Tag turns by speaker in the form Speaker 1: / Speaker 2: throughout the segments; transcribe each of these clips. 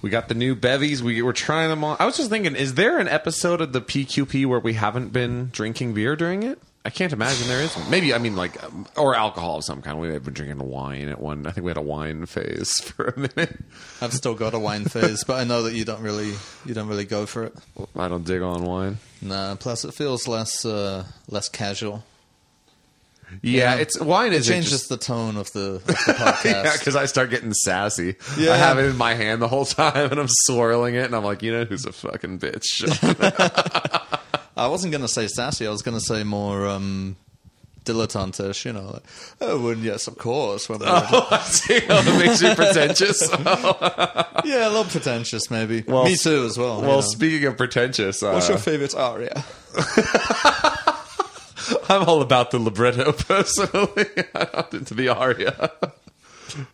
Speaker 1: We got the new bevies. We were trying them on. I was just thinking, is there an episode of the PQP where we haven't been drinking beer during it? I can't imagine there is. Maybe I mean like um, or alcohol of some kind. We have been drinking wine at one. I think we had a wine phase for a minute.
Speaker 2: I've still got a wine phase, but I know that you don't really you don't really go for it.
Speaker 1: I don't dig on wine.
Speaker 2: Nah. Plus, it feels less uh, less casual.
Speaker 1: Yeah,
Speaker 2: Yeah.
Speaker 1: it's wine
Speaker 2: It
Speaker 1: is
Speaker 2: changes
Speaker 1: interesting.
Speaker 2: the tone of the, of the podcast.
Speaker 1: Yeah, because I start getting sassy. I
Speaker 2: Yeah.
Speaker 1: have it in my hand the whole time, and I'm swirling it, and I'm like, you know who's a fucking bitch?
Speaker 2: I wasn't going to say sassy. I was going to say more um, dilettantish. You know, like, oh, and yes, of course. When we were-
Speaker 1: See how it makes you pretentious.
Speaker 2: yeah, a little pretentious, maybe. Me too, as well. you
Speaker 1: Well,
Speaker 2: know.
Speaker 1: speaking of pretentious, uh,
Speaker 2: What's your favorite aria?
Speaker 1: I'm all about the libretto personally. I'm not into the aria.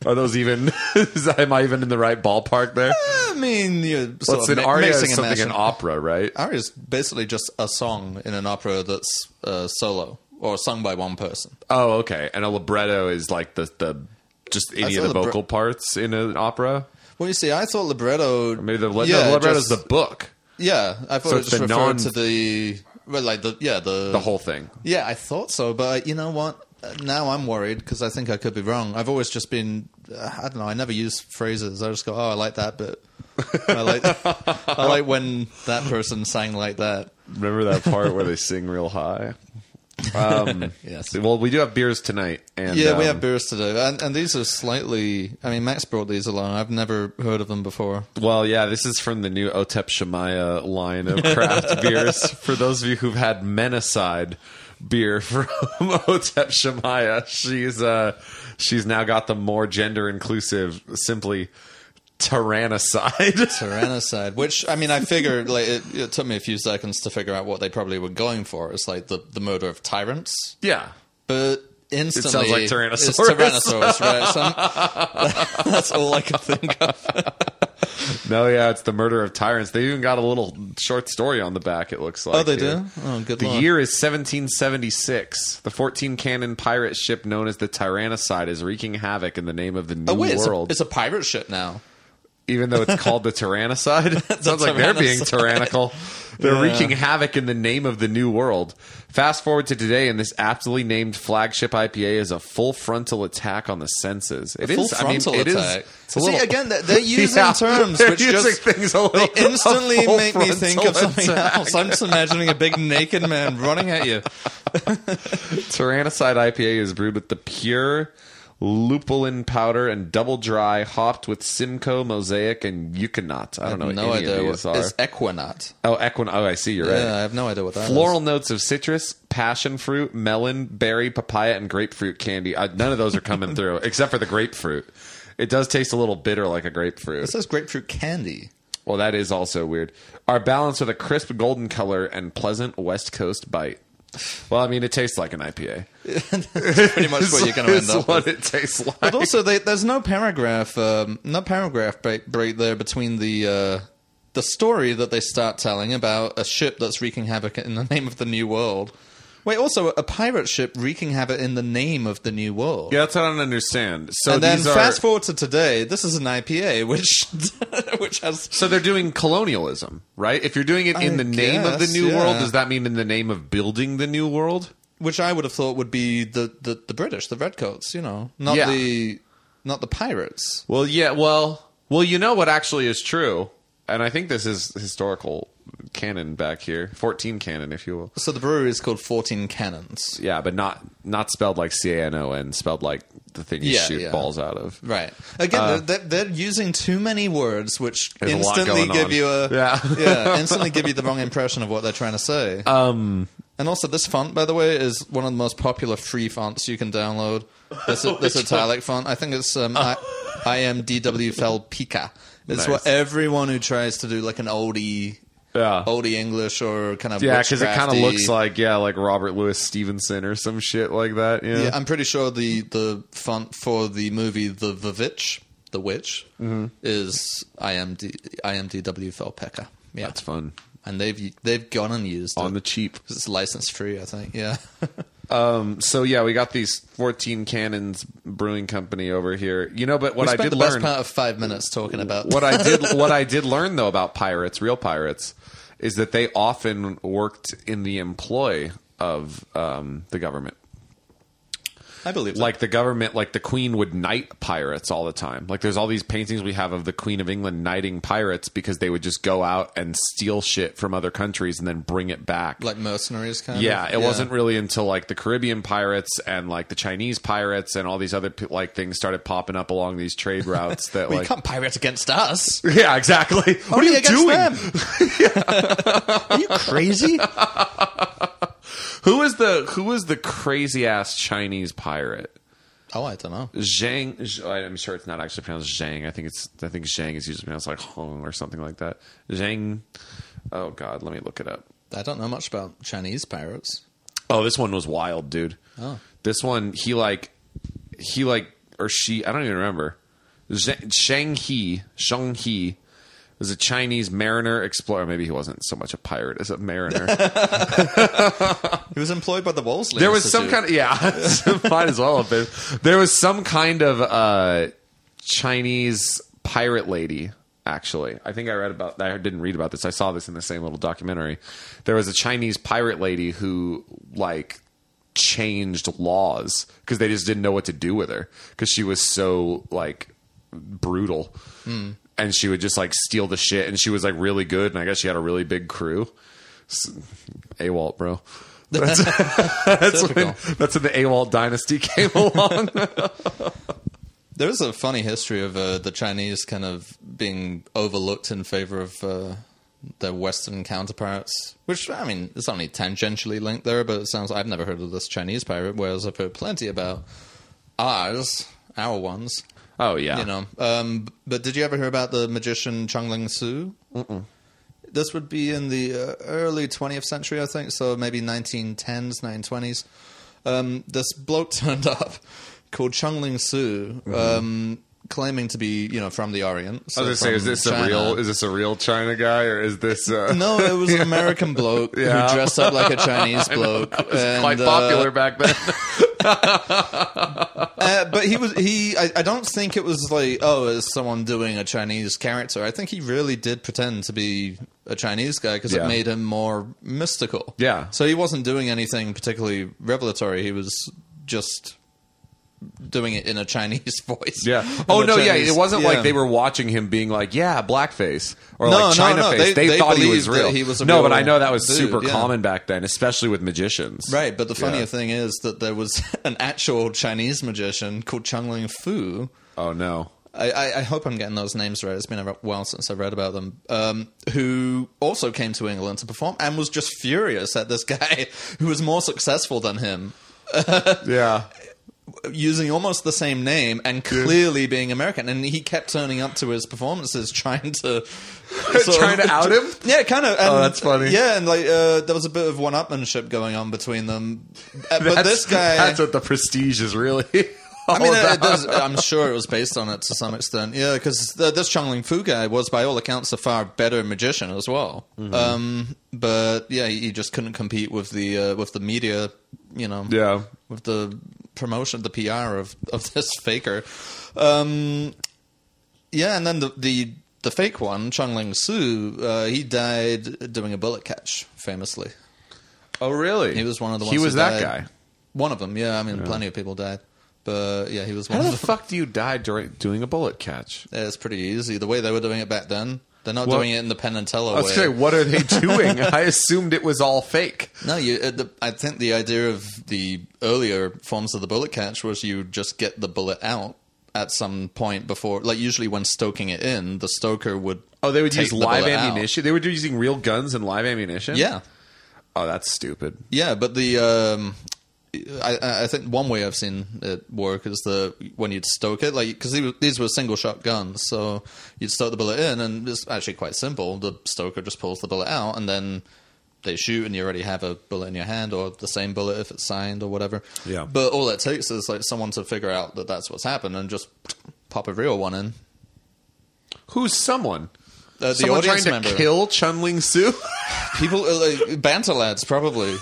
Speaker 1: Are those even? is- am I even in the right ballpark there?
Speaker 2: I mean, you're sort
Speaker 1: What's
Speaker 2: of
Speaker 1: an
Speaker 2: mi-
Speaker 1: aria? Is
Speaker 2: mixing and
Speaker 1: something an
Speaker 2: mashing.
Speaker 1: opera, right?
Speaker 2: Aria is basically just a song in an opera that's uh, solo or sung by one person.
Speaker 1: Oh, okay. And a libretto is like the the just any
Speaker 2: I
Speaker 1: of the
Speaker 2: thought libre-
Speaker 1: vocal parts in an opera.
Speaker 2: Well, you see, I thought libretto.
Speaker 1: Maybe the, li- no, libretto is
Speaker 2: just-
Speaker 1: the book,
Speaker 2: Yeah, I thought
Speaker 1: So
Speaker 2: it
Speaker 1: it's
Speaker 2: just
Speaker 1: the
Speaker 2: referred
Speaker 1: non-
Speaker 2: to the well, like the yeah the
Speaker 1: the whole thing.
Speaker 2: Yeah, I thought so, but you know what? Uh, Now I'm worried because I think I could be wrong. I've always just been uh, I don't know. I never use phrases. I just go, oh, I like that bit. I like I like when that person sang like that.
Speaker 1: Remember that part where they sing real high? Um,
Speaker 2: Yes.
Speaker 1: Well, we do have beers tonight, and
Speaker 2: Yeah, we
Speaker 1: um,
Speaker 2: have beers today, and, and these are slightly. I mean, Max brought these along. I've never heard of them before.
Speaker 1: Well, yeah, this is from the new Otep Shemaya line of craft beers. For those of you who've had Menacide beer from Otep Shemaya, she's uh, she's now got the more gender inclusive, simply Tyrannicide.
Speaker 2: Tyrannicide, which I mean, I figure like it, it took me a few seconds to figure out what they probably were going for. It's like the the murder of tyrants.
Speaker 1: yeah,
Speaker 2: but instantly
Speaker 1: sounds like Tyrannosaurus.
Speaker 2: It's Tyrannosaurus, right? So- that's all I can think of.
Speaker 1: no, yeah, it's the murder of tyrants. They even got a little short story on the back. It looks like.
Speaker 2: Oh, they
Speaker 1: here.
Speaker 2: do. Oh, good.
Speaker 1: The
Speaker 2: lord.
Speaker 1: year is 1776. The 14 cannon pirate ship known as the Tyrannicide is wreaking havoc in the name of the new
Speaker 2: Oh wait, it's a,
Speaker 1: world.
Speaker 2: it's a pirate ship now.
Speaker 1: even though it's called the Tyrannicide. Sounds like they're being
Speaker 2: Tyrannicide.
Speaker 1: tyrannical. They're
Speaker 2: Yeah.
Speaker 1: wreaking havoc in the name of the new world. Fast forward to today, and this aptly named flagship IPA is a full frontal attack on the senses. It is.
Speaker 2: Full
Speaker 1: I mean,
Speaker 2: frontal
Speaker 1: it is
Speaker 2: attack.
Speaker 1: it's a
Speaker 2: See
Speaker 1: little-
Speaker 2: again, they're, they're using
Speaker 1: Yeah,
Speaker 2: terms
Speaker 1: they're
Speaker 2: which
Speaker 1: using
Speaker 2: just
Speaker 1: things a little,
Speaker 2: they instantly
Speaker 1: a full
Speaker 2: make me think of
Speaker 1: frontal
Speaker 2: something
Speaker 1: attack.
Speaker 2: else. I'm just imagining a big naked man running at you.
Speaker 1: Tyrannicide IPA is brewed with the pure lupulin powder and double dry, hopped with Simcoe, Mosaic, and Euconut. I don't know
Speaker 2: no
Speaker 1: what any
Speaker 2: idea.
Speaker 1: of
Speaker 2: What,
Speaker 1: these are.
Speaker 2: it's Equinot.
Speaker 1: oh, Equin. Oh, I see. You're right.
Speaker 2: Yeah, I have no idea what that is.
Speaker 1: Floral notes of citrus, passion fruit, melon, berry, papaya, and grapefruit candy. Uh, none of those are coming through, except for the grapefruit. It does taste a little bitter like a grapefruit.
Speaker 2: It says grapefruit candy.
Speaker 1: Well, that is also weird. Are balanced with a crisp golden color and pleasant West Coast bite. Well, I mean, it tastes like an IPA.
Speaker 2: Pretty much what you're going to
Speaker 1: It's
Speaker 2: end up with.
Speaker 1: what it tastes like.
Speaker 2: But also, they, there's no paragraph, um, no paragraph break, break there between the uh, the story that they start telling about a ship that's wreaking havoc in the name of the New World. Wait, also a pirate ship wreaking havoc in the name of the New World.
Speaker 1: yeah, that's what I don't understand. So
Speaker 2: and then
Speaker 1: these are,
Speaker 2: fast forward to today, this is an IPA, which which has
Speaker 1: So they're doing colonialism, right? If you're doing it in
Speaker 2: I
Speaker 1: the name of the
Speaker 2: guess,
Speaker 1: new world,
Speaker 2: yeah.
Speaker 1: does that mean in the name of building the new world?
Speaker 2: which I would have thought would be the, the, the British, the redcoats, you know, not
Speaker 1: Yeah.
Speaker 2: the not the pirates.
Speaker 1: Well, yeah, well, well, you know what actually is true, and I think this is historical canon back here, fourteen canon, if you will.
Speaker 2: So the brewery is called Fourteen Cannons,
Speaker 1: Yeah, but not not spelled like C A N O N, spelled like the thing you
Speaker 2: Yeah,
Speaker 1: shoot
Speaker 2: yeah.
Speaker 1: balls out of.
Speaker 2: Right. Again, they're, they're, they're using too many words, which
Speaker 1: Uh, There's a lot
Speaker 2: instantly
Speaker 1: going
Speaker 2: give
Speaker 1: on.
Speaker 2: you a
Speaker 1: Yeah. Uh,
Speaker 2: yeah, instantly give you the wrong impression of what they're trying to say. Um, and also this font, by the way, is one of the most popular free fonts you can download. This, this italic font, I think it's um, I, IMDW Fel Pica. It's
Speaker 1: Nice.
Speaker 2: what everyone who tries to do like an oldie,
Speaker 1: Yeah.
Speaker 2: oldie English or kind of
Speaker 1: Yeah, because it kind of
Speaker 2: witchcrafty-
Speaker 1: looks like yeah, like Robert Louis Stevenson or some shit like that. Yeah,
Speaker 2: Yeah, I'm pretty sure the the font for the movie The The Witch, The Witch,
Speaker 1: Mm-hmm.
Speaker 2: is IMD IMDW Felpeca. E Yeah,
Speaker 1: that's fun
Speaker 2: and they've they've gone and used
Speaker 1: on
Speaker 2: it.
Speaker 1: the cheap.
Speaker 2: It's license free, I think. Yeah,
Speaker 1: Um, so yeah, we got these 14 cannons brewing company over here. You know, but what
Speaker 2: we
Speaker 1: I
Speaker 2: spent
Speaker 1: did
Speaker 2: the
Speaker 1: learn
Speaker 2: best part of five minutes talking about
Speaker 1: what I did what I did learn though about pirates, real pirates, is that they often worked in the employ of um, the government.
Speaker 2: I believe. that.
Speaker 1: Like the government, like the Queen would knight pirates all the time. Like there's all these paintings we have of the Queen of England knighting pirates because they would just go out and steal shit from other countries and then bring it back.
Speaker 2: like mercenaries kind
Speaker 1: yeah,
Speaker 2: of.
Speaker 1: it wasn't really until like the Caribbean pirates and like the Chinese pirates and all these other p- like things started popping up along these trade routes that
Speaker 2: Well,
Speaker 1: like
Speaker 2: you can't pirate against us.
Speaker 1: yeah, exactly. What are
Speaker 2: Only
Speaker 1: you
Speaker 2: against
Speaker 1: doing?
Speaker 2: them. Are you crazy?
Speaker 1: Who is the who is the crazy ass Chinese pirate?
Speaker 2: Oh, I don't know.
Speaker 1: Zhang. Zh- I'm sure it's not actually pronounced Zhang. I think it's. I think Zhang is usually pronounced like Hong or something like that. Zhang. Oh God, let me look it up.
Speaker 2: I don't know much about Chinese pirates.
Speaker 1: Oh, this one was wild, dude.
Speaker 2: Oh.
Speaker 1: This one, he like, he like, or she, I don't even remember. Zha- Shang He, Shang He was a Chinese mariner explorer. Maybe he wasn't so much a pirate as a mariner.
Speaker 2: He was employed by the Wolseley.
Speaker 1: there was some
Speaker 2: Institute.
Speaker 1: kind of yeah might as well have been there was some kind of uh chinese pirate lady actually i think i read about i didn't read about this i saw this in the same little documentary there was a chinese pirate lady who like changed laws because they just didn't know what to do with her because she was so like brutal and she would just like steal the shit and she was like really good and i guess she had a really big crew S- awalt bro that's when, that's when the AWOL dynasty came along.
Speaker 2: There is a funny history of uh, the Chinese kind of being overlooked in favor of uh, their Western counterparts, which, I mean, it's only tangentially linked there, but it sounds I've never heard of this Chinese pirate, whereas I've heard plenty about ours, our ones,
Speaker 1: oh yeah,
Speaker 2: you know. Um, but did you ever hear about the magician Chongling Su? This would be in the uh, early 20th century, I think, so maybe 1910s, 1920s. Um, this bloke turned up called Chongling Su, um, claiming to be, you know, from the Orient.
Speaker 1: Mm-hmm. I
Speaker 2: so
Speaker 1: was gonna say, is
Speaker 2: from
Speaker 1: this
Speaker 2: China.
Speaker 1: a real? Is this a real China guy, or is this? Uh,
Speaker 2: No, it was an American bloke
Speaker 1: Yeah.
Speaker 2: who dressed up like a Chinese bloke.
Speaker 1: it was
Speaker 2: and,
Speaker 1: quite
Speaker 2: uh,
Speaker 1: popular back then.
Speaker 2: uh, but he was he. I, I don't think it was like oh, it's someone doing a Chinese character. I think he really did pretend to be a Chinese guy because
Speaker 1: Yeah.
Speaker 2: it made him more mystical.
Speaker 1: Yeah.
Speaker 2: So he wasn't doing anything particularly revelatory. He was just doing it in a Chinese voice.
Speaker 1: yeah.
Speaker 2: In
Speaker 1: Oh
Speaker 2: a
Speaker 1: no, yeah.
Speaker 2: Chinese-
Speaker 1: It wasn't
Speaker 2: yeah.
Speaker 1: like they were watching him being like, yeah, blackface or
Speaker 2: No,
Speaker 1: like
Speaker 2: no,
Speaker 1: China
Speaker 2: no,
Speaker 1: face.
Speaker 2: they-
Speaker 1: They,
Speaker 2: they
Speaker 1: thought he was
Speaker 2: believed that
Speaker 1: real.
Speaker 2: he was a
Speaker 1: no, but
Speaker 2: real
Speaker 1: I know that was
Speaker 2: dude,
Speaker 1: super
Speaker 2: yeah.
Speaker 1: common back then, especially with magicians.
Speaker 2: Right, but the funnier
Speaker 1: Yeah.
Speaker 2: thing is that there was an actual Chinese magician called Changling Fu
Speaker 1: Oh no.
Speaker 2: I, I, I hope I'm getting those names right. It's been a while since I read about them. Um, who also came to England to perform and was just furious at this guy who was more successful than him,
Speaker 1: Yeah.
Speaker 2: using almost the same name and clearly being American. And he kept turning up to his performances trying to sort
Speaker 1: Trying to out him? Oh,
Speaker 2: Yeah, kind of. And,
Speaker 1: that's funny.
Speaker 2: Yeah, and like uh, there was a bit of one-upmanship going on between them. Uh, but
Speaker 1: That's-
Speaker 2: this guy,
Speaker 1: That's what the prestige is really.
Speaker 2: I mean,
Speaker 1: all
Speaker 2: it, it
Speaker 1: about.
Speaker 2: does, I'm sure it was based on it to some extent. Yeah, because this Chongling Fu guy was, by all accounts, a far better magician as well.
Speaker 1: Mm-hmm.
Speaker 2: Um, but yeah, he he just couldn't compete with the uh, with the media, you know,
Speaker 1: Yeah.
Speaker 2: with the promotion, the PR of of this faker. Um, yeah, and then the the, the fake one, Chongling Su, uh, he died doing a bullet catch, famously.
Speaker 1: Oh really?
Speaker 2: He was one of the ones.
Speaker 1: He was
Speaker 2: who
Speaker 1: that
Speaker 2: died.
Speaker 1: guy.
Speaker 2: One of them, yeah. I mean, plenty of people died. But yeah, he was one
Speaker 1: How
Speaker 2: of
Speaker 1: the
Speaker 2: them.
Speaker 1: fuck do you die during doing a bullet catch?
Speaker 2: Yeah, it's pretty easy. The way they were doing it back then, they're not
Speaker 1: Well-
Speaker 2: doing it in the Penn and Teller
Speaker 1: I
Speaker 2: way.
Speaker 1: was gonna say, what are they doing? I assumed it was all fake.
Speaker 2: No, you. Uh, the, I think the idea of the earlier forms of the bullet catch was you just get the bullet out at some point before, like usually when stoking it in, the stoker would.
Speaker 1: Oh, they would use
Speaker 2: take the
Speaker 1: live
Speaker 2: bullet out.
Speaker 1: ammunition. They were using real guns and live ammunition.
Speaker 2: Yeah,
Speaker 1: Oh, that's stupid.
Speaker 2: yeah, but the. Um, I- I, I think one way I've seen it work is the when you'd stoke it, like because these were single shot guns, so you'd stoke the bullet in, and it's actually quite simple. The stoker just pulls the bullet out, and then they shoot, and you already have a bullet in your hand, or the same bullet if it's signed or whatever.
Speaker 1: Yeah.
Speaker 2: But all it takes is like someone to figure out that that's what's happened, and just pop a real one in.
Speaker 1: Who's someone?
Speaker 2: Uh, the
Speaker 1: someone
Speaker 2: audience
Speaker 1: trying to
Speaker 2: member,
Speaker 1: kill Chun Ling Su?
Speaker 2: people uh, like, banter lads, probably.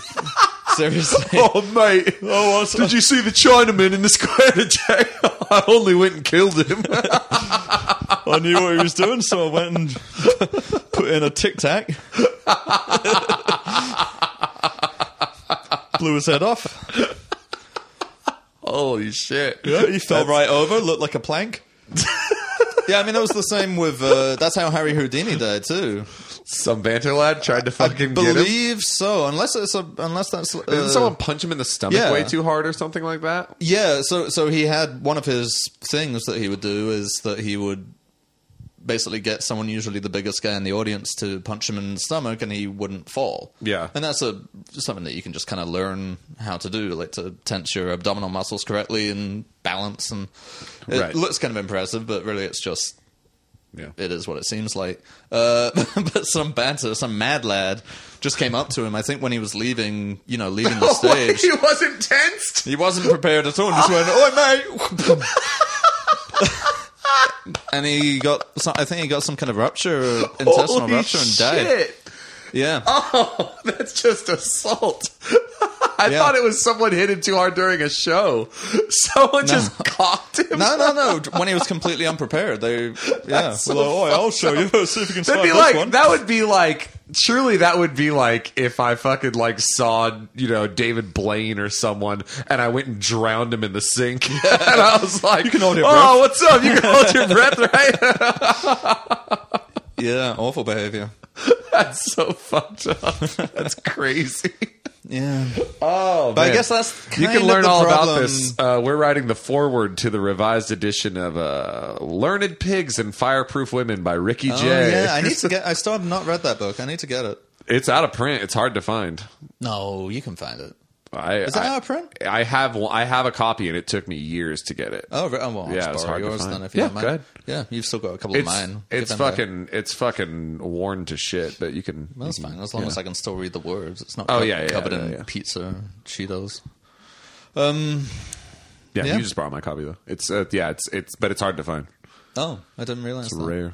Speaker 2: seriously.
Speaker 1: Oh mate! Oh, did you see the Chinaman in the square today? I only went and killed him.
Speaker 3: I knew what he was doing, so I went and put in a tic tac. Blew his head off.
Speaker 1: Holy shit!
Speaker 3: Yeah, he fell right over, looked like a plank.
Speaker 2: Yeah, I mean that was the same with. Uh, that's how Harry Houdini died too.
Speaker 1: Some banter lad tried to fucking get him.
Speaker 2: Believe so, unless it's a, unless that's. uh,
Speaker 1: Didn't someone punch him in the stomach
Speaker 2: yeah.
Speaker 1: way too hard or something like that?
Speaker 2: Yeah, so so he had one of his things that he would do is that he would basically get someone, usually the biggest guy in the audience, to punch him in the stomach, and he wouldn't fall.
Speaker 1: Yeah.
Speaker 2: and that's a something that you can just kind of learn how to do, like to tense your abdominal muscles correctly and balance, and it
Speaker 1: Right.
Speaker 2: looks kind of impressive, but really it's just
Speaker 1: Yeah.
Speaker 2: it is what it seems like. Uh, but some banter, some mad lad, just came up to him. I think when he was leaving, you know, leaving the stage.
Speaker 1: he wasn't tensed.
Speaker 2: He wasn't prepared at all. Just went, "Oi, mate!" and he got, some, I think he got some kind of rupture, intestinal
Speaker 1: Holy
Speaker 2: rupture, and died.
Speaker 1: shit.
Speaker 2: Yeah,
Speaker 1: Oh, that's just assault. I
Speaker 2: Yeah.
Speaker 1: thought it was someone hit him too hard during a show. Someone just cocked him.
Speaker 2: no, no, no. When he was completely unprepared, they, yeah, oh,
Speaker 3: Well, oi, I'll show you. See if you can
Speaker 1: That'd
Speaker 3: survive
Speaker 1: be
Speaker 3: this
Speaker 1: like
Speaker 3: one.
Speaker 1: that would be like surely that would be like if I fucking like saw you know David Blaine or someone and I went and drowned him in the sink and I was like you
Speaker 3: can hold your
Speaker 1: oh what's up you can hold your breath right
Speaker 2: yeah, awful behavior.
Speaker 1: that's so fucked up that's crazy
Speaker 2: Yeah,
Speaker 1: oh
Speaker 2: but I guess that's
Speaker 1: you
Speaker 2: kind
Speaker 1: can
Speaker 2: of
Speaker 1: learn
Speaker 2: the
Speaker 1: all about
Speaker 2: problem.
Speaker 1: this. Uh, we're writing the foreword to the revised edition of uh, "Learned Pigs and Fireproof Women" by Ricky
Speaker 2: Oh,
Speaker 1: Jay.
Speaker 2: yeah, I need to get. I still have not read that book. I need to get it.
Speaker 1: it's out of print. It's hard to find.
Speaker 2: No, you can find it.
Speaker 1: I,
Speaker 2: Is it
Speaker 1: I-
Speaker 2: out of print?
Speaker 1: I have one, I have a copy, and it took me years to get it.
Speaker 2: Oh, re- oh well, I'll
Speaker 1: Yeah,
Speaker 2: just
Speaker 1: it's
Speaker 2: borrow
Speaker 1: hard to
Speaker 2: yours
Speaker 1: find.
Speaker 2: then if you
Speaker 1: Yeah,
Speaker 2: don't mind.
Speaker 1: go ahead.
Speaker 2: Yeah, you've still got a couple
Speaker 1: it's
Speaker 2: of mine.
Speaker 1: it's
Speaker 2: Give them a-
Speaker 1: fucking it's fucking worn to shit, but you can.
Speaker 2: Well, that's fine, as long as I can still read the words. It's not
Speaker 1: Oh,
Speaker 2: co-
Speaker 1: yeah, yeah,
Speaker 2: covered
Speaker 1: yeah,
Speaker 2: in
Speaker 1: yeah.
Speaker 2: pizza, Cheetos.
Speaker 1: yeah,
Speaker 2: yeah.
Speaker 1: you just borrow my copy though. It's uh, yeah, it's it's but it's hard to find.
Speaker 2: Oh, I didn't realize
Speaker 1: It's
Speaker 2: that.
Speaker 1: rare.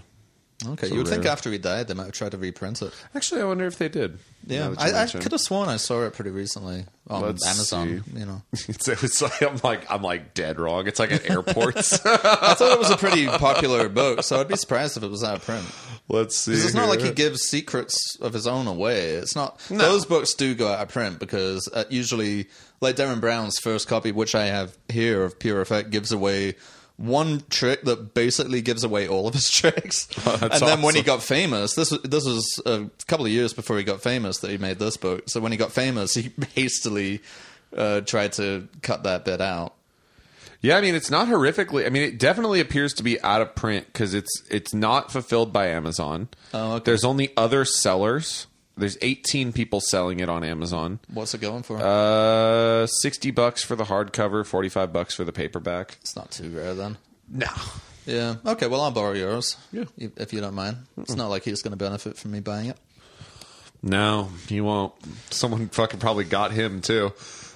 Speaker 2: okay,
Speaker 1: it's
Speaker 2: you would think
Speaker 1: rare.
Speaker 2: after he died they might have tried to reprint it.
Speaker 1: Actually, I wonder if they did.
Speaker 2: Yeah,
Speaker 1: Now that you
Speaker 2: I, I
Speaker 1: mention it.
Speaker 2: could have sworn I saw it pretty recently on
Speaker 1: Let's
Speaker 2: Amazon.
Speaker 1: see.
Speaker 2: You know,
Speaker 1: It's, it's like I'm like I'm like dead wrong. It's like at airports.
Speaker 2: I thought it was a pretty popular book, so I'd be surprised if it was out of print.
Speaker 1: Let's see.
Speaker 2: 'Cause It's not like he
Speaker 1: here.
Speaker 2: gives secrets of his own away. It's not those books do go out of print because uh, usually, like Darren Brown's first copy, which I have here of Pure Effect, gives away one trick that basically gives away all of his tricks. and then when he
Speaker 1: awesome.
Speaker 2: got famous, this was, this was a couple of years before he got famous that he made this book. So when he got famous, he hastily uh, tried to cut that bit out.
Speaker 1: Yeah, I mean it's not horrifically. I mean it definitely appears to be out of print because it's it's not fulfilled by Amazon.
Speaker 2: Oh, okay.
Speaker 1: There's only other sellers. There's 18 people selling it on Amazon.
Speaker 2: What's it going for?
Speaker 1: Uh, 60 bucks for the hardcover, 45 bucks for the paperback.
Speaker 2: it's not too rare then.
Speaker 1: No.
Speaker 2: Yeah. Okay. Well, I'll borrow yours.
Speaker 1: Yeah.
Speaker 2: If if you don't mind. It's not like he's going to benefit from me buying it.
Speaker 1: No, he won't. Someone fucking probably got him too.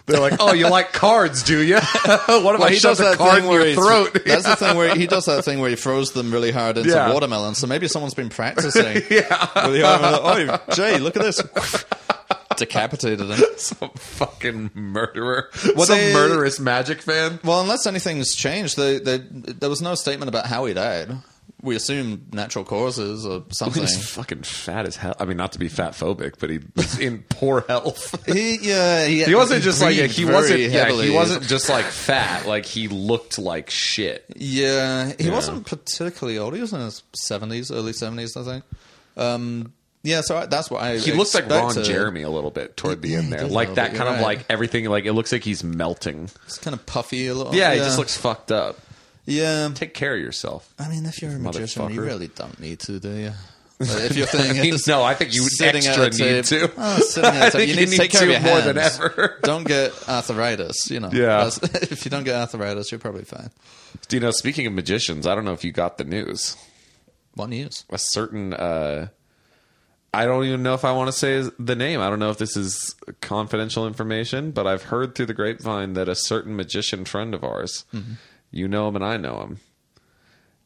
Speaker 1: They're like, "Oh, you like cards, do you? what if I shove the card in your throat?"
Speaker 2: That's the thing where he does that thing where he throws them really hard into
Speaker 1: Yeah.
Speaker 2: watermelon. So maybe someone's been practicing.
Speaker 1: yeah.
Speaker 2: with the arm and like, oh, Jay, look at this. Decapitated him.
Speaker 1: Some fucking murderer.
Speaker 2: Well,
Speaker 1: Some
Speaker 2: they-
Speaker 1: murderous magic fan.
Speaker 2: Well, unless anything's changed, they, they, there was no statement about how he died. We assume natural causes or something.
Speaker 1: He's fucking fat as hell. I mean, not to be fat phobic, but he was in poor health.
Speaker 2: He, yeah, he,
Speaker 1: He wasn't just like
Speaker 2: breathed
Speaker 1: he
Speaker 2: very
Speaker 1: wasn't yeah,
Speaker 2: heavily.
Speaker 1: he wasn't just like fat. Like he looked like shit.
Speaker 2: Yeah, he
Speaker 1: Yeah.
Speaker 2: wasn't particularly old. He was in his seventies, early seventies, I think. Um, yeah, so I, that's what I.
Speaker 1: He looks like Ron
Speaker 2: expected.
Speaker 1: Jeremy a little bit toward the
Speaker 2: Yeah,
Speaker 1: end
Speaker 2: he
Speaker 1: there.
Speaker 2: does a
Speaker 1: Like
Speaker 2: little
Speaker 1: that
Speaker 2: bit,
Speaker 1: kind
Speaker 2: you're
Speaker 1: of
Speaker 2: right.
Speaker 1: like everything like it looks like he's melting.
Speaker 2: He's kind of puffy a little.
Speaker 1: Yeah, he just looks fucked up.
Speaker 2: Yeah,
Speaker 1: Take care of yourself.
Speaker 2: I mean, if you're a magician, you
Speaker 1: motherfucker.
Speaker 2: really don't need to, do you? Like, if your thing is
Speaker 1: no, I think you
Speaker 2: sitting
Speaker 1: extra
Speaker 2: at a
Speaker 1: need
Speaker 2: table-
Speaker 1: to.
Speaker 2: Oh, sitting at a
Speaker 1: I
Speaker 2: table.
Speaker 1: think
Speaker 2: you
Speaker 1: you
Speaker 2: need to
Speaker 1: need
Speaker 2: take care of your
Speaker 1: to more than
Speaker 2: hands.
Speaker 1: ever.
Speaker 2: Don't get arthritis. You know.
Speaker 1: Yeah.
Speaker 2: That's- if you don't get arthritis, you're probably fine.
Speaker 1: You know, speaking of magicians, I don't know if you got the news.
Speaker 2: One use.
Speaker 1: a certain uh I don't even know if I want to say his- the name. I don't know if this is confidential information, but I've heard through the grapevine that a certain magician friend of ours,
Speaker 2: Mm-hmm.
Speaker 1: you know him and I know him,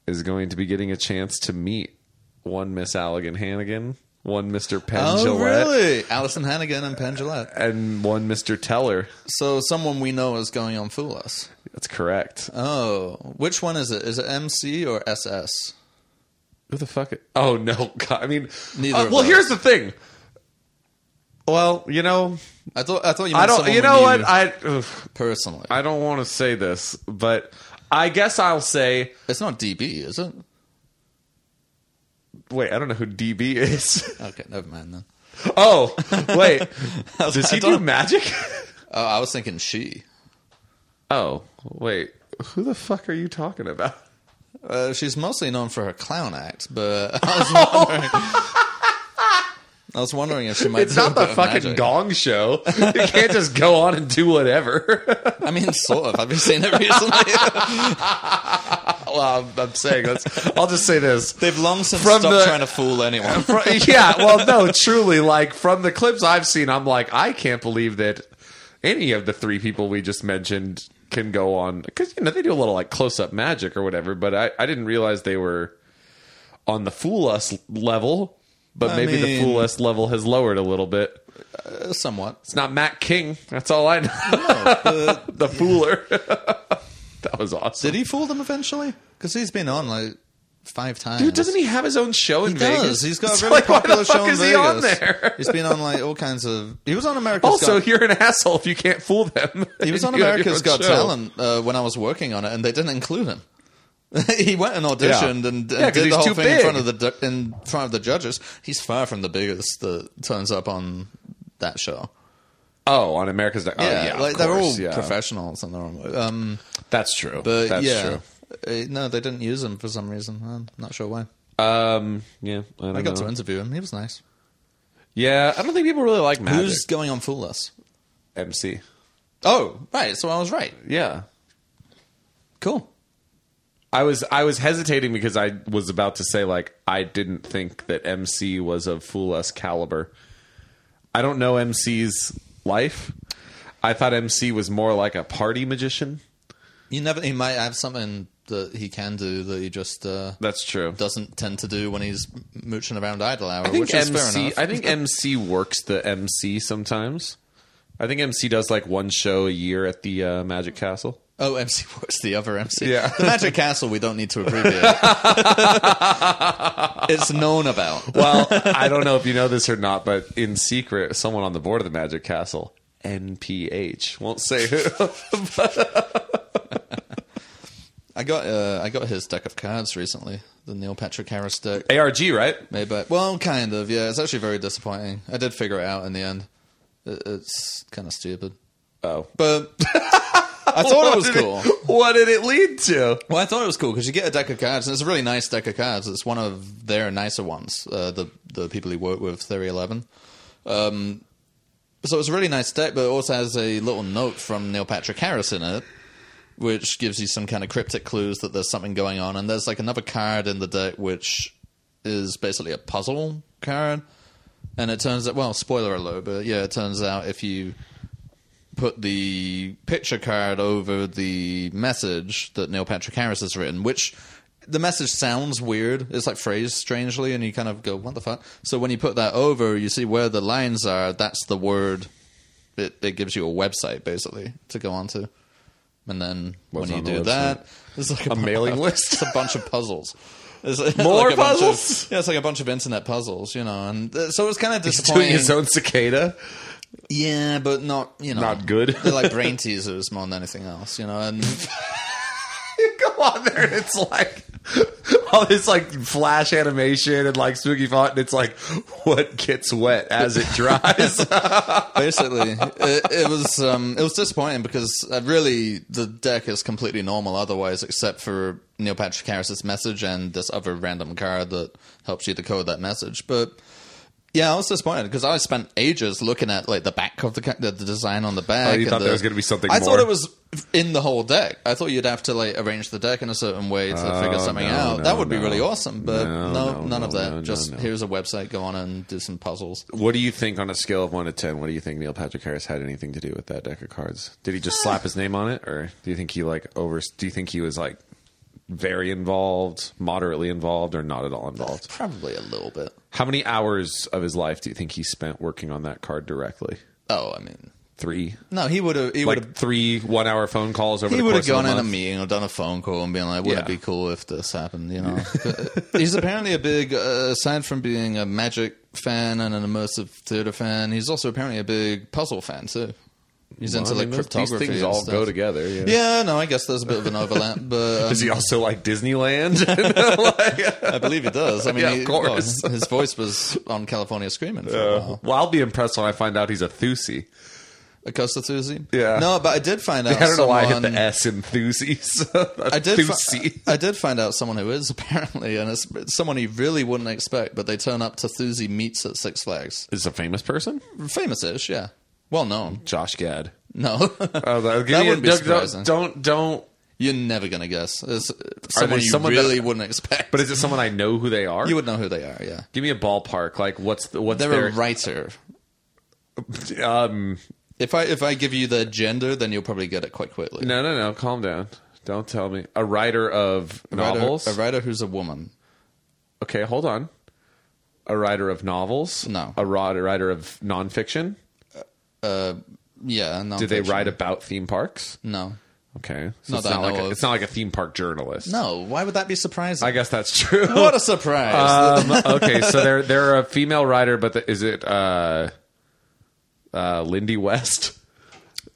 Speaker 1: is going to be getting a chance to meet one Miss Allegan Hannigan one Mr. Penn
Speaker 2: Oh,
Speaker 1: Gillette,
Speaker 2: really? Allison Hannigan and Penn Jillette.
Speaker 1: and one Mr. Teller.
Speaker 2: So someone we know is going on Fool Us.
Speaker 1: That's correct.
Speaker 2: Oh, which one is it? Is it MC or SS?
Speaker 1: Who the fuck? oh no! God, I mean,
Speaker 2: Neither
Speaker 1: uh,
Speaker 2: of
Speaker 1: well,
Speaker 2: those.
Speaker 1: here's the thing. Well, you know,
Speaker 2: I thought I thought you. Meant
Speaker 1: I don't.
Speaker 2: someone
Speaker 1: You
Speaker 2: we
Speaker 1: know what?
Speaker 2: knew
Speaker 1: I ugh,
Speaker 2: personally,
Speaker 1: I don't want to say this, but I guess I'll say.
Speaker 2: it's not DB, is it?
Speaker 1: Wait, I don't know who DB is.
Speaker 2: Okay, never mind then.
Speaker 1: oh, wait, does
Speaker 2: like,
Speaker 1: he
Speaker 2: I don't-
Speaker 1: do magic?
Speaker 2: Oh, I was thinking she.
Speaker 1: oh, wait, who the fuck are you talking about?
Speaker 2: Uh, she's mostly known for her clown act, but I was wondering. I was wondering if she might.
Speaker 1: It's
Speaker 2: do a
Speaker 1: not the
Speaker 2: bit of
Speaker 1: fucking
Speaker 2: magic.
Speaker 1: Gong Show. You can't just go on and do whatever.
Speaker 2: I mean, sort of. Have you seen it recently?
Speaker 1: well, I'm, I'm saying that's. I'll just say this.
Speaker 2: They've long since
Speaker 1: From
Speaker 2: stopped
Speaker 1: the-
Speaker 2: trying to fool anyone.
Speaker 1: Fr- yeah, well, no, truly, like from the clips I've seen, I'm like, I can't believe that any of the three people we just mentioned can go on because you know they do a little like close up magic or whatever. But I, I didn't realize they were on the fool us level. But
Speaker 2: I
Speaker 1: maybe the
Speaker 2: mean-
Speaker 1: fool us level has lowered a little bit.
Speaker 2: Uh, Somewhat.
Speaker 1: It's not Matt King. That's all I know. the fooler. that was awesome.
Speaker 2: Did he fool them eventually? Because he's been on like five times.
Speaker 1: Dude, doesn't he have his own show in
Speaker 2: He
Speaker 1: Vegas?
Speaker 2: does. He's got
Speaker 1: So,
Speaker 2: a really
Speaker 1: like,
Speaker 2: popular
Speaker 1: why the
Speaker 2: show
Speaker 1: fuck
Speaker 2: in
Speaker 1: is
Speaker 2: Vegas.
Speaker 1: he on there?
Speaker 2: He's been on like all kinds of. He was on America's
Speaker 1: Also,
Speaker 2: Got.
Speaker 1: you're an asshole if you can't fool them.
Speaker 2: He was on
Speaker 1: You have your
Speaker 2: America's
Speaker 1: own
Speaker 2: Got
Speaker 1: show.
Speaker 2: Talent uh, when I was working on it, and they didn't include him. he went and auditioned
Speaker 1: Yeah.
Speaker 2: and, and
Speaker 1: Yeah, 'cause
Speaker 2: did
Speaker 1: he's
Speaker 2: the whole
Speaker 1: too
Speaker 2: thing in
Speaker 1: big.
Speaker 2: front of the du- in front of the judges. He's far from the biggest that turns up on that show.
Speaker 1: Oh, on America's. Got- Oh, yeah, of
Speaker 2: like they're all
Speaker 1: course, yeah.
Speaker 2: professionals and they're all, um,
Speaker 1: That's true.
Speaker 2: but
Speaker 1: That's
Speaker 2: yeah,
Speaker 1: true.
Speaker 2: Uh, no, they didn't use him for some reason. I'm not sure why.
Speaker 1: Um, yeah, I, don't
Speaker 2: I got
Speaker 1: know.
Speaker 2: to interview him. He was nice.
Speaker 1: Yeah, I don't think people really like magic.
Speaker 2: Who's going on Fool Us?
Speaker 1: MC?
Speaker 2: Oh, right. So I was right.
Speaker 1: Yeah,
Speaker 2: Cool.
Speaker 1: I was I was hesitating because I was about to say like I didn't think that MC was of fool us caliber. I don't know MC's life. I thought MC was more like a party magician.
Speaker 2: You never. He might have something that he can do that he just uh,
Speaker 1: That's true.
Speaker 2: doesn't tend to do when he's mooching around idle hour,
Speaker 1: I think
Speaker 2: which is fair
Speaker 1: MC.
Speaker 2: enough.
Speaker 1: I think MC works the MC sometimes. I think MC does like one show a year at the uh, Magic Castle.
Speaker 2: oh, MC works the other MC.
Speaker 1: Yeah.
Speaker 2: the Magic Castle. We don't need to abbreviate. it's known about.
Speaker 1: Well, I don't know if you know this or not, but in secret, someone on the board of the Magic Castle, NPH, won't say who.
Speaker 2: I got uh, I got his deck of cards recently. The Neil Patrick Harris deck.
Speaker 1: ARG, right?
Speaker 2: Made by well, kind of. Yeah, it's actually very disappointing. I did figure it out in the end. It, it's kind of stupid,
Speaker 1: Oh,
Speaker 2: but I thought it was
Speaker 1: What did
Speaker 2: cool.
Speaker 1: what did it lead to?
Speaker 2: Well, I thought it was cool because you get a deck of cards, and it's a really nice deck of cards. It's one of their nicer ones. Uh, the the people he worked with, Theory Eleven. Um, so it's a really nice deck, but it also has a little note from Neil Patrick Harris in it, which gives you some kind of cryptic clues that there's something going on. And there's like another card in the deck which is basically a puzzle card. And it turns out, well, spoiler alert, but yeah, it turns out if you put the picture card over the message that Neil Patrick Harris has written, which the message sounds weird. It's like phrased strangely, and you kind of go, "What the fuck?" So when you put that over, you see where the lines are. That's the word. It, it gives you a website basically to go onto, and then
Speaker 1: What's
Speaker 2: when you
Speaker 1: on the
Speaker 2: do
Speaker 1: website?
Speaker 2: that, it's like a, bu-
Speaker 1: mailing list?
Speaker 2: It's a bunch of puzzles. It's like-
Speaker 1: More
Speaker 2: like a bunch of-
Speaker 1: puzzles?
Speaker 2: yeah, it's like a bunch of internet puzzles, you know. And uh, so it's kind of disappointing.
Speaker 1: Doing his own cicada.
Speaker 2: Yeah, but not you know
Speaker 1: Not good.
Speaker 2: They're like brain teasers more than anything else, you know. And
Speaker 1: You go on there and it's like all this like flash animation and like spooky font, and it's like what gets wet as it dries.
Speaker 2: basically, it, it was um, it was disappointing because uh, really the deck is completely normal otherwise, except for Neil Patrick Harris's message and this other random card that helps you decode that message. But yeah, I was disappointed because I spent ages looking at like the back of the ca- the, the design on the back.
Speaker 1: Oh, you
Speaker 2: and
Speaker 1: thought
Speaker 2: the-
Speaker 1: there was gonna be something
Speaker 2: I
Speaker 1: more?
Speaker 2: thought it was in the whole deck. I thought you'd have to like arrange the deck in a certain way to figure something
Speaker 1: Oh, no,
Speaker 2: out. that
Speaker 1: no,
Speaker 2: would be
Speaker 1: no.
Speaker 2: really awesome, but
Speaker 1: No,
Speaker 2: no,
Speaker 1: no,
Speaker 2: none of
Speaker 1: no,
Speaker 2: that.
Speaker 1: no, no,
Speaker 2: Just
Speaker 1: no.
Speaker 2: here's a website. Go on and do some puzzles.
Speaker 1: what do you think on a scale of one to ten? What do you think Neil Patrick Harris had anything to do with that deck of cards? Did he just slap his name on it, or do you think he like over? Do you think he was like very involved, moderately involved, or not at all involved?
Speaker 2: Probably a little bit.
Speaker 1: How many hours of his life do you think he spent working on that card directly?
Speaker 2: Oh, I mean,
Speaker 1: Three,
Speaker 2: no, he would have. He would
Speaker 1: like
Speaker 2: have.
Speaker 1: three one-hour phone calls over.
Speaker 2: He
Speaker 1: the
Speaker 2: would have
Speaker 1: course of
Speaker 2: gone
Speaker 1: a
Speaker 2: in a
Speaker 1: month?
Speaker 2: meeting or done a phone call and been like, "Would
Speaker 1: Yeah.
Speaker 2: it be cool if this happened?" You know. But he's apparently a big. Uh, aside from being a magic fan and an immersive theater fan, he's also apparently a big puzzle fan too. He's
Speaker 1: Well,
Speaker 2: into
Speaker 1: I
Speaker 2: like
Speaker 1: mean, those-
Speaker 2: cryptography.
Speaker 1: These things
Speaker 2: and
Speaker 1: all
Speaker 2: stuff.
Speaker 1: go together. Yeah.
Speaker 2: Yeah, no, I guess there's a bit of an overlap, but um,
Speaker 1: Does he also like Disneyland?
Speaker 2: I believe he does. I mean,
Speaker 1: Yeah, of
Speaker 2: he-
Speaker 1: course.
Speaker 2: well, his voice was on California Screaming for a while.
Speaker 1: well, I'll be impressed when I find out he's a Thusi.
Speaker 2: A Costa Thuzi?
Speaker 1: Yeah.
Speaker 2: No, but I did find out.
Speaker 1: I don't know why I hit the
Speaker 2: someone-
Speaker 1: S in Thusi.
Speaker 2: I did, fi-
Speaker 1: Thusi.
Speaker 2: I did find out someone who is apparently, and it's it's someone you really wouldn't expect, but they turn up to Thuzi meets at Six Flags.
Speaker 1: is a famous person?
Speaker 2: Famous-ish, yeah. Well known.
Speaker 1: Josh Gad.
Speaker 2: No,
Speaker 1: Oh, that
Speaker 2: That wouldn't be
Speaker 1: don't-
Speaker 2: surprising.
Speaker 1: Don't don't.
Speaker 2: you're never gonna guess. It's someone
Speaker 1: they
Speaker 2: you
Speaker 1: someone
Speaker 2: really
Speaker 1: that-
Speaker 2: wouldn't expect.
Speaker 1: But is it someone I know who they are?
Speaker 2: you would know who they are. Yeah,
Speaker 1: Give me a ballpark. Like what's the, what's
Speaker 2: they're
Speaker 1: their
Speaker 2: a writer.
Speaker 1: um?
Speaker 2: If I if I give you their gender, then you'll probably get it quite quickly.
Speaker 1: No, no, no. Calm down. Don't tell me a writer of
Speaker 2: writer-
Speaker 1: novels.
Speaker 2: A writer who's a woman.
Speaker 1: okay, hold on. A writer of novels.
Speaker 2: No.
Speaker 1: A ri- a writer of nonfiction.
Speaker 2: Yeah.
Speaker 1: Do they
Speaker 2: nonfiction.
Speaker 1: write about theme parks?
Speaker 2: No.
Speaker 1: Okay, so
Speaker 2: Not
Speaker 1: it's
Speaker 2: that I
Speaker 1: not like
Speaker 2: know
Speaker 1: a,
Speaker 2: of.
Speaker 1: it's not like a theme park journalist.
Speaker 2: No. Why would that be surprising?
Speaker 1: I guess that's true.
Speaker 2: what a surprise!
Speaker 1: Um, okay, so they're they're a female writer, but the, is it uh, uh, Lindy West?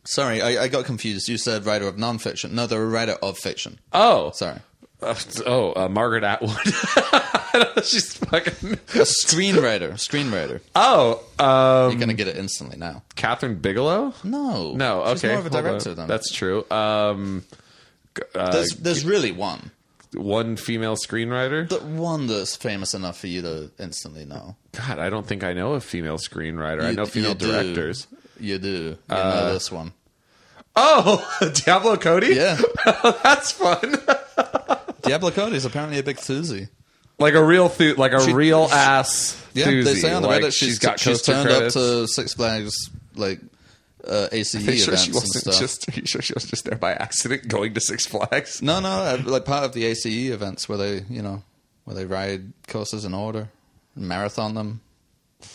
Speaker 2: Sorry, I, I got confused. You said writer of nonfiction. No, they're a writer of fiction.
Speaker 1: Oh,
Speaker 2: Sorry,
Speaker 1: Uh, oh, uh, Margaret Atwood. She's fucking.
Speaker 2: a screenwriter. Screenwriter.
Speaker 1: Oh, um,
Speaker 2: You're gonna get it instantly now.
Speaker 1: Catherine Bigelow.
Speaker 2: No,
Speaker 1: No, okay,
Speaker 2: She's more of a
Speaker 1: hold on.
Speaker 2: director than
Speaker 1: that's uh, true. Um,
Speaker 2: There's, there's really one,
Speaker 1: one female screenwriter.
Speaker 2: the one that's famous enough for you to instantly know.
Speaker 1: God, I don't think I know a female screenwriter. I
Speaker 2: You-
Speaker 1: know female
Speaker 2: you do.
Speaker 1: directors. Uh,
Speaker 2: You do. You know this one.
Speaker 1: Oh, Diablo Cody.
Speaker 2: Yeah,
Speaker 1: that's fun.
Speaker 2: Diablo Cody is apparently a big thuzy.
Speaker 1: like a real thu- like a
Speaker 2: She-
Speaker 1: real ass.
Speaker 2: Yeah, they
Speaker 1: doozy.
Speaker 2: say on the
Speaker 1: Like,
Speaker 2: Reddit she's, she's she's
Speaker 1: coaster
Speaker 2: turned
Speaker 1: credits.
Speaker 2: up to Six Flags like uh, ACE
Speaker 1: Are you
Speaker 2: events
Speaker 1: sure she
Speaker 2: and
Speaker 1: wasn't
Speaker 2: stuff.
Speaker 1: just? Are you sure she was just there by accident, going to Six Flags?
Speaker 2: No, no, uh, like part of the ACE events where they, you know, where they ride courses in order, marathon them.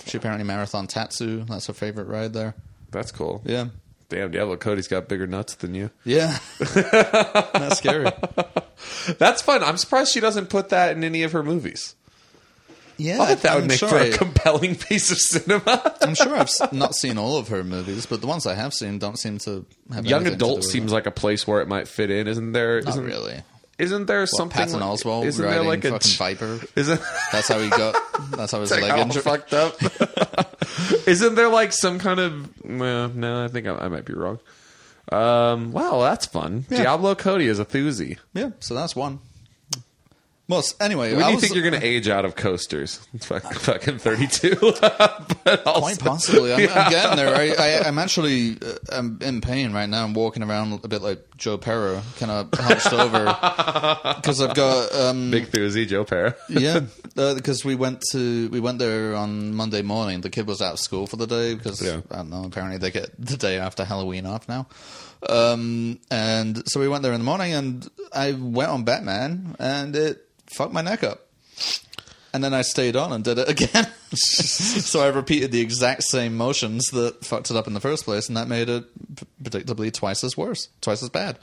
Speaker 2: She apparently marathon Tatsu. That's her favorite ride there.
Speaker 1: That's cool.
Speaker 2: Yeah,
Speaker 1: Damn, Diablo Cody's got bigger nuts than you.
Speaker 2: yeah. That's scary.
Speaker 1: That's fun. I'm surprised she doesn't put that in any of her movies.
Speaker 2: Yeah,
Speaker 1: I bet that
Speaker 2: I'm
Speaker 1: would make
Speaker 2: sure
Speaker 1: for a
Speaker 2: I-
Speaker 1: compelling piece of cinema.
Speaker 2: I'm sure I've s- not seen all of her movies, but the ones I have seen don't seem to have
Speaker 1: Young
Speaker 2: anything to do
Speaker 1: adult
Speaker 2: with
Speaker 1: seems like a place where it might fit in, isn't there?
Speaker 2: it.
Speaker 1: Isn't,
Speaker 2: not really.
Speaker 1: isn't there something?
Speaker 2: Patton
Speaker 1: like-
Speaker 2: Oswald
Speaker 1: isn't
Speaker 2: riding
Speaker 1: there like a
Speaker 2: fucking Viper.
Speaker 1: Isn't
Speaker 2: That's how he got. That's how his
Speaker 1: like oh,
Speaker 2: leg
Speaker 1: all
Speaker 2: injury.
Speaker 1: fucked up? isn't there like some kind of? Well, no, I think I, I might be wrong. Um, wow, that's fun. Diablo Cody is a thuzy.
Speaker 2: Yeah, so that's one. Well, s- anyway,
Speaker 1: When
Speaker 2: I
Speaker 1: do you
Speaker 2: was-
Speaker 1: think you're going to age out of coasters? Fuck, fucking 32. but also,
Speaker 2: Quite possibly. I'm, I'm getting there. I, I, I'm actually uh, I'm in pain right now. I'm walking around a bit like Joe Perro, kind of hunched over because I've got um,
Speaker 1: big thuzy, Joe Para.
Speaker 2: yeah. Because Uh, we went to we went there on Monday morning. The kid was out of school for the day because
Speaker 1: Yeah.
Speaker 2: I don't know. Apparently they get the day after Halloween off now. Um, and so we went there in the morning, and I went on Batman, and it fucked my neck up. And then I stayed on and did it again. so I repeated the exact same motions that fucked it up in the first place, and that made it p- predictably twice as worse, twice as bad.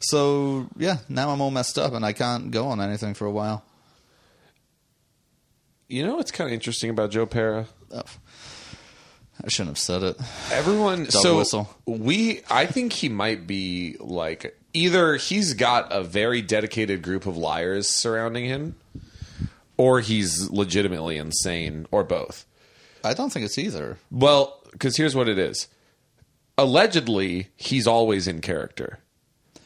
Speaker 2: So yeah, now I'm all messed up, and I can't go on anything for a while.
Speaker 1: You know what's kind of interesting about Joe Para?
Speaker 2: Oh, I shouldn't have said it.
Speaker 1: Everyone, so
Speaker 2: whistle.
Speaker 1: we, I think he might be like either he's got a very dedicated group of liars surrounding him, or he's legitimately insane, or both.
Speaker 2: I don't think it's either.
Speaker 1: Well, because here's what it is. Allegedly, he's always in character.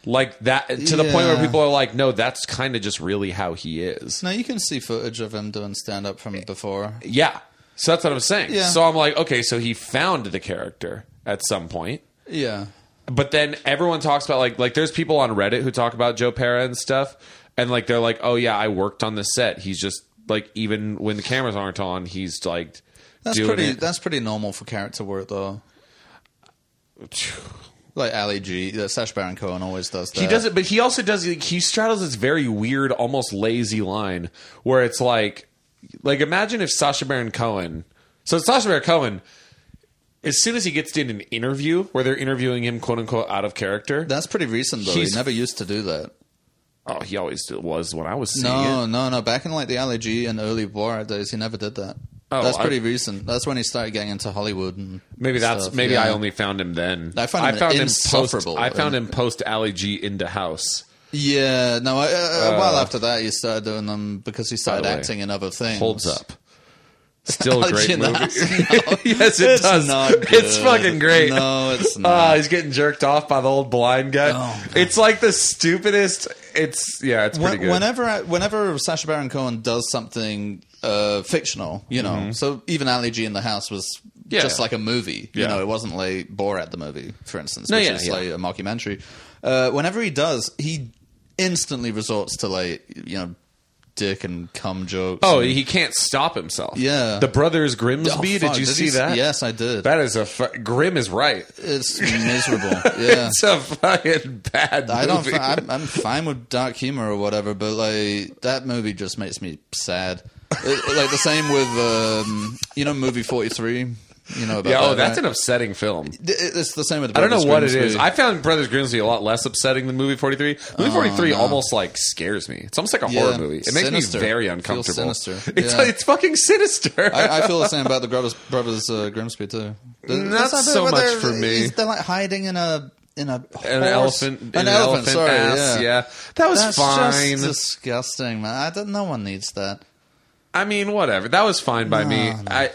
Speaker 1: Like that to the point where
Speaker 2: Yeah.
Speaker 1: people are like, no, that's kind of just really how he is.
Speaker 2: No, you can see footage of him doing stand up from before.
Speaker 1: Yeah. So that's what I'm saying.
Speaker 2: Yeah.
Speaker 1: So I'm like, okay, so he found the character at some point.
Speaker 2: Yeah.
Speaker 1: But then everyone talks about like like there's people on Reddit who talk about Joe Para and stuff and like they're like, "Oh yeah, I worked on the set. He's just like even when the cameras aren't on, he's like
Speaker 2: That's
Speaker 1: doing
Speaker 2: pretty
Speaker 1: it."
Speaker 2: that's pretty normal for character work though. like Ali G, uh, Sash Baron Cohen always does that.
Speaker 1: He does it, but he also does. Like, he straddles this very weird, almost lazy line where it's like, like imagine if Sasha Baron Cohen. So Sasha Baron Cohen, as soon as he gets in an interview where they're interviewing him, quote unquote, out of character.
Speaker 2: That's pretty recent though.
Speaker 1: He's-
Speaker 2: he never used to do that.
Speaker 1: oh, he always was when I was seeing
Speaker 2: No,
Speaker 1: it.
Speaker 2: no, no. Back in like the Ali G and early Borat days, he never did that.
Speaker 1: Oh,
Speaker 2: that's
Speaker 1: I-
Speaker 2: pretty recent. That's when he started getting into Hollywood and
Speaker 1: Maybe that's
Speaker 2: stuff,
Speaker 1: maybe
Speaker 2: yeah.
Speaker 1: I only found him then.
Speaker 2: I found him
Speaker 1: post.
Speaker 2: insufferable.
Speaker 1: I found
Speaker 2: And-
Speaker 1: him post Ali G into house.
Speaker 2: Yeah, no. I, uh, a while after that, he started doing them because he started
Speaker 1: the way,
Speaker 2: acting in other things.
Speaker 1: Holds up. Still a
Speaker 2: Ali G
Speaker 1: great
Speaker 2: and
Speaker 1: movie.
Speaker 2: the House? No.
Speaker 1: yes, it
Speaker 2: it's Uh,
Speaker 1: does.
Speaker 2: Not
Speaker 1: It's
Speaker 2: good.
Speaker 1: fucking great.
Speaker 2: No, it's
Speaker 1: Ah,
Speaker 2: not.
Speaker 1: he's getting jerked off by the old blind guy.
Speaker 2: Oh,
Speaker 1: it's like the stupidest. It's yeah, it's pretty
Speaker 2: When-
Speaker 1: good.
Speaker 2: whenever, I, whenever Sacha Baron Cohen does something uh, fictional, you know, so even Ali G in the House was
Speaker 1: Mm-hmm. Yeah.
Speaker 2: just like a movie. You
Speaker 1: Yeah.
Speaker 2: know, it wasn't like Borat the movie, for instance,
Speaker 1: No,
Speaker 2: which
Speaker 1: yeah,
Speaker 2: is
Speaker 1: yeah.
Speaker 2: like a mockumentary. Uh, whenever he does, he instantly resorts to like you know, dick and cum jokes.
Speaker 1: oh,
Speaker 2: and-
Speaker 1: he can't stop himself.
Speaker 2: Yeah.
Speaker 1: the brothers Grimsby.
Speaker 2: Oh,
Speaker 1: did
Speaker 2: fuck,
Speaker 1: you see
Speaker 2: he-
Speaker 1: that?
Speaker 2: Yes, I did.
Speaker 1: that is a fu- Grim is right.
Speaker 2: It's miserable. Yeah.
Speaker 1: It's a fucking bad.
Speaker 2: I don't.
Speaker 1: movie.
Speaker 2: fi- I'm, I'm fine with dark humor or whatever, but like that movie just makes me sad. It- like the same with um, you know movie forty three. You know about
Speaker 1: yeah,
Speaker 2: that,
Speaker 1: oh, that's
Speaker 2: right?
Speaker 1: an upsetting film.
Speaker 2: It- It's the same with. The
Speaker 1: I don't know
Speaker 2: Brothers
Speaker 1: what it
Speaker 2: Grimsby.
Speaker 1: is. I found Brothers Grimsby a lot less upsetting than movie 43. Movie 43 almost like scares me. It's almost like a
Speaker 2: Oh, Yeah.
Speaker 1: horror movie. It makes
Speaker 2: Sinister.
Speaker 1: me very
Speaker 2: Feels
Speaker 1: uncomfortable.
Speaker 2: sinister.
Speaker 1: It's
Speaker 2: Yeah.
Speaker 1: it's fucking sinister.
Speaker 2: I, I feel the same about the Brothers, brothers uh, Grimsby too. Th-
Speaker 1: Not
Speaker 2: that's
Speaker 1: so
Speaker 2: but
Speaker 1: much
Speaker 2: they're-
Speaker 1: for me.
Speaker 2: it's- They're like hiding in a in a horse-
Speaker 1: an elephant,
Speaker 2: an, elephant. Sorry,
Speaker 1: ass,
Speaker 2: yeah.
Speaker 1: yeah. that was
Speaker 2: That's
Speaker 1: fine.
Speaker 2: just disgusting, man. I don't, no one needs that.
Speaker 1: I mean, whatever. That was fine by me.
Speaker 2: No, no.
Speaker 1: I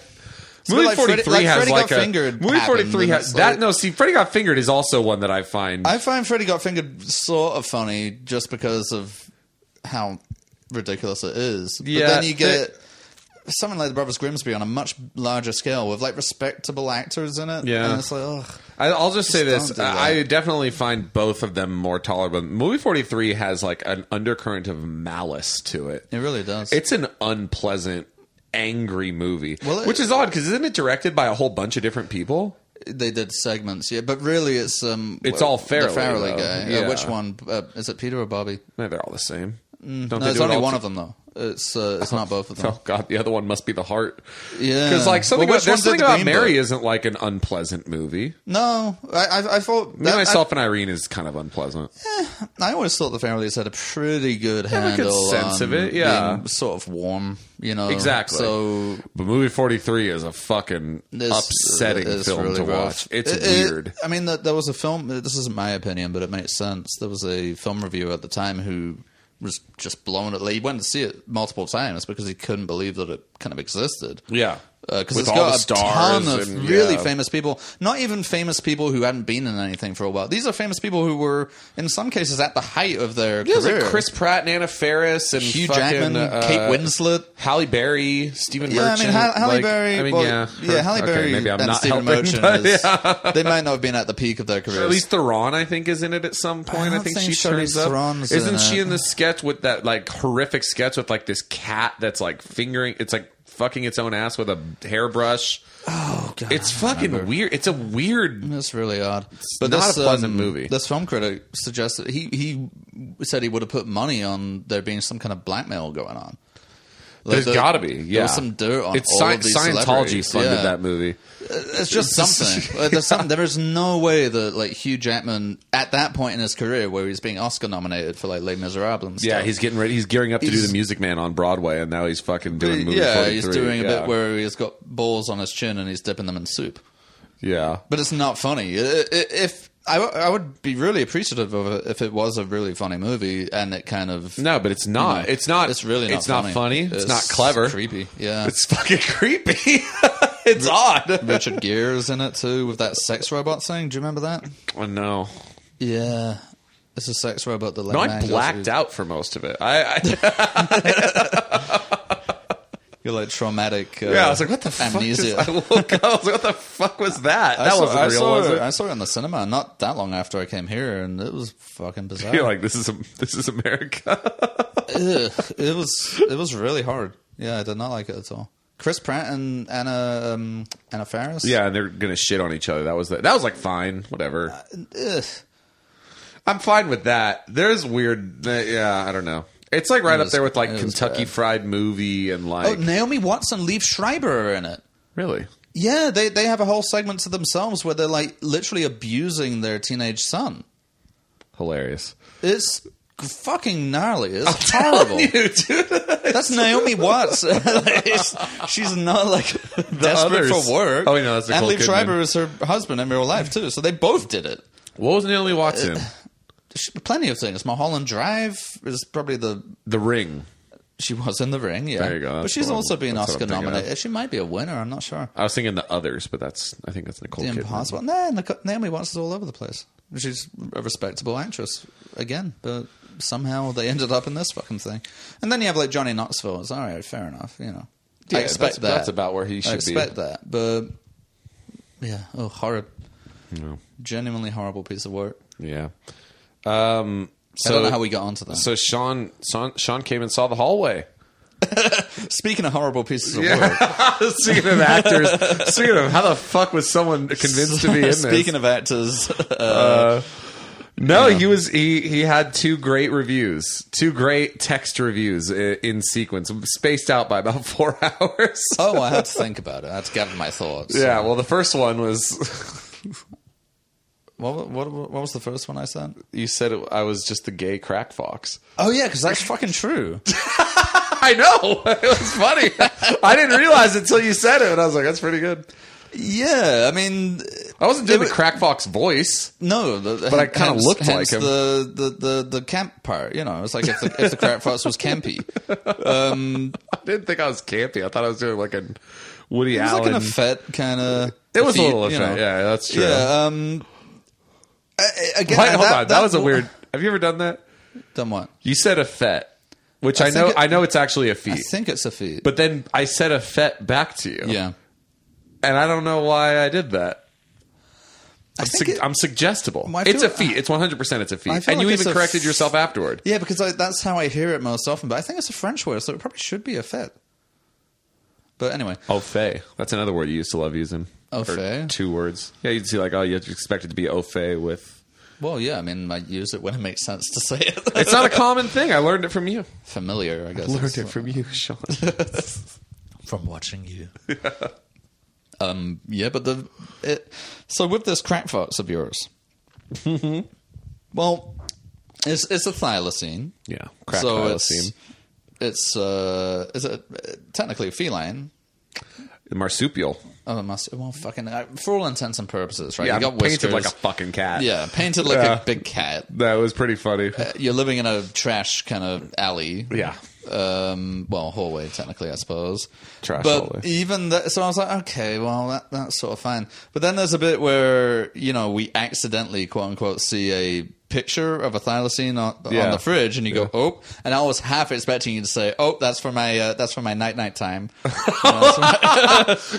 Speaker 1: movie
Speaker 2: like
Speaker 1: forty
Speaker 2: Freddy-
Speaker 1: three
Speaker 2: like
Speaker 1: has
Speaker 2: Freddy
Speaker 1: like
Speaker 2: Got
Speaker 1: a
Speaker 2: Fingered
Speaker 1: movie
Speaker 2: happened,
Speaker 1: forty three
Speaker 2: and
Speaker 1: has
Speaker 2: it's
Speaker 1: that.
Speaker 2: like-
Speaker 1: No, see, Freddy got fingered is also one that I find.
Speaker 2: I find Freddy Got Fingered sort of funny just because of how ridiculous it is. But
Speaker 1: Yeah,
Speaker 2: then you get something like the Brothers Grimsby on a much larger scale with like respectable actors in it.
Speaker 1: Yeah.
Speaker 2: And it's like, ugh.
Speaker 1: I, I'll just say
Speaker 2: Just
Speaker 1: this:
Speaker 2: don't do
Speaker 1: I I
Speaker 2: that.
Speaker 1: definitely find both of them more tolerable. Movie forty three has like an undercurrent of malice to it.
Speaker 2: It really does.
Speaker 1: It's an unpleasant, angry movie,
Speaker 2: Well, it-
Speaker 1: which is odd because isn't it directed by a whole bunch of different people?
Speaker 2: they did segments, yeah, but really it's um,
Speaker 1: It's all Farrelly,
Speaker 2: the Farrelly
Speaker 1: though.
Speaker 2: guy. Uh,
Speaker 1: Yeah.
Speaker 2: which one uh, is it? Peter or Bobby?
Speaker 1: No, they're all the same. Don't
Speaker 2: Mm, No,
Speaker 1: Oh, they
Speaker 2: it's
Speaker 1: do it
Speaker 2: only
Speaker 1: all
Speaker 2: one
Speaker 1: to-
Speaker 2: of them though. It's uh, it's not both of them.
Speaker 1: Oh God, the other one must be the heart.
Speaker 2: Yeah,
Speaker 1: Because like something
Speaker 2: Well,
Speaker 1: about,
Speaker 2: which one
Speaker 1: there's
Speaker 2: did
Speaker 1: something
Speaker 2: the
Speaker 1: about
Speaker 2: Green
Speaker 1: Mary
Speaker 2: Book?
Speaker 1: isn't like an unpleasant movie.
Speaker 2: No, I I, I thought
Speaker 1: Me
Speaker 2: that-
Speaker 1: myself and Irene is kind of unpleasant.
Speaker 2: I always thought the Farrellys had a pretty good
Speaker 1: have a good
Speaker 2: handle
Speaker 1: sense
Speaker 2: on
Speaker 1: of it, yeah.
Speaker 2: being sort of warm, you know.
Speaker 1: Exactly.
Speaker 2: So
Speaker 1: But movie 43 is a fucking
Speaker 2: this
Speaker 1: upsetting
Speaker 2: is
Speaker 1: film
Speaker 2: really
Speaker 1: to
Speaker 2: rough.
Speaker 1: watch. It's
Speaker 2: It- it-
Speaker 1: weird.
Speaker 2: I mean, that there was a film. This isn't my opinion, but it makes sense. There was a film reviewer at the time who was just blown at. He went to see it multiple times because he couldn't believe that it kind of existed.
Speaker 1: yeah.
Speaker 2: Because
Speaker 1: With
Speaker 2: it's
Speaker 1: all
Speaker 2: got
Speaker 1: the
Speaker 2: a ton
Speaker 1: stars
Speaker 2: of
Speaker 1: and-
Speaker 2: really
Speaker 1: yeah.
Speaker 2: famous people. Not even famous people who hadn't been in anything for a while. These are famous people who were, in some cases, at the height of their
Speaker 1: There's
Speaker 2: career.
Speaker 1: like Chris Pratt and Anna Faris and
Speaker 2: Hugh
Speaker 1: fucking,
Speaker 2: Jackman,
Speaker 1: uh,
Speaker 2: Kate Winslet.
Speaker 1: Halle Berry, Stephen
Speaker 2: Yeah, I mean
Speaker 1: Merchant.
Speaker 2: Halle, Halle
Speaker 1: like-
Speaker 2: Berry.
Speaker 1: I mean,
Speaker 2: well,
Speaker 1: yeah,
Speaker 2: yeah, Halle
Speaker 1: Okay,
Speaker 2: Berry
Speaker 1: maybe I'm
Speaker 2: and
Speaker 1: not
Speaker 2: Stephen
Speaker 1: helping,
Speaker 2: Merchant.
Speaker 1: but
Speaker 2: is-
Speaker 1: yeah.
Speaker 2: they might not have been at the peak of their careers.
Speaker 1: At least Theron, I think, is in it at some point. I,
Speaker 2: don't
Speaker 1: think,
Speaker 2: think
Speaker 1: she
Speaker 2: Charlize
Speaker 1: turns up.
Speaker 2: Theron's
Speaker 1: Isn't
Speaker 2: in
Speaker 1: she
Speaker 2: it.
Speaker 1: in the sketch with that like horrific sketch with like this cat that's like fingering? It's like fucking its own ass with a hairbrush.
Speaker 2: oh god,
Speaker 1: It's fucking weird. It's a weird.
Speaker 2: That's really odd. It's
Speaker 1: not a pleasant movie.
Speaker 2: This film critic suggested he he said he would have put money on there being some kind of blackmail going on. Like
Speaker 1: There's
Speaker 2: there-
Speaker 1: got to be.
Speaker 2: there
Speaker 1: Yeah,
Speaker 2: was some dirt on
Speaker 1: It's
Speaker 2: all
Speaker 1: Sci-
Speaker 2: of these
Speaker 1: Scientology
Speaker 2: celebrities.
Speaker 1: funded
Speaker 2: Yeah.
Speaker 1: that movie.
Speaker 2: It's just something. Like, there's something. There is no way that like Hugh Jackman at that point in his career where he's being Oscar nominated for like Les Miserables. And
Speaker 1: Yeah,
Speaker 2: stuff,
Speaker 1: he's getting ready. He's gearing up to do
Speaker 2: He's-
Speaker 1: the Music Man on Broadway, and now he's fucking doing movie.
Speaker 2: yeah,
Speaker 1: 43.
Speaker 2: he's doing a
Speaker 1: yeah.
Speaker 2: bit where he's got balls on his chin and he's dipping them in soup.
Speaker 1: Yeah,
Speaker 2: But it's not funny. I- I- If I, w- I would be really appreciative of it if it was a really funny movie and it kind of
Speaker 1: no, but it's not.
Speaker 2: know,
Speaker 1: it's not.
Speaker 2: Hmm. It's really not.
Speaker 1: It's not funny. It's, not clever.
Speaker 2: Creepy. Yeah.
Speaker 1: It's fucking creepy. it's odd.
Speaker 2: Richard Gere's in it too with that sex robot thing. Do you remember that?
Speaker 1: Oh no.
Speaker 2: Yeah. It's a sex robot that like
Speaker 1: No, I
Speaker 2: mangles
Speaker 1: blacked
Speaker 2: you.
Speaker 1: out for most of it. I, I
Speaker 2: You're like traumatic. Uh,
Speaker 1: yeah, I was like, what the
Speaker 2: amnesia.
Speaker 1: fuck? Is, I woke up. I was like, what the fuck was that?
Speaker 2: I
Speaker 1: That
Speaker 2: saw-
Speaker 1: wasn't
Speaker 2: I
Speaker 1: real,
Speaker 2: saw
Speaker 1: was
Speaker 2: it-
Speaker 1: it?
Speaker 2: I saw it in the cinema not that long after I came here, and it was fucking bizarre.
Speaker 1: You're like, this is this is America.
Speaker 2: Ugh, it was it was really hard. Yeah, I did not like it at all. Chris Pratt and Anna um, Anna Faris.
Speaker 1: Yeah, and they're gonna shit on each other. That was the, that was like fine, whatever.
Speaker 2: Ugh. Oh,
Speaker 1: I'm fine with that. There's weird. uh, yeah, I don't know. It's like right up
Speaker 2: was-
Speaker 1: there with like
Speaker 2: it was
Speaker 1: Kentucky
Speaker 2: bad.
Speaker 1: Fried Movie and
Speaker 2: Oh,
Speaker 1: like
Speaker 2: Naomi Watts and Leif Schreiber are in it.
Speaker 1: really.
Speaker 2: Yeah, they they have a whole segment to themselves where they're like literally abusing their teenage son.
Speaker 1: Hilarious.
Speaker 2: It's fucking gnarly. It's horrible. That's Naomi Watts. It's- she's not like desperate
Speaker 1: others.
Speaker 2: for work.
Speaker 1: Oh, wait, no, that's
Speaker 2: and
Speaker 1: Nicole
Speaker 2: Liv
Speaker 1: Kidman.
Speaker 2: Schreiber is her husband in real life too. So they both did it.
Speaker 1: What was Naomi Watson?
Speaker 2: She, plenty of things. Mulholland Drive is probably the
Speaker 1: the Ring.
Speaker 2: she was in the ring. Yeah,
Speaker 1: There you go.
Speaker 2: but
Speaker 1: That's
Speaker 2: she's
Speaker 1: what I'm-
Speaker 2: also been
Speaker 1: that's what
Speaker 2: Oscar
Speaker 1: I'm thinking of.
Speaker 2: nominated. She might be a winner. I'm not sure.
Speaker 1: I was thinking the others, but that's I think that's Nicole
Speaker 2: The
Speaker 1: Kidman.
Speaker 2: Impossible. Nah, Nic- Naomi Watts is all over the place. She's a respectable actress again, but somehow they ended up in this fucking thing. And then you have like Johnny Knoxville. It's all right, fair enough. You know,
Speaker 1: Yeah,
Speaker 2: I expect
Speaker 1: that's-
Speaker 2: that.
Speaker 1: that's about where he should
Speaker 2: I
Speaker 1: be.
Speaker 2: expect that, but yeah, oh, horrid, genuinely horrible piece of work.
Speaker 1: Yeah. Um.
Speaker 2: I
Speaker 1: So
Speaker 2: don't know how we got onto that.
Speaker 1: So Sean, Sean Sean came and saw the hallway.
Speaker 2: Speaking of horrible pieces of work,
Speaker 1: speaking of actors, speaking of how the fuck was someone convinced to be in this?
Speaker 2: Speaking of actors, uh,
Speaker 1: No, he was he he had two great reviews, two great text reviews in, in sequence, spaced out by about four hours.
Speaker 2: oh, I had to think about it. I had to gather my thoughts.
Speaker 1: Yeah, well, the first one was
Speaker 2: What, what, what was the first one I sent?
Speaker 1: you said it, I was just the gay crack fox.
Speaker 2: Oh yeah, because that's fucking true.
Speaker 1: I know it was funny. I didn't realize it until you said it, and I was like, "That's pretty good."
Speaker 2: yeah, I mean,
Speaker 1: I wasn't doing
Speaker 2: It
Speaker 1: the
Speaker 2: wa-
Speaker 1: crack fox voice.
Speaker 2: No, the,
Speaker 1: But I kinda
Speaker 2: hence-
Speaker 1: looked
Speaker 2: hence
Speaker 1: like him.
Speaker 2: The, the, the, the camp part, you know, it's like if the, if the crap fox was campy. It
Speaker 1: I didn't think I was campy. I thought I was doing like a Woody
Speaker 2: was like
Speaker 1: Allen.
Speaker 2: an effect kind of.
Speaker 1: it was a little effect. Yeah, that's true.
Speaker 2: Yeah. Um, I- I- again,
Speaker 1: Wait, hold on, that, was a weird. Have you ever done that?
Speaker 2: Done what?
Speaker 1: You said a fet, which I,
Speaker 2: think
Speaker 1: know.
Speaker 2: it-
Speaker 1: I know it's actually a
Speaker 2: I
Speaker 1: feat.
Speaker 2: think it's a feat.
Speaker 1: But then I said a fet back to you.
Speaker 2: yeah,
Speaker 1: And I don't know why I did that.
Speaker 2: I
Speaker 1: I'm,
Speaker 2: think
Speaker 1: sug-
Speaker 2: it-
Speaker 1: I'm suggestible.
Speaker 2: Well, I
Speaker 1: it's a
Speaker 2: feel-
Speaker 1: feat. It's 100% it's a feat.
Speaker 2: I
Speaker 1: And
Speaker 2: feel
Speaker 1: you even
Speaker 2: like it's a
Speaker 1: corrected
Speaker 2: f-
Speaker 1: yourself afterward.
Speaker 2: yeah, because I, that's how I hear it most often. But I think it's a French word, so it probably should be a fet. But anyway,
Speaker 1: Au fait. That's another word you used to love using.
Speaker 2: Au
Speaker 1: Or
Speaker 2: fait?
Speaker 1: Two words. Yeah, you'd see like, oh, you expect it to be au fait with...
Speaker 2: well, yeah, I mean, I use it when it makes sense to say it.
Speaker 1: It's not a common thing. I learned it from you.
Speaker 2: Familiar, I guess.
Speaker 1: learned
Speaker 2: it's-
Speaker 1: it from you, Sean.
Speaker 2: from watching you. um, yeah, but the it, so with this crack farts of yours,
Speaker 1: Mm-hmm.
Speaker 2: well, it's it's a thylacine.
Speaker 1: yeah. Crack
Speaker 2: so
Speaker 1: thylacine.
Speaker 2: it's it's uh, is it uh, technically a feline?
Speaker 1: Marsupial.
Speaker 2: Oh, it must well fucking uh, for all intents and purposes, right?
Speaker 1: Yeah,
Speaker 2: you got
Speaker 1: painted
Speaker 2: whiskers.
Speaker 1: like a fucking cat.
Speaker 2: yeah, painted like
Speaker 1: Yeah.
Speaker 2: a big cat.
Speaker 1: That was pretty funny.
Speaker 2: You're living in a trash kind of alley.
Speaker 1: Yeah.
Speaker 2: um, well, hallway technically, I suppose.
Speaker 1: Trash
Speaker 2: but
Speaker 1: hallway.
Speaker 2: even that, so I was like, okay, well, that, that's sort of fine. But then there's a bit where you know we accidentally, quote unquote, see a picture of a thylacine on,
Speaker 1: Yeah.
Speaker 2: on the fridge, and you
Speaker 1: Yeah.
Speaker 2: go, oh. And I was half expecting you to say, oh, that's for my uh, that's for my night night time.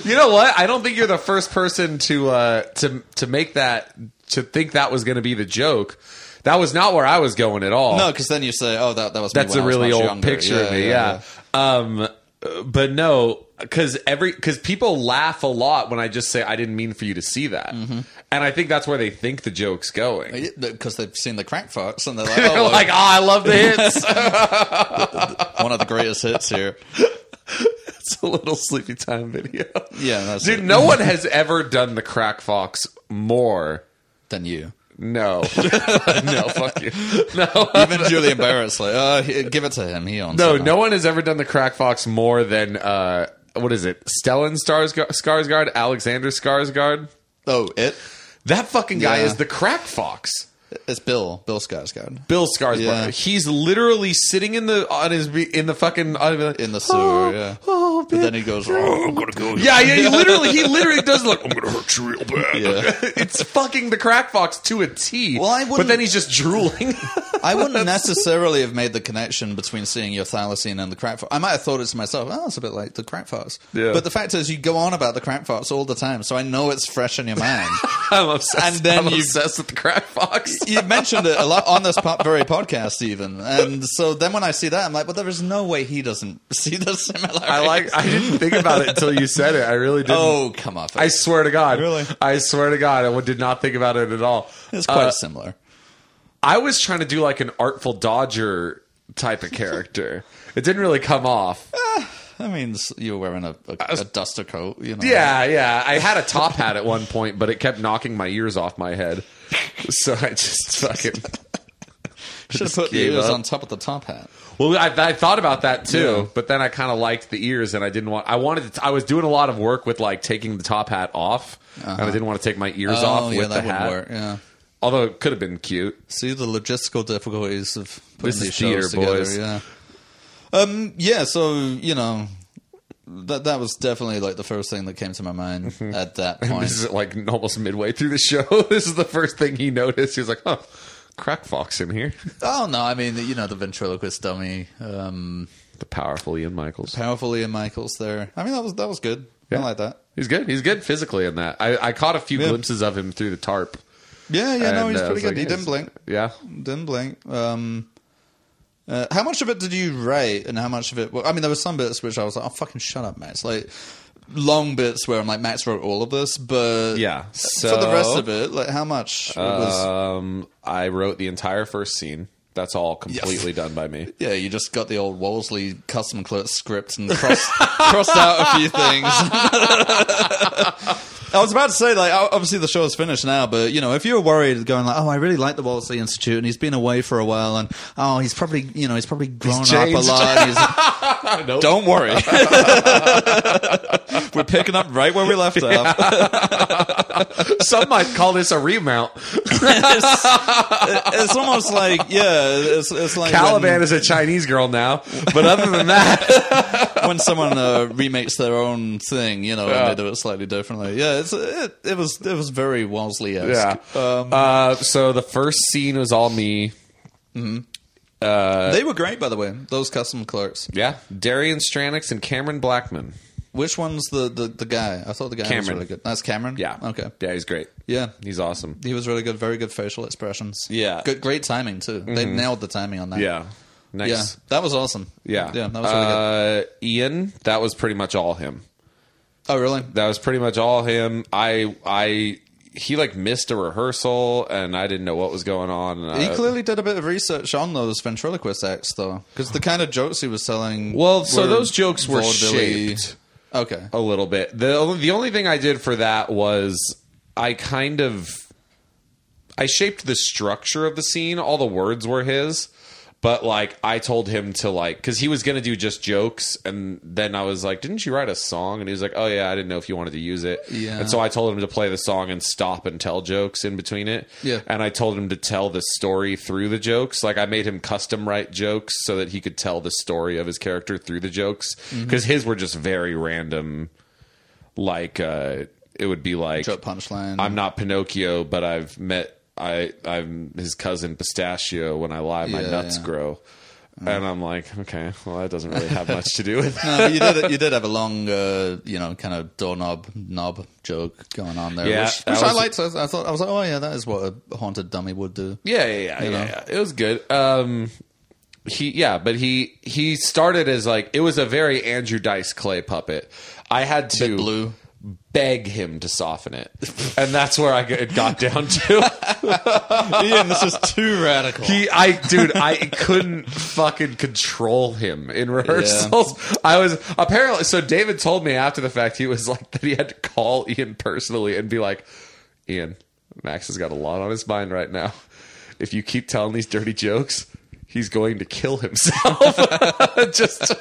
Speaker 1: You know what? I don't think you're the first person to uh, to to make that to think that was going to be the joke. That was not where I was going at all.
Speaker 2: no, because then you say, oh, that that was me
Speaker 1: that's
Speaker 2: when
Speaker 1: a
Speaker 2: I was
Speaker 1: really
Speaker 2: much
Speaker 1: old
Speaker 2: younger.
Speaker 1: picture of me. Yeah. Um, but no, because every because people laugh a lot when I just say I didn't mean for you to see that, and I think that's where they think the joke's going.
Speaker 2: Because they've seen the crack farts and they're like,
Speaker 1: They're
Speaker 2: oh,
Speaker 1: like, oh, I love the hits.
Speaker 2: one of the greatest hits here.
Speaker 1: it's a little sleepy time video.
Speaker 2: Yeah, that's
Speaker 1: Dude,
Speaker 2: it.
Speaker 1: no one has ever done the crack fox more.
Speaker 2: Than you.
Speaker 1: No, no, fuck you. No,
Speaker 2: Even Julian Barrett's like, oh, he- give it to him. He owns
Speaker 1: No,
Speaker 2: it now."
Speaker 1: no one has ever done the crack fox more than uh, what is it? Stellan Starsga- Skarsgård, Alexander Skarsgård.
Speaker 2: Oh, it?
Speaker 1: That fucking guy
Speaker 2: Yeah.
Speaker 1: is the crack fox.
Speaker 2: It's Bill. Bill Skarsgård.
Speaker 1: Bill Skarsgård.
Speaker 2: Yeah.
Speaker 1: He's literally sitting in the on his in the fucking on,
Speaker 2: In the sewer, yeah.
Speaker 1: Oh,
Speaker 2: But
Speaker 1: Bill."
Speaker 2: then he goes, oh, I'm gonna go.
Speaker 1: yeah, yeah. He literally, he literally does look. I'm gonna hurt you real bad.
Speaker 2: Yeah.
Speaker 1: it's fucking the crack fox to a T.
Speaker 2: Well, I
Speaker 1: but
Speaker 2: wouldn't-
Speaker 1: then he's just drooling.
Speaker 2: I wouldn't necessarily have made the connection between seeing your thylacine and the crack fox. I might have thought it to myself, oh, it's a bit like the crack fox.
Speaker 1: Yeah.
Speaker 2: But the fact is, you go on about the crack fox all the time, so I know it's fresh in your mind.
Speaker 1: I'm obsessed.
Speaker 2: And then
Speaker 1: I'm
Speaker 2: you-
Speaker 1: obsessed with the crack fox.
Speaker 2: You've mentioned it a lot on this po- very podcast, even. And so then when I see that, I'm like, well, there is no way he doesn't see the similarity.
Speaker 1: I like I didn't think about it until you said it. I really didn't.
Speaker 2: Oh, come on.
Speaker 1: I swear to God.
Speaker 3: Really?
Speaker 1: I swear to God. I did not think about it at all.
Speaker 2: it's quite
Speaker 1: Uh,
Speaker 2: similar.
Speaker 1: I was trying to do like an artful dodger type of character. it didn't really come off.
Speaker 2: That means you were wearing a, a, a duster coat, you know.
Speaker 1: Yeah, yeah. I had a top hat at one point, but it kept knocking my ears off my head. So I just fucking.
Speaker 2: Should have put the
Speaker 1: gave
Speaker 2: ears
Speaker 1: up.
Speaker 2: on top of the top hat.
Speaker 1: Well, I, I thought about that too,
Speaker 2: Yeah.
Speaker 1: but then I kind of liked the ears, and I didn't want. I wanted. To, I was doing a lot of work with like taking the top hat off, and I didn't want to take my ears
Speaker 2: Uh-huh. oh,
Speaker 1: off
Speaker 2: yeah,
Speaker 1: with the
Speaker 2: that would
Speaker 1: hat.
Speaker 2: work. Yeah.
Speaker 1: Although it could have been cute.
Speaker 2: See the logistical difficulties of putting
Speaker 1: This
Speaker 2: these
Speaker 1: is theater,
Speaker 2: shows together.
Speaker 1: boys.
Speaker 2: Yeah. Um. Yeah. So you know, that that was definitely like the first thing that came to my mind at that point.
Speaker 1: This is like almost midway through the show. this is the first thing he noticed. He was like, "Huh, crack fox in here."
Speaker 2: oh no! I mean, you know, the ventriloquist dummy, um,
Speaker 1: the powerful Ian Michaels.
Speaker 2: powerful Ian Michaels. There. I mean, that was that was good.
Speaker 1: Yeah.
Speaker 2: I like that.
Speaker 1: He's good. He's good physically in that. I, I caught a few
Speaker 2: Yeah.
Speaker 1: glimpses of him through the tarp.
Speaker 2: Yeah. Yeah. no,
Speaker 1: and,
Speaker 2: he's
Speaker 1: uh, I
Speaker 2: pretty
Speaker 1: was
Speaker 2: good.
Speaker 1: like,
Speaker 2: he
Speaker 1: yeah,
Speaker 2: didn't blink.
Speaker 1: Yeah.
Speaker 2: Didn't blink. Um, uh, how much of it did you write, and how much of it? Well, I mean, there were some bits which I was like, "Oh, fucking shut up, Max!" Like long bits where I'm like, "Max wrote all of this," but
Speaker 1: Yeah,
Speaker 2: for the
Speaker 1: so-
Speaker 2: rest of it, like how much was?
Speaker 1: Um, I wrote the entire first scene. That's all completely done by me.
Speaker 2: Yeah, you just got the old Wolseley custom clerk script and crossed crossed out a few things. I was about to say, like, o- obviously the show is finished now, but you know, if you're worried, going like, "Oh, I really like the Wolseley Institute, and he's been away for a while, and oh, he's probably, you know, he's probably grown up a
Speaker 1: changed."
Speaker 2: lot." and He's, Don't worry. We're picking up right where we left off.
Speaker 1: Some might call this a remount.
Speaker 2: it's, it's almost like, yeah, it's, it's like
Speaker 1: Caliban is a Chinese girl now, but other than that,
Speaker 2: when, when someone uh, remakes their own thing, you know, and they do it slightly differently. Yeah, it's, it, it was it was very Um, Wellesley
Speaker 1: yeah.
Speaker 2: esque.
Speaker 1: uh, so the first scene was all me. Uh,
Speaker 2: they were great, by the way, those custom clerks.
Speaker 1: Yeah, Darian Stranix and Cameron Blackman.
Speaker 2: Which one's the, the, the guy? I thought the guy was
Speaker 1: Cameron.
Speaker 2: really good. That's Cameron?
Speaker 1: Yeah.
Speaker 2: Okay.
Speaker 1: Yeah, he's great.
Speaker 2: Yeah.
Speaker 1: He's awesome.
Speaker 2: He was really good. Very good facial expressions.
Speaker 1: Yeah. Mm-hmm.
Speaker 2: Good, great timing, too. They nailed the timing on that.
Speaker 1: Yeah. Nice.
Speaker 2: Yeah, that was awesome.
Speaker 1: Yeah.
Speaker 2: yeah, that was really good.
Speaker 1: uh, Ian, that was pretty much all him.
Speaker 2: Oh, really?
Speaker 1: That was pretty much all him. I I he like missed a rehearsal and I didn't know what was going on. and
Speaker 2: He
Speaker 1: I-
Speaker 2: clearly did a bit of research on those ventriloquist acts, though, because the kind of jokes he was selling.
Speaker 1: Well, so those jokes were
Speaker 2: vaudevilly-
Speaker 1: shaped.
Speaker 2: Okay.
Speaker 1: a little bit. The only, the only thing I did for that was I kind of I shaped the structure of the scene. All the words were his, but like I told him to like cuz he was going to do just jokes and then I was like, "Didn't you write a song?" and he was like, "Oh yeah, I didn't know if you wanted to use it."
Speaker 2: Yeah.
Speaker 1: And so I told him to play the song and stop and tell jokes in between it.
Speaker 2: Yeah.
Speaker 1: And I told him to tell the story through the jokes. Like I made him custom write jokes so that he could tell the story of his character through the jokes
Speaker 2: Mm-hmm.
Speaker 1: because his were just very random like uh it would be like
Speaker 2: Joke punchline.
Speaker 1: I'm not Pinocchio, but I've met I I'm his cousin Pistachio. When I lie, my
Speaker 2: Yeah, Uh.
Speaker 1: nuts
Speaker 2: yeah.
Speaker 1: grow. And I'm like, okay, well, that doesn't really have much to do with it.
Speaker 2: No, you did. You did have a long, uh, you know, kind of doorknob knob joke going on there,
Speaker 1: Yeah,
Speaker 2: which,
Speaker 1: that
Speaker 2: which I
Speaker 1: was-
Speaker 2: liked. I I thought I was like, oh yeah, that is what a haunted dummy would do.
Speaker 1: Yeah, yeah, yeah, yeah,
Speaker 2: know?
Speaker 1: yeah. It was good. Um, he, yeah, but he he started as like it was a very Andrew Dice Clay puppet. I had to
Speaker 2: blue.
Speaker 1: beg him to soften it, and that's where I g- it got down to.
Speaker 2: Ian, this is too radical.
Speaker 1: He, I, dude, I couldn't fucking control him in rehearsals. I was apparently so. David told me after the fact he was like that he had to call Ian personally and be like, Ian, Max has got a lot on his mind right now. If you keep telling these dirty jokes, he's going to kill himself. just,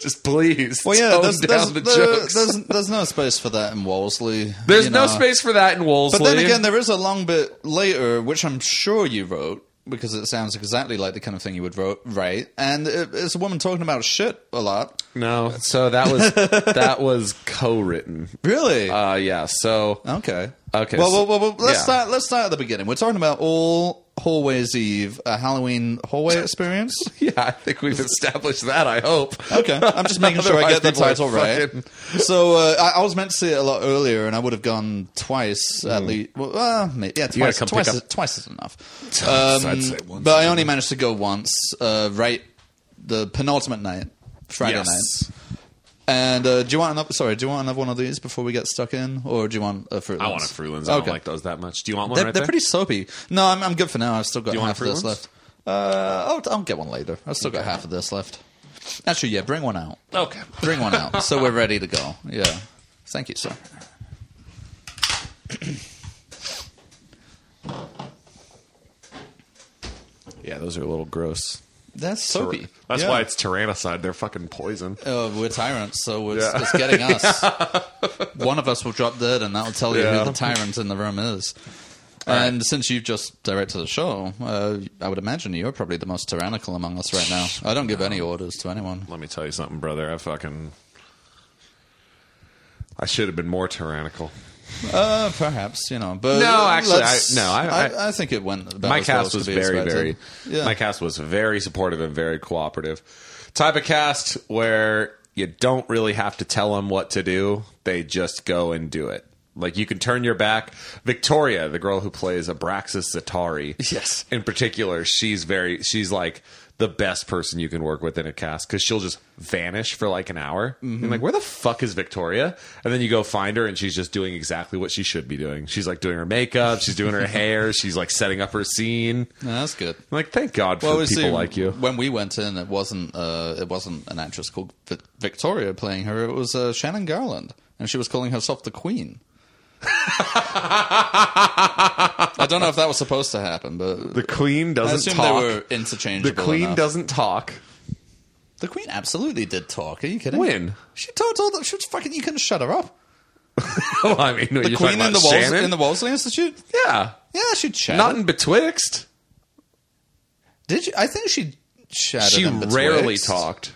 Speaker 1: just please.
Speaker 2: well, yeah,
Speaker 1: tone
Speaker 2: there's,
Speaker 1: down
Speaker 2: there's,
Speaker 1: the
Speaker 2: there-
Speaker 1: jokes. There's,
Speaker 2: there's there's no space for that in Wolseley.
Speaker 1: no
Speaker 2: you know.
Speaker 1: space for that in Wolseley.
Speaker 2: But then again, there is a long bit later, which I'm sure you wrote because it sounds exactly like the kind of thing you would wrote, write. And it, it's a woman talking about shit a lot.
Speaker 1: no. So that was that was co-written.
Speaker 2: Really?
Speaker 1: Uh, yeah. So
Speaker 2: okay.
Speaker 1: okay,
Speaker 2: Well,
Speaker 1: so-
Speaker 2: well, well, well, let's
Speaker 1: yeah.
Speaker 2: start. Let's start at the beginning. We're talking about all hallways Eve, a Halloween hallway experience.
Speaker 1: Yeah, I think we've established that. I hope.
Speaker 2: Okay, I'm just making sure I
Speaker 1: Otherwise
Speaker 2: get the
Speaker 1: people are
Speaker 2: title right.
Speaker 1: fucking-
Speaker 2: So uh, I, I was meant to see it a lot earlier, and I would have gone twice at least. Well, uh, maybe, yeah,
Speaker 1: Hmm. gotta
Speaker 2: twice.
Speaker 1: come
Speaker 2: Twice
Speaker 1: pick
Speaker 2: is,
Speaker 1: up-
Speaker 2: twice is enough.
Speaker 1: Twice,
Speaker 2: Um,
Speaker 1: I'd say once
Speaker 2: but I only managed to go once, uh, right the penultimate night, Friday
Speaker 1: Yes.
Speaker 2: night. And uh, do you want another? Sorry, do you want another one of these before we get stuck in, or do you want a fruit?
Speaker 1: I want a Fruitlands. I don't like those that much. Do you want one
Speaker 2: They're,
Speaker 1: right
Speaker 2: they're
Speaker 1: there?
Speaker 2: pretty soapy. No, I'm, I'm good for now. I've still got
Speaker 1: you want
Speaker 2: half of
Speaker 1: fruit ones?
Speaker 2: this left. Uh, I'll, I'll get one later. I've still got half of this left. Actually, yeah, bring one out.
Speaker 1: okay.
Speaker 2: Bring one out, so we're ready to go. Yeah, thank you, sir.
Speaker 1: Yeah, those are a little gross.
Speaker 2: That's soapy.
Speaker 1: That's
Speaker 2: Yeah.
Speaker 1: why it's Tyrannicide. They're fucking poison.
Speaker 2: Uh, we're tyrants, so it's, it's getting us. One of us will drop dead, and that'll tell you
Speaker 1: Yeah.
Speaker 2: who the tyrant in the room is.
Speaker 1: right.
Speaker 2: And since you've just directed the show, uh, I would imagine you're probably the most tyrannical among us right now. I don't give any orders to anyone.
Speaker 1: Let me tell you something, brother. I fucking. I should have been more tyrannical.
Speaker 2: Uh, perhaps you know, but uh,
Speaker 1: No, actually, I-
Speaker 2: let's-
Speaker 1: no, I-
Speaker 2: I,
Speaker 1: I-
Speaker 2: I think it went. About
Speaker 1: my
Speaker 2: as well
Speaker 1: cast
Speaker 2: as could
Speaker 1: was
Speaker 2: be
Speaker 1: very,
Speaker 2: expected.
Speaker 1: very.
Speaker 2: Yeah.
Speaker 1: My cast was very supportive and very cooperative. Type of cast where you don't really have to tell them what to do; they just go and do it. Like you can turn your back. Victoria, the girl who plays Abraxas Zatari,
Speaker 2: Yes.
Speaker 1: in particular, she's very. She's like the best person you can work with in a cast because she'll just vanish for like an hour. And like, where the fuck is Victoria? And then you go find her, and she's just doing exactly what she should be doing. She's like doing her makeup, she's doing her hair, she's like setting up her scene.
Speaker 2: No, that's good.
Speaker 1: I'm like, thank God for
Speaker 2: we
Speaker 1: people
Speaker 2: see,
Speaker 1: like you.
Speaker 2: When we went in, it wasn't uh, it wasn't an actress called Vi- Victoria playing her. It was uh, Shannon Garland, and she was calling herself the Queen. I don't know if that was supposed to happen, but
Speaker 1: The Queen
Speaker 2: I
Speaker 1: doesn't
Speaker 2: assume
Speaker 1: talk.
Speaker 2: they were
Speaker 1: the
Speaker 2: interchangeable.
Speaker 1: Queen
Speaker 2: enough.
Speaker 1: doesn't talk.
Speaker 2: The Queen absolutely did talk. Are you kidding?
Speaker 1: When?
Speaker 2: she talked all that, she was fucking. You couldn't shut her up.
Speaker 1: well, I mean,
Speaker 2: The Queen in the Wals- in the Wolseley Institute.
Speaker 1: yeah,
Speaker 2: Yeah, she chatted.
Speaker 1: not in betwixt.
Speaker 2: did you? I think she chatted.
Speaker 1: She
Speaker 2: in betwixt.
Speaker 1: rarely talked.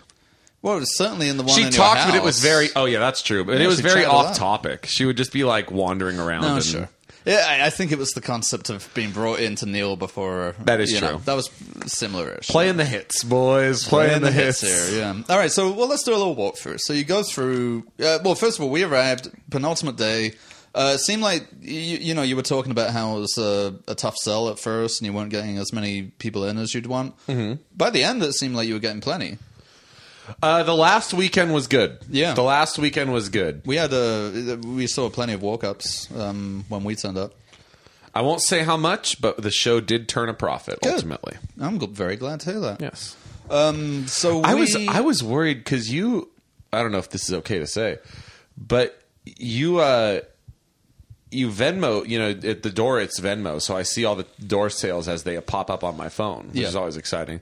Speaker 2: Well, certainly in the one
Speaker 1: she
Speaker 2: in your
Speaker 1: talked, but it was
Speaker 2: house.
Speaker 1: very. Oh yeah, that's true. But
Speaker 2: Yeah,
Speaker 1: it was
Speaker 2: she
Speaker 1: very
Speaker 2: chatted a
Speaker 1: off
Speaker 2: lot.
Speaker 1: topic. She would just be like wandering around.
Speaker 2: Oh,
Speaker 1: and,
Speaker 2: sure. Yeah, I, I think it was the concept of being brought in to kneel before.
Speaker 1: That is
Speaker 2: you know,
Speaker 1: true.
Speaker 2: that was similar-ish.
Speaker 1: Playing the hits, boys. Playing, the, hits.
Speaker 2: here, yeah. All right, so well, let's do a little walkthrough. So you go through. Uh, well, first of all, we arrived penultimate day. Uh, it seemed like you, you know you were talking about how it was a, a tough sell at first, and you weren't getting as many people in as you'd want. Mm-hmm. By the end, it seemed like you were getting plenty.
Speaker 1: Uh, the last weekend was good.
Speaker 2: Yeah.
Speaker 1: the last weekend was good.
Speaker 2: We had uh we saw plenty of walk-ups um, when we turned up.
Speaker 1: I won't say how much, but the show did turn a profit ultimately.
Speaker 2: I'm g- very glad to hear that.
Speaker 1: Yes.
Speaker 2: Um, so
Speaker 1: I was
Speaker 2: we-
Speaker 1: I was worried because you I don't know if this is okay to say, but you uh you Venmo you know at the door it's Venmo so I see all the door sales as they pop up on my phone which
Speaker 2: Yeah.
Speaker 1: is always exciting.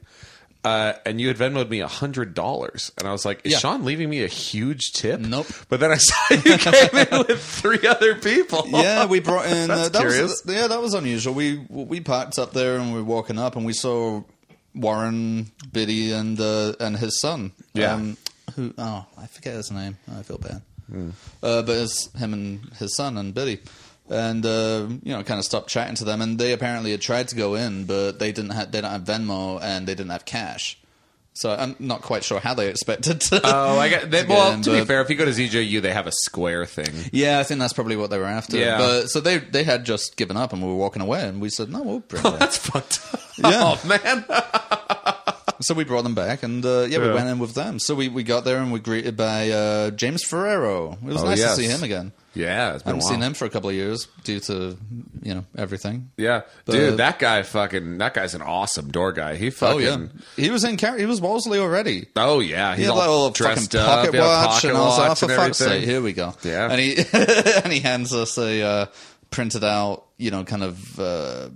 Speaker 1: Uh, and you had Venmoed me hundred dollars, and I was like, "Is
Speaker 2: Yeah.
Speaker 1: Sean leaving me a huge tip?"
Speaker 2: Nope.
Speaker 1: But then I saw you came in with three other people.
Speaker 2: yeah, we brought in.
Speaker 1: That's
Speaker 2: uh, that
Speaker 1: curious.
Speaker 2: Was, yeah, that was unusual. We we parked up there and we were walking up and we saw Warren Biddy and uh, and his son.
Speaker 1: Yeah.
Speaker 2: who? Oh, I forget his name. I feel bad.
Speaker 1: Hmm.
Speaker 2: Uh, but it's him and his son and Biddy. And uh, you know, kind of stopped chatting to them, and they apparently had tried to go in, but they didn't. Ha- they don't have Venmo, and they didn't have cash, so I'm not quite sure how they expected to.
Speaker 1: Oh, I got. They,
Speaker 2: to get
Speaker 1: well,
Speaker 2: in,
Speaker 1: to be
Speaker 2: but-
Speaker 1: fair, if you go to ZJU, they have a square thing.
Speaker 2: yeah, I think that's probably what they were after.
Speaker 1: Yeah.
Speaker 2: But so they they had just given up and we were walking away and we said, No, we'll bring them. back."
Speaker 1: That's fucked. Up.
Speaker 2: Yeah.
Speaker 1: Oh man.
Speaker 2: so we brought them back and uh, yeah, we
Speaker 1: Yeah.
Speaker 2: went in with them. So we, we got there and we greeted by uh, James Ferrero. It was
Speaker 1: Oh,
Speaker 2: nice
Speaker 1: yes.
Speaker 2: to see him again.
Speaker 1: Yeah, it's
Speaker 2: I
Speaker 1: been a
Speaker 2: haven't
Speaker 1: while.
Speaker 2: seen him for a couple of years due to you know, everything.
Speaker 1: Yeah,
Speaker 2: The-
Speaker 1: dude, that guy fucking that guy's an awesome door guy. He
Speaker 2: Oh
Speaker 1: fucking oh
Speaker 2: yeah.
Speaker 1: yeah,
Speaker 2: He was in Car- he was Wolseley already.
Speaker 1: he's
Speaker 2: He had
Speaker 1: all
Speaker 2: like a little fucking
Speaker 1: dressed
Speaker 2: pocket
Speaker 1: up, yeah,
Speaker 2: watch,
Speaker 1: pocket
Speaker 2: and I was like, oh,
Speaker 1: watch
Speaker 2: for
Speaker 1: and
Speaker 2: fuck's
Speaker 1: everything.
Speaker 2: sake, here we go.
Speaker 1: Yeah.
Speaker 2: And he and he hands us a uh, printed out, you know, kind of uh,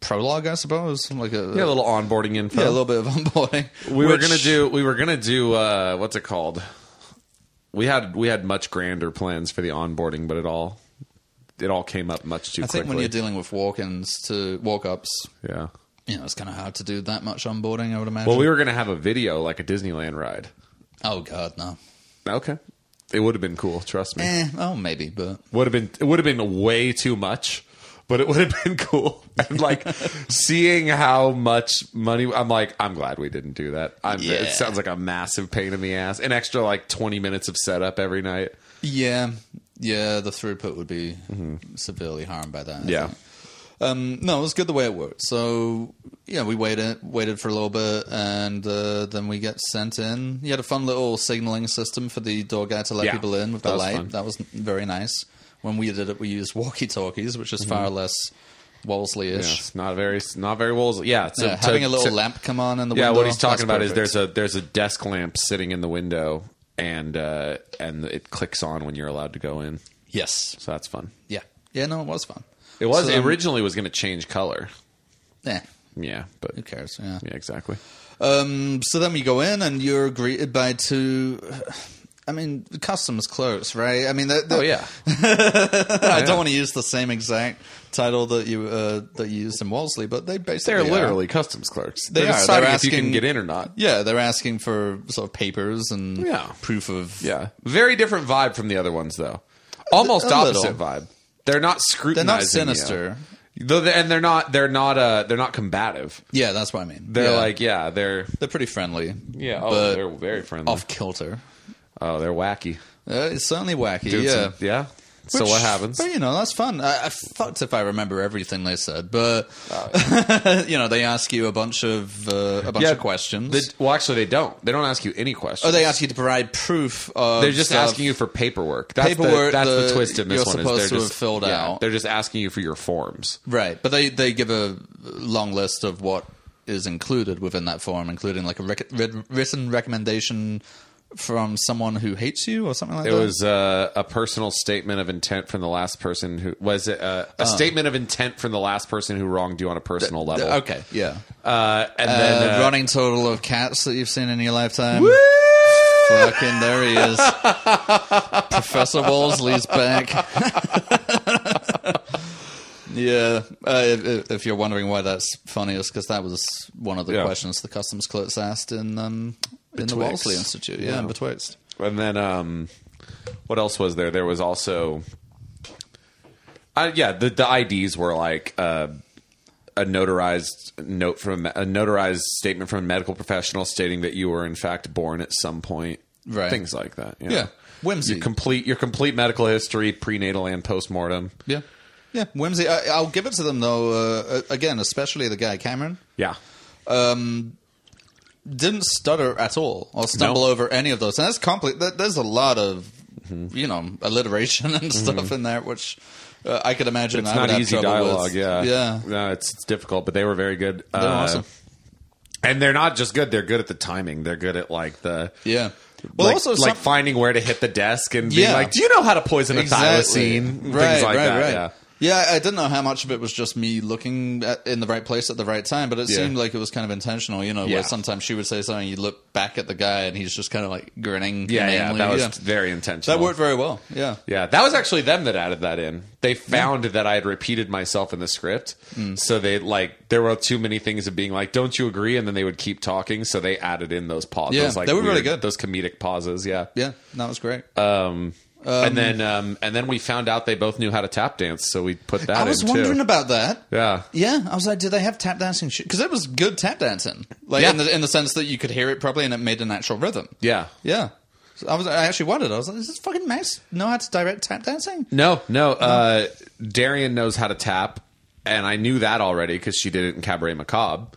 Speaker 2: prologue, I suppose, like a
Speaker 1: Yeah, a little onboarding info.
Speaker 2: Yeah, a little bit of onboarding.
Speaker 1: we were
Speaker 2: which-
Speaker 1: gonna do we were gonna do uh, what's it called? We had we had much grander plans for the onboarding, but it all it all came up much too
Speaker 2: I think
Speaker 1: quickly.
Speaker 2: when you're dealing with walk-ins to walk-ups,
Speaker 1: yeah.
Speaker 2: you know, it's kind of hard to do that much onboarding. I would imagine.
Speaker 1: Well, we were gonna have a video like a Disneyland ride.
Speaker 2: oh god, no.
Speaker 1: Okay, it would have been cool. Trust me,
Speaker 2: Eh, oh, maybe, but
Speaker 1: would have been it would have been way too much but it would have been cool and like seeing how much money i'm like i'm glad we didn't do that I'm,
Speaker 2: Yeah.
Speaker 1: it sounds like a massive pain in the ass an extra like 20 minutes of setup every night
Speaker 2: yeah, yeah, the throughput would be severely harmed by that. I
Speaker 1: Mm-hmm. Yeah.
Speaker 2: think. Um, no, it was good the way it worked. So yeah, we waited waited for a little bit, and uh, then we get sent in. You had a fun little signaling system for the door guy to let
Speaker 1: Yeah,
Speaker 2: people in with
Speaker 1: that
Speaker 2: the
Speaker 1: was
Speaker 2: light.
Speaker 1: fun.
Speaker 2: That was very nice. When we did it, we used walkie talkies, which is far less
Speaker 1: Mm-hmm. Yeah,
Speaker 2: Wolseley-ish.
Speaker 1: it's not very, not very Wolseley. Yeah, so
Speaker 2: Yeah,
Speaker 1: to-
Speaker 2: having a little
Speaker 1: to-
Speaker 2: lamp come on in the
Speaker 1: Yeah,
Speaker 2: window.
Speaker 1: what he's talking
Speaker 2: that's
Speaker 1: about is
Speaker 2: perfect.
Speaker 1: there's a there's a desk lamp sitting in the window, and uh, and it clicks on when you're allowed to go in.
Speaker 2: yes,
Speaker 1: So that's fun.
Speaker 2: yeah, yeah. No, it was fun.
Speaker 1: It was
Speaker 2: So
Speaker 1: it
Speaker 2: then-
Speaker 1: originally was going to change color.
Speaker 2: Eh,
Speaker 1: Yeah, but
Speaker 2: who cares? Yeah.
Speaker 1: yeah, exactly.
Speaker 2: Um, so then we go in, and you're greeted by two. I mean, customs close, right? I mean, they're,
Speaker 1: Oh yeah,
Speaker 2: I
Speaker 1: yeah.
Speaker 2: don't want to use the same exact title that you uh, that you used in Wolseley, but they basically
Speaker 1: they're
Speaker 2: are.
Speaker 1: literally customs clerks. They're
Speaker 2: They are.
Speaker 1: deciding
Speaker 2: They're
Speaker 1: if you can
Speaker 2: asking-
Speaker 1: get in or not.
Speaker 2: yeah, they're asking for sort of papers and
Speaker 1: Yeah.
Speaker 2: proof of
Speaker 1: Yeah, very different vibe from the other ones though. Almost
Speaker 2: A little.
Speaker 1: opposite vibe. They're not
Speaker 2: They're
Speaker 1: scrutinizing.
Speaker 2: not
Speaker 1: you.
Speaker 2: sinister.
Speaker 1: Though they- and they're not they're not uh they're not combative.
Speaker 2: Yeah, that's what I mean.
Speaker 1: They're
Speaker 2: Yeah.
Speaker 1: like yeah they're
Speaker 2: they're pretty friendly.
Speaker 1: yeah oh
Speaker 2: but
Speaker 1: they're very friendly.
Speaker 2: off kilter.
Speaker 1: Oh, they're wacky.
Speaker 2: Uh, it's certainly wacky.
Speaker 1: Doing
Speaker 2: yeah.
Speaker 1: some- yeah. so
Speaker 2: Which-
Speaker 1: what happens?
Speaker 2: But you know, that's fun. I, I fucked if I remember everything they said, but
Speaker 1: Oh,
Speaker 2: you know, they ask you a bunch of uh, a bunch of questions.
Speaker 1: They- well, actually, they don't. They don't ask you any questions.
Speaker 2: oh, they ask you to provide proof. Of
Speaker 1: They're just
Speaker 2: stuff.
Speaker 1: asking you for paperwork. That's The,
Speaker 2: Paperwork
Speaker 1: that's the,
Speaker 2: that
Speaker 1: twist in this
Speaker 2: you're
Speaker 1: one. is
Speaker 2: supposed
Speaker 1: they're
Speaker 2: to
Speaker 1: just
Speaker 2: have filled
Speaker 1: yeah,
Speaker 2: out.
Speaker 1: They're just asking you for your forms.
Speaker 2: Right, but they they give a long list of what is included within that form, including like a rec- writ- written recommendation from someone who hates you or something like
Speaker 1: It
Speaker 2: that.
Speaker 1: was uh, a personal statement of intent from the last person who was it uh,
Speaker 2: Oh.
Speaker 1: a statement of intent from the last person who wronged you on a personal level.
Speaker 2: okay, yeah.
Speaker 1: uh, and
Speaker 2: Uh,
Speaker 1: then uh,
Speaker 2: running total of cats that you've seen in your lifetime. Fucking there he is. Professor Wolseley's back. yeah. Uh, if, if you're wondering why that's funny, it's because that was one of the
Speaker 1: Yeah.
Speaker 2: questions the customs clerks asked in um, in
Speaker 1: Betwixt.
Speaker 2: the Wolseley Institute. Yeah,
Speaker 1: Yeah.
Speaker 2: in Betwixt.
Speaker 1: And then um, what else was there? There was also, uh, yeah, the the IDs were like uh, a notarized note from a notarized statement from a medical professional stating that you were in fact born at some point.
Speaker 2: Right.
Speaker 1: Things like that. you know.
Speaker 2: Yeah. Whimsy.
Speaker 1: Your complete your complete medical history, prenatal and postmortem.
Speaker 2: yeah. Yeah. Whimsy. I, I'll give it to them, though, uh, again, especially the guy, Cameron.
Speaker 1: Yeah.
Speaker 2: didn't stutter at all or stumble over any of those. And that's compli th There's a lot of,
Speaker 1: Mm-hmm.
Speaker 2: you know, alliteration and stuff in there, which uh, I could imagine.
Speaker 1: It's
Speaker 2: I would
Speaker 1: not
Speaker 2: have
Speaker 1: easy
Speaker 2: trouble
Speaker 1: dialogue.
Speaker 2: with.
Speaker 1: Yeah. Uh,
Speaker 2: yeah.
Speaker 1: No, it's, it's difficult, but they were very good.
Speaker 2: They're awesome.
Speaker 1: And they're not just good; they're good at the timing. They're good at like the
Speaker 2: Yeah. Well,
Speaker 1: like,
Speaker 2: also
Speaker 1: like
Speaker 2: some-
Speaker 1: finding where to hit the desk and being
Speaker 2: Yeah.
Speaker 1: like, "Do you know how to poison a thylacine?" And
Speaker 2: Right,
Speaker 1: Things like
Speaker 2: right,
Speaker 1: that.
Speaker 2: right.
Speaker 1: Yeah.
Speaker 2: Yeah, I didn't know how much of it was just me looking at, in the right place at the right time, but it
Speaker 1: Yeah.
Speaker 2: seemed like it was kind of intentional. You know,
Speaker 1: Yeah.
Speaker 2: where sometimes she would say something, you look back at the guy, and he's just kind of like grinning.
Speaker 1: Yeah, yeah,
Speaker 2: inanely.
Speaker 1: that was
Speaker 2: Yeah.
Speaker 1: very intentional.
Speaker 2: that worked very well. Yeah,
Speaker 1: Yeah, that was actually them that added that in. They found that I had repeated myself in the script,
Speaker 2: Mm.
Speaker 1: so they like there were too many things of being like, "Don't you agree?" And then they would keep talking, so they added in those pauses.
Speaker 2: Yeah,
Speaker 1: like
Speaker 2: they were really
Speaker 1: weird-
Speaker 2: good.
Speaker 1: Those comedic pauses. Yeah,
Speaker 2: yeah, that was great.
Speaker 1: and then um, and then we found out they both knew how to tap dance, so we put that.
Speaker 2: I was
Speaker 1: in too.
Speaker 2: wondering about that.
Speaker 1: yeah,
Speaker 2: Yeah, I was like, do they have tap dancing shit? Because it was good tap dancing, like
Speaker 1: Yeah.
Speaker 2: in, the, in the sense that you could hear it properly and it made an actual rhythm.
Speaker 1: yeah.
Speaker 2: yeah. So I was, I actually wondered. I was like, does this fucking Max know how to direct tap dancing?
Speaker 1: No, no. Uh, Darian knows how to tap, and I knew that already because she did it in Cabaret Macabre.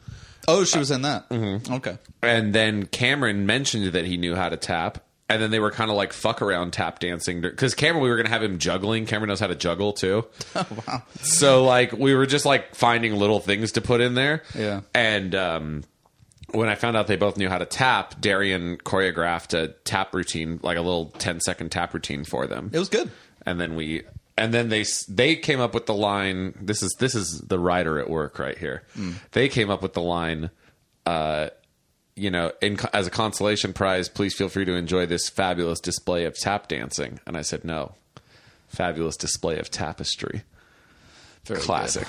Speaker 2: Oh, she was in that.
Speaker 1: Mm-hmm.
Speaker 2: Okay.
Speaker 1: And then Cameron mentioned that he knew how to tap, and then they were kind of like fuck around tap dancing because Cameron, we were gonna have him juggling. Cameron knows how to juggle too.
Speaker 2: Oh, Wow.
Speaker 1: so like we were just like finding little things to put in there.
Speaker 2: Yeah.
Speaker 1: And um when I found out they both knew how to tap, Darian choreographed a tap routine, like a little 10 second tap routine for them.
Speaker 2: It was good.
Speaker 1: and then we and then they s- they came up with the line this is this is the writer at work right here.
Speaker 2: Hmm.
Speaker 1: They came up with the line uh you know, in, co- as a consolation prize, please feel free to enjoy this fabulous display of tap dancing. And I said, no, fabulous display of tapestry.
Speaker 2: Very good.
Speaker 1: Classic.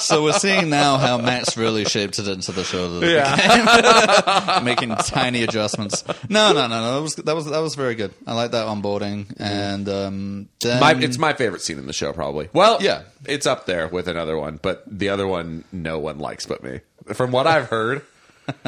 Speaker 2: so we're seeing now how Max really shaped it into the show that it became, making tiny adjustments. No, no, no, no. That was that was that was very good. I like that onboarding, and um, then
Speaker 1: My, it's my favorite scene in the show, probably. Well,
Speaker 2: Yeah.
Speaker 1: it's up there with another one, but the other one, no one likes but me. From what I've heard,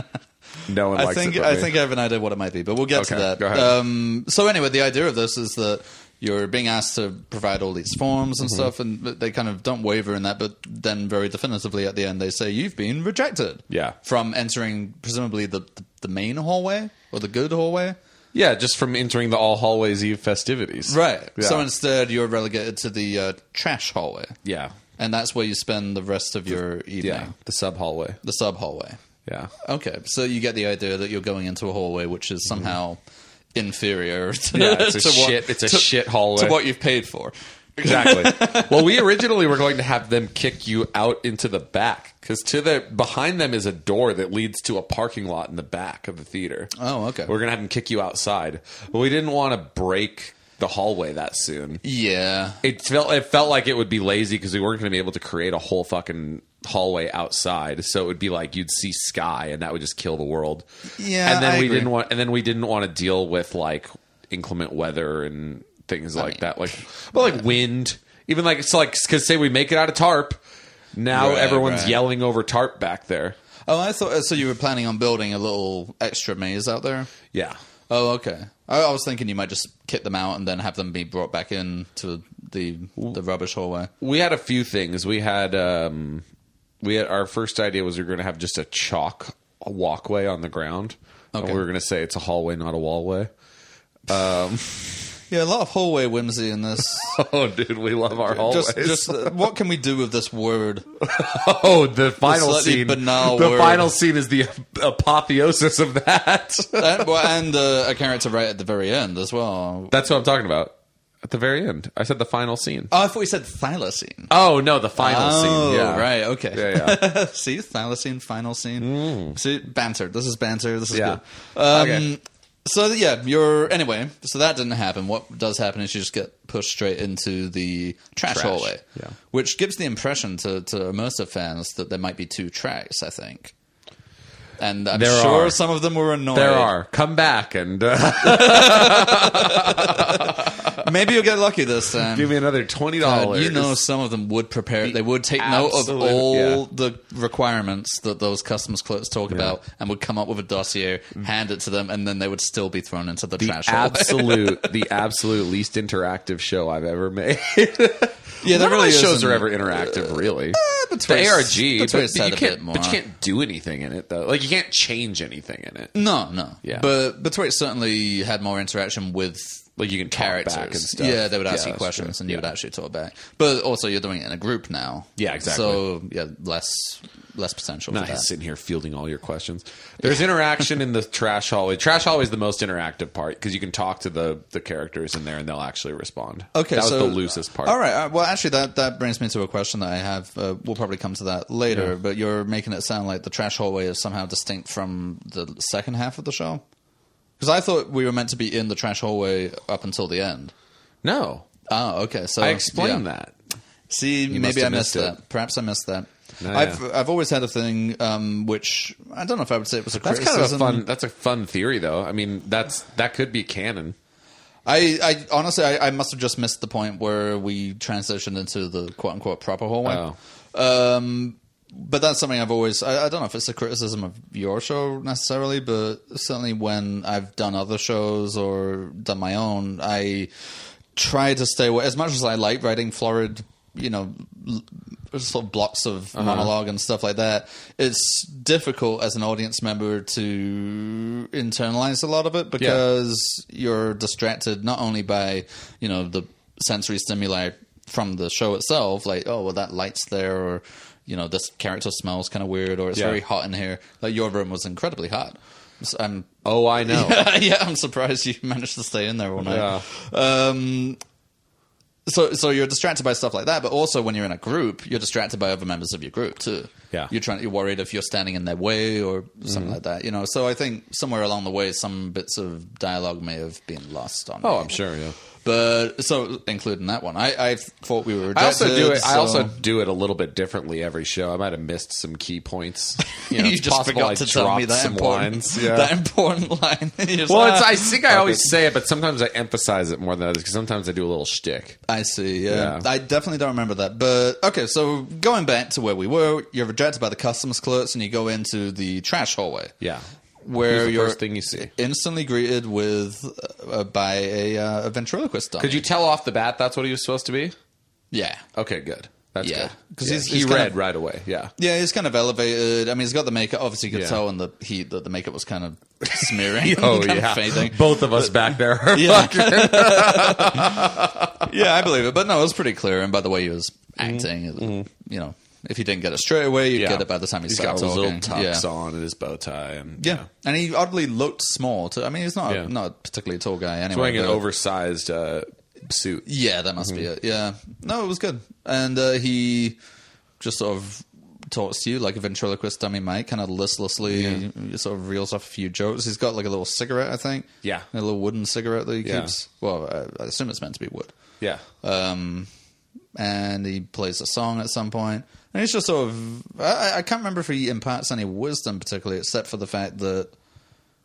Speaker 1: no one
Speaker 2: I
Speaker 1: likes
Speaker 2: think
Speaker 1: it. But
Speaker 2: I
Speaker 1: me.
Speaker 2: think I have an idea what it might be, but we'll get to
Speaker 1: Okay,
Speaker 2: that.
Speaker 1: go ahead.
Speaker 2: Um, so anyway, the idea of this is that you're being asked to provide all these forms
Speaker 1: Mm-hmm.
Speaker 2: and stuff, and they kind of don't waver in that. But then, very definitively at the end, they say you've been rejected.
Speaker 1: Yeah.
Speaker 2: from entering presumably the the, the main hallway or the good hallway.
Speaker 1: Yeah, just from entering the All Hallways Eve festivities.
Speaker 2: Right.
Speaker 1: Yeah.
Speaker 2: So instead, you're relegated to the uh, trash hallway.
Speaker 1: yeah.
Speaker 2: And that's where you spend the rest of your evening.
Speaker 1: Yeah. The sub hallway.
Speaker 2: The sub hallway.
Speaker 1: Yeah.
Speaker 2: Okay, so you get the idea that you're going into a hallway which is somehow inferior to,
Speaker 1: Mm-hmm. Yeah, it's a
Speaker 2: to what-
Speaker 1: shit- it's a
Speaker 2: to-
Speaker 1: shit hallway.
Speaker 2: to what you've paid for.
Speaker 1: Exactly. well, we originally were going to have them kick you out into the back because to their behind them is a door that leads to a parking lot in the back of the theater.
Speaker 2: Oh, okay.
Speaker 1: We're gonna have them kick you outside, but we didn't want to break the hallway that soon.
Speaker 2: Yeah.
Speaker 1: It felt it felt like it would be lazy because we weren't gonna be able to create a whole fucking hallway outside so it would be like you'd see sky and that would just kill the world
Speaker 2: Yeah,
Speaker 1: and then
Speaker 2: I
Speaker 1: we
Speaker 2: agree.
Speaker 1: didn't want and then we didn't want to deal with like inclement weather and things like
Speaker 2: mean-
Speaker 1: that like but like wind even like it's like because say we make it out of tarp now
Speaker 2: Right,
Speaker 1: everyone's
Speaker 2: right.
Speaker 1: yelling over tarp back there
Speaker 2: Oh, I thought so. You were planning on building a little extra maze out there.
Speaker 1: yeah
Speaker 2: Oh, okay. I, I was thinking you might just kick them out and then have them be brought back in to the the rubbish hallway.
Speaker 1: we had a few things we had um we had our first idea was we were going to have just a chalk walkway on the ground and
Speaker 2: Okay.
Speaker 1: we were going to say it's a hallway not a wallway
Speaker 2: Yeah, a lot of hallway whimsy in this.
Speaker 1: oh dude we love our hallways
Speaker 2: just, just uh, what can we do with this word?
Speaker 1: oh the final
Speaker 2: slightly
Speaker 1: scene
Speaker 2: banal
Speaker 1: the
Speaker 2: word.
Speaker 1: final scene is the apotheosis of that
Speaker 2: and well, and uh, a character right at the very end as well.
Speaker 1: That's what I'm talking about. At the very end, I said the final scene.
Speaker 2: Oh, I thought we said thylacine.
Speaker 1: Oh no, the final scene. Yeah,
Speaker 2: Oh, right. Okay.
Speaker 1: Yeah, Mm.
Speaker 2: See, thylacine, final scene. See, banter. This is banter. This is
Speaker 1: Yeah.
Speaker 2: good. Um,
Speaker 1: Okay.
Speaker 2: So yeah, you're anyway. So that didn't happen. What does happen is you just get pushed straight into the trash,
Speaker 1: Trash.
Speaker 2: hallway,
Speaker 1: Yeah.
Speaker 2: which gives the impression to, to immersive fans that there might be two tracks. I think, and I'm
Speaker 1: There
Speaker 2: sure
Speaker 1: are.
Speaker 2: some of them were annoyed.
Speaker 1: There are. Come back and uh,
Speaker 2: Maybe you'll get lucky this time.
Speaker 1: give me another twenty
Speaker 2: Uh,
Speaker 1: dollars.
Speaker 2: you know, some of them would prepare. They would take note of
Speaker 1: absolute-
Speaker 2: all
Speaker 1: yeah.
Speaker 2: the requirements that those customs clerks talk about, and would come up with a dossier, hand it to them, and then they would still be thrown into the,
Speaker 1: Mm. the
Speaker 2: trash. hole.
Speaker 1: absolute, the absolute least interactive show I've ever made.
Speaker 2: yeah, there
Speaker 1: None
Speaker 2: really
Speaker 1: of my shows
Speaker 2: isn't-
Speaker 1: are ever interactive, really.
Speaker 2: between-
Speaker 1: the ARG, but,
Speaker 2: between
Speaker 1: but
Speaker 2: said
Speaker 1: you
Speaker 2: a
Speaker 1: can't,
Speaker 2: bit more.
Speaker 1: but you can't do anything in it though. Like you can't change anything in it.
Speaker 2: No, no.
Speaker 1: Yeah.
Speaker 2: But Betwixt certainly had more interaction with
Speaker 1: Like you can talk back
Speaker 2: characters
Speaker 1: and stuff.
Speaker 2: Yeah, they would ask
Speaker 1: Yeah,
Speaker 2: you
Speaker 1: that's
Speaker 2: questions
Speaker 1: true.
Speaker 2: and you
Speaker 1: Yeah.
Speaker 2: would actually talk back. But also, you're doing it in a group now.
Speaker 1: Yeah, exactly.
Speaker 2: So yeah, less less potential.
Speaker 1: Not
Speaker 2: for that.
Speaker 1: just sitting here fielding all your questions. There's interaction in the trash hallway. Trash hallway is the most interactive part because you can talk to the the characters in there and they'll actually respond.
Speaker 2: Okay,
Speaker 1: that was
Speaker 2: so
Speaker 1: the loosest part.
Speaker 2: All right. Uh, well, actually, that that brings me to a question that I have. Uh, we'll probably come to that later. But you're making it sound like the trash hallway is somehow distinct from the second half of the show. Because I thought we were meant to be in the trash hallway up until the end.
Speaker 1: No,
Speaker 2: Oh, okay. So
Speaker 1: I explained
Speaker 2: yeah.
Speaker 1: that.
Speaker 2: See,
Speaker 1: must
Speaker 2: maybe I
Speaker 1: have
Speaker 2: missed
Speaker 1: missed it.
Speaker 2: that. Perhaps I missed that.
Speaker 1: No,
Speaker 2: I've
Speaker 1: yeah.
Speaker 2: I've always had a thing um, which I don't know if I would say it was a
Speaker 1: That's
Speaker 2: criticism.
Speaker 1: kind of a fun. That's a fun theory, though. I mean, that's that could be canon.
Speaker 2: I, I honestly, I, I must have just missed the point where we transitioned into the quote unquote proper
Speaker 1: Oh.
Speaker 2: hallway. Um, but that's something I've always, I, I don't know if it's a criticism of your show necessarily, but certainly when I've done other shows or done my own, I try to stay away. As much as I like writing florid, you know, l- sort of blocks of
Speaker 1: Uh-huh.
Speaker 2: monologue and stuff like that, it's difficult as an audience member to internalize a lot of it because because you're distracted not only by you know the sensory stimuli from the show itself like oh well that light's there or you know this character smells kind of weird or it's
Speaker 1: Yeah.
Speaker 2: very hot in here like your room was incredibly hot So i'm
Speaker 1: Oh, I know.
Speaker 2: yeah i'm surprised you managed to stay in there all night
Speaker 1: Yeah.
Speaker 2: um so so you're distracted by stuff like that but also when you're in a group you're distracted by other members of your group too
Speaker 1: Yeah. Mm-hmm.
Speaker 2: you're trying you're worried if you're standing in their way or something like that you know so i think somewhere along the way some bits of dialogue may have been lost on
Speaker 1: Oh,
Speaker 2: me.
Speaker 1: I'm sure. Yeah.
Speaker 2: but so including that one i i thought we were
Speaker 1: I also do
Speaker 2: rejected,
Speaker 1: it. I
Speaker 2: so-
Speaker 1: also do it a little bit differently every show. I might have missed some key points. You, know,
Speaker 2: you
Speaker 1: it's
Speaker 2: just
Speaker 1: possible
Speaker 2: forgot
Speaker 1: I
Speaker 2: to tell me
Speaker 1: dropped
Speaker 2: that
Speaker 1: some
Speaker 2: important,
Speaker 1: lines. Yeah.
Speaker 2: that important line. You're just,
Speaker 1: well, it's,
Speaker 2: "Ah."
Speaker 1: I think I always say it, but sometimes I emphasize it more than others because sometimes I do a little shtick.
Speaker 2: I see. Yeah.
Speaker 1: Yeah.
Speaker 2: I definitely don't remember that. But okay, so going back to where we were, you're rejected by the customs clerks, and you go into the trash hallway.
Speaker 1: Yeah.
Speaker 2: where
Speaker 1: Who's the
Speaker 2: you're
Speaker 1: first thing you see?
Speaker 2: instantly greeted with uh, by a, uh, a ventriloquist dummy.
Speaker 1: Could you tell off the bat that's what he was supposed to be?
Speaker 2: Yeah.
Speaker 1: Okay, good. That's
Speaker 2: Yeah.
Speaker 1: good. Because
Speaker 2: Yeah.
Speaker 1: he
Speaker 2: He's kind
Speaker 1: read
Speaker 2: of-
Speaker 1: right away. Yeah.
Speaker 2: Yeah, he's kind of elevated. I mean, he's got the makeup. Obviously, you could
Speaker 1: Yeah.
Speaker 2: tell in the heat that the makeup was kind of smearing.
Speaker 1: Oh,
Speaker 2: kind of
Speaker 1: yeah.
Speaker 2: fading.
Speaker 1: Both of us back there. are
Speaker 2: Yeah.
Speaker 1: fucking-
Speaker 2: yeah, I believe it. But no, it was pretty clear. And by the way, he was acting. You know, if he didn't get it straight away, you'd
Speaker 1: Mm-hmm. Yeah.
Speaker 2: get it by the time he
Speaker 1: He's
Speaker 2: started
Speaker 1: got his
Speaker 2: talking.
Speaker 1: little tux
Speaker 2: yeah.
Speaker 1: on and his bow tie. And,
Speaker 2: Yeah. and he oddly looked small. Too. I mean, he's not
Speaker 1: Yeah.
Speaker 2: a, not a particularly tall guy anyway.
Speaker 1: Wearing an
Speaker 2: but-
Speaker 1: oversized uh, suit.
Speaker 2: Yeah, that must
Speaker 1: Mm-hmm.
Speaker 2: be it. Yeah, no, it was good. And uh, he just sort of talks to you like a ventriloquist dummy mic, kind of listlessly. Sort of reels off a few jokes. He's got like a little cigarette, I think.
Speaker 1: Yeah.
Speaker 2: a little wooden cigarette that he
Speaker 1: Yeah.
Speaker 2: keeps. Well, I, I assume it's meant to be wood.
Speaker 1: Yeah.
Speaker 2: Um, and he plays a song at some point, and he's just sort of. I, I- I can't remember if he imparts any wisdom particularly, except for the fact that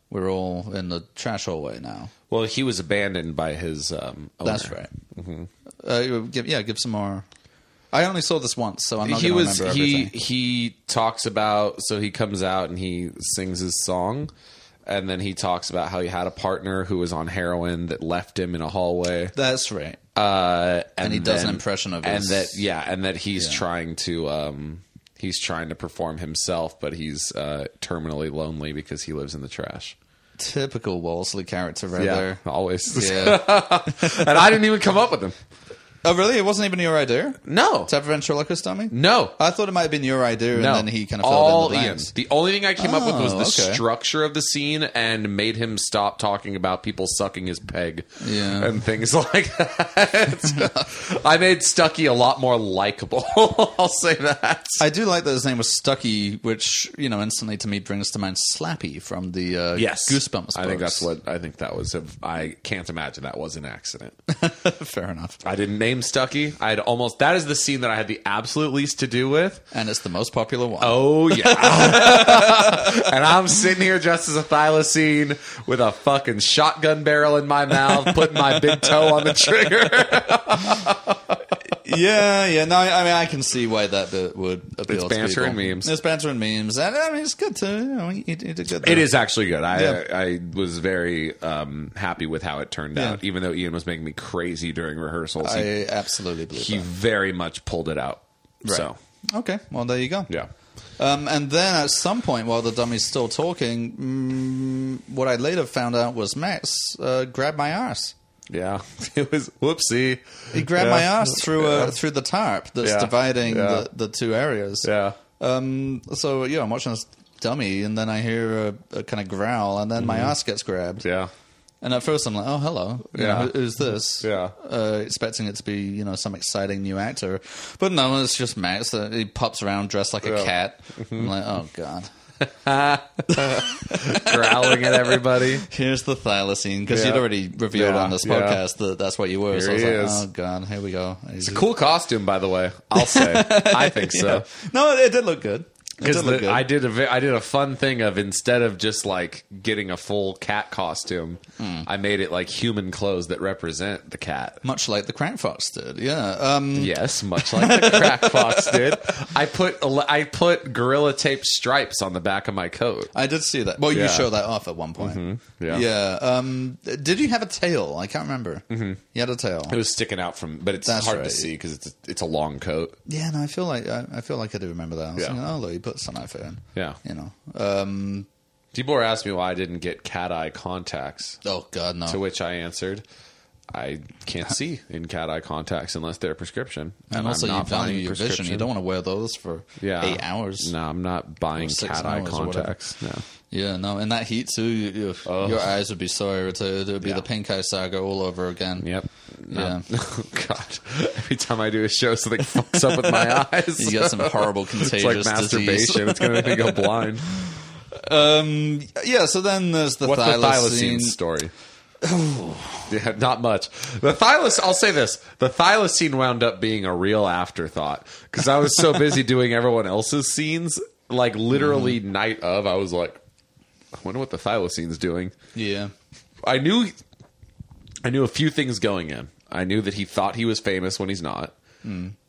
Speaker 2: we're all in the trash hallway now.
Speaker 1: Well, he was abandoned by his um, owner.
Speaker 2: That's right.
Speaker 1: Mm-hmm.
Speaker 2: Uh, give, yeah, give some more. I only saw this once, so I'm not
Speaker 1: he
Speaker 2: going to
Speaker 1: was
Speaker 2: remember
Speaker 1: he
Speaker 2: everything.
Speaker 1: he talks about so he comes out and he sings his song and then he talks about how he had a partner who was on heroin that left him in a hallway
Speaker 2: That's right.
Speaker 1: uh, and,
Speaker 2: he does an
Speaker 1: then-
Speaker 2: impression of
Speaker 1: and
Speaker 2: his-
Speaker 1: that yeah and that he's
Speaker 2: Yeah.
Speaker 1: trying to um he's trying to perform himself but he's uh terminally lonely because he lives in the trash
Speaker 2: Typical Wolseley character right
Speaker 1: yeah
Speaker 2: there.
Speaker 1: always
Speaker 2: Yeah.
Speaker 1: and i didn't even come up with him
Speaker 2: oh, really? It wasn't even your idea
Speaker 1: no
Speaker 2: to have a ventriloquist dummy?
Speaker 1: no
Speaker 2: I thought it might have been your idea, and
Speaker 1: No,
Speaker 2: then he kind of filled
Speaker 1: all
Speaker 2: in the
Speaker 1: Ian.
Speaker 2: blanks.
Speaker 1: The only thing I came up with was
Speaker 2: Oh,
Speaker 1: the
Speaker 2: okay.
Speaker 1: structure of the scene and made him stop talking about people sucking his peg
Speaker 2: Yeah.
Speaker 1: and things like that. I made Stucky a lot more likable. I'll say that.
Speaker 2: I do like that his name was Stucky, which you know instantly to me brings to mind Slappy from the uh, Goosebumps.
Speaker 1: I think that's
Speaker 2: books.
Speaker 1: what I think that was. A, I can't imagine that was an accident.
Speaker 2: Fair enough,
Speaker 1: I didn't name Stucky. I had almost that is the scene that I had the absolute least to do with.
Speaker 2: and it's the most popular one.
Speaker 1: Oh yeah. and I'm sitting here dressed as a thylacine with a fucking shotgun barrel in my mouth, putting my big toe on the trigger.
Speaker 2: yeah, yeah. No, I I mean I can see why that bit would appeal.
Speaker 1: It's
Speaker 2: to
Speaker 1: banter and
Speaker 2: people.
Speaker 1: memes.
Speaker 2: It's banter and memes, and I mean it's good to you know you, you did good.
Speaker 1: It
Speaker 2: there.
Speaker 1: is actually good. I
Speaker 2: Yeah.
Speaker 1: I was very um, happy with how it turned
Speaker 2: Yeah.
Speaker 1: out, even though Ian was making me crazy during rehearsals. He,
Speaker 2: I absolutely believe
Speaker 1: he
Speaker 2: that.
Speaker 1: very much pulled it out.
Speaker 2: Right.
Speaker 1: So
Speaker 2: okay, well there you go.
Speaker 1: yeah.
Speaker 2: Um, and then at some point, while the dummy's still talking, mm, what I later found out was Max uh, grabbed my arse.
Speaker 1: Yeah, it was whoopsie.
Speaker 2: He grabbed
Speaker 1: Yeah.
Speaker 2: my ass through a,
Speaker 1: Yeah.
Speaker 2: through the tarp that's
Speaker 1: Yeah.
Speaker 2: dividing
Speaker 1: Yeah.
Speaker 2: The, the two areas.
Speaker 1: Yeah.
Speaker 2: Um. So yeah, I'm watching this dummy, and then I hear a, a kind of growl, and then my ass gets grabbed.
Speaker 1: Mm-hmm. Yeah,
Speaker 2: And at first, I'm like, "Oh, hello. You
Speaker 1: Yeah.
Speaker 2: know, who- who's this?
Speaker 1: Yeah.
Speaker 2: Uh, expecting it to be you know some exciting new actor, but no, it's just Max. Uh, He pops around dressed like
Speaker 1: Yeah. Mm-hmm.
Speaker 2: a cat. I'm like, oh god.
Speaker 1: growling at everybody.
Speaker 2: Here's the thylacine because
Speaker 1: Yeah.
Speaker 2: you'd already revealed
Speaker 1: Yeah,
Speaker 2: on this
Speaker 1: yeah.
Speaker 2: podcast that that's what you were. so I was
Speaker 1: Here he
Speaker 2: like,
Speaker 1: is.
Speaker 2: oh god, here we go. And he's just-
Speaker 1: Cool costume, by the way. I'll say. I think so.
Speaker 2: No, it did look good. It
Speaker 1: Because
Speaker 2: did look good.
Speaker 1: I did a ve- I did a fun thing of instead of just like getting a full cat costume,
Speaker 2: Hmm.
Speaker 1: I made it like human clothes that represent the cat.
Speaker 2: much like the Crank Fox did. Yeah. Um,
Speaker 1: Yes, much like the crack fox did. I put ele- I put gorilla tape stripes on the back of my coat.
Speaker 2: I did see that. Well,
Speaker 1: Yeah. Mm-hmm.
Speaker 2: you show that off at one point.
Speaker 1: Yeah.
Speaker 2: Um, did you have a tail? I can't remember. Mm-hmm. You had a tail.
Speaker 1: It was sticking out from, but it's
Speaker 2: That's
Speaker 1: hard to
Speaker 2: right.
Speaker 1: see because it's it's a long coat.
Speaker 2: Yeah, no, I feel like I, I feel like I do remember that. I was
Speaker 1: Yeah.
Speaker 2: thinking, oh, look, you put some effort in.
Speaker 1: Yeah.
Speaker 2: You know. Um,
Speaker 1: People were asking me why I didn't get cat eye contacts,
Speaker 2: oh God, no.
Speaker 1: to which I answered. I can't see in cat eye contacts unless they're prescription,
Speaker 2: and also, you value your vision. You don't want to wear those for
Speaker 1: yeah.
Speaker 2: eight hours.
Speaker 1: No, I'm not buying
Speaker 2: six
Speaker 1: cat eye
Speaker 2: hours or whatever.
Speaker 1: contacts. No.
Speaker 2: Yeah, no. In that heat too, you, you, your eyes would be so irritated. It would be
Speaker 1: Yeah.
Speaker 2: the pink eye saga all over again.
Speaker 1: Yep. No.
Speaker 2: Yeah.
Speaker 1: God. Every time I do a show, something fucks up with my eyes.
Speaker 2: You get some horrible
Speaker 1: it's
Speaker 2: contagious
Speaker 1: like
Speaker 2: disease.
Speaker 1: masturbation. it's going to make me go blind.
Speaker 2: Um, yeah. So then there's the
Speaker 1: What's the
Speaker 2: thylacine.
Speaker 1: thylacine story? yeah, not much. The thylacine, I'll say this. The thylacine wound up being a real afterthought because I was so busy doing everyone else's scenes. Like, literally,
Speaker 2: Mm-hmm.
Speaker 1: night of, I was like, I wonder what the thylacine's doing.
Speaker 2: Yeah.
Speaker 1: I knew I knew a few things going in. I knew that he thought he was famous when he's not.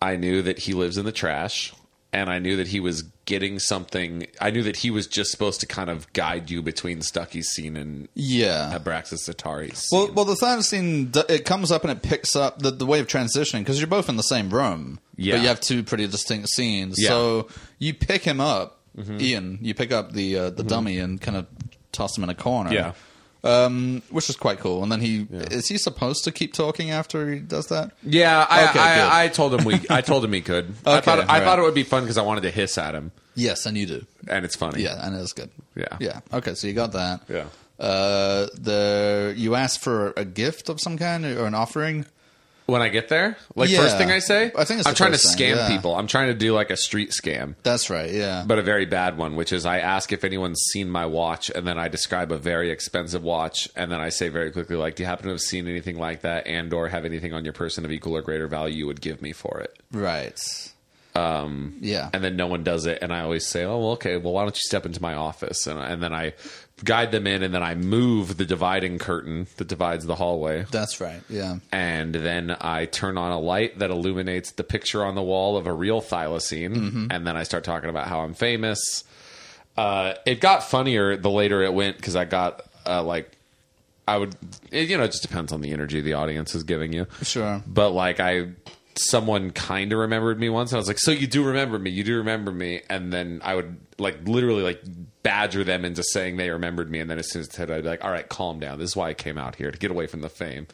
Speaker 1: I knew that he lives in the trash. and I knew that he was getting something. I knew that he was just supposed to kind of guide you between Stucky's scene and
Speaker 2: Yeah.
Speaker 1: Abraxas Atari's. Scene.
Speaker 2: Well, well, the silent scene d- it comes up and it picks up the, the way of transitioning because you're both in the same room,
Speaker 1: Yeah.
Speaker 2: but you have two pretty distinct scenes.
Speaker 1: Yeah.
Speaker 2: So you pick him up, Ian. You pick up the uh, the dummy and kind of toss him in a corner.
Speaker 1: Yeah.
Speaker 2: Um, which is quite cool. And then he is he supposed to keep talking after he does that?
Speaker 1: yeah, I,
Speaker 2: Okay, good.
Speaker 1: I, I told him we. I told him he could. I
Speaker 2: Okay,
Speaker 1: thought I
Speaker 2: right.
Speaker 1: thought it would be fun because I wanted to hiss at him,
Speaker 2: Yes, and you do.
Speaker 1: and it's funny.
Speaker 2: Yeah, and it's good.
Speaker 1: Yeah.
Speaker 2: yeah. Okay, so you got that.
Speaker 1: Yeah.
Speaker 2: Uh, the you asked for a gift of some kind or an offering.
Speaker 1: When I get there, like
Speaker 2: Yeah.
Speaker 1: first thing I say,
Speaker 2: I think it's
Speaker 1: I'm
Speaker 2: the
Speaker 1: trying to
Speaker 2: first thing,
Speaker 1: scam
Speaker 2: yeah.
Speaker 1: people. I'm trying to do like a street scam.
Speaker 2: That's right. Yeah.
Speaker 1: but a very bad one, which is I ask if anyone's seen my watch, and then I describe a very expensive watch, and then I say very quickly, like, do you happen to have seen anything like that, and or have anything on your person of equal or greater value you would give me for it?
Speaker 2: Right. Um. Yeah.
Speaker 1: And then no one does it, and I always say, oh, well, okay, well, why don't you step into my office, and and then I guide them in, and then I move the dividing curtain that divides the hallway.
Speaker 2: That's right. Yeah.
Speaker 1: And then I turn on a light that illuminates the picture on the wall of a real thylacine. And then I start talking about how I'm famous. Uh, it got funnier the later it went because I got uh, like, I would, it, you know, it just depends on the energy the audience is giving you.
Speaker 2: Sure.
Speaker 1: But like, I, someone kind of remembered me once. And I was like, so you do remember me. You do remember me. And then I would like literally like badger them into saying they remembered me. And then as soon as it did, I'd be like, all right, calm down. This is why I came out here to get away from the fame.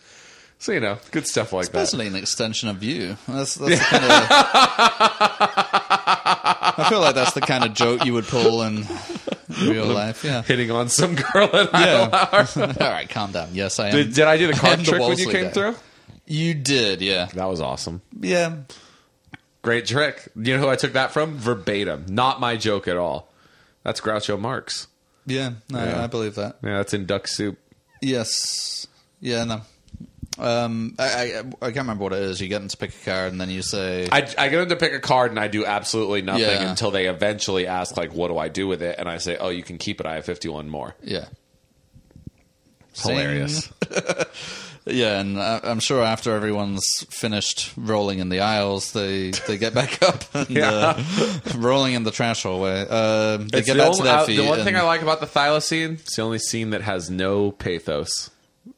Speaker 1: So you know, good stuff like that.
Speaker 2: Basically, an extension of you. That's, that's kind of. I feel like that's the kind of joke you would pull in real life. Yeah.
Speaker 1: Hitting on some girl at yeah.
Speaker 2: Yeah. All right, calm down. Yes, I am.
Speaker 1: Did, did I do the card
Speaker 2: And the
Speaker 1: trick when you
Speaker 2: Wolseley
Speaker 1: came
Speaker 2: guy.
Speaker 1: through?
Speaker 2: you did, yeah.
Speaker 1: That was awesome.
Speaker 2: Yeah.
Speaker 1: Great trick. You know who I took that from? Verbatim. Not my joke at all. That's Groucho Marx.
Speaker 2: Yeah. No,
Speaker 1: Yeah.
Speaker 2: I believe that.
Speaker 1: Yeah, that's in Duck Soup.
Speaker 2: Yes. Yeah, no. Um, I, I, I can't remember what it is. You get them to pick a card and then you say.
Speaker 1: I, I get them to pick a card and I do absolutely nothing
Speaker 2: Yeah.
Speaker 1: until they eventually ask, like, what do I do with it? And I say, oh, you can keep it. I have 51 more.
Speaker 2: yeah.
Speaker 1: Hilarious.
Speaker 2: Yeah, and I, I'm sure after everyone's finished rolling in the aisles, they, they get back up and uh, rolling in the trash hallway. Um, they
Speaker 1: It's
Speaker 2: get
Speaker 1: the,
Speaker 2: back
Speaker 1: only-
Speaker 2: to their
Speaker 1: uh,
Speaker 2: feet.
Speaker 1: the one
Speaker 2: and-
Speaker 1: thing I like about the thylacine, it's the only scene that has no pathos.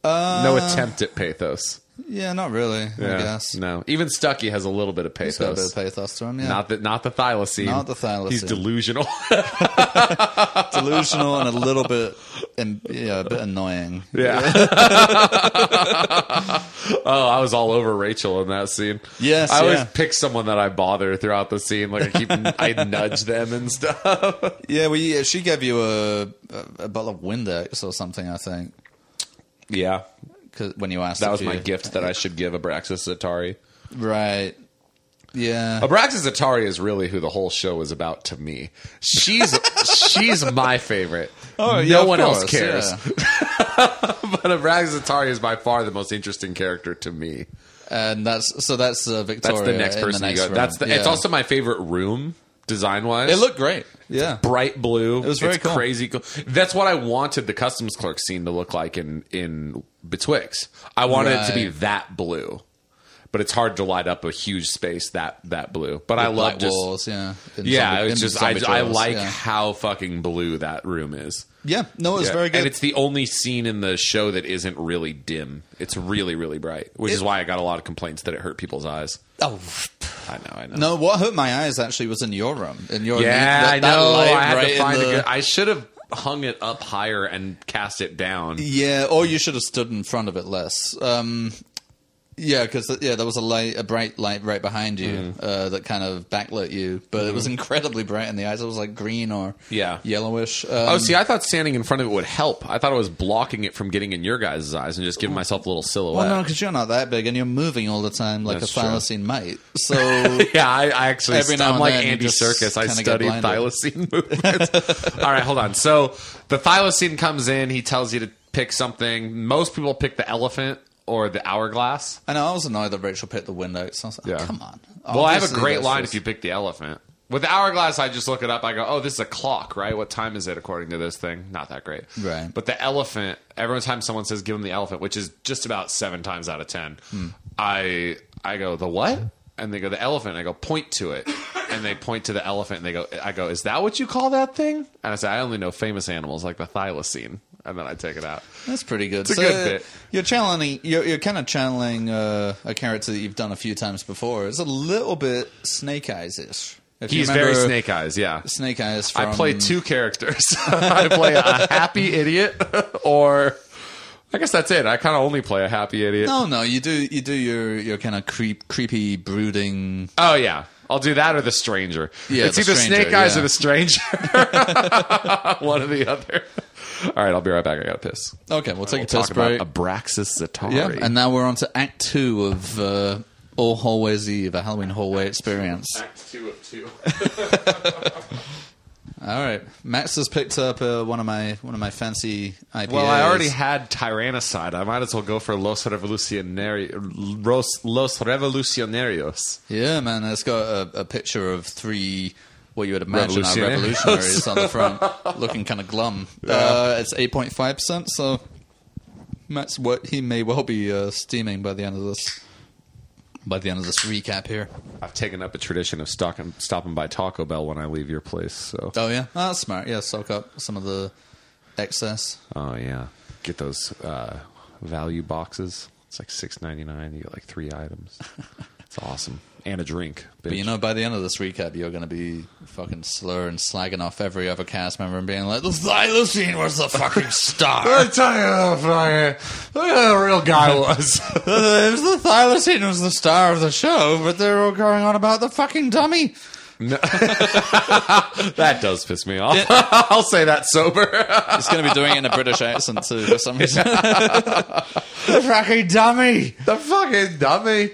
Speaker 1: no attempt at pathos.
Speaker 2: yeah, not really. Uh, I
Speaker 1: Yeah.
Speaker 2: guess
Speaker 1: No. Even Stucky has a little bit of
Speaker 2: He's got a bit of
Speaker 1: pathos.
Speaker 2: pathos to him. Yeah,
Speaker 1: Not the not the thylacine.
Speaker 2: Not the thylacine.
Speaker 1: He's delusional.
Speaker 2: delusional and a little bit, and yeah, a bit annoying.
Speaker 1: yeah. oh, I was all over Rachel in that scene.
Speaker 2: Yes,
Speaker 1: I always
Speaker 2: yeah.
Speaker 1: pick someone that I bother throughout the scene. Like I keep I nudge them and stuff.
Speaker 2: Yeah, well, yeah, she gave you a, a a bottle of Windex or something, I think,
Speaker 1: Yeah.
Speaker 2: 'cause- when you asked.
Speaker 1: That
Speaker 2: if
Speaker 1: was my
Speaker 2: you-
Speaker 1: gift that I should give Abraxas Atari.
Speaker 2: right? Yeah,
Speaker 1: Abraxas Atari is really who the whole show is about to me. She's she's my favorite. no
Speaker 2: Oh, yeah, of
Speaker 1: one else
Speaker 2: course,
Speaker 1: cares.
Speaker 2: yeah.
Speaker 1: but Abraxas Atari is by far the most interesting character to me.
Speaker 2: and that's so that's uh, Victoria.
Speaker 1: That's the next
Speaker 2: in
Speaker 1: person
Speaker 2: the
Speaker 1: you
Speaker 2: next
Speaker 1: go.
Speaker 2: room.
Speaker 1: That's the. It's
Speaker 2: Yeah.
Speaker 1: also my favorite room design wise.
Speaker 2: It looked great. Yeah.
Speaker 1: bright blue. It
Speaker 2: was very
Speaker 1: it's
Speaker 2: cool.
Speaker 1: crazy. cool. That's what I wanted the customs clerk scene to look like in in Betwixt. I wanted it to be
Speaker 2: Right.
Speaker 1: that blue, but it's hard to light up a huge space that that blue. But I love
Speaker 2: Black
Speaker 1: just.
Speaker 2: walls, yeah. In
Speaker 1: Yeah,
Speaker 2: zombie-
Speaker 1: it's
Speaker 2: in
Speaker 1: just I,
Speaker 2: zombie
Speaker 1: I
Speaker 2: trails,
Speaker 1: like
Speaker 2: Yeah.
Speaker 1: how fucking blue that room is.
Speaker 2: Yeah, no, it was
Speaker 1: Yeah.
Speaker 2: very good.
Speaker 1: And it's the only scene in the show that isn't really dim. It's really, really bright, which is
Speaker 2: It-
Speaker 1: why I got a lot of complaints that it hurt people's eyes.
Speaker 2: oh
Speaker 1: I know, I know.
Speaker 2: no, what hurt my eyes actually was in your room. In your
Speaker 1: Yeah,
Speaker 2: that-
Speaker 1: I
Speaker 2: that
Speaker 1: know.
Speaker 2: light
Speaker 1: I had
Speaker 2: right
Speaker 1: to
Speaker 2: in
Speaker 1: find a
Speaker 2: the-
Speaker 1: good. I should have hung it up higher and cast it down.
Speaker 2: Yeah, or you should have stood in front of it less. Um, yeah, because yeah, there was a light, a bright light right behind you
Speaker 1: Mm-hmm.
Speaker 2: uh, that kind of backlit you, but it was incredibly bright in the eyes. It was like green or
Speaker 1: Yeah.
Speaker 2: yellowish. Um,
Speaker 1: Oh, see, I thought standing in front of it would help. I thought it was blocking it from getting in your guys' eyes and just giving myself a little silhouette.
Speaker 2: well, Oh, no, because you're not that big and you're moving all the time like
Speaker 1: That's
Speaker 2: a
Speaker 1: true.
Speaker 2: thylacine might. So
Speaker 1: yeah, I, I actually.
Speaker 2: Every
Speaker 1: st-
Speaker 2: now
Speaker 1: I'm
Speaker 2: and
Speaker 1: like
Speaker 2: then you
Speaker 1: Andy
Speaker 2: just
Speaker 1: Circus. I
Speaker 2: kinda get
Speaker 1: study
Speaker 2: blinded.
Speaker 1: thylacine movements. All right, hold on. So the thylacine comes in. He tells you to pick something. Most people pick the elephant or the hourglass.
Speaker 2: I know I was annoyed that Rachel picked the window. So I was like,
Speaker 1: Yeah.
Speaker 2: come on.
Speaker 1: Well, I have a
Speaker 2: Obviously,
Speaker 1: great
Speaker 2: that's
Speaker 1: line
Speaker 2: just-
Speaker 1: if you pick the elephant. With the hourglass, I just look it up. I go, oh, this is a clock, right? What time is it according to this thing? Not that great.
Speaker 2: Right.
Speaker 1: But the elephant, every time someone says give him the elephant, which is just about seven times
Speaker 2: Hmm.
Speaker 1: out of ten, I I go, the what? And they go, the elephant. I go, point to it. and they point to the elephant and they go, I go, is that what you call that thing? And I say, I only know famous animals like the thylacine. And then I take it out.
Speaker 2: That's pretty good.
Speaker 1: It's a good bit.
Speaker 2: You're channeling. You're, you're kind of channeling uh, a character that you've done a few times before. It's a little bit Snake Eyes ish.
Speaker 1: He's very Snake Eyes, yeah.
Speaker 2: Snake Eyes. From,
Speaker 1: I play two characters. I play a happy idiot, or I guess that's it. I kind of only play a happy idiot.
Speaker 2: No, no. You do. You do your your kind of creep, creepy, brooding.
Speaker 1: Oh yeah, I'll do that or the stranger.
Speaker 2: Yeah,
Speaker 1: it's
Speaker 2: the
Speaker 1: either
Speaker 2: stranger,
Speaker 1: Snake Eyes
Speaker 2: yeah.
Speaker 1: or the stranger. One or the other. All right, I'll be right back. I got to piss.
Speaker 2: Okay, we'll take a
Speaker 1: Talk
Speaker 2: piss break.
Speaker 1: about Abraxas Zatari.
Speaker 2: yeah, and now we're on to Act Two of uh, All Hallways Eve, a Halloween hallway experience.
Speaker 1: two of two.
Speaker 2: All right, Max has picked up uh, one of my one of my fancy IPAs.
Speaker 1: Well, I already had Tyrannicide. I might as well go for Los Revolucionari- Los, Los Revolucionarios.
Speaker 2: Yeah, man, it's got a, a picture of three what you would imagine are
Speaker 1: Revolutionaries.
Speaker 2: revolutionaries on the front, looking kind of glum. Uh, it's eight point five percent, so that's what he may well be uh, steaming by the end of this. By the end of this recap here.
Speaker 1: I've taken up a tradition of stocking, stopping by Taco Bell when I leave your place. So,
Speaker 2: Oh yeah, oh, that's smart. Yeah, soak up some of the excess.
Speaker 1: oh yeah, get those uh, value boxes. It's like six ninety nine. You get like three items. It's awesome and a drink.
Speaker 2: But you
Speaker 1: bitch.
Speaker 2: know, by the end of this recap, you're going to be fucking slurring, slagging off every other cast member and being like, "The xylosine was the fucking star."
Speaker 1: I tell you, the real guy was.
Speaker 2: it was the thylacine was the star of the show, but they're all going on about the fucking dummy.
Speaker 1: that does piss me off. I'll say that sober.
Speaker 2: It's going to be doing it in a British accent too for some reason. the fucking dummy.
Speaker 1: the fucking dummy.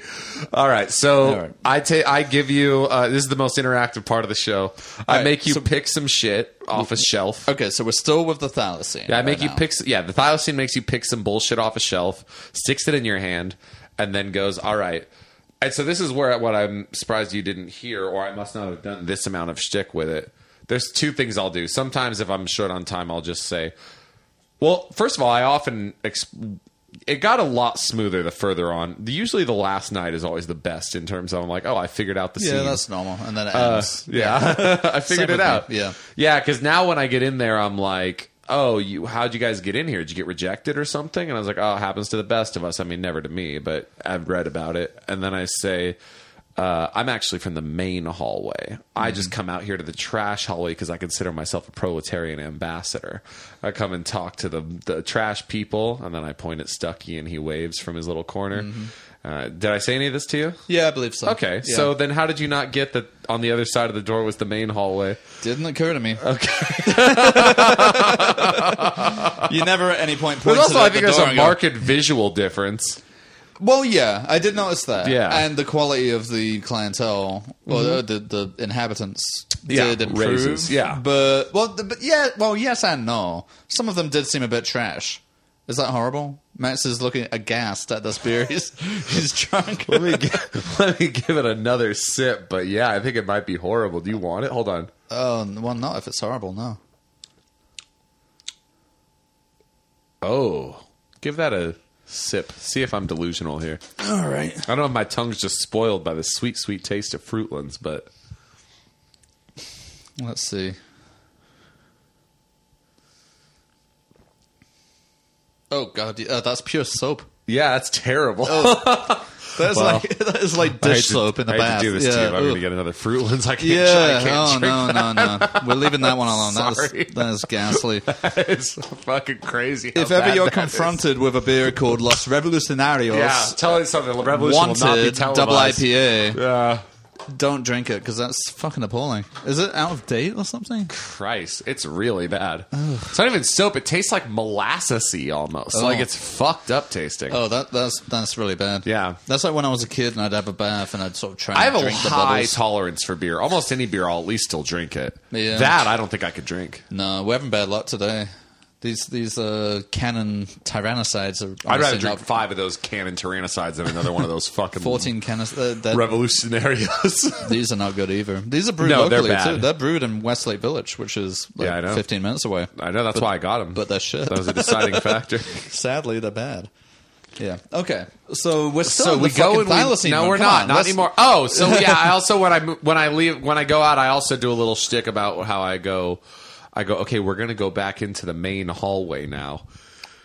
Speaker 1: All right, so
Speaker 2: All right.
Speaker 1: I take I give you uh, this is the most interactive part of the show. I
Speaker 2: right,
Speaker 1: make you
Speaker 2: so-
Speaker 1: pick some shit off a shelf.
Speaker 2: Okay, so we're still with the thylacine.
Speaker 1: Yeah, I
Speaker 2: right
Speaker 1: make you
Speaker 2: now.
Speaker 1: pick. Yeah, the thylacine makes you pick some bullshit off a shelf, sticks it in your hand, and then goes, "All right." And so this is where what I'm surprised you didn't hear, or I must not have done this amount of shtick with it. There's two things I'll do. Sometimes if I'm short on time, I'll just say, "Well, first of all, I often." Ex- it got a lot smoother the further on. Usually, the last night is always the best in terms of I'm like, oh, I figured out the
Speaker 2: Yeah,
Speaker 1: scene.
Speaker 2: that's normal. And then it
Speaker 1: Uh,
Speaker 2: ends.
Speaker 1: Yeah, I figured it
Speaker 2: Same with me.
Speaker 1: out.
Speaker 2: Yeah.
Speaker 1: yeah, because now when I get in there, I'm like, oh, you, how'd you guys get in here? Did you get rejected or something? And I was like, oh, it happens to the best of us. I mean, never to me, but I've read about it. And then I say. Uh, I'm actually from the main hallway. I just
Speaker 2: Mm-hmm.
Speaker 1: come out here to the trash hallway because I consider myself a proletarian ambassador. I come and talk to the the trash people, and then I point at Stucky, and he waves from his little corner.
Speaker 2: Mm-hmm.
Speaker 1: Uh, did I say any of this to you?
Speaker 2: yeah, I believe so.
Speaker 1: Okay,
Speaker 2: Yeah.
Speaker 1: so then how did you not get that on the other side of the door was the main hallway?
Speaker 2: Didn't occur to me. Okay. you never at any point
Speaker 1: But
Speaker 2: pointed
Speaker 1: also,
Speaker 2: at
Speaker 1: I think
Speaker 2: the
Speaker 1: there's
Speaker 2: door
Speaker 1: a
Speaker 2: and go,
Speaker 1: marked visual difference.
Speaker 2: Well, yeah, I did notice that.
Speaker 1: Yeah. Mm-hmm.
Speaker 2: and the quality of the clientele or the, the the inhabitants
Speaker 1: Yeah,
Speaker 2: did improve.
Speaker 1: raises, yeah.
Speaker 2: but well, the, but yeah, well, yes and no. Some of them did seem a bit trash. Is that horrible? Max is looking aghast at this beer. He's, he's drunk.
Speaker 1: Let me, give, let me give it another sip, but yeah, I think it might be horrible. Do you want it? Hold on.
Speaker 2: Oh well, not if it's horrible. No.
Speaker 1: Oh, give that a sip. See if I'm delusional here.
Speaker 2: All right.
Speaker 1: I don't know if my tongue's just spoiled by the sweet, sweet taste of Fruitlands, but
Speaker 2: Let's see. Oh god, yeah, that's pure soap.
Speaker 1: yeah, that's terrible.
Speaker 2: That's
Speaker 1: Oh. Wow.
Speaker 2: like that is like
Speaker 1: I hate
Speaker 2: dish
Speaker 1: to-
Speaker 2: soap in Oh, the
Speaker 1: I hate
Speaker 2: bath.
Speaker 1: to do this
Speaker 2: yeah.
Speaker 1: to you. but I'm
Speaker 2: ugh.
Speaker 1: going to get another Fruitlands. I can't,
Speaker 2: Yeah.
Speaker 1: I can't
Speaker 2: oh
Speaker 1: drink
Speaker 2: no, no, no. We're leaving that one alone. That is,
Speaker 1: Sorry.
Speaker 2: that is ghastly.
Speaker 1: that. It's fucking crazy. how
Speaker 2: if ever
Speaker 1: bad
Speaker 2: you're
Speaker 1: that is.
Speaker 2: confronted with a beer called Los Revolucionarios,
Speaker 1: Yeah, tell it something. Revolution will not be
Speaker 2: wanted
Speaker 1: televised.
Speaker 2: double IPA,
Speaker 1: Yeah.
Speaker 2: don't drink it because that's fucking appalling. Is it out of date or something?
Speaker 1: Christ, it's really bad. It's not even soap. It tastes like molassesy almost.
Speaker 2: Oh.
Speaker 1: Like it's fucked up tasting.
Speaker 2: Oh, that that's that's really bad.
Speaker 1: Yeah.
Speaker 2: that's like when I was a kid and I'd have a bath and I'd sort of try.
Speaker 1: I
Speaker 2: and
Speaker 1: have a
Speaker 2: drink the
Speaker 1: high
Speaker 2: bubbles.
Speaker 1: tolerance for beer. Almost any beer, I'll at least still drink it.
Speaker 2: Yeah.
Speaker 1: That I don't think I could drink.
Speaker 2: No, we're having bad luck today. These these uh, cannon tyrannicides are.
Speaker 1: I'd rather
Speaker 2: obviously
Speaker 1: drink
Speaker 2: not-
Speaker 1: five of those cannon tyrannicides than another one of those fucking
Speaker 2: fourteen cannons. Uh, they're-
Speaker 1: revolutionarios.
Speaker 2: These are not good either. These are brewed
Speaker 1: No, they're
Speaker 2: locally
Speaker 1: bad.
Speaker 2: too. They're brewed in Westlake Village, which is like
Speaker 1: Yeah, I know.
Speaker 2: 15 minutes away.
Speaker 1: I know that's why I got them,
Speaker 2: But they're shit.
Speaker 1: that was a deciding factor.
Speaker 2: Sadly, they're bad. Yeah. Okay. So we're still
Speaker 1: so
Speaker 2: in
Speaker 1: we
Speaker 2: the
Speaker 1: go
Speaker 2: fucking
Speaker 1: and we,
Speaker 2: thylacine
Speaker 1: no,
Speaker 2: one.
Speaker 1: we're
Speaker 2: Come
Speaker 1: not,
Speaker 2: on,
Speaker 1: not
Speaker 2: let's-
Speaker 1: anymore. Oh, so yeah, I also when I mo- when I leave when I go out, I also do a little shtick about how I go. I go, okay, we're gonna go back into the main hallway now.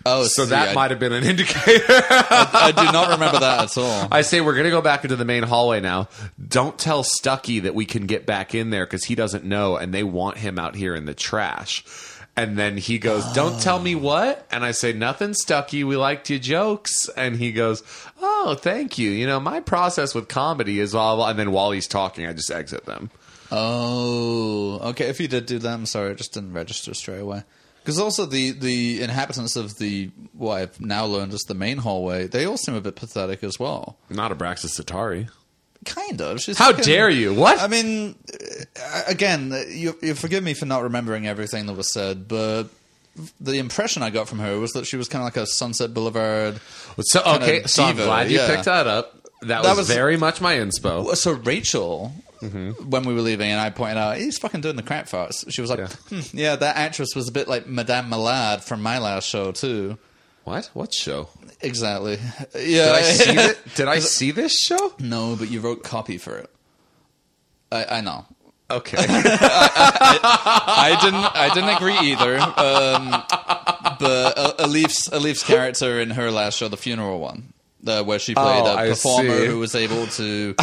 Speaker 2: Oh,
Speaker 1: So
Speaker 2: see,
Speaker 1: that
Speaker 2: I,
Speaker 1: might have been an indicator.
Speaker 2: I do not remember that at all.
Speaker 1: I say we're gonna go back into the main hallway now. Don't tell Stucky that we can get back in there because he doesn't know, and they want him out here in the trash. And then he goes, "Don't tell me what." And I say, "Nothing, Stucky. We liked your jokes." And he goes, "Oh, thank you. You know, my process with comedy is all." And then while he's talking, I just exit them.
Speaker 2: Oh, okay. If you did do that, I'm sorry, it just didn't register straight away. Because also the the inhabitants of the what I've now learned is the main hallway, they all seem a bit pathetic as well.
Speaker 1: Not Abraxas Atari.
Speaker 2: Kind of. She's
Speaker 1: How
Speaker 2: fucking-
Speaker 1: dare you? What?
Speaker 2: I mean, uh, again, you, you forgive me for not remembering everything that was said, but the impression I got from her was that she was kind of like a Sunset Boulevard.
Speaker 1: so
Speaker 2: kinda
Speaker 1: okay, so I'm
Speaker 2: diva,
Speaker 1: glad you
Speaker 2: yeah.
Speaker 1: picked that up. That,
Speaker 2: That
Speaker 1: was,
Speaker 2: was-
Speaker 1: very much my inspo.
Speaker 2: Well, So Rachel, when we were leaving, and I pointed out he's fucking doing the crap farts. She was like,
Speaker 1: Mm-hmm. Yeah.
Speaker 2: yeah. Hmm, "Yeah, that actress was a bit like Madame Malade from my last show too."
Speaker 1: What? What show?
Speaker 2: Exactly.
Speaker 1: Did
Speaker 2: Yeah.
Speaker 1: I see it? Did I see this show?
Speaker 2: no, but you wrote copy for it. I, I know.
Speaker 1: Okay.
Speaker 2: I didn't. I didn't agree either. Um, but uh, Elif's Elif's character in her last show, the funeral one, uh, where she played
Speaker 1: Oh, I
Speaker 2: a performer
Speaker 1: see.
Speaker 2: who was able to.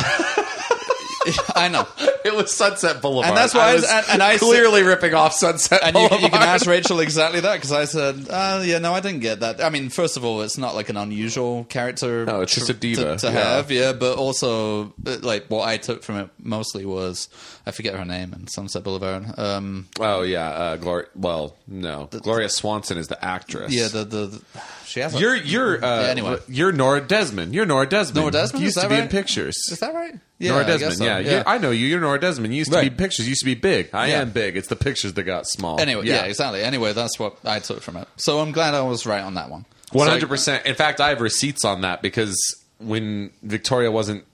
Speaker 2: I know.
Speaker 1: It was Sunset Boulevard.
Speaker 2: And that's why I was- and- and I-
Speaker 1: clearly ripping off Sunset
Speaker 2: And you,
Speaker 1: Boulevard.
Speaker 2: can- you can ask Rachel exactly that because I said, uh, yeah, no, I didn't get that. I mean, first of all, it's not like an unusual character.
Speaker 1: No, it's just a
Speaker 2: tr-
Speaker 1: diva,
Speaker 2: to, to
Speaker 1: yeah.
Speaker 2: have, yeah. But also, uh, like what I took from it mostly was I forget her name in Sunset Boulevard. Um,
Speaker 1: oh yeah, uh, Gloria. Well, no, Gloria Swanson is the actress.
Speaker 2: yeah, the, the the she has. a-
Speaker 1: you're you're uh,
Speaker 2: Yeah, anyway.
Speaker 1: you're Nora Desmond. You're Nora Desmond.
Speaker 2: Nora Desmond,
Speaker 1: You used
Speaker 2: is
Speaker 1: to
Speaker 2: that
Speaker 1: be in
Speaker 2: right?
Speaker 1: pictures.
Speaker 2: is that right? Yeah,
Speaker 1: Nora
Speaker 2: I guess
Speaker 1: Desmond.
Speaker 2: so,
Speaker 1: yeah, You're- I know you. You're Nora Desmond. You used to be
Speaker 2: Right.
Speaker 1: pictures. You used to be big. I
Speaker 2: Yeah.
Speaker 1: am big. It's the pictures that got small.
Speaker 2: Anyway, yeah. exactly. Anyway, that's what I took from it. So I'm glad I was right on that one. So-
Speaker 1: One hundred percent. In fact, I have receipts on that because when Victoria wasn't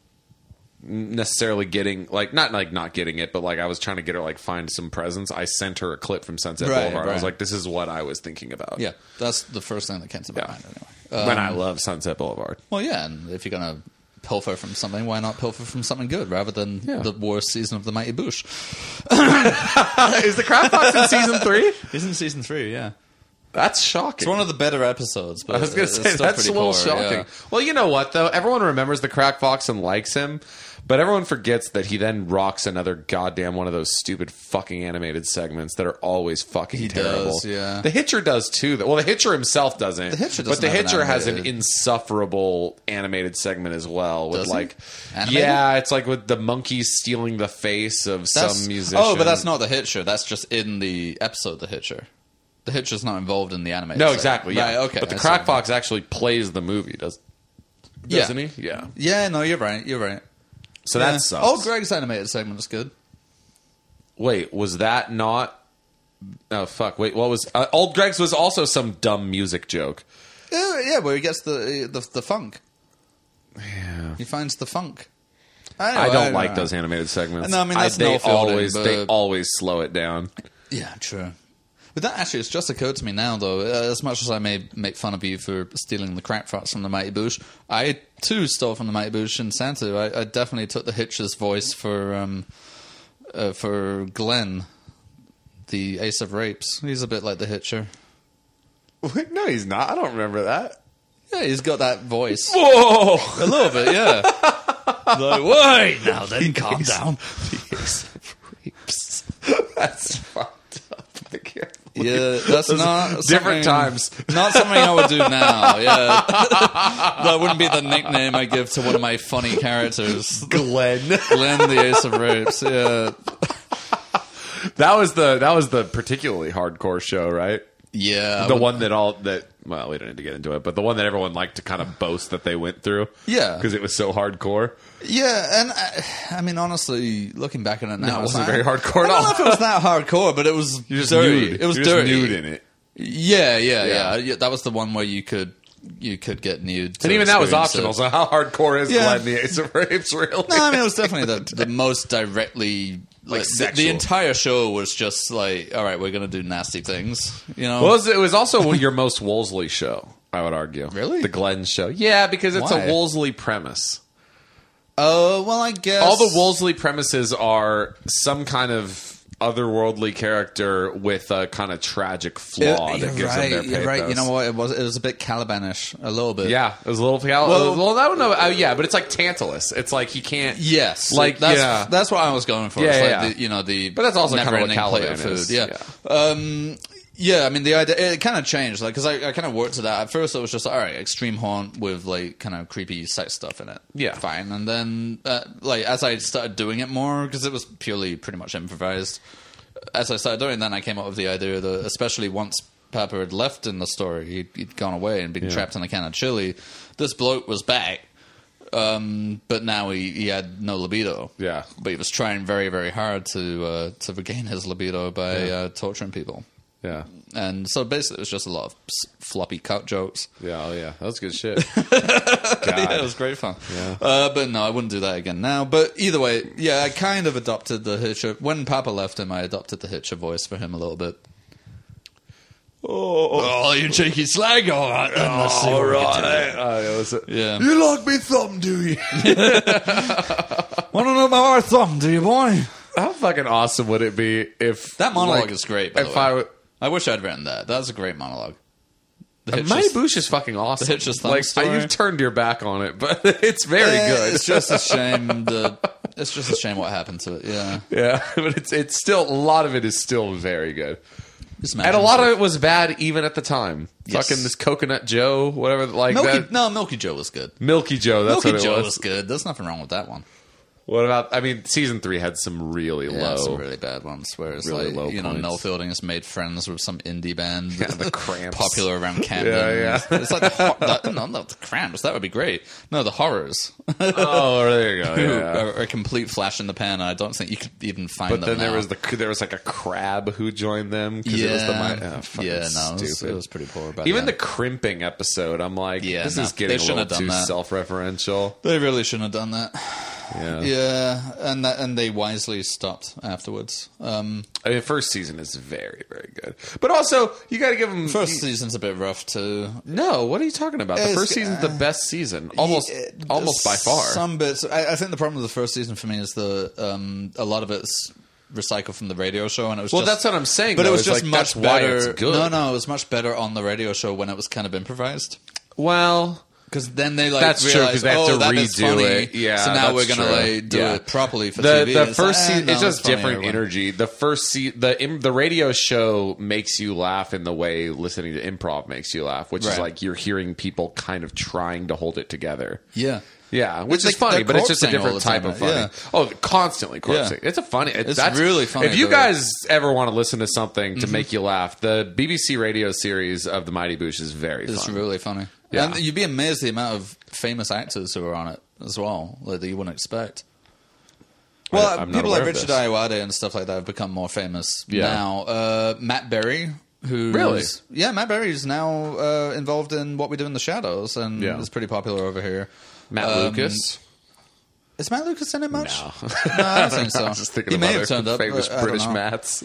Speaker 1: necessarily getting like not like not getting it, but like I was trying to get her like find some presents. I sent her a clip from Sunset
Speaker 2: Right,
Speaker 1: Boulevard. I was
Speaker 2: right.
Speaker 1: like, "This is what I was thinking about."
Speaker 2: Yeah, Um, that's the first thing that came to my
Speaker 1: Yeah.
Speaker 2: mind. Anyway,
Speaker 1: But I love Sunset Boulevard.
Speaker 2: Well, yeah, and if you're going to pilfer from something, why not pilfer from something good rather than
Speaker 1: Yeah.
Speaker 2: the worst season of the Mighty Boosh?
Speaker 1: is the Crab Box in season three?
Speaker 2: Isn't season three? Yeah,
Speaker 1: That's shocking.
Speaker 2: it's one of the better episodes. But
Speaker 1: I was going to
Speaker 2: it's
Speaker 1: say
Speaker 2: still
Speaker 1: that's a
Speaker 2: pretty
Speaker 1: little
Speaker 2: poor, yeah.
Speaker 1: shocking. Well, you know what though? Everyone remembers the crack fox and likes him, but everyone forgets that he then rocks another goddamn one of those stupid fucking animated segments that are always fucking
Speaker 2: He does,
Speaker 1: terrible.
Speaker 2: yeah.
Speaker 1: the Hitcher does too. though. Well, the Hitcher himself doesn't. The
Speaker 2: Hitcher
Speaker 1: but
Speaker 2: doesn't
Speaker 1: the
Speaker 2: have an
Speaker 1: Hitcher has an
Speaker 2: animated-
Speaker 1: insufferable animated segment as well with
Speaker 2: Does he?
Speaker 1: like,
Speaker 2: Animated?
Speaker 1: yeah, it's like with the monkeys stealing the face of
Speaker 2: That's-
Speaker 1: some musician.
Speaker 2: Oh, but that's not the Hitcher. That's just in the episode. The Hitcher. The Hitcher's not involved in the anime.
Speaker 1: No, exactly. Yeah.
Speaker 2: Right, okay.
Speaker 1: But the
Speaker 2: I see.
Speaker 1: crack fox actually plays the movie, does,
Speaker 2: Yeah.
Speaker 1: doesn't he? Yeah.
Speaker 2: Yeah. No, you're right. You're right.
Speaker 1: So
Speaker 2: yeah.
Speaker 1: that sucks.
Speaker 2: Oh, Greg's animated segment is good.
Speaker 1: Wait, was that not? Oh fuck! Wait, what was uh, old Greg's was also some dumb music joke.
Speaker 2: Yeah, yeah, where he gets the the, the funk. Yeah. He finds the funk. know,
Speaker 1: I don't
Speaker 2: know.
Speaker 1: like those animated segments.
Speaker 2: No, I mean, that's
Speaker 1: they
Speaker 2: no filter,
Speaker 1: always they
Speaker 2: but-
Speaker 1: always slow it down.
Speaker 2: Yeah, true. But that actually, it's just occurred to me now, though. Uh, as much as I may make fun of you for stealing the crack farts from the Mighty Boosh, I too stole from the Mighty Boosh and Santa. I, I definitely took the Hitcher's voice for um, uh, for Glenn, the Ace of Rapes. He's a bit like the Hitcher.
Speaker 1: no, he's not. I don't remember that.
Speaker 2: Yeah, he's got that voice
Speaker 1: Whoa!
Speaker 2: a little bit. Yeah. like, wait now, then calm down.
Speaker 1: That's fucked up. I can't believe-
Speaker 2: Yeah, that's not something-
Speaker 1: different times.
Speaker 2: Not something I would do now. Yeah, that wouldn't be the nickname I give to one of my funny characters,
Speaker 1: Glenn.
Speaker 2: Glenn the Ace of Rapes. Yeah,
Speaker 1: that was the that was the particularly hardcore show, right?
Speaker 2: yeah, I
Speaker 1: the
Speaker 2: would-
Speaker 1: one that all that well we don't need to get into it but the one that everyone liked to kind of boast that they went through
Speaker 2: Yeah.
Speaker 1: because it was so hardcore
Speaker 2: yeah. And uh, I, I mean, honestly, looking back on it now,
Speaker 1: it
Speaker 2: it's
Speaker 1: wasn't
Speaker 2: not-
Speaker 1: very hardcore at
Speaker 2: I don't
Speaker 1: all.
Speaker 2: know if it was that hardcore, but it was
Speaker 1: you're just
Speaker 2: dirty.
Speaker 1: nude
Speaker 2: It was
Speaker 1: you're
Speaker 2: dirty.
Speaker 1: just nude in it
Speaker 2: Yeah,
Speaker 1: Yeah.
Speaker 2: yeah, yeah, yeah. That was the one where you could you could get nude, to
Speaker 1: and even that was
Speaker 2: experience
Speaker 1: optional
Speaker 2: it.
Speaker 1: so how hardcore is
Speaker 2: Yeah.
Speaker 1: Glenn the Ace of Rapes really
Speaker 2: No, I mean it was definitely the the most directly like, the-
Speaker 1: sexual.
Speaker 2: the entire show was just like, all right, we're gonna do nasty things, you know.
Speaker 1: well, it was, it was also your most Wolseley show I would argue.
Speaker 2: Really?
Speaker 1: The Glenn show. Yeah, because it's
Speaker 2: Why?
Speaker 1: a Wolseley premise.
Speaker 2: Oh well, I guess
Speaker 1: All the Wolseley premises are some kind of otherworldly character with a kind of tragic flaw
Speaker 2: You're
Speaker 1: that gives them
Speaker 2: right.
Speaker 1: their
Speaker 2: you're
Speaker 1: pathos.
Speaker 2: right. You know what? It was it was a bit Calibanish, a little bit.
Speaker 1: Yeah, it was a little. Cal- well, I don't know. Uh, yeah, but it's like Tantalus. It's like he can't.
Speaker 2: Yes,
Speaker 1: Like,
Speaker 2: that's
Speaker 1: yeah.
Speaker 2: that's what I was going for.
Speaker 1: Yeah,
Speaker 2: it's like
Speaker 1: yeah.
Speaker 2: The, you know the,
Speaker 1: But that's also kinda what
Speaker 2: never-ending plate
Speaker 1: Caliban is,
Speaker 2: Yeah, Um, yeah. I mean, the idea it kind of changed, like because I, I kind of worked to that. At first, it was just all right, extreme haunt with like kind of creepy sex stuff in it.
Speaker 1: Yeah.
Speaker 2: fine. And then uh, like as I started doing it more, because it was purely pretty much improvised. As I started doing, it, then I came up with the idea that especially once. Papa had left in the story. He'd, he'd gone away and been trapped in a can of chili. This bloke was back, um, but now he, he had no libido.
Speaker 1: Yeah.
Speaker 2: but he was trying very very hard to uh, to regain his libido by uh, torturing people.
Speaker 1: Yeah.
Speaker 2: And so basically, it was just a lot of s- floppy cut jokes.
Speaker 1: Yeah. Oh, yeah. That was good shit. God.
Speaker 2: Yeah, it was great fun. Uh, but no, I wouldn't do that again now. But either way, yeah, I kind of adopted the Hitcher. When Papa left him, I adopted the Hitcher voice for him a little bit.
Speaker 3: Oh,
Speaker 2: Oh, you cheeky slag! All right, then, let's see what we can do.
Speaker 1: Oh, it was a-
Speaker 2: Yeah.
Speaker 1: You like me thumb, do you?
Speaker 2: Want to know about our thumb, do you, boy?
Speaker 1: How fucking awesome would it be if
Speaker 2: That monologue
Speaker 1: like,
Speaker 2: is great. By
Speaker 1: if
Speaker 2: the way.
Speaker 1: I w-
Speaker 2: I wish I'd written that. That was a great monologue. The Hitcher's-
Speaker 1: Matty Bush is fucking awesome.
Speaker 2: The Hitcher's Thumb
Speaker 1: like
Speaker 2: story.
Speaker 1: I, you've turned your back on it, but it's very
Speaker 2: Eh,
Speaker 1: good.
Speaker 2: It's just a shame. The it's just a shame what happened to it. Yeah,
Speaker 1: yeah, but it's it's still a lot of it is still very good,
Speaker 2: Just
Speaker 1: and a
Speaker 2: imagine
Speaker 1: lot
Speaker 2: if-
Speaker 1: of it was bad even at the time.
Speaker 2: Yes.
Speaker 1: Fucking this Coconut Joe, whatever, like
Speaker 2: Milky.
Speaker 1: that.
Speaker 2: No, Milky Joe was good.
Speaker 1: Milky Joe. That's
Speaker 2: Milky
Speaker 1: what it
Speaker 2: Joe
Speaker 1: was.
Speaker 2: was. good. There's nothing wrong with that one.
Speaker 1: What about? I mean, season three had some really
Speaker 2: Yeah,
Speaker 1: low.
Speaker 2: some really bad ones. Whereas,
Speaker 1: Really low
Speaker 2: like you know,
Speaker 1: points.
Speaker 2: Noel Fielding has made friends with some indie band.
Speaker 1: Yeah, the Cramps.
Speaker 2: popular around Camden.
Speaker 1: Yeah, yeah.
Speaker 2: It's like the, hor- the, no, no, the Cramps. That would be great. No, the Horrors.
Speaker 1: oh, there you go.
Speaker 2: who
Speaker 1: yeah.
Speaker 2: are a complete flash in the pan. and I don't think you could even find
Speaker 1: But
Speaker 2: them.
Speaker 1: then there
Speaker 2: now.
Speaker 1: was the there was like a crab who joined them because
Speaker 2: yeah,
Speaker 1: it was the mi- oh, fucking
Speaker 2: yeah, no, it was,
Speaker 1: stupid.
Speaker 2: it was pretty poor. By
Speaker 1: Even
Speaker 2: then.
Speaker 1: the crimping episode, I'm like,
Speaker 2: Yeah,
Speaker 1: this
Speaker 2: no,
Speaker 1: is getting
Speaker 2: they
Speaker 1: a
Speaker 2: shouldn't
Speaker 1: little
Speaker 2: have done
Speaker 1: too
Speaker 2: that.
Speaker 1: self-referential.
Speaker 2: they really shouldn't have done that.
Speaker 1: Yeah.
Speaker 2: Yeah, and that, and they wisely stopped afterwards. Um,
Speaker 1: I mean, first season is very, very good, but also you got to give them
Speaker 2: first season's a bit rough too,
Speaker 1: No, what are you talking about? The
Speaker 2: It's- uh,
Speaker 1: first season's the best season, almost,
Speaker 2: Yeah,
Speaker 1: almost by far.
Speaker 2: uh, Some bits. I, I think the problem with the first season for me is the um, a lot of it's recycled from the radio show, and it was
Speaker 1: well,
Speaker 2: just,
Speaker 1: that's what I'm saying.
Speaker 2: But it
Speaker 1: though,
Speaker 2: was
Speaker 1: is,
Speaker 2: just
Speaker 1: like,
Speaker 2: much
Speaker 1: that's why
Speaker 2: better.
Speaker 1: it's good.
Speaker 2: No, no, it was much better on the radio show when it was kind of improvised.
Speaker 1: Well,
Speaker 2: Because then they like
Speaker 1: That's true,
Speaker 2: realized,
Speaker 1: 'cause they have
Speaker 2: oh,
Speaker 1: to
Speaker 2: that bit's
Speaker 1: redo
Speaker 2: funny.
Speaker 1: it. Yeah,
Speaker 2: so now we're
Speaker 1: that's
Speaker 2: gonna
Speaker 1: true.
Speaker 2: like do
Speaker 1: Yeah.
Speaker 2: it properly for
Speaker 1: the
Speaker 2: TV.
Speaker 1: the
Speaker 2: and it's
Speaker 1: first
Speaker 2: like, eh,
Speaker 1: season
Speaker 2: no,
Speaker 1: it's just
Speaker 2: funnier
Speaker 1: different
Speaker 2: when-
Speaker 1: energy. The first se- the im- the radio show makes you laugh in the way listening to improv makes you laugh, which
Speaker 2: Right.
Speaker 1: is like you're hearing people kind of trying to hold it together.
Speaker 2: Yeah,
Speaker 1: Yeah, which
Speaker 2: like
Speaker 1: is funny,
Speaker 2: they're
Speaker 1: but it's just a
Speaker 2: corpsing all
Speaker 1: different
Speaker 2: the
Speaker 1: type
Speaker 2: time,
Speaker 1: of funny.
Speaker 2: yeah.
Speaker 1: Oh, constantly corpsing.
Speaker 2: Yeah.
Speaker 1: It's a funny. It's
Speaker 2: really funny,
Speaker 1: If you
Speaker 2: though. Mm-hmm.
Speaker 1: guys ever want to listen to something to make you laugh, the BBC radio series of the Mighty Boosh is very
Speaker 2: it's
Speaker 1: fun.
Speaker 2: really funny.
Speaker 1: Yeah.
Speaker 2: and you'd be amazed the amount of famous actors who are on it as well, like that you wouldn't expect. Well,
Speaker 1: I'm not
Speaker 2: people like
Speaker 1: aware of
Speaker 2: Richard
Speaker 1: this.
Speaker 2: Ayoade and stuff like that have become more famous
Speaker 1: Yeah.
Speaker 2: now. Uh, Matt Berry, who
Speaker 1: Really?
Speaker 2: yeah, Matt Berry is now uh, involved in What We Do in the Shadows and
Speaker 1: Yeah.
Speaker 2: is pretty popular over here.
Speaker 1: Matt
Speaker 2: Um,
Speaker 1: Lucas.
Speaker 2: Is Matt Lucas in it much?
Speaker 1: No.
Speaker 2: I don't think so.
Speaker 1: I was just thinking
Speaker 2: he
Speaker 1: about
Speaker 2: may
Speaker 1: other
Speaker 2: have turned up.
Speaker 1: famous
Speaker 2: but uh, I don't
Speaker 1: British
Speaker 2: know.
Speaker 1: mats.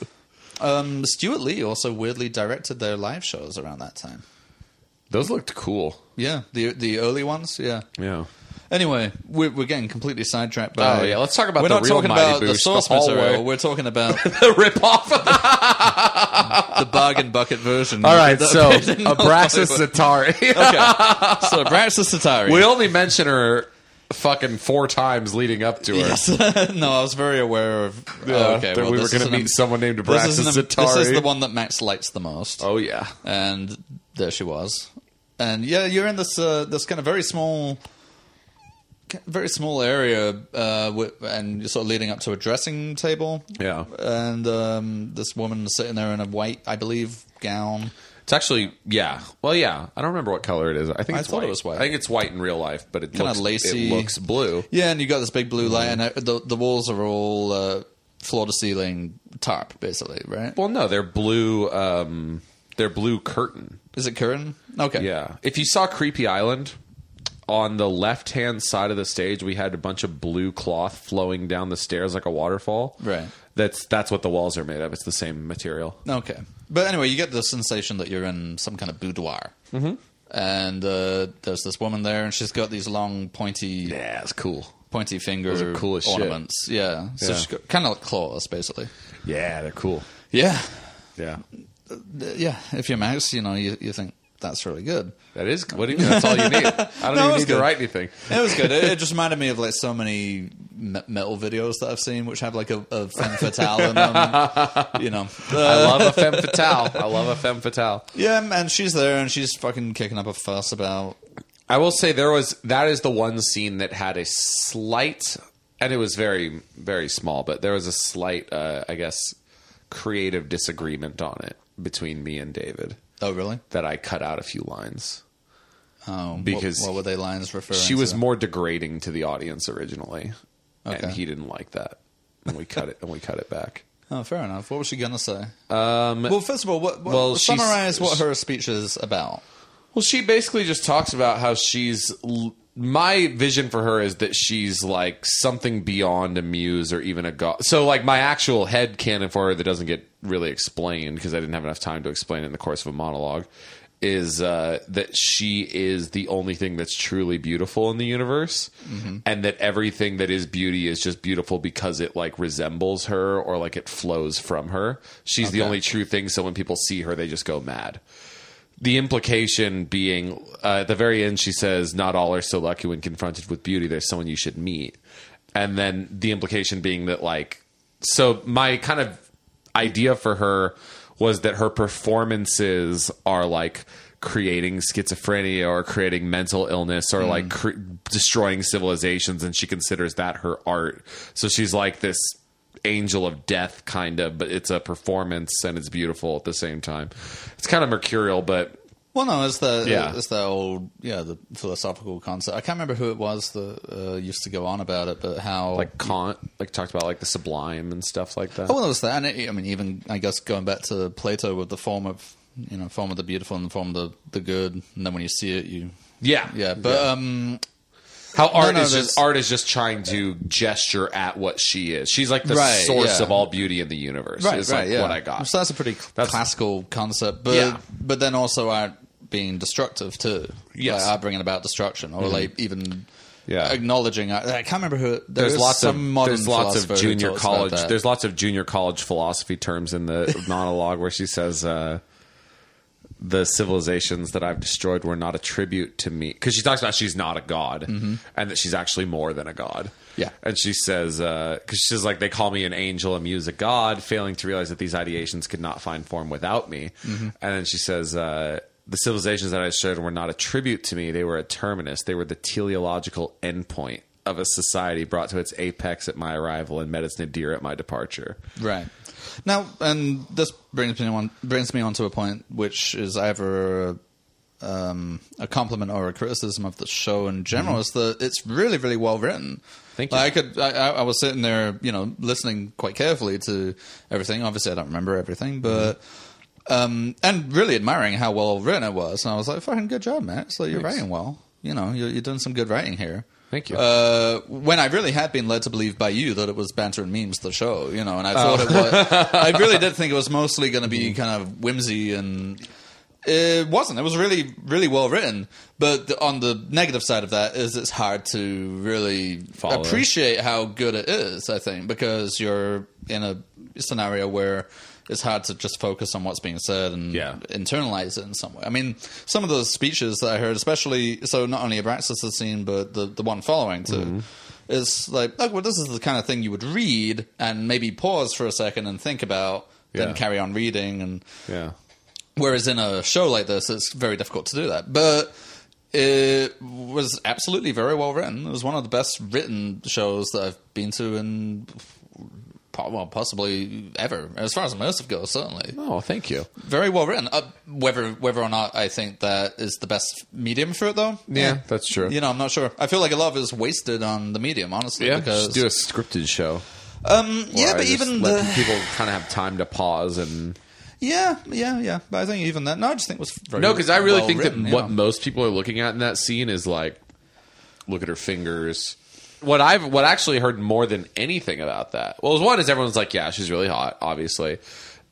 Speaker 2: Um, Stuart Lee also weirdly directed their live shows around that time.
Speaker 1: Those looked cool.
Speaker 2: Yeah, the the early ones. Yeah.
Speaker 1: Yeah.
Speaker 2: Anyway, we're, we're getting completely sidetracked. By,
Speaker 1: Oh, yeah, let's talk about
Speaker 2: We're
Speaker 1: the
Speaker 2: not
Speaker 1: real
Speaker 2: talking
Speaker 1: Mighty
Speaker 2: about the
Speaker 1: Boosh,
Speaker 2: source
Speaker 1: the hallway.
Speaker 2: material. We're talking about
Speaker 1: The rip off.
Speaker 2: the bargain bucket version.
Speaker 1: All right,
Speaker 2: That
Speaker 1: so
Speaker 2: appeared in the
Speaker 1: Abraxas
Speaker 2: Hollywood.
Speaker 1: Atari.
Speaker 2: Okay. So Abraxas Atari.
Speaker 1: we only mention her fucking four times leading up to her.
Speaker 2: Yes. no, I was very aware of.
Speaker 1: Yeah,
Speaker 2: okay,
Speaker 1: that
Speaker 2: well,
Speaker 1: we were
Speaker 2: this
Speaker 1: going
Speaker 2: is
Speaker 1: to
Speaker 2: an-
Speaker 1: meet someone named
Speaker 2: This
Speaker 1: Abraxas
Speaker 2: is, an- this is
Speaker 1: Atari.
Speaker 2: the one that Max likes the most.
Speaker 1: Oh yeah.
Speaker 2: and there she was. And yeah, you're in this uh, this kind of very small, very small area, uh, wi- and you're sort of leading up to a dressing table.
Speaker 1: Yeah.
Speaker 2: and um, this woman sitting there in a white, I believe, gown.
Speaker 1: It's actually yeah. Well, yeah. I don't remember what color it is. I think
Speaker 2: I
Speaker 1: it's
Speaker 2: thought it
Speaker 1: white.
Speaker 2: was white.
Speaker 1: I think it's white in real life, but it
Speaker 2: Kinda
Speaker 1: looks
Speaker 2: lacy.
Speaker 1: It looks blue.
Speaker 2: Yeah, and you got this big blue light, and uh, the the walls are all uh, floor to ceiling tarp, basically, right?
Speaker 1: Well, no, they're blue. Um, they're blue curtain.
Speaker 2: Is it curtain? Okay,
Speaker 1: Yeah. If you saw Creepy Island, on the left hand side of the stage, we had a bunch of blue cloth flowing down the stairs like a waterfall.
Speaker 2: Right.
Speaker 1: That's that's what the walls are made of. It's the same material.
Speaker 2: Okay. But anyway, you get the sensation that you're in some kind of boudoir. Mm-hmm. and uh, there's this woman there, and she's got these long, pointy,
Speaker 3: Yeah, it's cool.
Speaker 2: pointy finger
Speaker 3: are cool as shit.
Speaker 2: ornaments. Yeah, so
Speaker 3: Yeah.
Speaker 2: she's got kind of like claws, basically.
Speaker 3: Yeah, they're cool.
Speaker 2: Yeah,
Speaker 3: Yeah.
Speaker 2: Th- yeah. If you're Max, you know, you, you think that's really good.
Speaker 1: That is. What do you mean? That's all you need. I don't
Speaker 2: No, it
Speaker 1: even
Speaker 2: was
Speaker 1: need
Speaker 2: good.
Speaker 1: to write anything.
Speaker 2: It was good. It, it just reminded me of like so many me- metal videos that I've seen, which have like a, a femme fatale in them. you know, Uh,
Speaker 1: I love a femme fatale. I love a femme fatale.
Speaker 2: yeah. And she's there, and she's fucking kicking up a fuss about
Speaker 1: I will say there was that is the one scene that had a slight, and it was very very small, but there was a slight, uh, I guess, creative disagreement on it between me and David
Speaker 2: Oh, really?
Speaker 1: that I cut out a few lines.
Speaker 2: Oh,
Speaker 1: Because
Speaker 2: what, what were they lines referring?
Speaker 1: She was
Speaker 2: to?
Speaker 1: more degrading to the audience originally,
Speaker 2: Okay.
Speaker 1: and he didn't like that, and we cut it and we cut it back.
Speaker 2: Oh, fair enough. What was she gonna say? Um, well, first of all, what, what,
Speaker 1: well, she's-
Speaker 2: summarize what her speech is about.
Speaker 1: Well, she basically just talks about how she's. L- my vision for her is that she's like something beyond a muse or even a god. So, like, my actual head canon for her that doesn't get really explained because I didn't have enough time to explain it in the course of a monologue is uh, that she is the only thing that's truly beautiful in the universe and that everything that is beauty is just beautiful because it like resembles her or like it flows from her. She's the
Speaker 2: Okay.
Speaker 1: only true thing. So, when people see her, they just go mad the implication being uh, at the very end she says not all are so lucky when confronted with beauty there's someone you should meet and then the implication being that like so my kind of idea for her was that her performances are like creating schizophrenia or creating mental illness or like cre- destroying civilizations and she considers that her art so she's like this angel of death kind of but it's a performance and it's beautiful at the same time it's kind of mercurial but
Speaker 2: Well, no, it's the
Speaker 1: Yeah.
Speaker 2: it's the old yeah the philosophical concept. I can't remember who it was that uh, used to go on about it, but how
Speaker 1: like kant like talked about like the sublime and stuff like that
Speaker 2: Oh, well, it was that. And it, I mean, even I guess going back to Plato with the form of you know form of the beautiful and the form of the, the good, and then when you see it, you
Speaker 1: yeah
Speaker 2: yeah. But um,
Speaker 1: how art
Speaker 2: no,
Speaker 1: is
Speaker 2: that's-
Speaker 1: just art is just trying to gesture at what she is she's like the
Speaker 2: Right,
Speaker 1: source
Speaker 2: yeah.
Speaker 1: of all beauty in the universe is like what i got
Speaker 2: So that's a pretty cl-
Speaker 1: That's-
Speaker 2: classical concept, but
Speaker 1: Yeah.
Speaker 2: but then also art being destructive too.
Speaker 1: Yes. Mm-hmm.
Speaker 2: like art bringing about destruction, or like even.
Speaker 1: Yeah.
Speaker 2: acknowledging. I, I can't remember who. there
Speaker 1: there's
Speaker 2: was
Speaker 1: lots
Speaker 2: some
Speaker 1: of
Speaker 2: modern
Speaker 1: there's lots
Speaker 2: philosopher
Speaker 1: of
Speaker 2: who
Speaker 1: junior
Speaker 2: talks about
Speaker 1: college
Speaker 2: that.
Speaker 1: there's lots of junior college philosophy terms in the monologue where she says uh, the civilizations that I've destroyed were not a tribute to me because she talks about she's not a god and that she's actually more than a god.
Speaker 2: Yeah.
Speaker 1: and she says because she says like they call me an angel, a muse, a god, failing to realize that these ideations could not find form without me. And then she says. Uh, the civilizations that I destroyed were not a tribute to me. They were a terminus. They were the teleological endpoint of a society brought to its apex at my arrival and met its nadir at my departure.
Speaker 2: Right. Now, and this brings me on brings me on to a point which is either um, a compliment or a criticism of the show in general is that it's really really well written.
Speaker 1: Mm-hmm. Thank
Speaker 2: Like, I could I, I I was sitting there, you know, listening quite carefully to everything. Obviously, I don't remember
Speaker 1: Mm-hmm.
Speaker 2: everything, but. Um, and really admiring how well written it was, and I was like, "Fucking good job, Matt! Like you're
Speaker 1: Thanks.
Speaker 2: writing well. You know, you're, you're doing some good writing here."
Speaker 1: Thank you.
Speaker 2: Uh, when I really had been led to believe by you that it was banter and memes, the show, you know, and I thought it
Speaker 1: Oh.
Speaker 2: was. I really did think it was mostly going to be kind of whimsy, and it wasn't. It was really, really well written. But the, on the negative side of that is it's hard to really
Speaker 1: Follow.
Speaker 2: appreciate how good it is. I think because you're in a scenario where. It's hard to just focus on what's being said and
Speaker 1: Yeah.
Speaker 2: internalize it in some way. I mean, some of those speeches that I heard, especially so not only Abraxas the scene, but the the one following too, is like, oh, well, this is the kind of thing you would read and maybe pause for a second and think about,
Speaker 1: Yeah.
Speaker 2: then carry on reading. And
Speaker 1: Yeah.
Speaker 2: whereas in a show like this, it's very difficult to do that, but. It was absolutely very well written. It was one of the best written shows that I've been to in, po- well, possibly ever, as far as immersive goes, certainly
Speaker 1: Oh, thank you.
Speaker 2: very well written. Uh, whether whether or not I think that is the best medium for it, though. eh,
Speaker 1: Yeah, that's true.
Speaker 2: You know, I'm not sure. I feel like a lot of it is wasted on the medium, honestly.
Speaker 1: Yeah,
Speaker 2: because
Speaker 1: just do a scripted show.
Speaker 2: um, yeah,
Speaker 1: where I
Speaker 2: but
Speaker 1: just
Speaker 2: even
Speaker 1: let
Speaker 2: the
Speaker 1: people kind of have time to pause and
Speaker 2: yeah, yeah, yeah. But I think even that. No, I just think it was very
Speaker 1: no, because I really
Speaker 2: well
Speaker 1: think
Speaker 2: written,
Speaker 1: that
Speaker 2: you
Speaker 1: what
Speaker 2: know.
Speaker 1: most people are looking at in that scene is like, look at her fingers. What I've what I actually heard more than anything about that. Well, was one is everyone's like, yeah, she's really hot, obviously,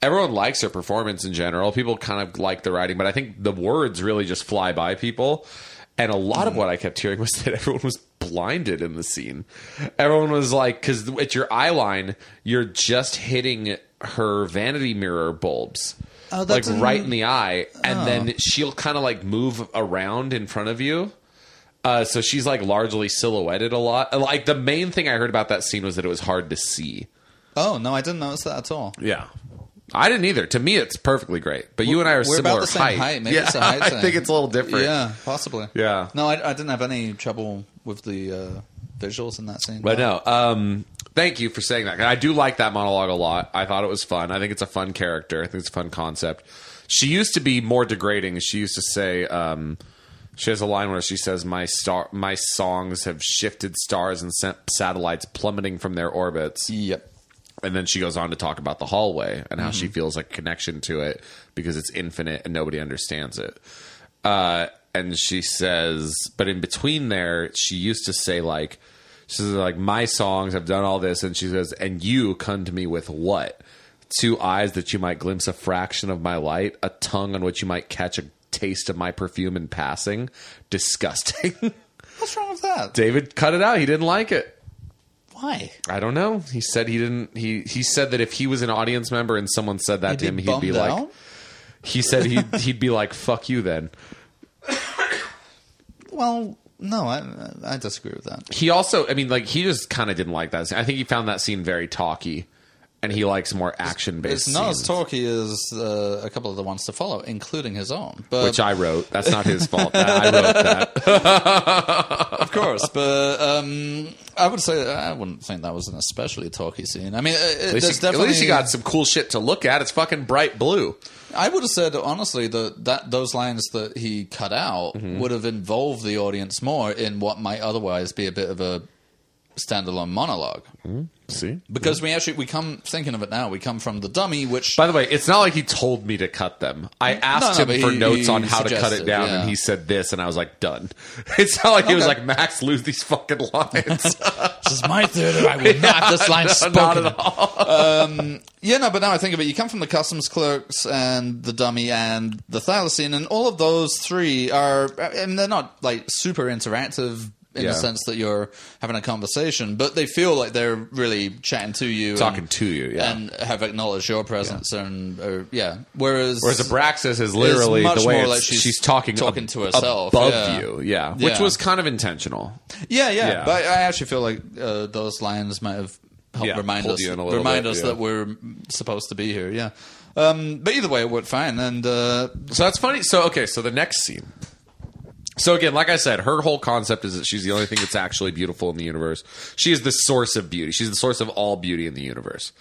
Speaker 1: everyone likes her performance in general. People kind of like the writing, but I think the words really just fly by people. And a lot
Speaker 2: Mm.
Speaker 1: of what I kept hearing was that everyone was blinded in the scene. Everyone was like, because at your eye line, you're just hitting her vanity mirror bulbs.
Speaker 2: Oh,
Speaker 1: like
Speaker 2: that's oh. an-
Speaker 1: right in the eye, and then she'll kind of like move around in front of you. Uh, so she's like largely silhouetted a lot. Like the main thing I heard about that scene was that it was hard to see.
Speaker 2: Oh no, I didn't notice that at all.
Speaker 1: Yeah. I didn't either. To me, it's perfectly great. But you and I are
Speaker 2: We're
Speaker 1: similar
Speaker 2: about the same height. Maybe
Speaker 1: yeah,
Speaker 2: it's a height
Speaker 1: I
Speaker 2: thing.
Speaker 1: think it's a little different.
Speaker 2: Yeah, possibly.
Speaker 1: Yeah.
Speaker 2: No, I, I didn't have any trouble with the uh, visuals in that scene.
Speaker 1: But no, um, thank you for saying that. I do like that monologue a lot. I thought it was fun. I think it's a fun character. I think it's a fun concept. She used to be more degrading. She used to say, um, she has a line where she says, "My star, my songs have shifted stars and sent satellites plummeting from their orbits."
Speaker 2: Yep.
Speaker 1: and then she goes on to talk about the hallway and how she feels like a connection to it because it's infinite and nobody understands it. Uh, and she says, but in between there, she used to say like, she says like, my songs have done all this, and she says, and you come to me with what? Two eyes that you might glimpse a fraction of my light, a tongue on which you might catch a taste of my perfume in passing. Disgusting.
Speaker 2: What's wrong with that?
Speaker 1: David cut it out. He didn't like it.
Speaker 2: Why?
Speaker 1: I don't know. He said he didn't. He he said that if he was an audience member and someone said that to him, he'd be
Speaker 2: bummed
Speaker 1: like.
Speaker 2: out?
Speaker 1: He said he he'd be like, "Fuck you." Then
Speaker 2: Well, no, I I disagree with that.
Speaker 1: he also, I mean, like he just kind of didn't like that. Scene. I think he found that scene very talky, and he likes more action based.
Speaker 2: It's not as
Speaker 1: scenes,
Speaker 2: talky as uh, a couple of the ones to follow, including his own. But
Speaker 1: Which I wrote. That's not his fault. That- I wrote that.
Speaker 2: of course, but um, I would say I wouldn't think that was an especially talky scene. I mean, it,
Speaker 1: At
Speaker 2: there's
Speaker 1: least, he, at
Speaker 2: definitely
Speaker 1: least he got some cool shit to look at. It's fucking bright blue.
Speaker 2: I would have said honestly that, that those lines that he cut out
Speaker 1: Mm-hmm.
Speaker 2: would have involved the audience more in what might otherwise be a bit of a standalone monologue.
Speaker 1: Mm-hmm. See.
Speaker 2: Because we actually we come thinking of it now, we come from the dummy, which
Speaker 1: By the way, it's not like he told me to cut them. I asked
Speaker 2: Mm-hmm. no,
Speaker 1: him
Speaker 2: but
Speaker 1: for
Speaker 2: he-
Speaker 1: notes
Speaker 2: he
Speaker 1: on how to cut it
Speaker 2: suggested,
Speaker 1: down,
Speaker 2: yeah.
Speaker 1: and he said this, and I was like, done. It's not like he was
Speaker 2: Okay.
Speaker 1: like, Max, lose these fucking lines.
Speaker 2: this is my theater. I will not have this line spoken. Not at all. um, yeah, no, but now I think of it, you come from the customs clerks and the dummy and the thylacine, and all of those three are, I mean, they're not like super interactive. In
Speaker 1: Yeah.
Speaker 2: the sense that you're having a conversation, but they feel like they're really chatting to you,
Speaker 1: Talking
Speaker 2: and,
Speaker 1: to you, yeah.
Speaker 2: and have acknowledged your presence, and or, yeah. Whereas,
Speaker 1: Whereas Abraxas is literally
Speaker 2: much
Speaker 1: the way
Speaker 2: more
Speaker 1: it's-
Speaker 2: like
Speaker 1: she's,
Speaker 2: she's
Speaker 1: talking,
Speaker 2: talking to
Speaker 1: ab-
Speaker 2: herself,
Speaker 1: above
Speaker 2: yeah.
Speaker 1: you, yeah, which
Speaker 2: Yeah.
Speaker 1: was kind of intentional.
Speaker 2: Yeah, yeah.
Speaker 1: Yeah.
Speaker 2: But I actually feel like uh, those lines might have helped
Speaker 1: Yeah,
Speaker 2: remind
Speaker 1: pulled
Speaker 2: us
Speaker 1: you in a little
Speaker 2: remind
Speaker 1: bit,
Speaker 2: us
Speaker 1: yeah.
Speaker 2: that we're supposed to be here. Yeah. Um, but either way, it worked fine. And uh,
Speaker 1: So that's funny. So okay, so the next scene. So again, like I said, her whole concept is that she's the only thing that's actually beautiful in the universe. She is the source of beauty. She's the source of all beauty in the universe.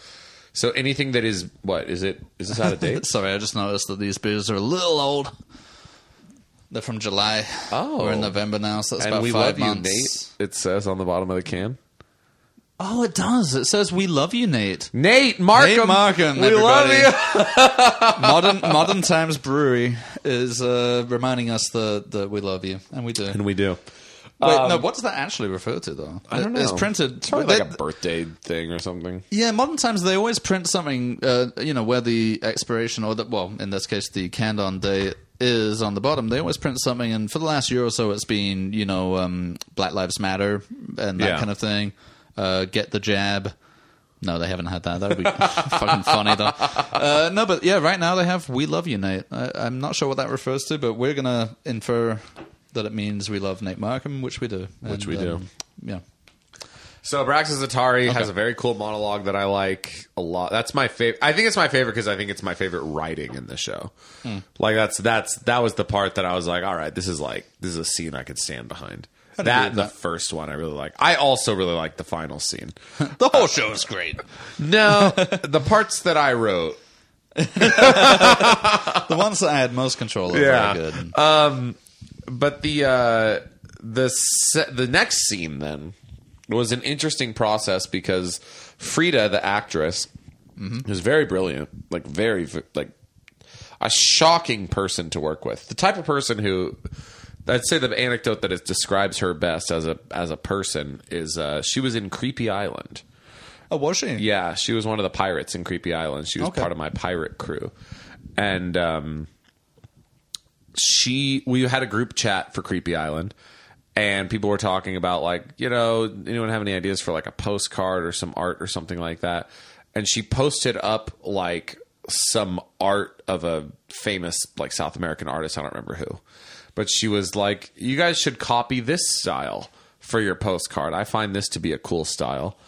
Speaker 1: So anything that is what is it? Is this out of date?
Speaker 2: sorry, I just noticed that these beers are a little old. They're from July.
Speaker 1: Oh.
Speaker 2: we're in November now, so that's
Speaker 1: and
Speaker 2: about
Speaker 1: we
Speaker 2: five
Speaker 1: love
Speaker 2: months.
Speaker 1: you, Nate. It says on the bottom of the can.
Speaker 2: Oh, it does. It says we love you, Nate.
Speaker 1: Nate Markham.
Speaker 2: Nate Markham,
Speaker 1: we love
Speaker 2: everybody.
Speaker 1: you.
Speaker 2: modern Modern Times Brewery is uh, reminding us that that we love you, and we do.
Speaker 1: And we do.
Speaker 2: Wait, no, what does that actually refer to, though?
Speaker 1: I don't know.
Speaker 2: It's printed.
Speaker 1: It's probably like
Speaker 2: they-
Speaker 1: a birthday thing or something.
Speaker 2: Yeah, modern times they always print something, uh, you know, where the expiration or the well, in this case, the Candon day is on the bottom. They always print something, and for the last year or so, it's been you know um, Black Lives Matter and that
Speaker 1: Yeah.
Speaker 2: kind of thing. Uh, get the jab. No, they haven't had that. That would be fucking funny though. Uh, no, but yeah, right now they have "We love you, Nate." I, I'm not sure what that refers to, but we're gonna infer that it means we love Nate Markham, which we do. Which
Speaker 1: we do.
Speaker 2: Yeah.
Speaker 1: So Abraxas Atari has a very cool monologue that I like a lot. That's my favorite. I think it's my favorite because I think it's my favorite writing in the show. Like that's that's that was the part that I was like, all right, this is like this is a scene I could stand behind. That and the first one I really like. I also really like the final scene.
Speaker 2: The whole show is great.
Speaker 1: No, the parts that I wrote.
Speaker 2: The ones that I had most control over
Speaker 1: Yeah.
Speaker 2: are good.
Speaker 1: But the uh, the se- the next scene then was an interesting process because Frida, the actress, was very brilliant, like very v- like a shocking person to work with. The type of person who I'd say the anecdote that it describes her best as a as a person is uh, she was in Creepy Island.
Speaker 2: Oh, was she?
Speaker 1: Yeah, she was one of the pirates in Creepy Island. She was
Speaker 2: Okay.
Speaker 1: part of my pirate crew, and um, she we had a group chat for Creepy Island, and people were talking about like you know anyone have any ideas for like a postcard or some art or something like that, and she posted up like some art of a famous like South American artist I don't remember who, but she was like you guys should copy this style for your postcard. I find this to be a cool style.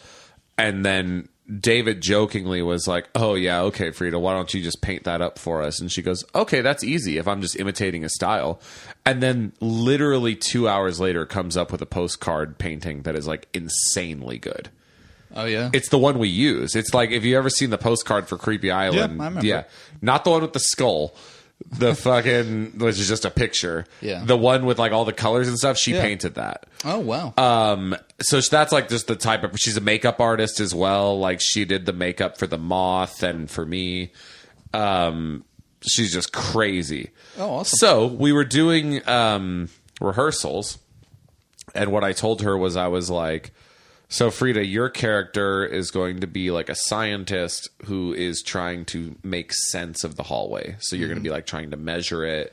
Speaker 1: And then David jokingly was like, "Oh yeah, okay, Frida, why don't you just paint that up for us?" And she goes, "Okay, that's easy if I'm just imitating a style." And then literally 2 hours later comes up with a postcard painting that is like insanely good.
Speaker 2: Oh, yeah.
Speaker 1: It's the one we use. It's like if you ever seen the postcard for Creepy Island.
Speaker 2: I remember.
Speaker 1: Not the one with the skull. The fucking which is just a picture.
Speaker 2: Yeah.
Speaker 1: The one with like all the colors and stuff, she
Speaker 2: Yeah.
Speaker 1: painted that.
Speaker 2: oh, wow.
Speaker 1: Um, so that's like just the type of she's a makeup artist as well. Like she did the makeup for the moth and for me. Um, she's just crazy.
Speaker 2: Oh, awesome.
Speaker 1: So we were doing um rehearsals, and what I told her was I was like, "So Frida, your character is going to be like a scientist who is trying to make sense of the hallway. So
Speaker 2: Mm-hmm.
Speaker 1: you're going to be like trying to measure it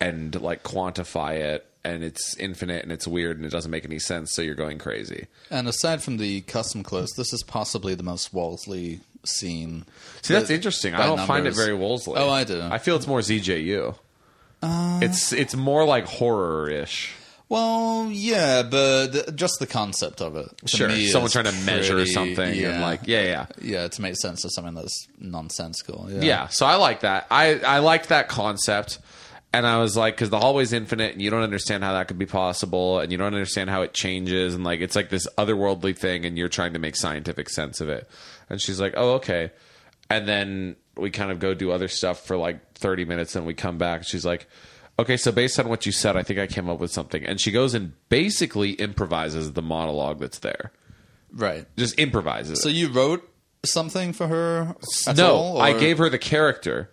Speaker 1: and like quantify it." And it's infinite and it's weird and it doesn't make any sense, so you're going crazy.
Speaker 2: and aside from the custom clothes, this is possibly the most Wolseley scene.
Speaker 1: See, that's interesting. I
Speaker 2: by
Speaker 1: don't find it
Speaker 2: numbers.
Speaker 1: very Wolseley.
Speaker 2: Oh, I do. Uh.
Speaker 1: I feel it's more ZJU. it's it's more like horror ish.
Speaker 2: Well, yeah, but the, just the concept of it. to
Speaker 1: Sure,
Speaker 2: me
Speaker 1: someone
Speaker 2: is
Speaker 1: trying to measure
Speaker 2: pretty-
Speaker 1: something
Speaker 2: yeah.
Speaker 1: and like, yeah, yeah,
Speaker 2: Yeah, to make sense of something that's nonsensical. Yeah.
Speaker 1: yeah. So I like that. I I liked that concept, and I was like, because the hallway's infinite, and you don't understand how that could be possible, and you don't understand how it changes, and like it's like this otherworldly thing, and you're trying to make scientific sense of it. And she's like, oh, okay. And then we kind of go do other stuff for like 30 minutes, and we come back. She's like. Okay, so based on what you said, I think I came up with something. And she goes and basically improvises the monologue that's there.
Speaker 2: Right.
Speaker 1: Just improvises. it
Speaker 2: So you wrote something for her? at
Speaker 1: no,
Speaker 2: all,
Speaker 1: I
Speaker 2: or- Oh,
Speaker 1: gave her the character.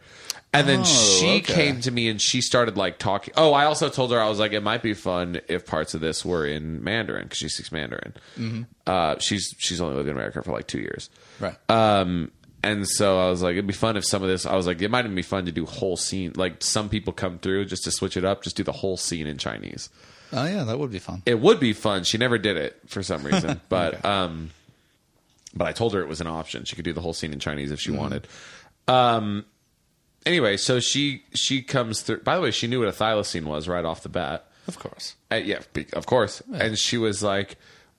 Speaker 1: And then she
Speaker 2: okay.
Speaker 1: came to me and she started like talking. Oh, I also told her I was like, it might be fun if parts of this were in Mandarin because she speaks Mandarin.
Speaker 2: Mm-hmm.
Speaker 1: Uh, she's she's only lived in America for like two years.
Speaker 2: Right.
Speaker 1: Um, and so I was like, it'd be fun if some of this. I was like, it might even be fun to do whole scene. Like some people come through just to switch it up, just do the whole scene in Chinese
Speaker 2: oh, yeah, that would be fun.
Speaker 1: it would be fun. She never did it for some reason, but um, but I told her it was an option. She could do the whole scene in Chinese if she wanted. Um, anyway, so she she comes through. By the way, she knew what a thylacine was right off the bat.
Speaker 2: Of course.
Speaker 1: Uh, yeah, be- of course. And she was like,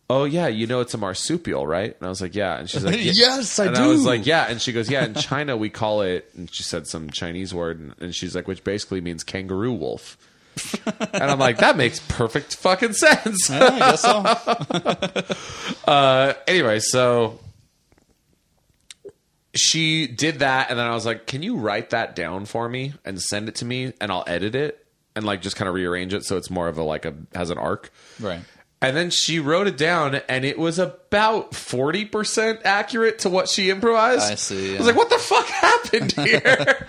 Speaker 1: "Oh yeah, you know it's a marsupial, right?" And I was like, "Yeah." And she's like, "Yeah."
Speaker 2: Yes, I
Speaker 1: and I was
Speaker 2: do.
Speaker 1: like, "Yeah." And she goes, "Yeah." In China, we call it. And she said some Chinese word, and, and she's like, "Which basically means kangaroo wolf." and I'm like, "That makes perfect fucking sense."
Speaker 2: Yeah, I guess so.
Speaker 1: uh, anyway, so she did that, and then I was like, "Can you write that down for me and send it to me, and I'll edit it and like just kind of rearrange it so it's more of a like a has an arc."
Speaker 2: right.
Speaker 1: And then she wrote it down, and it was about forty percent accurate to what she improvised.
Speaker 2: I see,
Speaker 1: I
Speaker 2: yeah.
Speaker 1: was like, "What the fuck happened here?"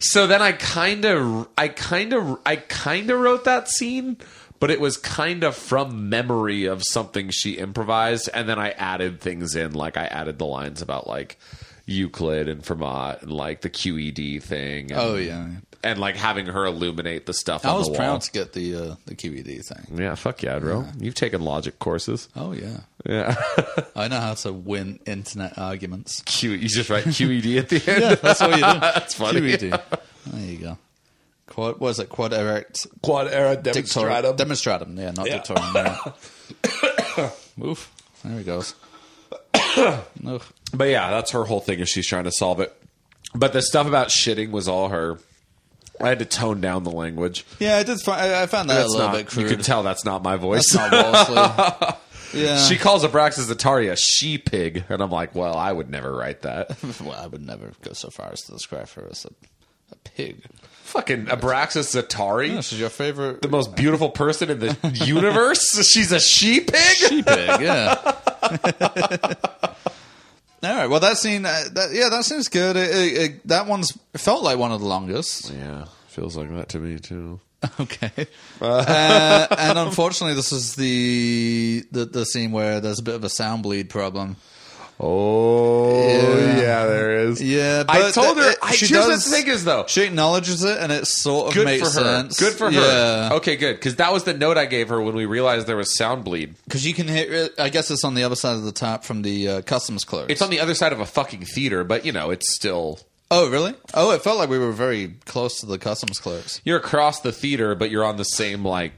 Speaker 1: so then I kind of, I kind of, I kind of wrote that scene, but it was kind of from memory of something she improvised, and then I added things in, like I added the lines about like Euclid and Fermat and like the QED thing. And,
Speaker 2: Oh, yeah. yeah.
Speaker 1: and like having her illuminate the stuff.
Speaker 2: I
Speaker 1: on
Speaker 2: was
Speaker 1: the wall.
Speaker 2: proud to get the uh, the QED thing.
Speaker 1: Yeah, fuck yeah, bro. You've taken logic courses.
Speaker 2: Oh, yeah.
Speaker 1: Yeah.
Speaker 2: I know how to win internet arguments.
Speaker 1: Q. You just write QED at the end.
Speaker 2: That's all you do. That's
Speaker 1: funny.
Speaker 2: QED. There you go. Quad, what is it? Quad erect
Speaker 3: Quad era
Speaker 2: dictorum.
Speaker 3: demonstratum.
Speaker 2: Demonstratum. Yeah, not
Speaker 3: Yeah.
Speaker 2: dictorum. yeah. Oof. There he goes. Ugh.
Speaker 1: But yeah, that's her whole thing. Is she's trying to solve it. But the stuff about shitting was all her. I had to tone down the language.
Speaker 2: Yeah, I did. Find, I I found that
Speaker 1: That's
Speaker 2: a little
Speaker 1: not.
Speaker 2: bit
Speaker 1: You
Speaker 2: crude.
Speaker 1: can tell that's not my voice.
Speaker 2: It's not Wolseley. yeah.
Speaker 1: she calls Abraxas Ataria a she pig, and I'm like, well, I would never write that.
Speaker 2: well, I would never go so far as to describe her as a, a pig.
Speaker 1: Fucking Abraxas Atari,
Speaker 2: This is your favorite.
Speaker 1: the most beautiful person in the universe. She's a she pig.
Speaker 2: she pig, yeah. All right. Well, that scene, uh, that, yeah, that scene's good. It, it, it, that one's it felt like one of the longest.
Speaker 1: Yeah, feels like that to me too.
Speaker 2: Okay. Uh, and unfortunately, this is the, the the scene where there's a bit of a sound bleed problem.
Speaker 1: Oh yeah,
Speaker 2: Yeah.
Speaker 1: there is.
Speaker 2: Yeah,
Speaker 1: I
Speaker 2: but
Speaker 1: told her.
Speaker 2: it-
Speaker 1: I,
Speaker 2: she
Speaker 1: here's
Speaker 2: does-
Speaker 1: the thing is though.
Speaker 2: She acknowledges it, and it sort of
Speaker 1: Good
Speaker 2: makes
Speaker 1: for her.
Speaker 2: sense.
Speaker 1: Good for her.
Speaker 2: Yeah.
Speaker 1: Okay, good. Because that was the note I gave her when we realized there was sound bleed.
Speaker 2: Because you can hear it. I guess it's on the other side of the top from the uh, customs clerks.
Speaker 1: It's on the other side of a fucking theater, but you know, it's still.
Speaker 2: oh, really? Oh, it felt like we were very close to the customs clerks.
Speaker 1: You're across the theater, but you're on the same, like,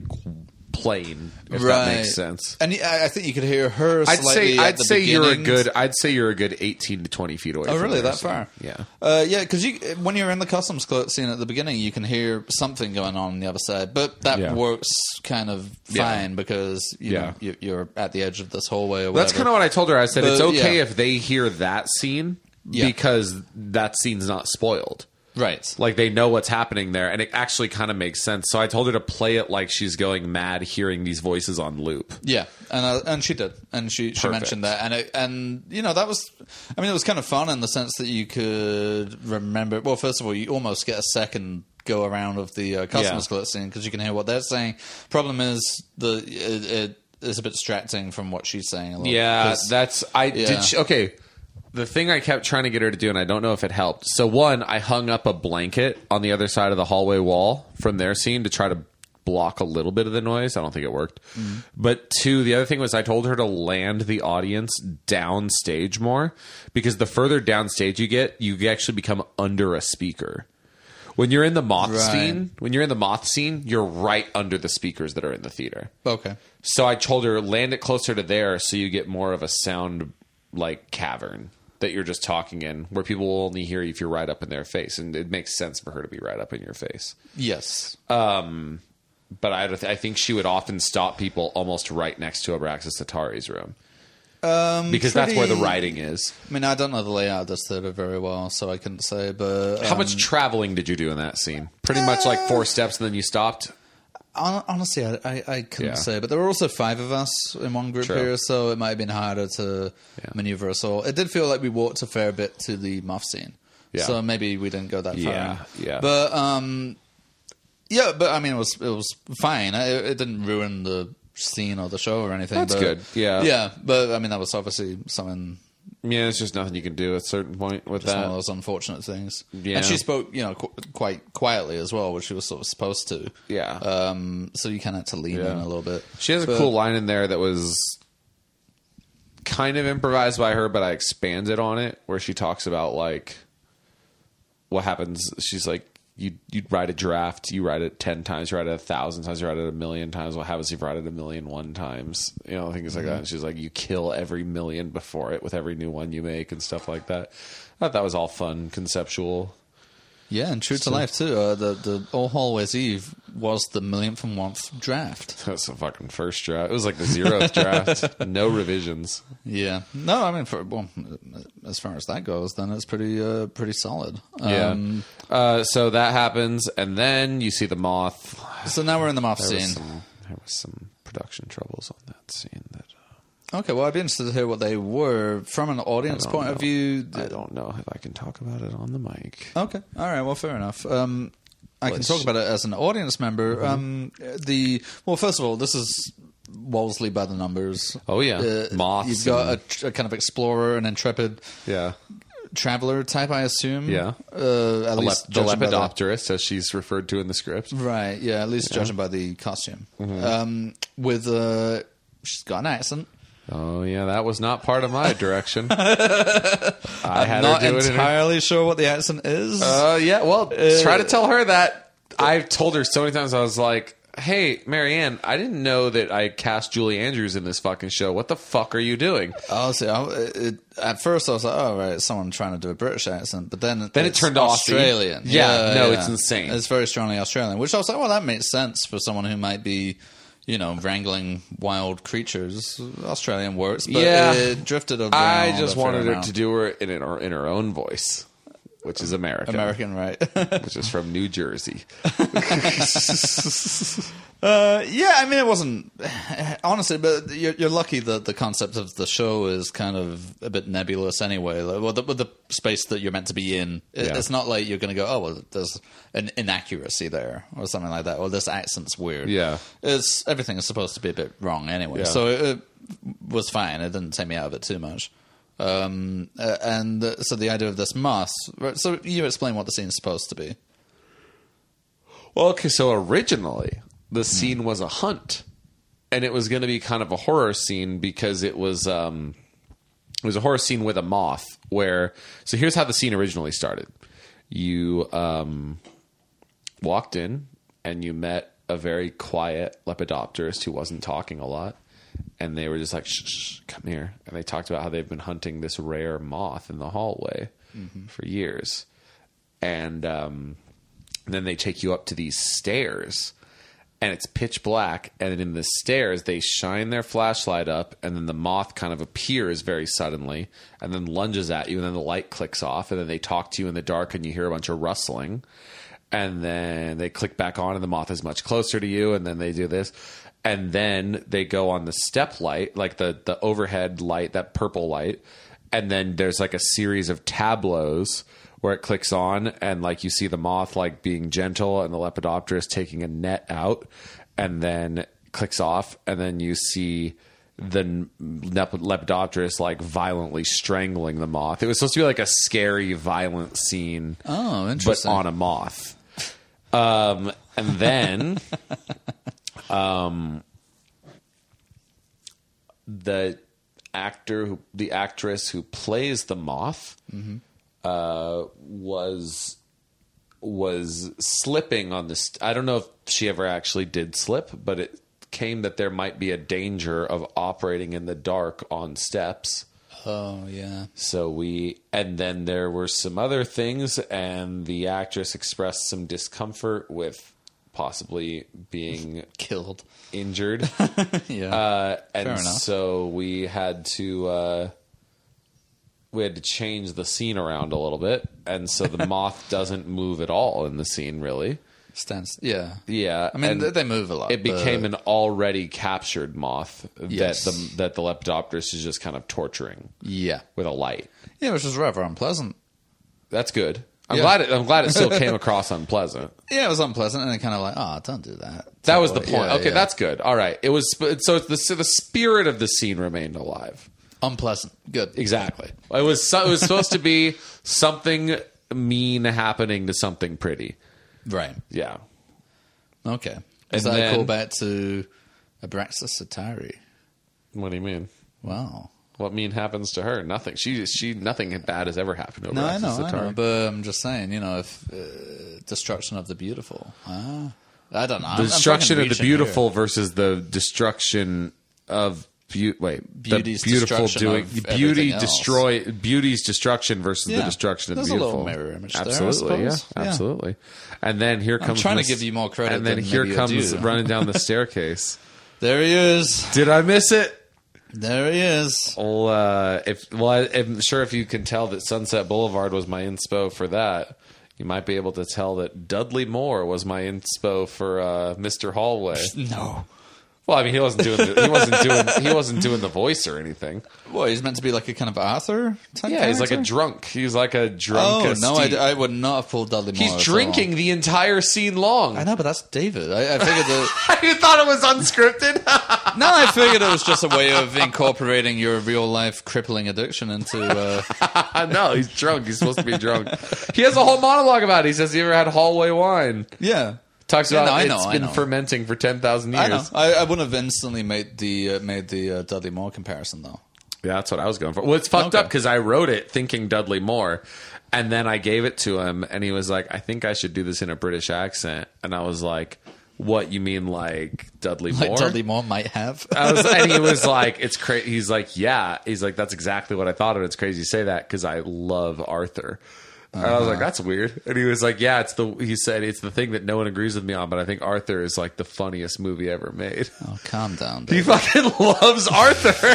Speaker 1: plane, if that makes sense.
Speaker 2: And I I think you could hear her.
Speaker 1: I'd
Speaker 2: slightly
Speaker 1: say
Speaker 2: at
Speaker 1: I'd
Speaker 2: the
Speaker 1: say you're a
Speaker 2: beginning.
Speaker 1: good I'd say you're a good 18 to 20 feet away.
Speaker 2: Oh,
Speaker 1: from
Speaker 2: really?
Speaker 1: there,
Speaker 2: That
Speaker 1: so,
Speaker 2: far?
Speaker 1: Yeah.
Speaker 2: Uh, yeah, because you when you're in the customs clerk scene at the beginning, you can hear something going on on the other side, but that
Speaker 1: Yeah.
Speaker 2: works kind of
Speaker 1: Yeah.
Speaker 2: fine because you
Speaker 1: Yeah.
Speaker 2: know, you, you're at the edge of this hallway. Or
Speaker 1: That's
Speaker 2: whatever.
Speaker 1: kind of what I told her. I said
Speaker 2: But,
Speaker 1: it's okay
Speaker 2: yeah.
Speaker 1: if they hear that scene
Speaker 2: Yeah.
Speaker 1: because that scene's not spoiled.
Speaker 2: right.
Speaker 1: Like they know what's happening there, and it actually kind of makes sense. So I told her to play it like she's going mad hearing these voices on loop.
Speaker 2: Yeah, and uh, and she did, and she, she
Speaker 1: Perfect.
Speaker 2: mentioned that, and it, and you know that was, I mean, it was kind of fun in the sense that you could remember. Well, first of all, you almost get a second go around of the uh, customers
Speaker 1: Yeah.
Speaker 2: yeah. scene because you can hear what they're saying. Problem is the it, it is a bit distracting from what she's saying. A little
Speaker 1: Yeah,
Speaker 2: 'cause-
Speaker 1: that's I
Speaker 2: Yeah.
Speaker 1: did. She, okay, the thing I kept trying to get her to do, and I don't know if it helped. So one, I hung up a blanket on the other side of the hallway wall from their scene to try to block a little bit of the noise. I don't think it worked.
Speaker 2: Mm-hmm.
Speaker 1: But two, the other thing was I told her to land the audience downstage more because the further downstage you get, you actually become under a speaker. When you're in the moth
Speaker 2: Right.
Speaker 1: scene, when you're in the moth scene, you're right under the speakers that are in the theater.
Speaker 2: okay.
Speaker 1: So I told her land it closer to there, so you get more of a sound like cavern that you're just talking in, where people will only hear you if you're right up in their face, and it makes sense for her to be right up in your face.
Speaker 2: Yes.
Speaker 1: But I, I think she would often stop people almost right next to Abraxas Atari's room. Um, because that's where the
Speaker 2: pretty-
Speaker 1: writing is.
Speaker 2: I mean, I don't know the layout of this theater very well, so I couldn't say. But
Speaker 1: How much traveling did you do in that scene? Pretty much like four steps, and then you stopped.
Speaker 2: Hon- Honestly, I, I, I couldn't
Speaker 1: Yeah.
Speaker 2: say, but there were also five of us in one group
Speaker 1: True.
Speaker 2: here, so it might have been harder to maneuver us all. It did feel like we walked a fair bit to the muff scene,
Speaker 1: Yeah.
Speaker 2: so maybe we didn't go that far.
Speaker 1: Yeah,
Speaker 2: in.
Speaker 1: yeah.
Speaker 2: But um, yeah, but I mean, it was it was fine. I- It, it didn't ruin the scene or the show or anything.
Speaker 1: That's
Speaker 2: but-
Speaker 1: good, yeah.
Speaker 2: yeah. But I mean, that was obviously something.
Speaker 1: Yeah, there's just nothing you can do at a certain point with
Speaker 2: Some of
Speaker 1: that.
Speaker 2: those unfortunate things,
Speaker 1: Yeah.
Speaker 2: and she spoke, you know, qu- quite quietly as well, which she was sort of supposed to.
Speaker 1: Yeah.
Speaker 2: Um. So you kind of had to lean in
Speaker 1: Yeah.
Speaker 2: a little bit.
Speaker 1: She has a
Speaker 2: But-
Speaker 1: cool line in there that was kind of improvised by her, but I expanded on it where she talks about like what happens. She's like, you you write a draft, you write it ten times, you write it a thousand times, you write it a million times. What happens if you write it a million one times? You know, things like that. And she's like, you kill every million before it with every new one you make and stuff like that. I thought that was all fun, conceptual.
Speaker 2: Yeah, and true to life too. Uh, the the All Hallways Eve was the millionth and oneth draft.
Speaker 1: That's the fucking first draft. It was like the zeroth draft. No revisions.
Speaker 2: Yeah, no, I mean, for, well, as far as that goes, then it's pretty uh, pretty solid.
Speaker 1: Yeah.
Speaker 2: Um,
Speaker 1: uh, so that happens, and then you see the moth.
Speaker 2: so now we're in the moth
Speaker 1: There was,
Speaker 2: scene.
Speaker 1: some, there was some production troubles on that scene. That
Speaker 2: Okay, well, I'd be interested to hear what they were from an
Speaker 1: I
Speaker 2: audience
Speaker 1: don't
Speaker 2: point of
Speaker 1: know.
Speaker 2: view.
Speaker 1: I don't know if I can talk about it on the mic.
Speaker 2: Okay. All right. Well, fair enough. Um, I can
Speaker 1: Let's-
Speaker 2: talk about it as an audience
Speaker 1: Mm-hmm.
Speaker 2: member. Um, the well, first of all, this is Wolseley by the numbers.
Speaker 1: Oh, yeah. Moths
Speaker 2: Uh, You've got uh,
Speaker 1: and-
Speaker 2: a, tr- a kind of explorer, an intrepid
Speaker 1: Yeah,
Speaker 2: traveler type, I assume.
Speaker 1: Yeah.
Speaker 2: Uh, at
Speaker 1: the, lep-
Speaker 2: least
Speaker 1: the
Speaker 2: judging by
Speaker 1: lepidopterist, as she's referred to in the script.
Speaker 2: Right. Yeah. At least judging by the costume.
Speaker 1: Mm-hmm.
Speaker 2: Um, with uh, she's got an accent.
Speaker 1: Oh yeah, that was not part of my direction. I had
Speaker 2: Not
Speaker 1: her do it. In her-
Speaker 2: entirely sure what the accent is.
Speaker 1: uh, yeah, well, try to tell her that. I've told her so many times. I was like, "Hey, Marianne, I didn't know that I cast Julie Andrews in this fucking show. What the fuck are you doing?"
Speaker 2: Honestly, Oh, I, it, at first I was like, "Oh right, it's someone trying to do a British accent," but then
Speaker 1: Then it
Speaker 2: it's
Speaker 1: turned Aussie.
Speaker 2: Australian.
Speaker 1: Yeah, no, it's insane.
Speaker 2: It's very strongly Australian, which I was like, "Well, that makes sense for someone who might be, you know, wrangling wild creatures." Australian works, but
Speaker 1: Yeah.
Speaker 2: it drifted around.
Speaker 1: I
Speaker 2: a
Speaker 1: just
Speaker 2: fair
Speaker 1: wanted her
Speaker 2: amount.
Speaker 1: to do her in, in her in her own voice, which is American,
Speaker 2: American, right?
Speaker 1: which is from New Jersey.
Speaker 2: uh, yeah, I mean, it wasn't honestly, but you're, you're lucky that the concept of the show is kind of a bit nebulous anyway. Like, well, the, with the space that you're meant to be in, it,
Speaker 1: Yeah.
Speaker 2: it's not like you're going to go, oh, well, there's an inaccuracy there or something like that, or this accent's weird.
Speaker 1: Yeah.
Speaker 2: it's everything is supposed to be a bit wrong anyway,
Speaker 1: Yeah.
Speaker 2: so it, it was fine. It didn't take me out of it too much. Um, uh, and uh, so the idea of this mass. right, So you explain what the scene's supposed to be.
Speaker 1: Well, okay, so originally the scene was a hunt, and it was going to be kind of a horror scene because it was um, it was a horror scene with a moth. Where so here's how the scene originally started: you um, walked in and you met a very quiet lepidopterist who wasn't talking a lot. And they were just like, shh, shh, come here. And they talked about how they've been hunting this rare moth in the hallway for years. And um, and then they take you up to these stairs and it's pitch black and in the stairs they shine their flashlight up and then the moth kind of appears very suddenly and then lunges at you and then the light clicks off and then they talk to you in the dark and you hear a bunch of rustling and then they click back on and the moth is much closer to you and then they do this and then they go on the step light like the the overhead light that purple light and then there's like a series of tableaus where it clicks on and like you see the moth like being gentle and the lepidopterist taking a net out and then clicks off and then you see the n- lep- lepidopterist like violently strangling the moth it was supposed to be like a scary violent scene
Speaker 2: Oh,
Speaker 1: but
Speaker 2: interesting.
Speaker 1: on a moth um and then um, the actor who the actress who plays the moth uh, was was slipping on this I don't know if she ever actually did slip but it came that there might be a danger of operating in the dark on steps
Speaker 2: oh yeah.
Speaker 1: so we, and then there were some other things, and the actress expressed some discomfort with possibly being
Speaker 2: Killed.
Speaker 1: injured.
Speaker 2: Yeah.
Speaker 1: Uh, and
Speaker 2: enough.
Speaker 1: so we had to uh, we had to change the scene around a little bit, and so the moth doesn't move at all in the scene, really.
Speaker 2: Stands. Yeah.
Speaker 1: Yeah,
Speaker 2: I mean,
Speaker 1: and
Speaker 2: they, they move a lot.
Speaker 1: it became an already captured moth
Speaker 2: Yes.
Speaker 1: that the that the lepidopterist is just kind of torturing
Speaker 2: yeah.
Speaker 1: with a light.
Speaker 2: Yeah, which was rather unpleasant.
Speaker 1: That's good. I'm
Speaker 2: Yeah.
Speaker 1: glad. It, I'm glad it still came across unpleasant.
Speaker 2: Yeah, it was unpleasant, and it kind of like, oh, don't do that.
Speaker 1: That was the
Speaker 2: Yeah,
Speaker 1: point. okay,
Speaker 2: yeah.
Speaker 1: that's good. All right. It was sp- so it's the so the spirit of the scene remained alive.
Speaker 2: unpleasant. Good.
Speaker 1: Exactly. It was so, it was supposed to be something mean happening to something pretty.
Speaker 2: Right.
Speaker 1: Yeah.
Speaker 2: Okay. Is
Speaker 1: And
Speaker 2: that
Speaker 1: then-
Speaker 2: a callback to Abraxas Atari?
Speaker 1: What do you mean?
Speaker 2: Wow.
Speaker 1: What mean happens to her? Nothing. She she nothing bad has ever happened to her.
Speaker 2: No, I
Speaker 1: It's
Speaker 2: know,
Speaker 1: just a
Speaker 2: I know,
Speaker 1: tar-
Speaker 2: but I'm just saying, you know, if uh, destruction of the beautiful. Ah, I don't know. I'm-
Speaker 1: The
Speaker 2: I'm
Speaker 1: destruction
Speaker 2: fucking
Speaker 1: of the
Speaker 2: reaching here.
Speaker 1: beautiful versus the destruction of beauty. Wait,
Speaker 2: Beauty's
Speaker 1: the beautiful
Speaker 2: destruction
Speaker 1: doing
Speaker 2: of
Speaker 1: beauty
Speaker 2: everything else.
Speaker 1: destroy beauty's destruction versus the
Speaker 2: Yeah.
Speaker 1: destruction of
Speaker 2: There's
Speaker 1: the
Speaker 2: a little
Speaker 1: beautiful.
Speaker 2: mirror image there, I
Speaker 1: absolutely, yeah,
Speaker 2: suppose. Yeah.
Speaker 1: absolutely. And then here comes
Speaker 2: trying to
Speaker 1: Miss-
Speaker 2: give you more credit
Speaker 1: And then
Speaker 2: than
Speaker 1: here
Speaker 2: maybe you
Speaker 1: comes
Speaker 2: do.
Speaker 1: running down the staircase.
Speaker 2: There he is.
Speaker 1: Did I miss it?
Speaker 2: There he is.
Speaker 1: Well, uh, if well, I- I'm sure if you can tell that Sunset Boulevard was my inspo for that, you might be able to tell that Dudley Moore was my inspo for uh, Mr. Hallway.
Speaker 2: No.
Speaker 1: Well, I mean, he wasn't doing the, he wasn't doing he wasn't doing the voice or anything.
Speaker 2: What, he's meant to be like a kind of Arthur type
Speaker 1: Yeah, he's like a
Speaker 2: character?
Speaker 1: drunk. He's like a drunk.
Speaker 2: Oh, no, I, I would not have pulled Dudley Moore.
Speaker 1: he's
Speaker 2: at all.
Speaker 1: drinking the entire scene long.
Speaker 2: I
Speaker 1: I
Speaker 2: know, but that's David. I, I figured that.
Speaker 1: thought it was unscripted.
Speaker 2: No, I figured it was just a way of incorporating your real life crippling addiction into. Uh,
Speaker 1: no, he's drunk. He's supposed to be drunk. He has a whole monologue about it. He says he ever had hallway wine.
Speaker 2: yeah.
Speaker 1: Talks
Speaker 2: Yeah,
Speaker 1: about
Speaker 2: no, I
Speaker 1: it's
Speaker 2: know, I
Speaker 1: been
Speaker 2: know.
Speaker 1: fermenting for ten thousand years.
Speaker 2: I know. I, I wouldn't have instantly made the uh, made the uh, Dudley Moore comparison though.
Speaker 1: Yeah, that's what I was going for. Well, it's fucked up 'cause
Speaker 2: Okay.
Speaker 1: up because I wrote it thinking Dudley Moore, and then I gave it to him, and he was like, "I think I should do this in a British accent," and I was like, "What you mean, like Dudley
Speaker 2: Like
Speaker 1: Moore?"
Speaker 2: Dudley Moore might have.
Speaker 1: I was, and he was like, "It's crazy." He's like, "Yeah." He's like, "That's exactly what I thought of." It's crazy you say that because I love Arthur. And I was
Speaker 2: Uh-huh.
Speaker 1: like, "That's weird." And he was like, "Yeah, it's the." He said, "It's the thing that no one agrees with me on, but I think Arthur is like the funniest movie ever made."
Speaker 2: oh, calm down.
Speaker 1: He
Speaker 2: Dude.
Speaker 1: fucking loves Arthur.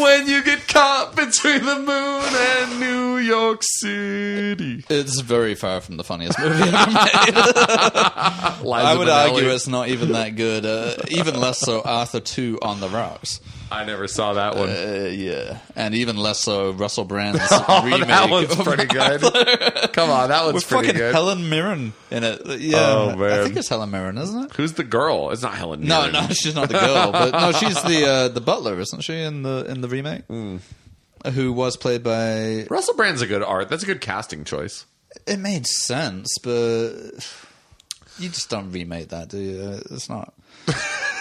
Speaker 1: when you get caught between the moon and New
Speaker 3: York City.
Speaker 2: It's very far from the funniest movie ever made. I would argue it's not even that good. Uh, even less so Arthur 2 on the Rocks.
Speaker 1: I never saw that one.
Speaker 2: Uh, yeah. And even less so Russell Brand's
Speaker 1: Oh,
Speaker 2: remake. Oh
Speaker 1: that one's pretty good. Come on, that one's
Speaker 2: With
Speaker 1: pretty
Speaker 2: fucking
Speaker 1: good.
Speaker 2: Helen Mirren in it. Yeah.
Speaker 1: Oh, man.
Speaker 2: I think it's Helen Mirren, isn't it?
Speaker 1: Who's the girl? It's not Helen.
Speaker 2: No,
Speaker 1: Mirren.
Speaker 2: no, she's not the girl, but no, she's the uh, the butler, isn't she in the in the remake?
Speaker 1: Hmm.
Speaker 2: Who was played by
Speaker 1: Russell Brand's a good art. That's a good casting choice.
Speaker 2: It made sense, but you just don't remake that, do you? It's not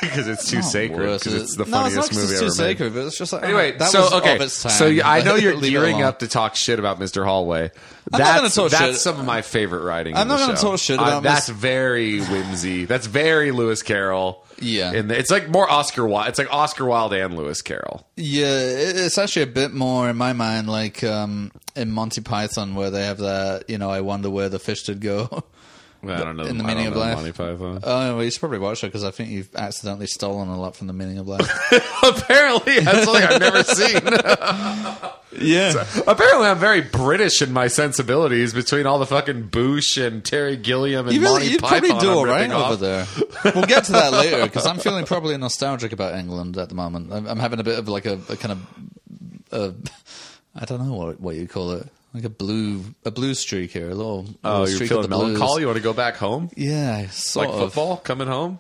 Speaker 1: because it's too sacred.
Speaker 2: worth
Speaker 1: Because
Speaker 2: it.
Speaker 1: it's the
Speaker 2: No,
Speaker 1: funniest
Speaker 2: not 'cause
Speaker 1: movie
Speaker 2: it's
Speaker 1: ever made.
Speaker 2: too sacred, but it's just like
Speaker 1: Anyway,
Speaker 2: alright, that
Speaker 1: so
Speaker 2: was
Speaker 1: okay,
Speaker 2: of its time,
Speaker 1: so you- I know
Speaker 2: but
Speaker 1: you're
Speaker 2: leave it
Speaker 1: gearing
Speaker 2: alone.
Speaker 1: up to talk shit about Mr. Hallway.
Speaker 2: I'm not
Speaker 1: That's
Speaker 2: gonna talk
Speaker 1: that's
Speaker 2: shit.
Speaker 1: some of my favorite writing.
Speaker 2: I'm
Speaker 1: in
Speaker 2: not
Speaker 1: the
Speaker 2: gonna
Speaker 1: show.
Speaker 2: talk shit
Speaker 1: Uh,
Speaker 2: about
Speaker 1: that's
Speaker 2: Mr.
Speaker 1: very whimsy. That's very Lewis Carroll.
Speaker 2: Yeah.
Speaker 1: in the, it's like more Oscar Wilde. It's like Oscar Wilde and Lewis Carroll.
Speaker 2: Yeah, it- it's actually a bit more in my mind like um, in Monty Python where they have that. You know, I wonder where the fish did go.
Speaker 1: I don't know
Speaker 2: in the
Speaker 1: I
Speaker 2: meaning
Speaker 1: don't
Speaker 2: of
Speaker 1: know
Speaker 2: life.
Speaker 1: Monty Python.
Speaker 2: Oh, well, you should probably watch it because I think you've accidentally stolen a lot from the meaning of life.
Speaker 1: Apparently, that's something I've never seen.
Speaker 2: yeah,
Speaker 1: Apparently, I'm very British in my sensibilities between all the fucking Boosh and Terry Gilliam and
Speaker 2: you really,
Speaker 1: Monty
Speaker 2: you
Speaker 1: Python.
Speaker 2: probably do
Speaker 1: I'm
Speaker 2: all right
Speaker 1: ripping off.
Speaker 2: over there. We'll get to that later because I'm feeling probably nostalgic about England at the moment. I'm, I'm having a bit of like a, a kind of, uh, I don't know what what you call it, like a blue a blue streak here, a little.
Speaker 1: Oh,
Speaker 2: little
Speaker 1: you're
Speaker 2: streak
Speaker 1: feeling
Speaker 2: of the blues.
Speaker 1: melancholy. You want to go back home?
Speaker 2: Yeah, sort
Speaker 1: like
Speaker 2: of.
Speaker 1: football coming home.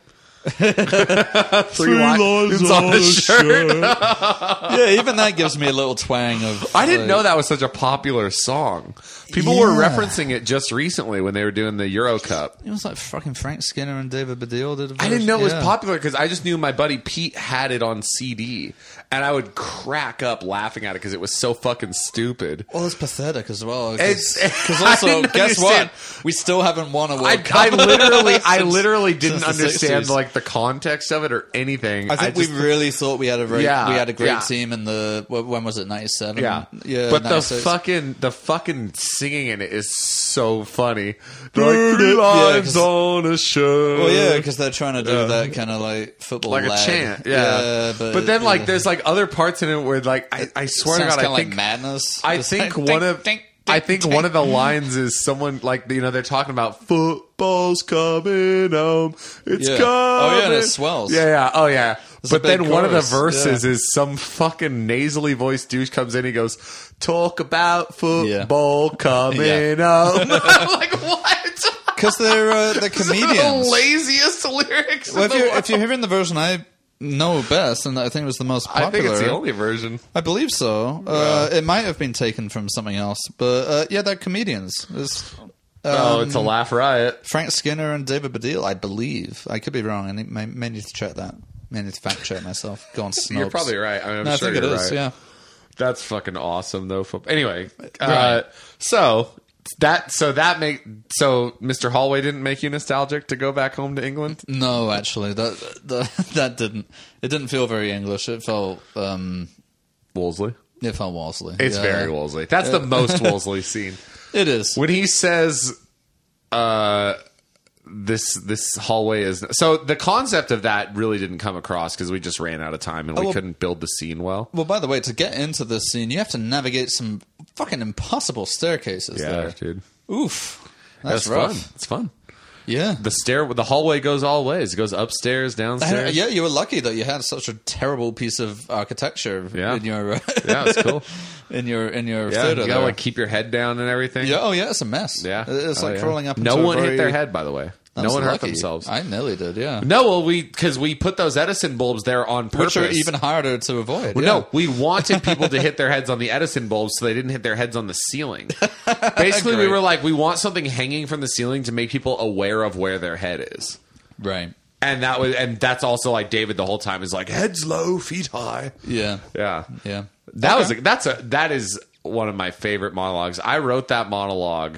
Speaker 3: Three lines on a shirt.
Speaker 2: Yeah, even that gives me a little twang of.
Speaker 1: I didn't
Speaker 2: like,
Speaker 1: know that was such a popular song. People were
Speaker 2: Yeah.
Speaker 1: referencing it just recently when they were doing the Euro Cup.
Speaker 2: It was like fucking Frank Skinner and David Baddiel did.
Speaker 1: I didn't know it was popular because I just knew my buddy Pete had it on CD, and I would crack up laughing at it because it was so fucking stupid.
Speaker 2: Well, it's pathetic as well.
Speaker 1: It's-
Speaker 2: Because
Speaker 1: I
Speaker 2: also,
Speaker 1: didn't
Speaker 2: guess
Speaker 1: understand.
Speaker 2: what? We still haven't won a World
Speaker 1: I,
Speaker 2: Cup.
Speaker 1: I literally, I literally
Speaker 2: since
Speaker 1: didn't
Speaker 2: the
Speaker 1: understand
Speaker 2: 60s.
Speaker 1: like the context of it or anything.
Speaker 2: I think
Speaker 1: just-
Speaker 2: we really thought we had a very,
Speaker 1: Yeah,
Speaker 2: we had a great
Speaker 1: yeah.
Speaker 2: team in the wh- when was it ninety seven?
Speaker 1: Yeah,
Speaker 2: yeah.
Speaker 1: But the
Speaker 2: 96.
Speaker 1: fucking the fucking singing in it is so funny. They're
Speaker 2: Burn
Speaker 1: like three
Speaker 2: it." Yeah,
Speaker 1: lives
Speaker 2: 'cause-
Speaker 1: on a show.
Speaker 2: Well, yeah, because they're trying to do that kind of like football,
Speaker 1: like
Speaker 2: lag.
Speaker 1: a chant. Yeah,
Speaker 2: but,
Speaker 1: but, then like
Speaker 2: yeah.
Speaker 1: there's like other parts in it where like I, I swear to
Speaker 2: sounds
Speaker 1: God,
Speaker 2: kind of
Speaker 1: I
Speaker 2: like
Speaker 1: think
Speaker 2: madness.
Speaker 1: I
Speaker 2: Just
Speaker 1: think
Speaker 2: like,
Speaker 1: one
Speaker 2: ding,
Speaker 1: of
Speaker 2: ding, ding,
Speaker 1: I think
Speaker 2: ding.
Speaker 1: one of the lines is someone like you know they're talking about football's coming home. It's
Speaker 2: Yeah.
Speaker 1: coming.
Speaker 2: Oh, yeah, and it swells.
Speaker 1: Yeah, yeah. Oh yeah.
Speaker 2: a
Speaker 1: but
Speaker 2: big
Speaker 1: then one of the
Speaker 2: chorus.
Speaker 1: verses
Speaker 2: Yeah.
Speaker 1: is some fucking nasally voiced douche comes in. He goes, "Talk about football coming home." I'm like, what?
Speaker 2: because they're uh, they're
Speaker 1: the
Speaker 2: comedians.
Speaker 1: laziest lyrics.
Speaker 2: well,
Speaker 1: in
Speaker 2: if
Speaker 1: the
Speaker 2: you're
Speaker 1: world.
Speaker 2: if you're hearing the version I know best, and I think it was the most popular.
Speaker 1: I think it's the only version.
Speaker 2: I believe so. Uh, it might have been taken from something else, but uh, yeah, they're comedians. It's, Um,
Speaker 1: oh, it's a laugh riot.
Speaker 2: Frank Skinner and David Baddiel, I believe. I could be wrong. I need, may, may need to check that. May need to fact check myself. Go on, snobs.
Speaker 1: You're probably right. I mean, I'm
Speaker 2: No, I
Speaker 1: sure
Speaker 2: think it
Speaker 1: you're
Speaker 2: is.
Speaker 1: right.
Speaker 2: Yeah.
Speaker 1: That's fucking awesome though. Fo- Anyway, uh, so that so that make so Mr. Hallway didn't make you nostalgic to go back home to England.
Speaker 2: No, actually, that, that that didn't. It didn't feel very English. It felt um,
Speaker 1: Wolseley.
Speaker 2: it felt Walsley.
Speaker 1: It's
Speaker 2: Yeah. Uh,
Speaker 1: very Wolseley. That's the most Wolseley scene.
Speaker 2: It is.
Speaker 1: When he says uh this this hallway is so the concept of that really didn't come across because we just ran out of time and we
Speaker 2: Oh, well-
Speaker 1: couldn't build the scene well.
Speaker 2: Well, by the way, to get into this scene, you have to navigate some fucking impossible staircases. there.
Speaker 1: dude.
Speaker 2: Oof. That's,
Speaker 1: That's,
Speaker 2: rough.
Speaker 1: fun. It's fun.
Speaker 2: Yeah.
Speaker 1: The stair the hallway goes all ways. It goes upstairs,
Speaker 2: I-
Speaker 1: downstairs.
Speaker 2: yeah, you were lucky that you had such a terrible piece of architecture
Speaker 1: Yeah.
Speaker 2: in your uh,
Speaker 1: yeah it's cool.
Speaker 2: in your in your
Speaker 1: Yeah, you
Speaker 2: theater.
Speaker 1: gotta
Speaker 2: there.
Speaker 1: like keep your head down and everything.
Speaker 2: Yeah. Oh, yeah. It's a mess.
Speaker 1: yeah.
Speaker 2: It's
Speaker 1: Oh,
Speaker 2: like
Speaker 1: yeah.
Speaker 2: crawling up.
Speaker 1: No
Speaker 2: into a
Speaker 1: one hit
Speaker 2: very-
Speaker 1: their head, by the way.
Speaker 2: I
Speaker 1: no
Speaker 2: was
Speaker 1: one hurt
Speaker 2: lucky.
Speaker 1: themselves.
Speaker 2: I nearly did. Yeah.
Speaker 1: no, well, we because we put those Edison bulbs there on purpose.
Speaker 2: Which are even harder to avoid.
Speaker 1: Well,
Speaker 2: yeah.
Speaker 1: No, we wanted people to hit their heads on the Edison bulbs so they didn't hit their heads on the ceiling. Basically, we
Speaker 2: Great.
Speaker 1: were like, we want something hanging from the ceiling to make people aware of where their head is.
Speaker 2: Right.
Speaker 1: And that was, and that's also like David the whole time is like heads low, feet high.
Speaker 2: Yeah.
Speaker 1: Yeah,
Speaker 2: Yeah.
Speaker 1: That was a, that's a that is one of my favorite monologues. I wrote that monologue.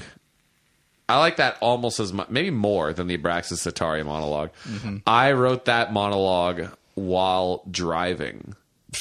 Speaker 1: I like that almost as much, maybe more than the Abraxas Satari monolog
Speaker 2: Mm-hmm.
Speaker 1: I wrote that monologue while driving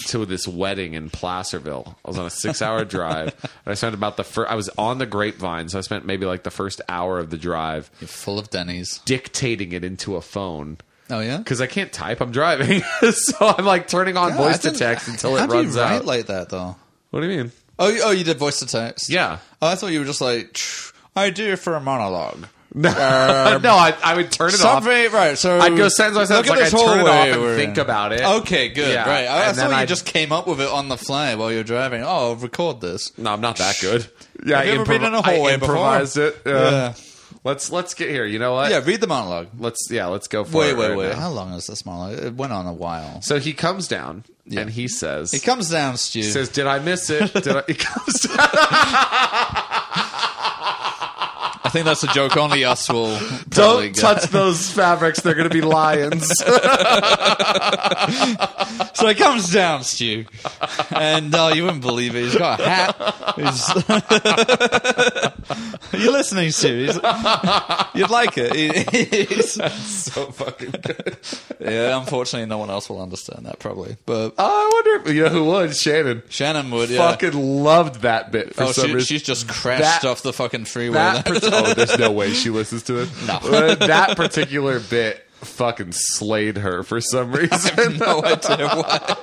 Speaker 1: to this wedding in Placerville. I was on a six-hour drive, and I spent about the first. I was on the Grapevine, so I spent maybe like the first hour of the drive
Speaker 2: You're full of Denny's.
Speaker 1: dictating it into a phone
Speaker 2: Oh yeah.
Speaker 1: because I can't type. I'm driving, so I'm like turning on
Speaker 2: Yeah, I
Speaker 1: voice to
Speaker 2: didn't-
Speaker 1: text until
Speaker 2: how
Speaker 1: it
Speaker 2: do you
Speaker 1: runs
Speaker 2: write
Speaker 1: out.
Speaker 2: like that though.
Speaker 1: what do you mean?
Speaker 2: Oh, you- oh, you did voice to text.
Speaker 1: Yeah.
Speaker 2: Oh, I thought you were just like "Tch, idea for a monologue.
Speaker 1: no, I, I would turn it off.
Speaker 2: Um, Something right. So
Speaker 1: I'd go sentence by sentence. Like
Speaker 2: Look at
Speaker 1: I'd
Speaker 2: this
Speaker 1: turn it off
Speaker 2: hallway
Speaker 1: and
Speaker 2: we're
Speaker 1: think
Speaker 2: in.
Speaker 1: about it.
Speaker 2: Okay, good.
Speaker 1: Yeah,
Speaker 2: Right. I, I
Speaker 1: and then
Speaker 2: thought you
Speaker 1: I'd-
Speaker 2: just came up with it on the fly while you were driving. Oh, I'll record this.
Speaker 1: No, I'm not that good. Yeah,
Speaker 2: Have
Speaker 1: I
Speaker 2: you ever been
Speaker 1: improv-
Speaker 2: in a hallway
Speaker 1: I improvised
Speaker 2: before?
Speaker 1: it. Yeah.
Speaker 2: Yeah.
Speaker 1: Let's let's get here. You know what?
Speaker 2: Yeah, read the monologue.
Speaker 1: Let's yeah, let's go for
Speaker 2: Wait,
Speaker 1: it.
Speaker 2: wait,
Speaker 1: right
Speaker 2: wait.
Speaker 1: now.
Speaker 2: How long is this monologue? It went on a while.
Speaker 1: So he comes down and he says
Speaker 2: It comes down, Stu.
Speaker 1: says, "Did I miss it?" Did I, he comes down.
Speaker 2: I think that's a joke only us will. probably
Speaker 1: Don't
Speaker 2: get.
Speaker 1: touch those fabrics; they're going to be lions.
Speaker 2: So it comes down, Stu, and uh, you wouldn't believe it. He's got a hat. He's- Are you listening, Stu? He's- You'd like it. He- he's-
Speaker 1: so fucking good.
Speaker 2: yeah, unfortunately, no one else will understand that probably. But
Speaker 1: I wonder if you know who would Shannon.
Speaker 2: Shannon would. Yeah.
Speaker 1: Fucking loved that bit for
Speaker 2: oh,
Speaker 1: some
Speaker 2: she,
Speaker 1: reason.
Speaker 2: she's just crashed
Speaker 1: That-
Speaker 2: off the fucking freeway.
Speaker 1: that
Speaker 2: there.
Speaker 1: per- oh, there's no way she listens to it. No, that particular bit fucking slayed her for some reason.
Speaker 2: no idea why.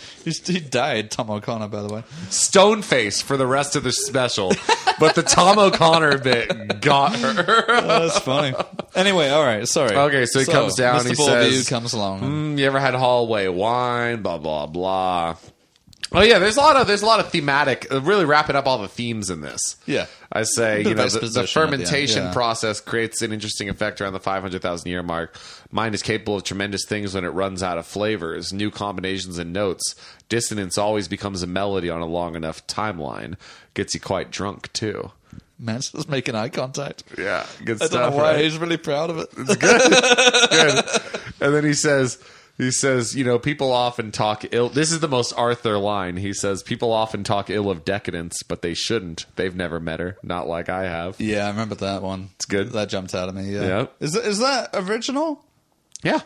Speaker 2: He's- he died, Tom O'Connor, by the way.
Speaker 1: Stone face for the rest of the special, but the Tom O'Connor bit got her.
Speaker 2: Oh, that's funny. Anyway, all right, sorry.
Speaker 1: Okay, so he comes down,
Speaker 2: Mr.
Speaker 1: he
Speaker 2: Bourdain
Speaker 1: says-
Speaker 2: comes along.
Speaker 1: Mm, you ever had hallway wine? Blah blah blah. Oh yeah, there's a lot of there's a lot of thematic. uh, Really wrapping up all the themes in this.
Speaker 2: Yeah.
Speaker 1: I say
Speaker 2: Bit
Speaker 1: you
Speaker 2: of
Speaker 1: know the, the
Speaker 2: exposition at the end,
Speaker 1: fermentation
Speaker 2: yeah.
Speaker 1: process creates an interesting effect around the 500,000 year mark. Mind is capable of tremendous things when it runs out of flavors, new combinations and notes. Dissonance always becomes a melody on a long enough timeline. Gets you quite drunk too.
Speaker 2: Matt's just making eye contact.
Speaker 1: Yeah, good
Speaker 2: I
Speaker 1: stuff.
Speaker 2: don't know why
Speaker 1: right?
Speaker 2: he's really proud of it.
Speaker 1: And then he says, he says, you know, people often talk ill. This is the most Arthur line. He says, people often talk ill of decadence, but they shouldn't. They've never met her, not like I have.
Speaker 2: Yeah, I remember that one. It's
Speaker 1: good.
Speaker 2: That jumped out at me. Yeah.
Speaker 1: Yeah.
Speaker 2: Is that, is that original?
Speaker 1: Yeah.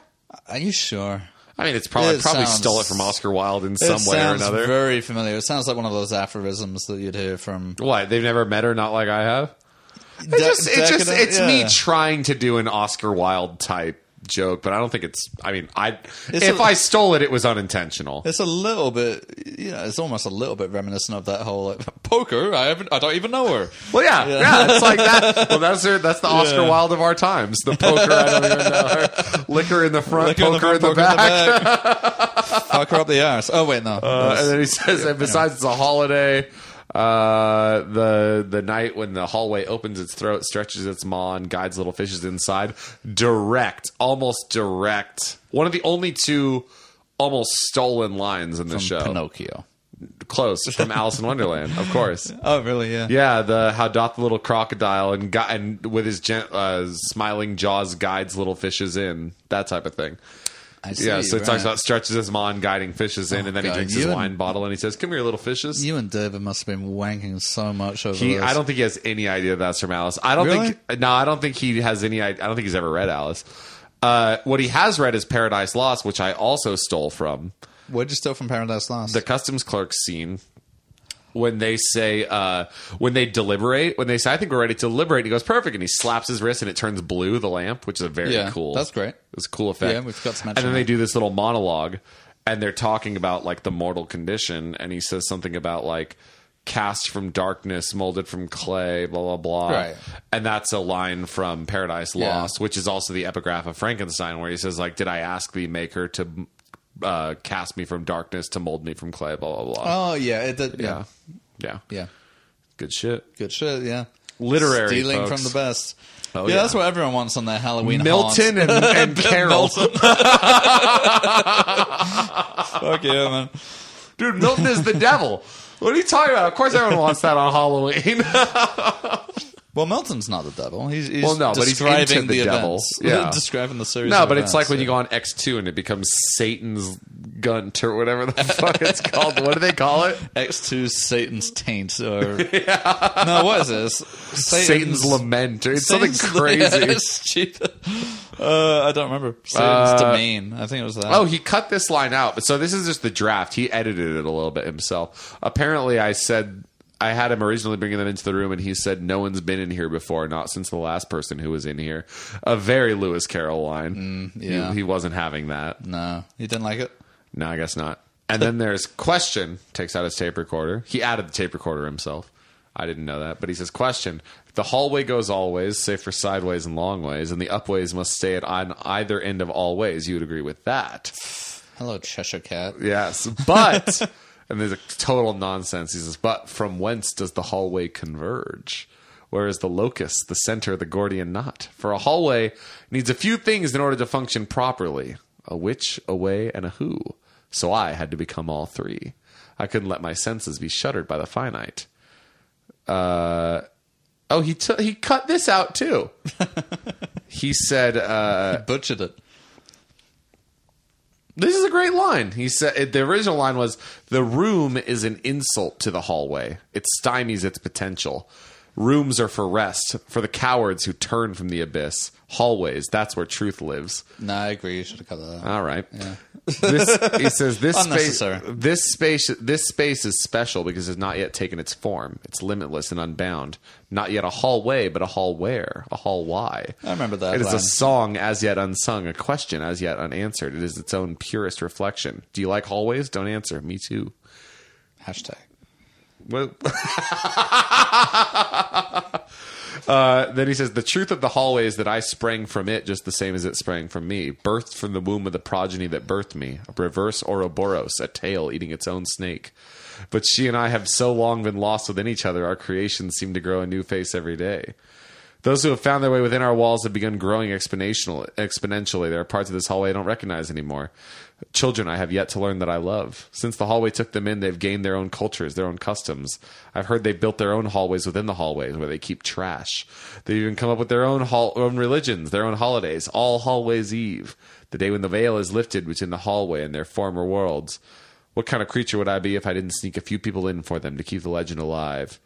Speaker 2: Are you sure?
Speaker 1: I mean, it's probably
Speaker 2: It
Speaker 1: probably
Speaker 2: sounds-
Speaker 1: stole it from Oscar Wilde in
Speaker 2: it
Speaker 1: some way or
Speaker 2: sounds
Speaker 1: another.
Speaker 2: very familiar. It sounds like one of those aphorisms that you'd hear from.
Speaker 1: what? They've never met her, not like I have.
Speaker 2: De-
Speaker 1: It's just, it's, just,
Speaker 2: decadent-
Speaker 1: it's me
Speaker 2: yeah.
Speaker 1: trying to do an Oscar Wilde type joke, but I don't think it's. I mean, I if
Speaker 2: a-
Speaker 1: I stole it, it was unintentional.
Speaker 2: It's a little bit, you know, it's almost a little bit reminiscent of that whole like, poker. I haven't, I don't even know her.
Speaker 1: Well, yeah, yeah, it's like that. Well, that's her, that's the Oscar Wilde of our times. The poker, I don't even know. Liquor in the front,
Speaker 2: Lick her
Speaker 1: poker in
Speaker 2: front,
Speaker 1: the
Speaker 2: poker
Speaker 1: back.
Speaker 2: back. Fuck her up the ass. Oh wait, no.
Speaker 1: Uh, and then he says, and besides, it's a holiday. Uh, the the night when the hallway opens its throat, stretches its maw, and guides little fishes inside. Direct, almost direct. One of the only two almost stolen lines in the show.
Speaker 2: Pinocchio.
Speaker 1: Close from Alice in Wonderland, of course.
Speaker 2: Oh really? Yeah.
Speaker 1: Yeah, the how doth the little crocodile and gu- and with his gent, uh, smiling jaws guides little fishes in that type of thing.
Speaker 2: I see,
Speaker 1: Yeah, so he
Speaker 2: right. Oh,
Speaker 1: talks about stretches his maw and guiding fishes in, and then he
Speaker 2: God,
Speaker 1: drinks
Speaker 2: you
Speaker 1: his
Speaker 2: and-
Speaker 1: wine bottle and he says, "Come here, little fishes."
Speaker 2: You and David must have been wanking so much over
Speaker 1: he,
Speaker 2: this.
Speaker 1: I don't think he has any idea that's from Alice. I don't
Speaker 2: Really?
Speaker 1: think. No, I don't think he has any. I I don't think he's ever read Alice. Uh, what he has read is Paradise Lost, which I also stole from.
Speaker 2: Where'd you steal from Paradise Lost?
Speaker 1: the customs clerk scene when they say uh, when they deliberate when they say I think we're ready to deliberate he goes perfect and he slaps his wrist and it turns blue the lamp which is a very
Speaker 2: Yeah,
Speaker 1: cool
Speaker 2: that's great.
Speaker 1: it's a cool effect
Speaker 2: Yeah, we forgot to
Speaker 1: and
Speaker 2: mention
Speaker 1: then they
Speaker 2: that.
Speaker 1: do this little monologue and they're talking about like the mortal condition and he says something about like cast from darkness molded from clay blah blah blah
Speaker 2: Right.
Speaker 1: and that's a line from Paradise
Speaker 2: Yeah.
Speaker 1: Lost which is also the epigraph of Frankenstein where he says like did I ask thee maker to uh, cast me from darkness to mold me from clay, blah blah blah.
Speaker 2: oh yeah, it did,
Speaker 1: yeah.
Speaker 2: yeah,
Speaker 1: yeah,
Speaker 2: yeah,
Speaker 1: good shit.
Speaker 2: good shit. Yeah,
Speaker 1: Literary
Speaker 2: stealing
Speaker 1: folks.
Speaker 2: from the best.
Speaker 1: Oh,
Speaker 2: yeah,
Speaker 1: yeah.
Speaker 2: that's what everyone wants on their Halloween.
Speaker 1: Milton and, and Carol,
Speaker 2: haunt. fuck yeah, man.
Speaker 1: dude. Milton is the devil. What are you talking about? Of course, everyone wants that on Halloween.
Speaker 2: Well, Milton's not the devil. He's, he's
Speaker 1: Well, no, but he's
Speaker 2: describing
Speaker 1: into the devil.
Speaker 2: events.
Speaker 1: Yeah.
Speaker 2: describing the series.
Speaker 1: no,
Speaker 2: of
Speaker 1: but it's
Speaker 2: events,
Speaker 1: like when
Speaker 2: yeah.
Speaker 1: you go on X two and it becomes Satan's gunt or whatever the fuck it's called. What do they call it?
Speaker 2: X2 Satan's taint or no, what is this? Satan's,
Speaker 1: Satan's, lament or it's something
Speaker 2: Satan's-
Speaker 1: crazy.
Speaker 2: Yeah, it's stupid. Uh, I don't remember. Satan's domain. I think it was that.
Speaker 1: Uh, Oh, he cut this line out. But so this is just the draft. He edited it a little bit himself. Apparently, I said I had him originally bringing them into the room, and he said no one's been in here before, not since the last person who was in here. A very Lewis Carroll line.
Speaker 2: yeah.
Speaker 1: he, he wasn't having that.
Speaker 2: no, you didn't like it.
Speaker 1: No, I guess not. And then there's question, takes out his tape recorder. He added the tape recorder himself. I didn't know that. But he says, question, the hallway goes all ways, save for sideways and long ways, and the upways must stay at on either end of all ways. You would agree with that.
Speaker 2: Hello, Cheshire Cat.
Speaker 1: Yes. But, and there's a total nonsense. He says, but from whence does the hallway converge? Where is the locus, the center, the Gordian knot? For a hallway needs a few things in order to function properly a which, a way, and a who. So I had to become all three. I couldn't let my senses be shuttered by the finite. Uh, oh, he, t- he cut this out too. he said, uh,
Speaker 2: Butchered it.
Speaker 1: this is a great line. He said the original line was the room is an insult to the hallway. It stymies its potential. Rooms are for rest, for the cowards who turn from the abyss. Hallways, that's where truth lives.
Speaker 2: No, I agree. You should have cut that out.
Speaker 1: All right. this he says this space
Speaker 2: Unnecessary.
Speaker 1: this space this space is special because it's not yet taken its form. It's limitless and unbound. Not yet a hallway, but a hall where, a hall why.
Speaker 2: I remember that
Speaker 1: It is
Speaker 2: line.
Speaker 1: a song as yet unsung, a question as yet unanswered. It is its own purest reflection. Do you like hallways? Don't answer. Me too.
Speaker 2: Hashtag.
Speaker 1: Well- uh, then he says, The truth of the hallway is that I sprang from it just the same as it sprang from me, birthed from the womb of the progeny that birthed me, a reverse Ouroboros, a tail eating its own snake. But she and I have so long been lost within each other, our creations seem to grow a new face every day. Those who have found their way within our walls have begun growing exponential, exponentially. There are parts of this hallway I don't recognize anymore. Children I have yet to learn that I love. Since the hallway took them in, they've gained their own cultures, their own customs. I've heard they've built their own hallways within the hallways where they keep trash. They've even come up with their own, hall, own religions, their own holidays, all hallways eve, the day when the veil is lifted between the hallway and their former worlds. What kind of creature would I be if I didn't sneak a few people in for them to keep the legend alive?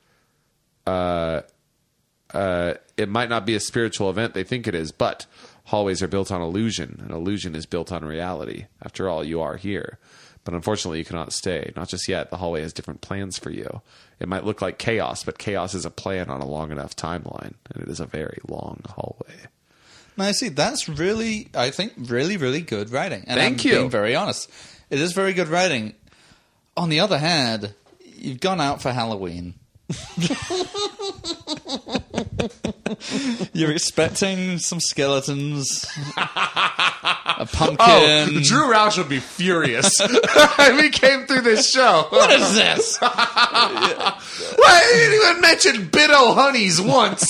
Speaker 1: it might not be a spiritual event they think it is, but hallways are built on illusion, and illusion is built on reality. After all, you are here. But unfortunately, you cannot stay. Not just yet. The hallway has different plans for you. It might look like chaos, but chaos is a plan on a long enough timeline, and it is a very long hallway.
Speaker 2: Now, see, that's really, I think, really, really good writing. And
Speaker 1: Thank
Speaker 2: I'm
Speaker 1: you.
Speaker 2: Being very honest, it is very good writing. On the other hand, you've gone out for Halloween. You're expecting some skeletons, a
Speaker 1: Oh,
Speaker 2: pumpkin.
Speaker 1: Drew Roush would be furious if he came through this show.
Speaker 2: what is this?
Speaker 1: Why didn't even mention Bitto Honeys once?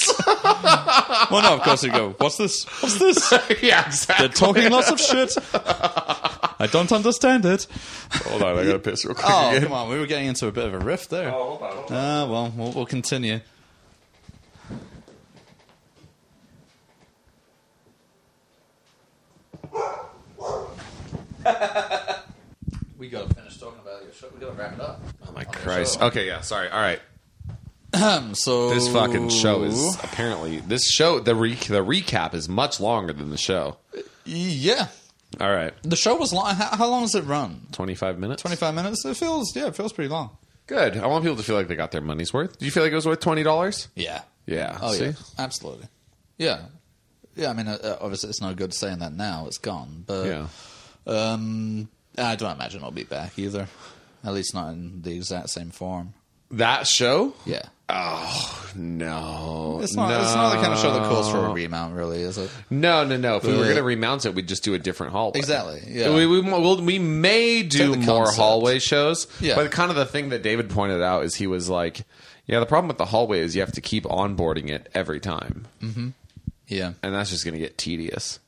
Speaker 3: Well, no, of course you go. What's this? What's this?
Speaker 1: yeah,
Speaker 3: They're talking lots of shit. I don't understand it.
Speaker 1: Hold on, I gotta piss real quick.
Speaker 2: Oh, come on. We were getting into a bit of a rift there. Oh, well, we'll, we'll continue. we got to finish talking about your show. we got to wrap it up.
Speaker 1: Oh my Christ.
Speaker 2: show.
Speaker 1: Okay, yeah, sorry. All right.
Speaker 2: so
Speaker 1: This fucking show is apparently this show the re- the recap is much longer than the show.
Speaker 2: Yeah.
Speaker 1: All right,
Speaker 2: The show was long. How, how long does it run?
Speaker 1: twenty five minutes.
Speaker 2: 25 minutes? It feels, yeah, it feels pretty long.
Speaker 1: Good. I want people to feel like they got their money's worth. Do you feel like it was worth twenty dollars?
Speaker 2: Yeah.
Speaker 1: Yeah.
Speaker 2: Oh
Speaker 1: see?
Speaker 2: yeah, absolutely. Yeah, yeah. I mean, uh, uh, obviously, it's no good saying that now; it's gone. But
Speaker 1: Yeah.
Speaker 2: um, I don't imagine it'll be back either. At least not in the exact same form.
Speaker 1: That show?
Speaker 2: Yeah,
Speaker 1: No.
Speaker 2: it's not.
Speaker 1: No.
Speaker 2: It's not the kind of show that calls for a remount, really, is it?
Speaker 1: No, no, no. If we were
Speaker 2: Uh,
Speaker 1: going to remount it, we'd just do a different hallway.
Speaker 2: Exactly, yeah.
Speaker 1: We we we'll, we may do
Speaker 2: the
Speaker 1: more
Speaker 2: concept.
Speaker 1: hallway shows.
Speaker 2: Yeah.
Speaker 1: But kind of the thing that David pointed out is he was like, "Yeah, the problem with the hallway is you have to keep onboarding it every time,
Speaker 2: Yeah,
Speaker 1: and that's just going to get tedious."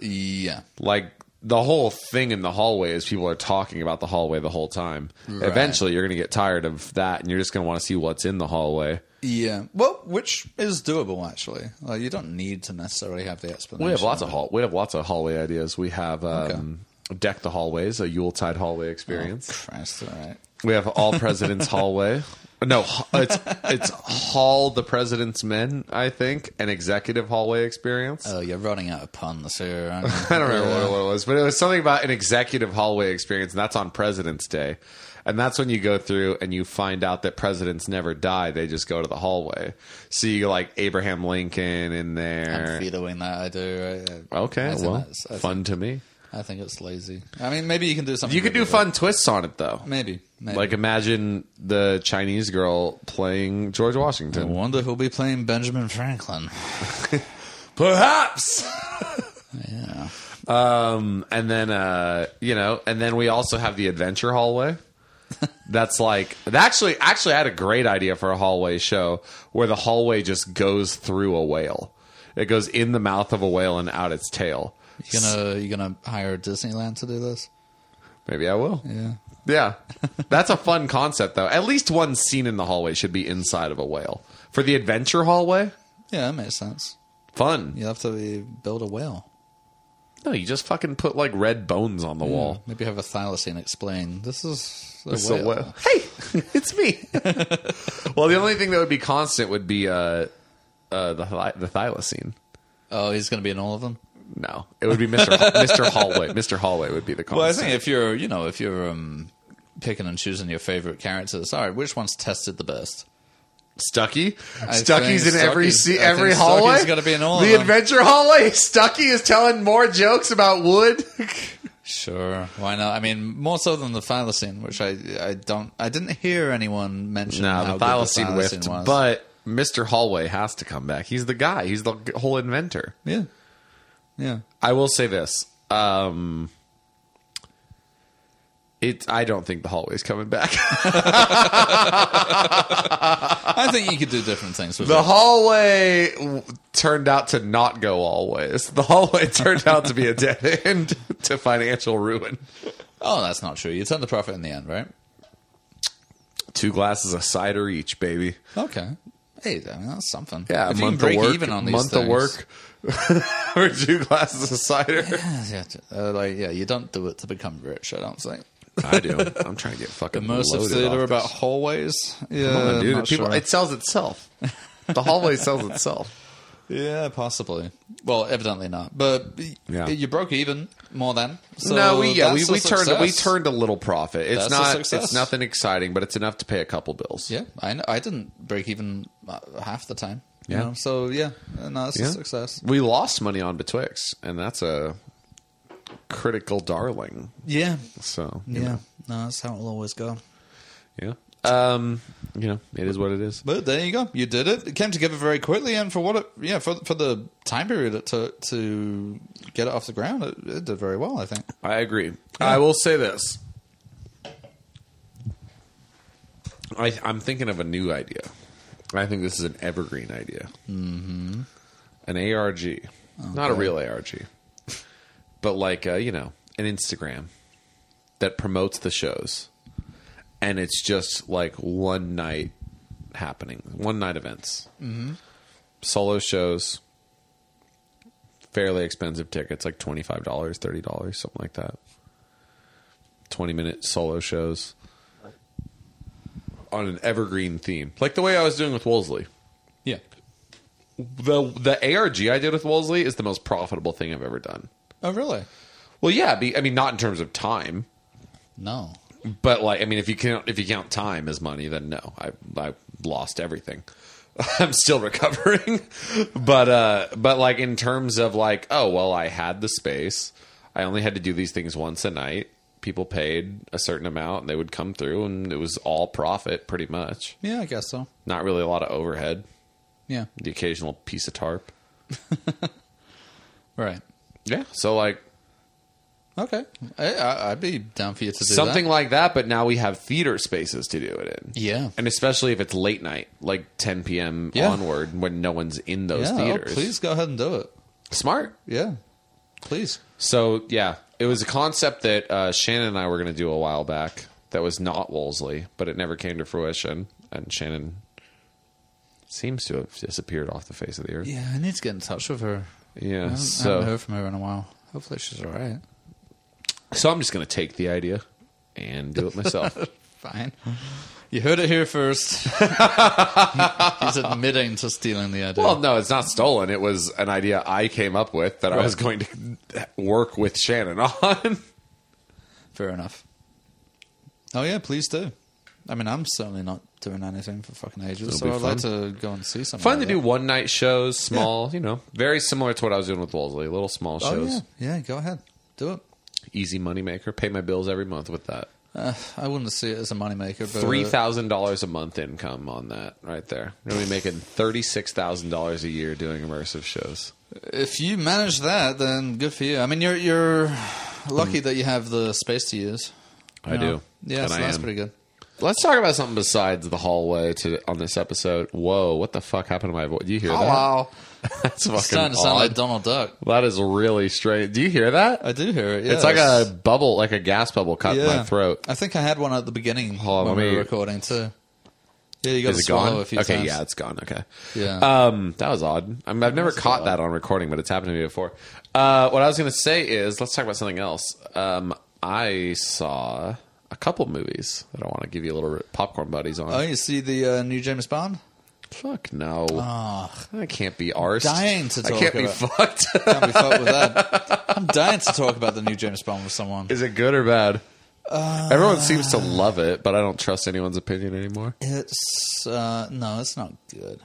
Speaker 2: yeah,
Speaker 1: like the whole thing in the hallway is people are talking about the hallway the whole time. Eventually, you're going to get tired of that, and you're just going to want to see what's in the hallway.
Speaker 2: yeah. Well, which is doable actually. Like, you don't need to necessarily have the explanation.
Speaker 1: We have lots of hall. We have lots of hallway ideas. We have um, deck the hallways, a Yuletide hallway experience.
Speaker 2: Oh, Christ, all right.
Speaker 1: Oh. We have all presidents hallway. No, h- it's it's hall the president's men. I think an executive hallway experience.
Speaker 2: Oh, you're running out of puns here. Aren't you?
Speaker 1: I don't remember what it was, but it was something about an executive hallway experience, and that's on President's Day. And that's when you go through and you find out that presidents never die; they just go to the hallway. So you like Abraham Lincoln in
Speaker 2: I'm
Speaker 1: there.
Speaker 2: vetoing that. I do. Right?
Speaker 1: Okay,
Speaker 2: I think
Speaker 1: well,
Speaker 2: that's- I think-
Speaker 1: fun to me.
Speaker 2: I think it's lazy. I mean, maybe you can do something.
Speaker 1: You could
Speaker 2: good
Speaker 1: do
Speaker 2: with
Speaker 1: fun twists on it though.
Speaker 2: it. Maybe, maybe.
Speaker 1: Like imagine the Chinese girl playing George
Speaker 2: I
Speaker 1: Washington.
Speaker 2: wonder who'll be playing Benjamin Franklin.
Speaker 1: Perhaps.
Speaker 2: Yeah.
Speaker 1: Um, and then uh, you know, and then we also have the adventure hallway. That's like actually actually I had a great idea for a hallway show where the hallway just goes through a whale. It goes in the mouth of a whale and out its tail.
Speaker 2: You gonna you gonna hire Disneyland to do this?
Speaker 1: Maybe I will.
Speaker 2: Yeah.
Speaker 1: Yeah. That's a fun concept though. At least one scene in the hallway should be inside of a whale. For the adventure hallway,
Speaker 2: Yeah, that makes sense.
Speaker 1: fun.
Speaker 2: You'll have to uh, build a whale.
Speaker 1: No, you just fucking put like red bones on the wall.
Speaker 2: Maybe have a thylacine explain. This is a
Speaker 1: It's a
Speaker 2: whale.
Speaker 1: whale. Hey, it's me. well, the only thing that would be constant would be uh, uh, the thy- the thylacine.
Speaker 2: Oh, he's gonna be in all of them.
Speaker 1: No, it would be Mister Mister Hallway. Mister Hallway would be the constant.
Speaker 2: Well, I think if you're, you know, if you're um, picking and choosing your favorite characters, all right, which one's tested the best?
Speaker 1: Stucky,
Speaker 2: I
Speaker 1: Stucky's in
Speaker 2: think
Speaker 1: every se-
Speaker 2: Stucky's- I
Speaker 1: every
Speaker 2: think
Speaker 1: hallway.
Speaker 2: Stucky's gotta be in all of
Speaker 1: the
Speaker 2: them.
Speaker 1: adventure hallway. Stucky is telling more jokes about wood.
Speaker 2: Sure, why not? I mean, more so than the thylacine, which I, I don't, I didn't hear anyone mention. how
Speaker 1: no, the
Speaker 2: good
Speaker 1: thylacine,
Speaker 2: thylacine
Speaker 1: whiffed,
Speaker 2: was.
Speaker 1: but Mister Hallway has to come back. He's the guy. He's the whole inventor.
Speaker 2: yeah, yeah,
Speaker 1: I will say this. Um it I don't think the hallway's coming back.
Speaker 2: I think you could do different things with
Speaker 1: the
Speaker 2: it.
Speaker 1: hallway w- turned out to not go always. The hallway turned out to be a dead end to financial ruin.
Speaker 2: Oh, that's not true. You turn the profit in the end, right?
Speaker 1: Two glasses of cider each, baby.
Speaker 2: Okay. Hey, I mean, that's something.
Speaker 1: Yeah,
Speaker 2: if
Speaker 1: a
Speaker 2: you can
Speaker 1: month
Speaker 2: break
Speaker 1: of work,
Speaker 2: even on these
Speaker 1: month
Speaker 2: things,
Speaker 1: of work for two glasses of cider.
Speaker 2: Yeah, yeah, uh, like yeah, you don't do it to become rich. I don't think.
Speaker 1: I do. I'm trying to get fucking
Speaker 2: Immersive
Speaker 1: loaded
Speaker 2: theater
Speaker 1: off this.
Speaker 2: about hallways. Yeah,
Speaker 1: Come on,
Speaker 2: I'm
Speaker 1: dude.
Speaker 2: not
Speaker 1: People,
Speaker 2: sure.
Speaker 1: It sells itself. The hallway sells itself.
Speaker 2: Yeah, possibly. Well, evidently not. But y-
Speaker 1: Yeah.
Speaker 2: you broke even more than. So
Speaker 1: no, we yeah, we,
Speaker 2: that's a
Speaker 1: we turned we
Speaker 2: success.
Speaker 1: turned a little profit. It's
Speaker 2: That's a
Speaker 1: not
Speaker 2: success.
Speaker 1: it's nothing exciting, but it's enough to pay a couple bills.
Speaker 2: Yeah, I know. I didn't break even uh, half the time. you
Speaker 1: Yeah.
Speaker 2: know? So yeah, uh, no, that's
Speaker 1: Yeah.
Speaker 2: a success.
Speaker 1: We lost money on Betwix, and that's a critical darling.
Speaker 2: Yeah.
Speaker 1: So
Speaker 2: Yeah.
Speaker 1: you know,
Speaker 2: No, that's how it'll always go.
Speaker 1: yeah, um, you know, it is what it is.
Speaker 2: But there you go. You did it. It came together very quickly, and for what it, yeah, for for the time period it took to get it off the ground, it, it did very well. I think.
Speaker 1: I agree. I will say this. I, I'm thinking of a new idea. I think this is an evergreen idea. Mm-hmm. An ARG, not a real ARG, but like uh, you know, an Instagram that promotes the shows, and it's just like one night happening, one night events, mm-hmm. solo shows, fairly expensive tickets, like twenty five dollars, thirty dollars, something like that. Twenty minute solo shows on an evergreen theme, like the way I was doing with Wolseley.
Speaker 2: Yeah.
Speaker 1: The the ARG I did with Wolseley is the most profitable thing I've ever done.
Speaker 2: Oh really?
Speaker 1: Well, yeah, be, I mean not in terms of time,
Speaker 2: No.
Speaker 1: but like I mean if you count if you count time as money, then no, I I lost everything. I'm still recovering, but uh, but like in terms of like oh well, I had the space. I only had to do these things once a night. People paid a certain amount, and they would come through, and it was all profit pretty much.
Speaker 2: Yeah, I guess so.
Speaker 1: Not really a lot of overhead.
Speaker 2: Yeah.
Speaker 1: The occasional piece of tarp.
Speaker 2: Right.
Speaker 1: Yeah. So like
Speaker 2: Okay, I, I, I'd be down for you to do
Speaker 1: something
Speaker 2: That.
Speaker 1: like that, but now we have theater spaces to do it in.
Speaker 2: Yeah.
Speaker 1: and especially if it's late night, like 10 p.m.
Speaker 2: Yeah.
Speaker 1: onward, when no one's in those
Speaker 2: Yeah. oh,
Speaker 1: theaters.
Speaker 2: please go ahead and do it.
Speaker 1: Smart.
Speaker 2: Yeah. Please.
Speaker 1: So yeah, it was a concept that uh, Shannon and I were going to do a while back. That was not Wolseley, but it never came to fruition, and Shannon seems to have disappeared off the face of the earth. Yeah.
Speaker 2: Yeah, I need to get in touch with her. I haven't, I haven't
Speaker 1: so
Speaker 2: heard from her in a while. Hopefully she's all right.
Speaker 1: so I'm just going to take the idea and do it myself.
Speaker 2: Fine. You heard it here first. He's admitting to stealing the idea.
Speaker 1: Well, no, it's not stolen. It was an idea I came up with that I was going to work with Shannon on.
Speaker 2: Fair enough. Oh yeah, please do. I mean, I'm certainly not doing anything for fucking ages, so
Speaker 1: be
Speaker 2: I'd like to go and see something.
Speaker 1: Fun to
Speaker 2: like
Speaker 1: do
Speaker 2: that.
Speaker 1: one night shows, small, you know, very similar to what I was doing with Wolseley, little small
Speaker 2: Oh
Speaker 1: shows.
Speaker 2: yeah, yeah. Go ahead, do it.
Speaker 1: easy moneymaker. Pay my bills every month with that.
Speaker 2: Uh, I wouldn't see it as a moneymaker, but
Speaker 1: Three thousand dollars a month income on that right there. You're gonna be making thirty six thousand dollars a year doing immersive shows.
Speaker 2: if you manage that, then good for you. I mean, you're you're lucky that you have the space to use.
Speaker 1: Mm. I do.
Speaker 2: Yeah,
Speaker 1: And
Speaker 2: so
Speaker 1: I
Speaker 2: that's
Speaker 1: am.
Speaker 2: pretty good.
Speaker 1: Let's talk about something besides the hallway to on this episode. Whoa, what the fuck happened to my voice? Do you hear
Speaker 2: Oh,
Speaker 1: that?
Speaker 2: wow,
Speaker 1: That's fucking
Speaker 2: it's starting to sound
Speaker 1: odd.
Speaker 2: like Uh, Donald Duck.
Speaker 1: that is really strange. Do you hear that?
Speaker 2: I do hear it.
Speaker 1: It's like a bubble, like a gas bubble caught in my throat.
Speaker 2: I think I had one at the beginning
Speaker 1: Hold on,
Speaker 2: when
Speaker 1: let
Speaker 2: we
Speaker 1: me-
Speaker 2: were recording too. Yeah, you got
Speaker 1: Is
Speaker 2: to
Speaker 1: it
Speaker 2: swallow
Speaker 1: gone?
Speaker 2: a few
Speaker 1: okay,
Speaker 2: times.
Speaker 1: yeah, it's gone. Okay.
Speaker 2: Yeah.
Speaker 1: Um, that was odd. I mean, I've never caught that on recording, but it's happened to me before. Uh, what I was going to say is, let's talk about something else. Um, I saw a couple movies that I want to give you a little re- popcorn buddies on.
Speaker 2: Oh, you see the uh, new James Bond? Ah,
Speaker 1: Fuck no. I can't be arsed.
Speaker 2: Uh, Dying to
Speaker 1: I
Speaker 2: talk
Speaker 1: can't be
Speaker 2: about-
Speaker 1: fucked.
Speaker 2: Can't be fucked with that. I'm dying to talk about the new James Bond with someone.
Speaker 1: Is it good or bad?
Speaker 2: Uh,
Speaker 1: Everyone seems to love it, but I don't trust anyone's opinion anymore.
Speaker 2: It's uh, no, it's not good.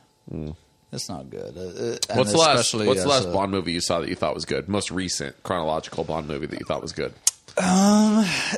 Speaker 2: It's not good. Uh, Uh, and
Speaker 1: Hmm. What's the last?
Speaker 2: especially
Speaker 1: What's the last
Speaker 2: as a-
Speaker 1: Bond movie you saw that you thought was good? Most recent chronological Bond movie that you thought was good?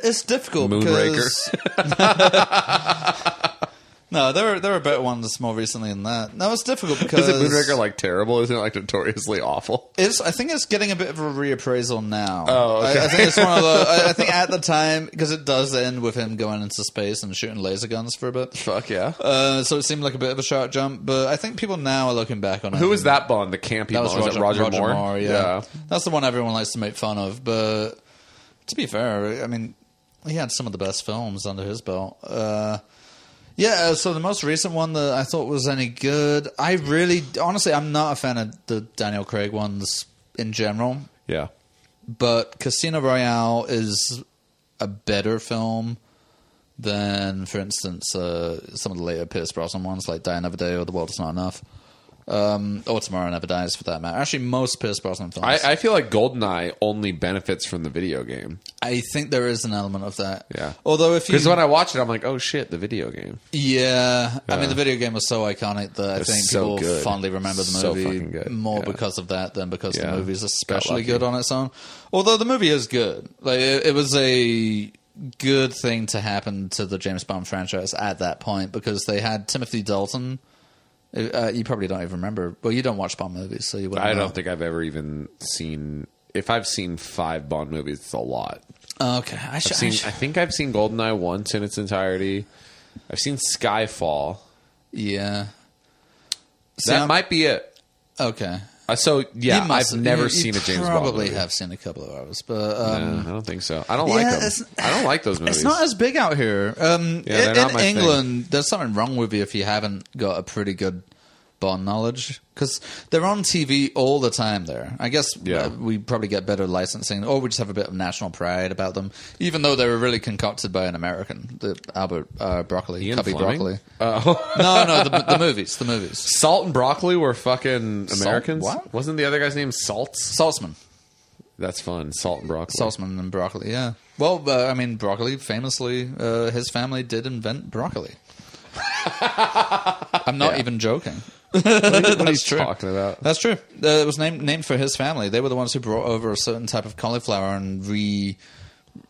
Speaker 2: It's difficult.
Speaker 1: Moonraker.
Speaker 2: Because, no, there are there are better ones more recently than that. No, it's difficult because
Speaker 1: Isn't Moonraker like terrible? Isn't it like notoriously awful?
Speaker 2: It's, I think it's getting a bit of a reappraisal now.
Speaker 1: Oh, okay.
Speaker 2: I, I think it's one of the. I, I think at the time because it does end with him going into space and shooting laser guns for a bit.
Speaker 1: Fuck yeah.
Speaker 2: Uh, so it seemed like a bit of a sharp jump, but I think people now are looking back on it.
Speaker 1: Who was
Speaker 2: and-
Speaker 1: that Bond? The campy
Speaker 2: That
Speaker 1: Bond?
Speaker 2: was
Speaker 1: Was
Speaker 2: Roger,
Speaker 1: it Roger,
Speaker 2: Roger
Speaker 1: Moore?
Speaker 2: yeah. that's the one everyone likes to make fun of. But to be fair, I mean, he had some of the best films under his belt. Uh, yeah, uh, so the most recent one that I thought was any good, I really, honestly, I'm not a fan of the Daniel Craig ones in general.
Speaker 1: Yeah.
Speaker 2: But Casino Royale is a better film than, for instance, uh, some of the later Pierce Brosnan ones, like Die Another Day or The World Is Not Enough, um, or Tomorrow Never Dies, for that matter. Actually, most Pierce Brosnan films.
Speaker 1: I, I feel like Goldeneye only benefits from the video game.
Speaker 2: I think there is an element of that.
Speaker 1: Yeah.
Speaker 2: Although if you,
Speaker 1: Because when I watch it, I'm like, oh shit, the video game.
Speaker 2: yeah, I
Speaker 1: Yeah.
Speaker 2: mean the video game was so iconic that I
Speaker 1: It's
Speaker 2: think
Speaker 1: so
Speaker 2: people
Speaker 1: good.
Speaker 2: fondly remember the
Speaker 1: So
Speaker 2: movie
Speaker 1: fucking good.
Speaker 2: more
Speaker 1: Yeah.
Speaker 2: because of that than because
Speaker 1: Yeah.
Speaker 2: the movie is
Speaker 1: Got
Speaker 2: especially
Speaker 1: lucky.
Speaker 2: good on its own. Although the movie is good, like it, it was a good thing to happen to the James Bond franchise at that point because they had Timothy Dalton. Uh, you probably don't even remember. Well, you don't watch Bond movies, so you wouldn't.
Speaker 1: I
Speaker 2: know.
Speaker 1: don't think I've ever even seen. If I've seen five Bond movies, it's a lot.
Speaker 2: Okay, I should.
Speaker 1: I've
Speaker 2: I
Speaker 1: seen,
Speaker 2: should-
Speaker 1: I think I've seen Goldeneye once in its entirety. I've seen Skyfall.
Speaker 2: yeah. See,
Speaker 1: That
Speaker 2: I'm-
Speaker 1: might be it.
Speaker 2: okay.
Speaker 1: Uh, so yeah,
Speaker 2: You must-
Speaker 1: I've never
Speaker 2: you- you
Speaker 1: seen a James Bond.
Speaker 2: Probably
Speaker 1: movie.
Speaker 2: have seen a couple of ours, but um,
Speaker 1: Uh, I don't think so. I don't like
Speaker 2: Yeah,
Speaker 1: them.
Speaker 2: it's-
Speaker 1: I don't like those movies.
Speaker 2: it's not as big out here. Um,
Speaker 1: Yeah, they're
Speaker 2: in
Speaker 1: not
Speaker 2: in
Speaker 1: my thing.
Speaker 2: England, there's something wrong with you if you haven't got a pretty good Bond knowledge because they're on TV all the time. There, I guess
Speaker 1: Yeah.
Speaker 2: uh, we probably get better licensing, or we just have a bit of national pride about them, even though they were really concocted by an American, the Albert uh, Broccoli,
Speaker 1: Ian
Speaker 2: Cubby
Speaker 1: Fleming? Oh.
Speaker 2: Broccoli. no, no, the, the movies, the movies.
Speaker 1: Salt and broccoli were fucking
Speaker 2: Salt-
Speaker 1: Americans.
Speaker 2: what?
Speaker 1: Wasn't the other guy's name Salts?
Speaker 2: Saltzman.
Speaker 1: That's fun. Salt and broccoli.
Speaker 2: Salzman and broccoli. Yeah. Well, uh, I mean, broccoli famously, uh, his family did invent broccoli. I'm not even joking. That's true.
Speaker 1: Talking about.
Speaker 2: That's true. Uh, it was named named for his family. They were the ones who brought over a certain type of cauliflower and re,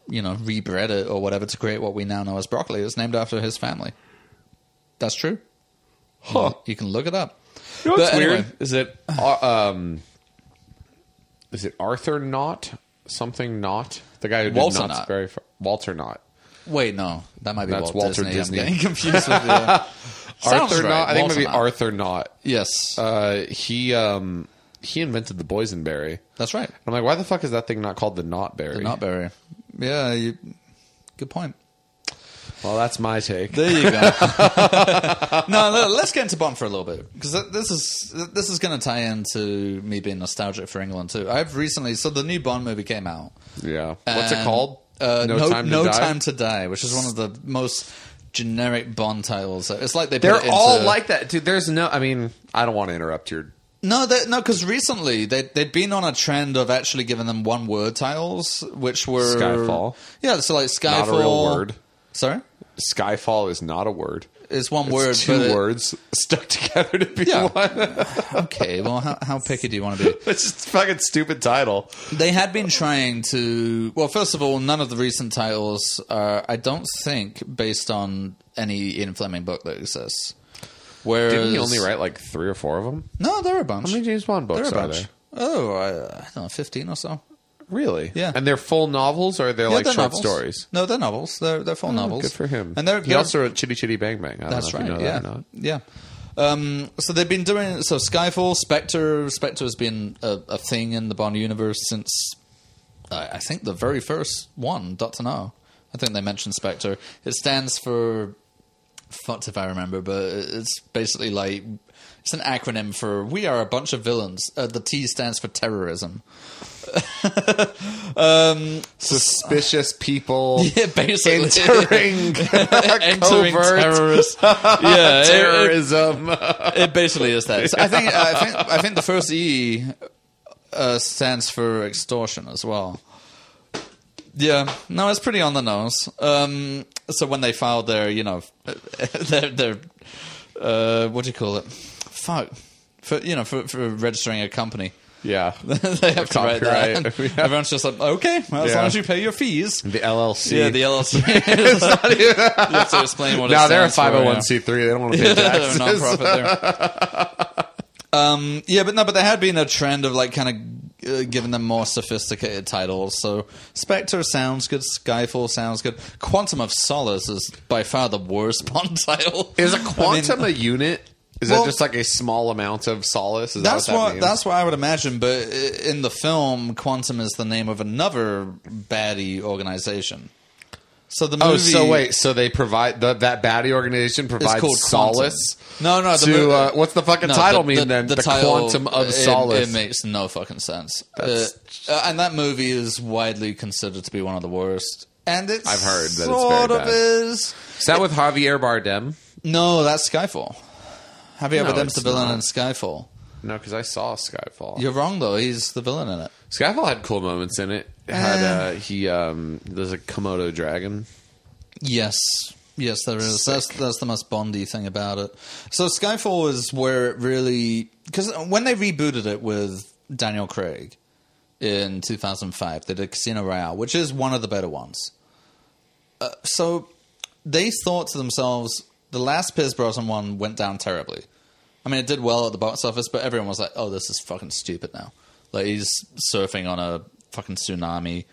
Speaker 2: you know, rebred it or whatever to create what we now know as broccoli. It was named after his family. That's true.
Speaker 1: Huh.
Speaker 2: You can look it up.
Speaker 1: You know what's
Speaker 2: But anyway.
Speaker 1: weird? Is it uh, um, is it Arthur Knott? Something Knott? The guy who did
Speaker 2: Walter
Speaker 1: Knott's
Speaker 2: Knott.
Speaker 1: very far. Walter Knott.
Speaker 2: Wait, no, that might be
Speaker 1: That's
Speaker 2: Walt
Speaker 1: Walter
Speaker 2: Disney.
Speaker 1: Disney.
Speaker 2: I'm getting confused with the uh, Sounds
Speaker 1: Arthur
Speaker 2: right.
Speaker 1: Knott. I think
Speaker 2: Walter
Speaker 1: maybe
Speaker 2: Knott.
Speaker 1: Arthur Knott.
Speaker 2: Yes,
Speaker 1: Uh, he um he invented the boysenberry.
Speaker 2: that's right.
Speaker 1: I'm like, why the fuck is that thing not called the knotberry?
Speaker 2: Not very. Yeah, you, good point.
Speaker 1: well, that's my take.
Speaker 2: There you go. no, no, let's get into Bond for a little bit because this is this is going to tie into me being nostalgic for England too. I've recently so the new Bond movie came out.
Speaker 1: yeah. What's it
Speaker 2: and,
Speaker 1: called?
Speaker 2: Uh, no, time, to, no
Speaker 1: Die?
Speaker 2: time to die, which is one of the most generic Bond titles. It's like they put
Speaker 1: They're
Speaker 2: it into-
Speaker 1: all like that, dude. There's no. I mean, I don't want to interrupt your.
Speaker 2: No, they, no, because recently they they'd been on a trend of actually giving them one word titles, which were
Speaker 1: Skyfall.
Speaker 2: Yeah, so like Skyfall.
Speaker 1: Not a real word.
Speaker 2: Sorry.
Speaker 1: Skyfall is not a word.
Speaker 2: It's one
Speaker 1: It's
Speaker 2: word.
Speaker 1: two
Speaker 2: but it-
Speaker 1: words stuck together to be
Speaker 2: Yeah.
Speaker 1: one.
Speaker 2: okay, well, how, how picky do you want to be?
Speaker 1: it's just a fucking stupid title.
Speaker 2: They had been trying to. Well, first of all, none of the recent titles are, I don't think, based on any Ian Fleming book that exists. Whereas,
Speaker 1: Didn't he only write like three or four of them?
Speaker 2: No, there are a bunch.
Speaker 1: How many James Bond
Speaker 2: there are
Speaker 1: books
Speaker 2: a
Speaker 1: are
Speaker 2: bunch.
Speaker 1: there?
Speaker 2: Oh, I, I don't know, fifteen or so.
Speaker 1: Really?
Speaker 2: Yeah.
Speaker 1: And they're full novels or they're
Speaker 2: Yeah,
Speaker 1: like
Speaker 2: they're
Speaker 1: short
Speaker 2: novels.
Speaker 1: stories? Oh,
Speaker 2: No, they're novels. They're they're full novels.
Speaker 1: Good for him.
Speaker 2: And they're,
Speaker 1: he
Speaker 2: they're-
Speaker 1: also wrote Chitty Chitty Bang Bang. I don't
Speaker 2: That's
Speaker 1: know if
Speaker 2: right.
Speaker 1: you know
Speaker 2: yeah.
Speaker 1: that or not.
Speaker 2: Yeah. Um, so they've been doing so. Skyfall, Spectre. Spectre has been a, a thing in the Bond universe since I, I think the very first one, Doctor No. I think they mentioned Spectre. It stands for fucked if I remember, but it's basically like it's an acronym for "We are a bunch of villains." Uh, the T stands for terrorism.
Speaker 1: Suspicious people
Speaker 2: Yeah, basically
Speaker 1: entering
Speaker 2: entering
Speaker 1: covert
Speaker 2: terrorist. Yeah, it- it-
Speaker 1: terrorism.
Speaker 2: it basically is that. So I think uh, I think I think the first E uh, stands for extortion as well. Yeah, no, it's pretty on the nose. Um, so when they filed their, you know, their, their uh, what do you call it? Fuck, for you know, for, for registering a company.
Speaker 1: yeah.
Speaker 2: they have to write that.
Speaker 1: Copyright. Yeah.
Speaker 2: Everyone's just like, okay, well, as
Speaker 1: Yeah.
Speaker 2: long as you pay your fees.
Speaker 1: The LLC.
Speaker 2: Yeah, the LLC. It's not even- you have to explain what.
Speaker 1: now
Speaker 2: it
Speaker 1: they're a
Speaker 2: stands for,
Speaker 1: 501c3. They
Speaker 2: yeah.
Speaker 1: don't want to pay taxes.
Speaker 2: They're a nonprofit there. um, yeah, but no, but there had been a trend of like kind of uh, giving them more sophisticated titles. So Spectre sounds good, Skyfall sounds good. Quantum of Solace is by far the worst Bond title.
Speaker 1: Is a
Speaker 2: I mean,
Speaker 1: quantum a unit? Is
Speaker 2: Well-
Speaker 1: that just like a small amount of solace? Is
Speaker 2: that's
Speaker 1: that what, that
Speaker 2: what
Speaker 1: means?
Speaker 2: that's what I would imagine. But i- in the film, Quantum is the name of another baddie organization. So the movie.
Speaker 1: Oh, so wait, so they provide the, that baddie organization provides
Speaker 2: called
Speaker 1: solace.
Speaker 2: Quantum. No, no, the
Speaker 1: to
Speaker 2: movie-
Speaker 1: uh, what's the fucking
Speaker 2: No,
Speaker 1: title
Speaker 2: the-
Speaker 1: mean
Speaker 2: the-
Speaker 1: then? The,
Speaker 2: title-
Speaker 1: quantum of
Speaker 2: it-
Speaker 1: solace.
Speaker 2: It makes no fucking sense. Uh,
Speaker 1: That's-
Speaker 2: uh, and that movie is widely considered to be one of the worst. And it's
Speaker 1: I've heard that it's very
Speaker 2: sort of
Speaker 1: bad.
Speaker 2: is.
Speaker 1: Is that with Javier Bardem?
Speaker 2: No, that's Skyfall. Javier
Speaker 1: No,
Speaker 2: Bardem's the
Speaker 1: it's
Speaker 2: villain
Speaker 1: not.
Speaker 2: in Skyfall.
Speaker 1: No, because I saw Skyfall.
Speaker 2: You're wrong though. He's the villain in it.
Speaker 1: Skyfall had cool moments in it. It had uh, he um, there's a Komodo dragon.
Speaker 2: Yes. Yes, there is. That's that's the most Bondy thing about it. So Skyfall is where it really because when they rebooted it with Daniel Craig in 2005, they did Casino Royale, which is one of the better ones. Uh, so they thought to themselves, the last Piers Brosnan one went down terribly. I mean, it did well at the box office, but everyone was like, "Oh, this is fucking stupid now." Like he's surfing on a fucking tsunami.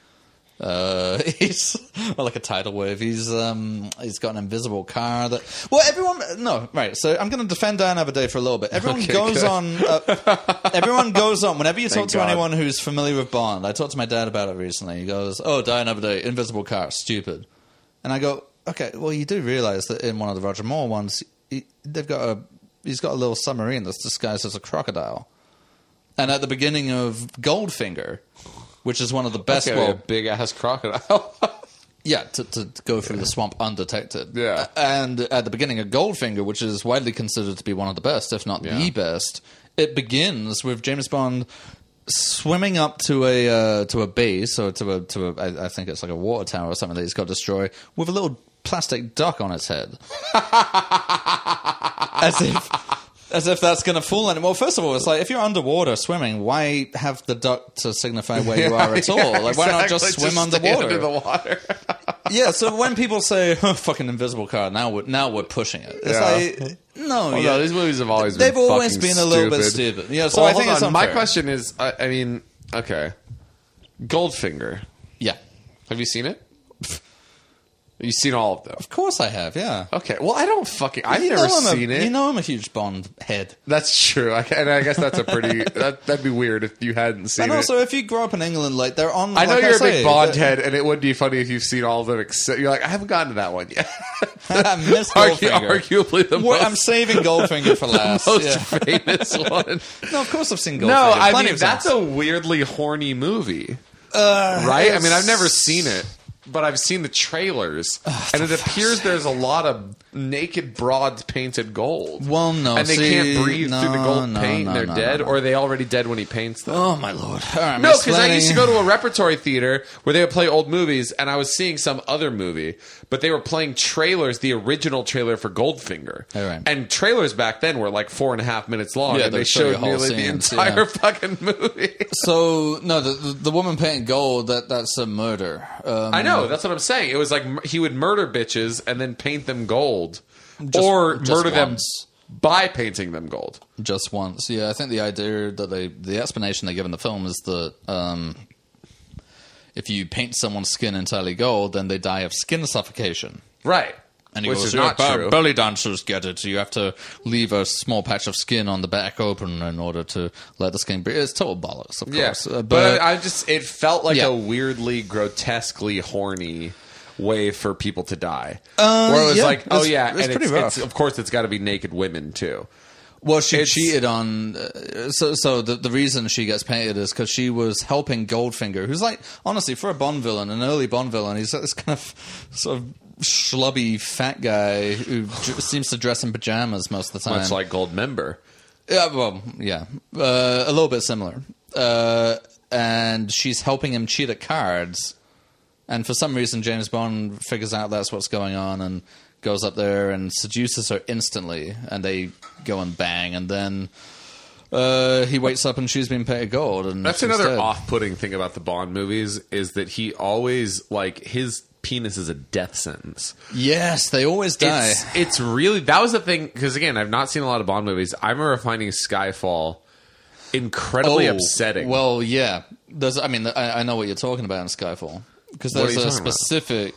Speaker 2: Uh, he's or like a tidal wave. He's um, he's got an invisible car that. Well, everyone no right. So I'm going to defend Diane Abaday for a little bit. Everyone
Speaker 1: Okay,
Speaker 2: goes
Speaker 1: good.
Speaker 2: on. Uh, everyone goes on. Whenever you talk
Speaker 1: Thank
Speaker 2: to
Speaker 1: God.
Speaker 2: anyone who's familiar with Bond, I talked to my dad about it recently. He goes, "Oh, Diane Abaday, invisible car, stupid," and I go, "Okay, well, you do realize that in one of the Roger Moore ones, he, they've got a he's got a little submarine that's disguised as a crocodile." And at the beginning of Goldfinger, which is one of the best
Speaker 1: That's
Speaker 2: well
Speaker 1: a big ass crocodile.
Speaker 2: yeah, to, to go through the swamp undetected.
Speaker 1: Yeah.
Speaker 2: A- And at the beginning of Goldfinger, which is widely considered to be one of the best, if not
Speaker 1: Yeah.
Speaker 2: the best, it begins with James Bond swimming up to a uh, to a base or to a to a I, I think it's like a water tower or something that he's got to destroy with a little plastic duck on its head. as if as if that's going to fool anyone. Well, first of all, it's like if you're underwater swimming, why have the duck to signify where you are at all? like, why not just
Speaker 1: Exactly,
Speaker 2: swim
Speaker 1: stay
Speaker 2: underwater?
Speaker 1: under the water?
Speaker 2: yeah, so when people say "Huh, "fucking invisible car," now we're now we're pushing it. It's
Speaker 1: Yeah.
Speaker 2: like no,
Speaker 1: Well,
Speaker 2: yeah.
Speaker 1: Oh, no, these movies have always
Speaker 2: They've
Speaker 1: been
Speaker 2: always
Speaker 1: fucking
Speaker 2: been a little bit
Speaker 1: stupid.
Speaker 2: stupid. Yeah, so
Speaker 1: Well,
Speaker 2: I think
Speaker 1: hold
Speaker 2: it's
Speaker 1: on. my
Speaker 2: unfair.
Speaker 1: question is, I, I mean, okay, Goldfinger.
Speaker 2: yeah,
Speaker 1: Have you seen it? You've seen all of them.
Speaker 2: of course I have. Yeah,
Speaker 1: Okay. Well, I don't fucking. I've
Speaker 2: You know
Speaker 1: never
Speaker 2: I'm a-
Speaker 1: seen it.
Speaker 2: You know I'm a huge Bond head.
Speaker 1: that's true. I, and I guess that's a pretty. that, that'd be weird if you hadn't seen
Speaker 2: And
Speaker 1: it.
Speaker 2: also, if you grow up in England, like they're on.
Speaker 1: I know
Speaker 2: like
Speaker 1: you're a
Speaker 2: say,
Speaker 1: big Bond
Speaker 2: they're-
Speaker 1: head, and it would be funny if you've seen all of them. Except you're like, I haven't gotten to that one yet.
Speaker 2: I miss
Speaker 1: Argu-
Speaker 2: Goldfinger.
Speaker 1: arguably the
Speaker 2: Well,
Speaker 1: most,
Speaker 2: I'm saving Goldfinger for last.
Speaker 1: most
Speaker 2: yeah.
Speaker 1: famous one.
Speaker 2: No, of course I've seen Goldfinger.
Speaker 1: No, I
Speaker 2: Plenty
Speaker 1: mean
Speaker 2: of
Speaker 1: that's
Speaker 2: times.
Speaker 1: a weirdly horny movie,
Speaker 2: Uh,
Speaker 1: right? I mean,
Speaker 2: it's-
Speaker 1: I've never seen it, but I've seen the trailers, and it appears there's a lot of naked broads painted gold.
Speaker 2: Well, no,
Speaker 1: and they
Speaker 2: see,
Speaker 1: can't breathe through the
Speaker 2: no,
Speaker 1: gold
Speaker 2: no,
Speaker 1: paint.
Speaker 2: no,
Speaker 1: They're
Speaker 2: no,
Speaker 1: dead,
Speaker 2: no, no.
Speaker 1: or are they already dead when he paints them?
Speaker 2: Oh my lord! All right,
Speaker 1: No,
Speaker 2: Miss
Speaker 1: because I used to
Speaker 2: Letty.
Speaker 1: go to a repertory theater where they would play old movies, and I was seeing some other movie, but they were playing trailers, the original trailer for Goldfinger.
Speaker 2: All right.
Speaker 1: And trailers back then were like four and a half minutes long,
Speaker 2: Yeah,
Speaker 1: and
Speaker 2: they
Speaker 1: they
Speaker 2: show you
Speaker 1: showed
Speaker 2: whole
Speaker 1: nearly the
Speaker 2: scenes,
Speaker 1: entire
Speaker 2: yeah.
Speaker 1: fucking movie.
Speaker 2: So no, the the, the woman painting gold that that's a murder. Um,
Speaker 1: I know, that's what I'm saying. It was like m- he would murder bitches and then paint them gold, or
Speaker 2: just
Speaker 1: murder
Speaker 2: once.
Speaker 1: them by painting them gold.
Speaker 2: just once. Yeah, I think the idea that they the explanation they give in the film is that um, if you paint someone's skin entirely gold, then they die of skin suffocation.
Speaker 1: Right.
Speaker 2: And he
Speaker 1: Which
Speaker 2: goes,
Speaker 1: is
Speaker 2: "Yeah,
Speaker 1: not
Speaker 2: bu-
Speaker 1: true.
Speaker 2: Belly dancers get it. You have to leave a small patch of skin on the back open in order to let the skin breathe. It's total bollocks, of
Speaker 1: Yeah.
Speaker 2: course. Uh,
Speaker 1: But, I just, it felt like
Speaker 2: Yeah.
Speaker 1: a weirdly, grotesquely horny way for people to die.
Speaker 2: Uh,
Speaker 1: Where it was
Speaker 2: yeah.
Speaker 1: like, oh
Speaker 2: It's-
Speaker 1: yeah,
Speaker 2: it's
Speaker 1: and
Speaker 2: pretty
Speaker 1: it's- it's-
Speaker 2: rough.
Speaker 1: of course, it's got to be naked women too.
Speaker 2: Well, she
Speaker 1: It's-
Speaker 2: cheated on. Uh, so, so the the reason she gets painted is because she was helping Goldfinger, who's like honestly for a Bond villain, an early Bond villain. He's this kind of sort of schlubby fat guy who j- seems to dress in pajamas most of the time.
Speaker 1: Much like Gold Member.
Speaker 2: yeah, well, yeah, uh, a little bit similar. Uh, and she's helping him cheat at cards, and for some reason James Bond figures out that's what's going on and goes up there and seduces her instantly, and they go and bang, and then. Uh, he wakes up and she's been painted gold, and
Speaker 1: That's
Speaker 2: she's
Speaker 1: another
Speaker 2: dead.
Speaker 1: off-putting thing about the Bond movies is that he always like his penis is a death sentence.
Speaker 2: Yes, they always die.
Speaker 1: It's, it's really that was the thing because again, I've not seen a lot of Bond movies. I remember finding Skyfall incredibly
Speaker 2: Oh,
Speaker 1: upsetting.
Speaker 2: Well, yeah. There's, I mean, I, I know what you're talking about in Skyfall because
Speaker 1: What are
Speaker 2: there's
Speaker 1: you
Speaker 2: a
Speaker 1: talking about?
Speaker 2: specific.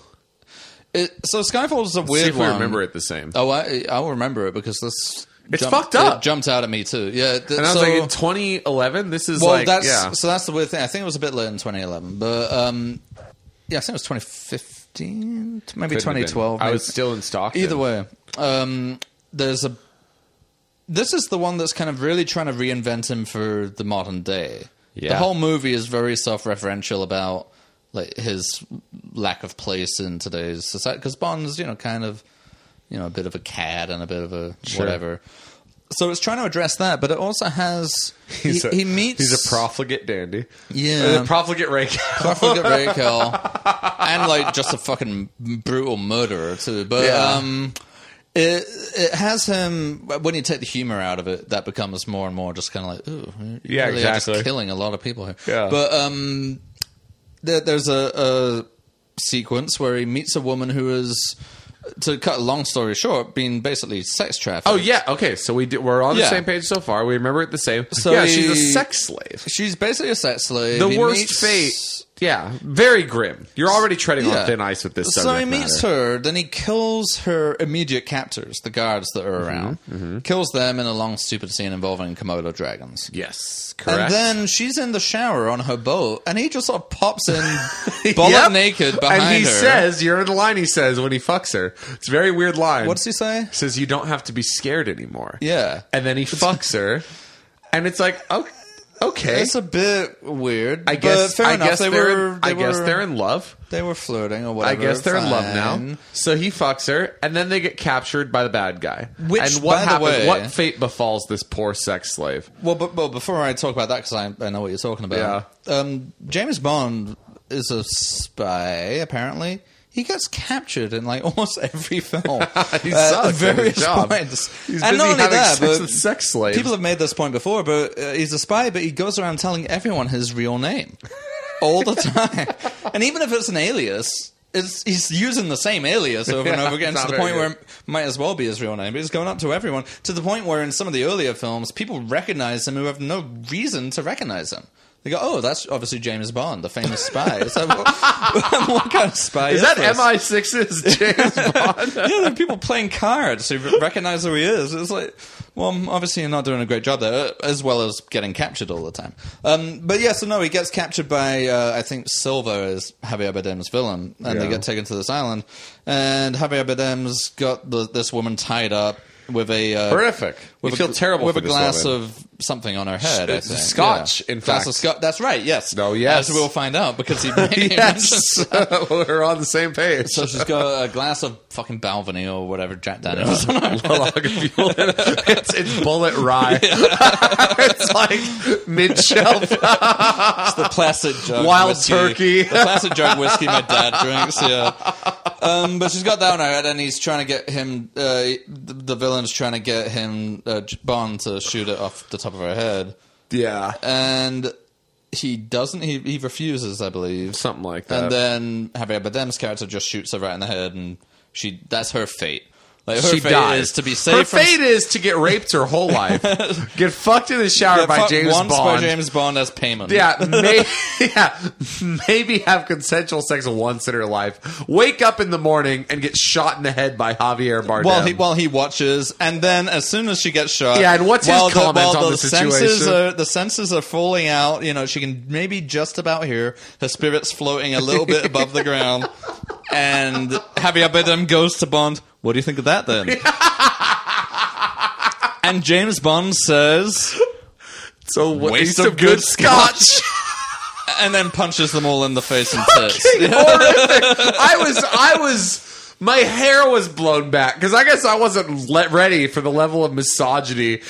Speaker 2: It, so Skyfall is a
Speaker 1: see
Speaker 2: weird
Speaker 1: if we
Speaker 2: one.
Speaker 1: remember it the same.
Speaker 2: Oh, I I will remember it because this.
Speaker 1: It's fucked up.
Speaker 2: It jumped out at me too. Yeah. th-
Speaker 1: and I was
Speaker 2: so,
Speaker 1: like, in 2011, this is
Speaker 2: well,
Speaker 1: like
Speaker 2: that's
Speaker 1: yeah.
Speaker 2: so that's the weird thing. I think it was a bit late in 2011, but um, yeah, I think it was 2015, maybe
Speaker 1: Couldn't have been.
Speaker 2: 2012.
Speaker 1: I
Speaker 2: maybe.
Speaker 1: was still in Stockton.
Speaker 2: Either way, um, there's a. This is the one that's kind of really trying to reinvent him for the modern day. The
Speaker 1: Yeah.
Speaker 2: whole movie is very self-referential about like his lack of place in today's society because Bond's you know kind of you know a bit of a cad and a bit of a
Speaker 1: Sure.
Speaker 2: whatever. So it's trying to address that, but it also has
Speaker 1: He's
Speaker 2: he,
Speaker 1: a-
Speaker 2: he meets
Speaker 1: He's a profligate dandy.
Speaker 2: Yeah.
Speaker 1: Uh, profligate rake.
Speaker 2: I forget Ray Kill. and like just a fucking brutal murderer too. But
Speaker 1: Yeah.
Speaker 2: um, it it has him when you take the humor out of it, that becomes more and more just kind of like ooh, you
Speaker 1: Yeah,
Speaker 2: really are
Speaker 1: exactly.
Speaker 2: just killing a lot of people here.
Speaker 1: Yeah.
Speaker 2: But um, there, there's a, a sequence where he meets a woman who is. To cut a long story short, being basically sex trafficked.
Speaker 1: Oh yeah, okay. So we do, we're on the
Speaker 2: Yeah.
Speaker 1: same page so far. We remember it the same.
Speaker 2: So
Speaker 1: yeah, she's a
Speaker 2: he-
Speaker 1: sex slave.
Speaker 2: she's basically a sex slave.
Speaker 1: The
Speaker 2: He
Speaker 1: worst
Speaker 2: meets-
Speaker 1: fate. Yeah, very grim. You're already treading
Speaker 2: Yeah.
Speaker 1: on thin ice with this.
Speaker 2: So he
Speaker 1: subject
Speaker 2: meets
Speaker 1: matter.
Speaker 2: her, then he kills her immediate captors, the guards that
Speaker 1: Mm-hmm,
Speaker 2: are around, kills them in a long, stupid scene involving Komodo dragons.
Speaker 1: Yes, correct.
Speaker 2: And then she's in the shower on her boat, and he just sort of pops in, bullet
Speaker 1: Yep.
Speaker 2: naked behind
Speaker 1: And he
Speaker 2: her.
Speaker 1: says, "You're in the line." He says when he fucks her. It's a very weird line.
Speaker 2: "What does he say?"
Speaker 1: Says you don't have to be scared anymore.
Speaker 2: Yeah,
Speaker 1: And then he fucks her, and it's like, oh, okay.
Speaker 2: it's a bit weird.
Speaker 1: I guess.
Speaker 2: but fair
Speaker 1: I
Speaker 2: enough.
Speaker 1: guess
Speaker 2: they
Speaker 1: they're.
Speaker 2: were.
Speaker 1: in,
Speaker 2: They
Speaker 1: I guess
Speaker 2: were-
Speaker 1: they're in love.
Speaker 2: They were flirting or
Speaker 1: I
Speaker 2: whatever.
Speaker 1: guess they're in love now.
Speaker 2: fine.
Speaker 1: So he fucks her, and then they get captured by the bad guy.
Speaker 2: Which,
Speaker 1: and what
Speaker 2: by the
Speaker 1: happens?
Speaker 2: way-
Speaker 1: what fate befalls this poor sex slave?
Speaker 2: Well, but, but before I talk about that, because I, I know what you're talking about. Um, James Bond is a spy. Apparently, he gets captured in like almost every film.
Speaker 1: He
Speaker 2: at
Speaker 1: sucks at
Speaker 2: various
Speaker 1: his job.
Speaker 2: points.
Speaker 1: He's
Speaker 2: and
Speaker 1: busy
Speaker 2: not only
Speaker 1: having
Speaker 2: that,
Speaker 1: sex
Speaker 2: but
Speaker 1: with sex slaves.
Speaker 2: people have made this point before. But uh, he's a spy, but he goes around telling everyone his real name all the time, and even if it's an alias. It's, he's using the same alias over and
Speaker 1: Yeah,
Speaker 2: over again
Speaker 1: it's
Speaker 2: to
Speaker 1: not
Speaker 2: the
Speaker 1: very
Speaker 2: point
Speaker 1: good.
Speaker 2: where might as well be his real name, but he's going up to everyone to the point where in some of the earlier films, people recognize him who have no reason to recognize him. They go, "Oh, that's obviously James Bond, the famous spy." It's like, what, what kind of spy
Speaker 1: Is
Speaker 2: is,
Speaker 1: that
Speaker 2: this?
Speaker 1: MI6's James Bond?
Speaker 2: yeah, there are people playing cards who recognize who he is. It's like, well, m- obviously you're not doing a great job there, as well as getting captured all the time. Um, but yeah, so no, he gets captured by, uh, I think Silva is Javier Bardem's villain, and they
Speaker 1: Yeah.
Speaker 2: get taken to this island. And Javier Bardem's got the, this woman tied up. with a uh,
Speaker 1: Horrific. We
Speaker 2: a
Speaker 1: feel
Speaker 2: gl-
Speaker 1: terrible
Speaker 2: with
Speaker 1: for
Speaker 2: a
Speaker 1: this
Speaker 2: glass
Speaker 1: woman.
Speaker 2: of something on her head. I
Speaker 1: It's
Speaker 2: think.
Speaker 1: scotch,
Speaker 2: yeah.
Speaker 1: in
Speaker 2: Glass of
Speaker 1: fact.
Speaker 2: sco- that's right. Yes.
Speaker 1: No, yes.
Speaker 2: As we'll find out because he
Speaker 1: Yes, we're on the same page.
Speaker 2: So she's got a glass of fucking Balvenie or whatever Jack Daniels. on her
Speaker 1: a log of fuel in it. It's, it's bullet rye. it's like mid shelf
Speaker 2: the plastic jug
Speaker 1: Wild
Speaker 2: whiskey.
Speaker 1: turkey.
Speaker 2: the plastic jug whiskey my dad drinks. Yeah, um, but she's got that on her head, and he's trying to get him. Uh, the, the villain's trying to get him uh, J- Bond to shoot it off the top of her head,
Speaker 1: Yeah.
Speaker 2: and he doesn't. He he refuses, I believe,
Speaker 1: Something like that.
Speaker 2: and then Javier Bardem's character just shoots her right in the head, and she that's her fate. Like her fate is to be saved.
Speaker 1: Her
Speaker 2: from
Speaker 1: fate is to get raped her whole life. get fucked in the shower
Speaker 2: Yeah,
Speaker 1: by
Speaker 2: fuck,
Speaker 1: James
Speaker 2: once
Speaker 1: Bond.
Speaker 2: by James Bond as payment.
Speaker 1: yeah, may, yeah, maybe have consensual sex once in her life. Wake up in the morning and get shot in the head by Javier Bardem.
Speaker 2: While he while he watches, and then as soon as she gets shot,
Speaker 1: Yeah, and what's his
Speaker 2: while
Speaker 1: comment
Speaker 2: while
Speaker 1: on the
Speaker 2: Senses
Speaker 1: situation?
Speaker 2: are, the senses are falling out. You know, she can maybe just about hear her spirits floating a little bit above the ground. And Javier Bardem goes to Bond. What do you think of that then? and James Bond says,
Speaker 1: so what, waste
Speaker 2: Waste
Speaker 1: of,
Speaker 2: of
Speaker 1: good,
Speaker 2: good
Speaker 1: scotch.
Speaker 2: and then punches them all in the face and tits.
Speaker 1: horrific. I was, I was, my hair was blown back because I guess I wasn't le- ready for the level of misogyny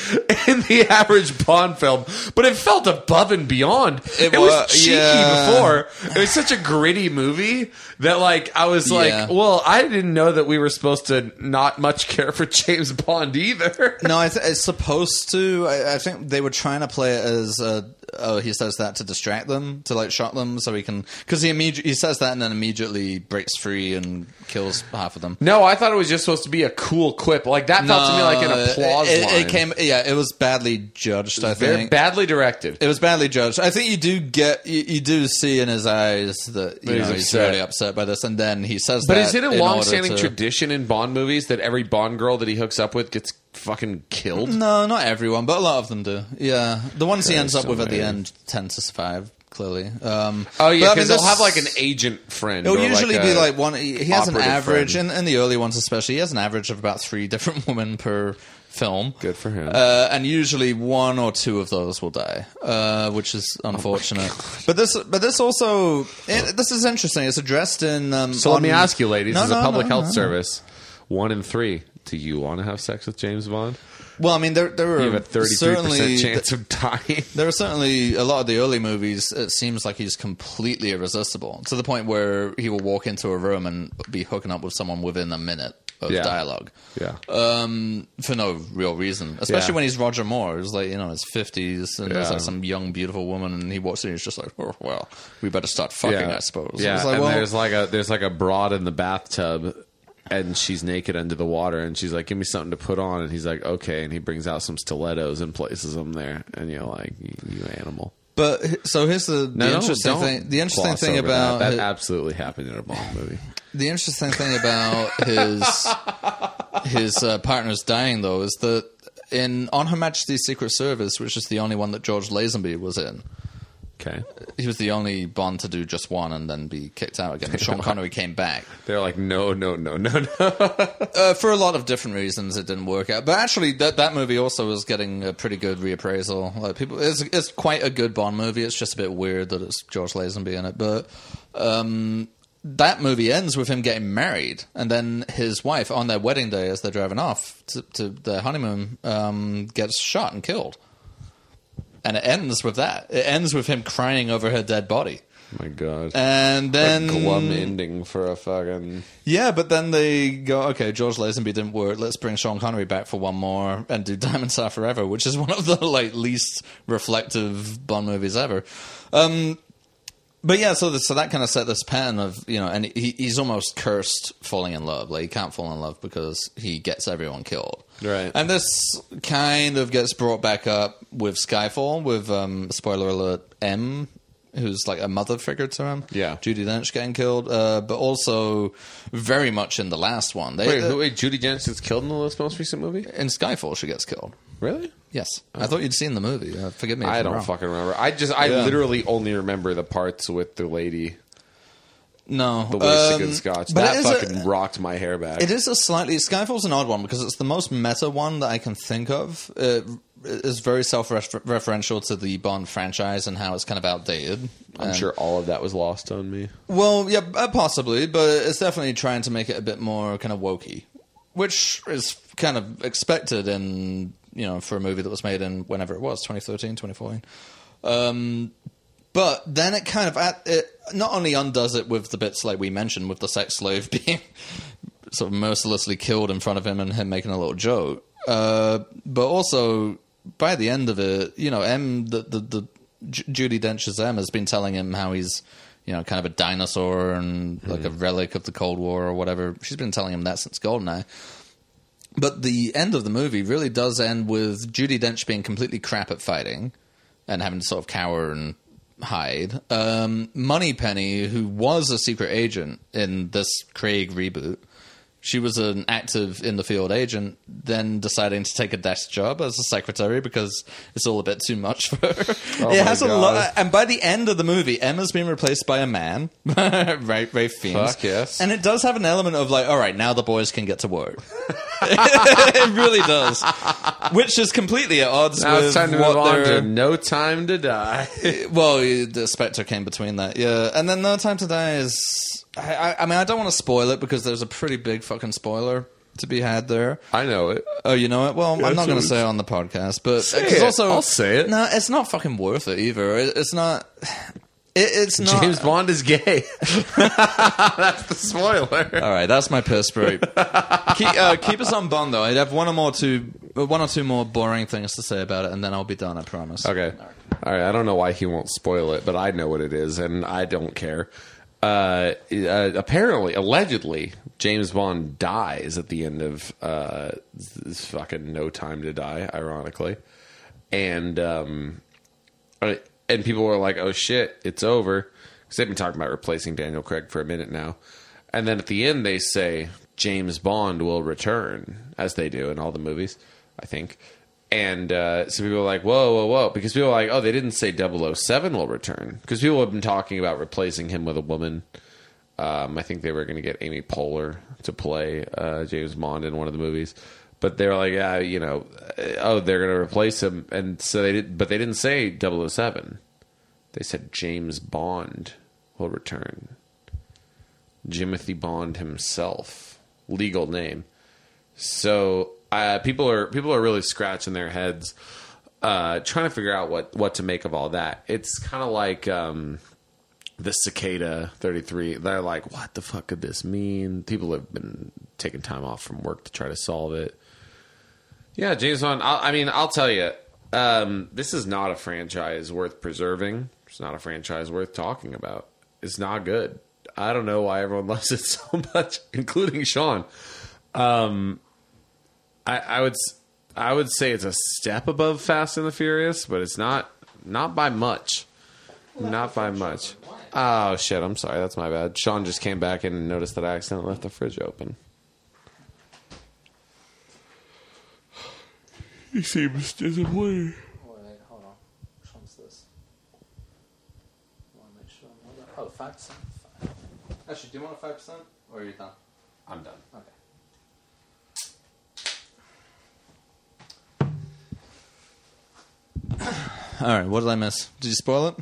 Speaker 1: in the average Bond film, but it felt above and beyond. It,
Speaker 2: It
Speaker 1: was,
Speaker 2: wa-
Speaker 1: cheeky
Speaker 2: yeah.
Speaker 1: before. It was such a gritty movie that, like, I was
Speaker 2: Yeah.
Speaker 1: like, well, I didn't know that we were supposed to not much care for James Bond either.
Speaker 2: No, I th- it's supposed to. I, I think they were trying to play it as, uh, oh, he says that to distract them, to like shock them, so he can because he immediately he says that and then immediately breaks free and kills half of them.
Speaker 1: No, I thought it was just supposed to be a cool quip. Like that felt to me like
Speaker 2: Uh,
Speaker 1: an applause
Speaker 2: It,
Speaker 1: line.
Speaker 2: it came, yeah, it was badly judged. I
Speaker 1: Very
Speaker 2: think
Speaker 1: badly directed.
Speaker 2: it was badly judged. I think you do get, you, you do see in his eyes that you
Speaker 1: he's
Speaker 2: know, he's,
Speaker 1: upset.
Speaker 2: really upset by this, and then he says,
Speaker 1: But
Speaker 2: that
Speaker 1: is it a
Speaker 2: in order
Speaker 1: long-standing
Speaker 2: to-
Speaker 1: tradition in Bond movies that every Bond girl that he hooks up with gets fucking killed?
Speaker 2: No, not everyone, but a lot of them do. Yeah, the ones he ends up with at the
Speaker 1: almighty.
Speaker 2: end tend to survive. Clearly. Um,
Speaker 1: Oh yeah,
Speaker 2: but I
Speaker 1: because
Speaker 2: mean,
Speaker 1: they'll
Speaker 2: this-
Speaker 1: have like an agent friend.
Speaker 2: It'll
Speaker 1: or,
Speaker 2: usually
Speaker 1: like,
Speaker 2: be
Speaker 1: a-
Speaker 2: like one. He he has an
Speaker 1: operative
Speaker 2: average,
Speaker 1: friend.
Speaker 2: and in, the early ones especially, he has an average of about three different women per film.
Speaker 1: Good for him.
Speaker 2: Uh, and usually one or two of those will die, uh, which is
Speaker 1: Oh
Speaker 2: unfortunate. but this, but this also, it, this is interesting. It's addressed in. Um,
Speaker 1: So let me
Speaker 2: on-
Speaker 1: ask you, ladies,
Speaker 2: No,
Speaker 1: as a
Speaker 2: no,
Speaker 1: public
Speaker 2: no,
Speaker 1: health
Speaker 2: no.
Speaker 1: service, one in three. Do you want to have sex with James Bond?
Speaker 2: Well, I mean, there there
Speaker 1: You
Speaker 2: are
Speaker 1: have a thirty-three
Speaker 2: certainly
Speaker 1: percent chance of dying.
Speaker 2: There are certainly a lot of the early movies. It seems like he's completely irresistible to the point where he will walk into a room and be hooking up with someone within a minute of
Speaker 1: Yeah.
Speaker 2: dialogue.
Speaker 1: Yeah,
Speaker 2: Um, for no real reason, especially
Speaker 1: Yeah.
Speaker 2: when he's Roger Moore, who's like you know in his fifties, and there's
Speaker 1: Yeah.
Speaker 2: like some young beautiful woman, and he walks in, and he's just like, oh, well, we better start fucking,
Speaker 1: yeah,
Speaker 2: I suppose.
Speaker 1: Yeah,
Speaker 2: It's like,
Speaker 1: and
Speaker 2: well,
Speaker 1: there's like a there's like a broad in the bathtub. And she's naked under the water, and she's like, "Give me something to put on." And he's like, "Okay." And he brings out some stilettos and places them there, and you're like, "You, you animal."
Speaker 2: but h- so here's the, the
Speaker 1: No,
Speaker 2: interesting
Speaker 1: don't
Speaker 2: thing. The interesting
Speaker 1: gloss
Speaker 2: thing
Speaker 1: over
Speaker 2: about
Speaker 1: that,
Speaker 2: hi-
Speaker 1: That absolutely happened in a Bond movie.
Speaker 2: the interesting thing about his his uh, partner's dying though is that in On Her Majesty's Secret Service, which is the only one that George Lazenby was in,
Speaker 1: Okay,
Speaker 2: he was the only Bond to do just one and then be kicked out again. Sean Connery came back.
Speaker 1: they're like, no, no, no, no, no.
Speaker 2: uh, for a lot of different reasons, it didn't work out. But actually, that that movie also was getting a pretty good reappraisal. Like people, it's it's quite a good Bond movie. It's just a bit weird that it's George Lazenby in it, but. Um, that movie ends with him getting married, and then his wife, on their wedding day, as they're driving off to, to their honeymoon, um, gets shot and killed. And it ends with that. It ends with him crying over her dead body,
Speaker 1: My God,
Speaker 2: and then
Speaker 1: glum ending for a fucking.
Speaker 2: yeah, but then they go, okay, George Lazenby didn't work. Let's bring Sean Connery back for one more and do Diamonds Are Forever, which is one of the like least reflective Bond movies ever. Um, but yeah, so the, so that kind of set this pattern of you know, and he, he's almost cursed falling in love. Like he can't fall in love because he gets everyone killed.
Speaker 1: Right.
Speaker 2: And this kind of gets brought back up with Skyfall, with um, spoiler alert M, who's like a mother figure to him.
Speaker 1: Yeah.
Speaker 2: Judy Dench getting killed, uh, but also very much in the last one. They, uh,
Speaker 1: Wait, who- wait, Judy Dench gets killed in the most most recent movie?
Speaker 2: in Skyfall, she gets killed.
Speaker 1: Really?
Speaker 2: Yes, I thought you'd seen the movie. Uh, forgive me. If
Speaker 1: Oh. I
Speaker 2: I'm
Speaker 1: don't
Speaker 2: wrong.
Speaker 1: fucking remember. I just, I
Speaker 2: Yeah.
Speaker 1: literally only remember the parts with the lady.
Speaker 2: No,
Speaker 1: The wasted
Speaker 2: um,
Speaker 1: good scotch.
Speaker 2: but it
Speaker 1: That
Speaker 2: is a-
Speaker 1: fucking rocked my hair back.
Speaker 2: It is a slightly Skyfall's an odd one because it's the most meta one that I can think of. It is very self-referential to the Bond franchise and how it's kind of outdated.
Speaker 1: I'm
Speaker 2: And-
Speaker 1: sure all of that was lost on me.
Speaker 2: Well, yeah, uh, possibly, but it's definitely trying to make it a bit more kind of wokey, which is kind of expected in you know for a movie that was made in whenever it was 2013, 2014. Um, but then it kind of at, it not only undoes it with the bits like we mentioned with the sex slave being sort of mercilessly killed in front of him and him making a little joke, uh, but also by the end of it, you know, M the the, the Ju- Judy Dench's M has been telling him how he's you know kind of a dinosaur and like a relic of the Cold War or whatever. She's been telling him that since Goldeneye. But the end of the movie really does end with Judy Dench being completely crap at fighting and having to sort of cower and hide. Um, Money Penny, who was a secret agent in this Craig reboot, she was an active in the field agent, then deciding to take a desk job as a secretary because it's all a bit too much for her. it
Speaker 1: Oh my
Speaker 2: has a
Speaker 1: God.
Speaker 2: lot. And by the end of the movie, Emma's been replaced by a man, Ray, Ray Fiennes.
Speaker 1: Fuck yes.
Speaker 2: And it does have an element of like, all right, now the boys can get to work. it really does, which is completely at odds
Speaker 1: Now
Speaker 2: with
Speaker 1: it's time to move
Speaker 2: what
Speaker 1: on
Speaker 2: they're-
Speaker 1: to No Time to Die.
Speaker 2: well, the Spectre came between that, yeah. And then No Time to Die is. I, I, I mean, I don't want to spoil it because there's a pretty big fucking spoiler to be had there.
Speaker 1: I know it.
Speaker 2: Oh, you know it. Well, I'm not
Speaker 1: so
Speaker 2: going to
Speaker 1: it's-
Speaker 2: say it on the podcast, but
Speaker 1: Say
Speaker 2: 'cause
Speaker 1: it.
Speaker 2: also
Speaker 1: I'll say it.
Speaker 2: No, it's not fucking worth it either. It, it's not. It, it's not.
Speaker 1: James Bond is gay. That's the spoiler.
Speaker 2: All right, that's my piss break. keep, uh, keep us on Bond though. I'd have one or more two, uh, one or two more boring things to say about it, and then I'll be done. I promise.
Speaker 1: Okay. All right. I don't know why he won't spoil it, but I know what it is, and I don't care. Uh, uh, apparently, allegedly, James Bond dies at the end of uh, this fucking No Time to Die, ironically, and um, Uh, and people were like, "Oh shit, it's over," because they've been talking about replacing Daniel Craig for a minute now. And then at the end, they say James Bond will return, as they do in all the movies, I think. And uh, so people are like, "Whoa, whoa, whoa!" Because people are like, "Oh, they didn't say 007 will return," because people have been talking about replacing him with a woman. Um, I think they were going to get Amy Poehler to play uh, James Bond in one of the movies, but they were like, yeah, you know, uh, oh, they're going to replace him, and so they did, but they didn't say 007. They said James Bond will return. Jimothy Bond himself, legal name. So uh, people are people are really scratching their heads, uh, trying to figure out what what to make of all that. It's kind of like. Um, the cicada 33 they're like what the fuck could this mean people have been taking time off from work to try to solve it yeah james bond i, I mean i'll tell you um, this is not a franchise worth preserving it's not a franchise worth talking about it's not good i don't know why everyone loves it so much including sean Um, I, I would s- I would say it's a step above Fast and the Furious, but it's not not by much. not by much. Oh shit, I'm sorry. That's my bad. Sean just came back in and noticed that I accidentally left the fridge open.
Speaker 3: He seems
Speaker 4: Wait,
Speaker 3: disappointed.
Speaker 4: hold on. Which one's this? I want to make sure I'm not- Oh, 5%.
Speaker 2: Actually, do you want a five percent, or are you done?
Speaker 1: I'm done.
Speaker 2: Okay. All right, what did I miss? Did you spoil it?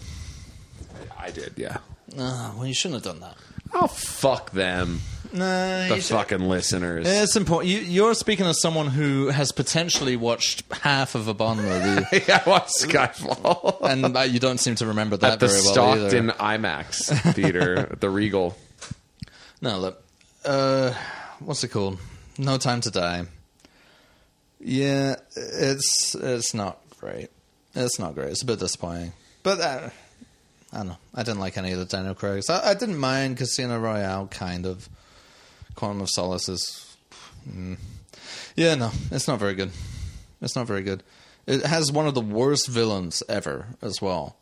Speaker 1: I did, yeah.
Speaker 2: Uh, well, you shouldn't have done that.
Speaker 1: Oh fuck them.
Speaker 2: No,
Speaker 1: The fucking listeners.
Speaker 2: it's important. You, you're speaking as someone who has potentially watched half of a Bond movie,
Speaker 1: yeah, I watched Skyfall.
Speaker 2: and uh, you don't seem to remember that
Speaker 1: At the
Speaker 2: very well
Speaker 1: Stockton
Speaker 2: either.
Speaker 1: IMAX theater, at the Regal.
Speaker 2: No, look. Uh, what's it called? No Time to Die. Yeah, it's it's not great. It's not great. It's a bit disappointing. But uh, I don't know. I didn't like any of the Daniel Craig's. I, I didn't mind Casino Royale, kind of. Quantum of Solace is. Mm. Yeah, no, it's not very good. It's not very good. It has one of the worst villains ever as well.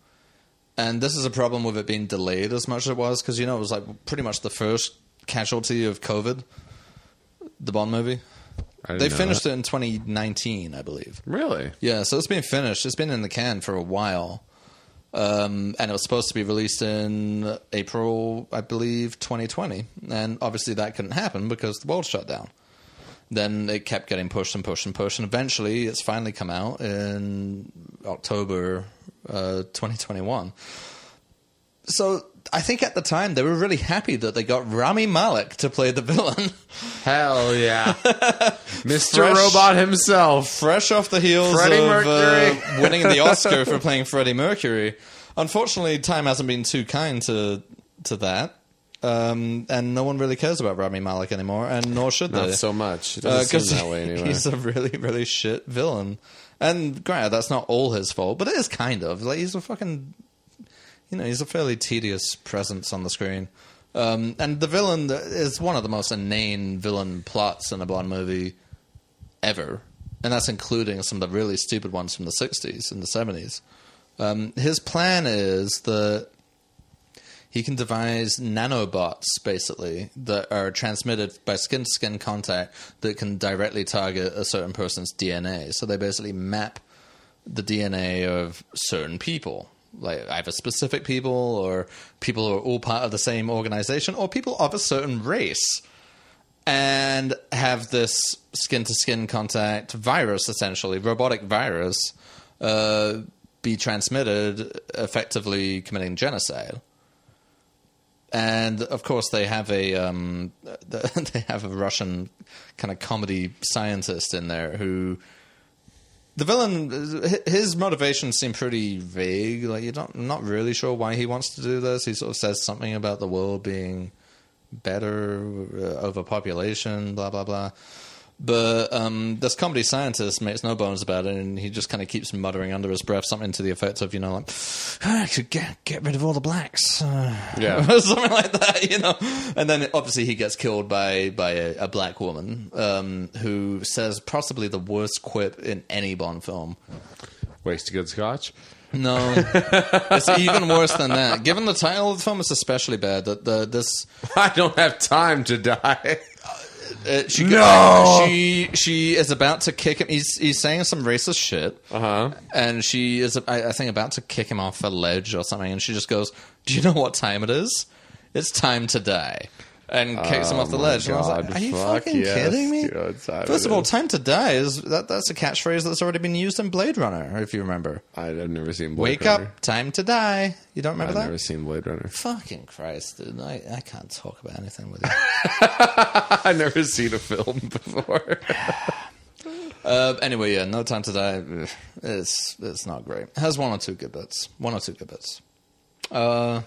Speaker 2: And this is a problem with it being delayed as much as it was because you know it was like pretty much the first casualty of COVID, the Bond movie.
Speaker 1: I didn't
Speaker 2: They
Speaker 1: know
Speaker 2: finished
Speaker 1: that.
Speaker 2: it in 2019, I believe.
Speaker 1: Really?
Speaker 2: Yeah, so it's been finished. It's been in the can for a while. Um, and it was supposed to be released in April, I believe, 2020. And obviously that couldn't happen because the world shut down. Then it kept getting pushed and pushed and pushed. And eventually it's finally come out in October uh, 2021. So I think at the time they were really happy that they got Rami Malek to play the villain.
Speaker 1: Hell yeah, Mr.
Speaker 2: Fresh-
Speaker 1: Robot himself.
Speaker 2: fresh off the heels
Speaker 1: Freddie
Speaker 2: of uh,
Speaker 1: Mercury.
Speaker 2: winning the Oscar for playing Freddie Mercury. Unfortunately, time hasn't been too kind to to that, um, and no one really cares about Rami Malek anymore, and nor should they.
Speaker 1: Not so much. It
Speaker 2: Uh,
Speaker 1: doesn't
Speaker 2: 'cause
Speaker 1: seem that way anyway.
Speaker 2: He's a really, really shit villain. And granted, that's not all his fault, but it is kind of. Like he's a fucking you know, he's a fairly tedious presence on the screen. Um, and the villain th- is one of the most inane villain plots in a Bond movie ever. And that's including some of the really stupid ones from the 60s and the 70s. Um, his plan is that he can devise nanobots basically that are transmitted by skin to skin contact that can directly target a certain person's DNA. So they basically map the DNA of certain people, like either specific people or people who are all part of the same organization or people of a certain race and have this skin to skin contact virus, essentially, robotic virus, uh, be transmitted, effectively committing genocide. And of course, they have a um, th- they have a Russian kind of comedy scientist in there who the villain hi- his motivations seem pretty vague. Like you're not not really sure why he wants to do this. He sort of says something about the world being better, uh, overpopulation, blah blah blah. But um, this comedy scientist makes no bones about it, and he just kind of keeps muttering under his breath something to the effect of, you know, like, "Ah, I could get get rid of all the blacks, uh,
Speaker 1: Yeah.
Speaker 2: something like that, you know. And then obviously he gets killed by by a, a black woman um, who says possibly the worst quip in any Bond film.
Speaker 1: Waste of good scotch.
Speaker 2: No, it's even worse than that. Given the title of the film, it's especially bad. That the this
Speaker 1: I don't have time to die.
Speaker 2: uh, she
Speaker 1: No!
Speaker 2: she she is about to kick him. He's he's saying some racist shit,
Speaker 1: Uh-huh.
Speaker 2: and she is I, I think about to kick him off a ledge or something. And she just goes, "Do you know what time it is? It's time to die." And kicks him off the ledge. And I was like,
Speaker 1: Oh God,
Speaker 2: "Are you
Speaker 1: fuck
Speaker 2: fucking
Speaker 1: yes,
Speaker 2: kidding me?"
Speaker 1: you know what time
Speaker 2: First
Speaker 1: it
Speaker 2: of all,
Speaker 1: is.
Speaker 2: "time to die" is that that's a catchphrase that's already been used in Blade Runner, if you remember.
Speaker 1: I've never seen Blade
Speaker 2: Wake
Speaker 1: Runner.
Speaker 2: up, time to die. You don't remember
Speaker 1: I've
Speaker 2: that?
Speaker 1: never seen Blade Runner.
Speaker 2: Fucking Christ, dude! I, I can't talk about anything with you.
Speaker 1: I've never seen a film before.
Speaker 2: Uh, anyway, yeah, No Time to Die. ugh, It's it's not great. Has one or two good bits. One or two good bits. Uh,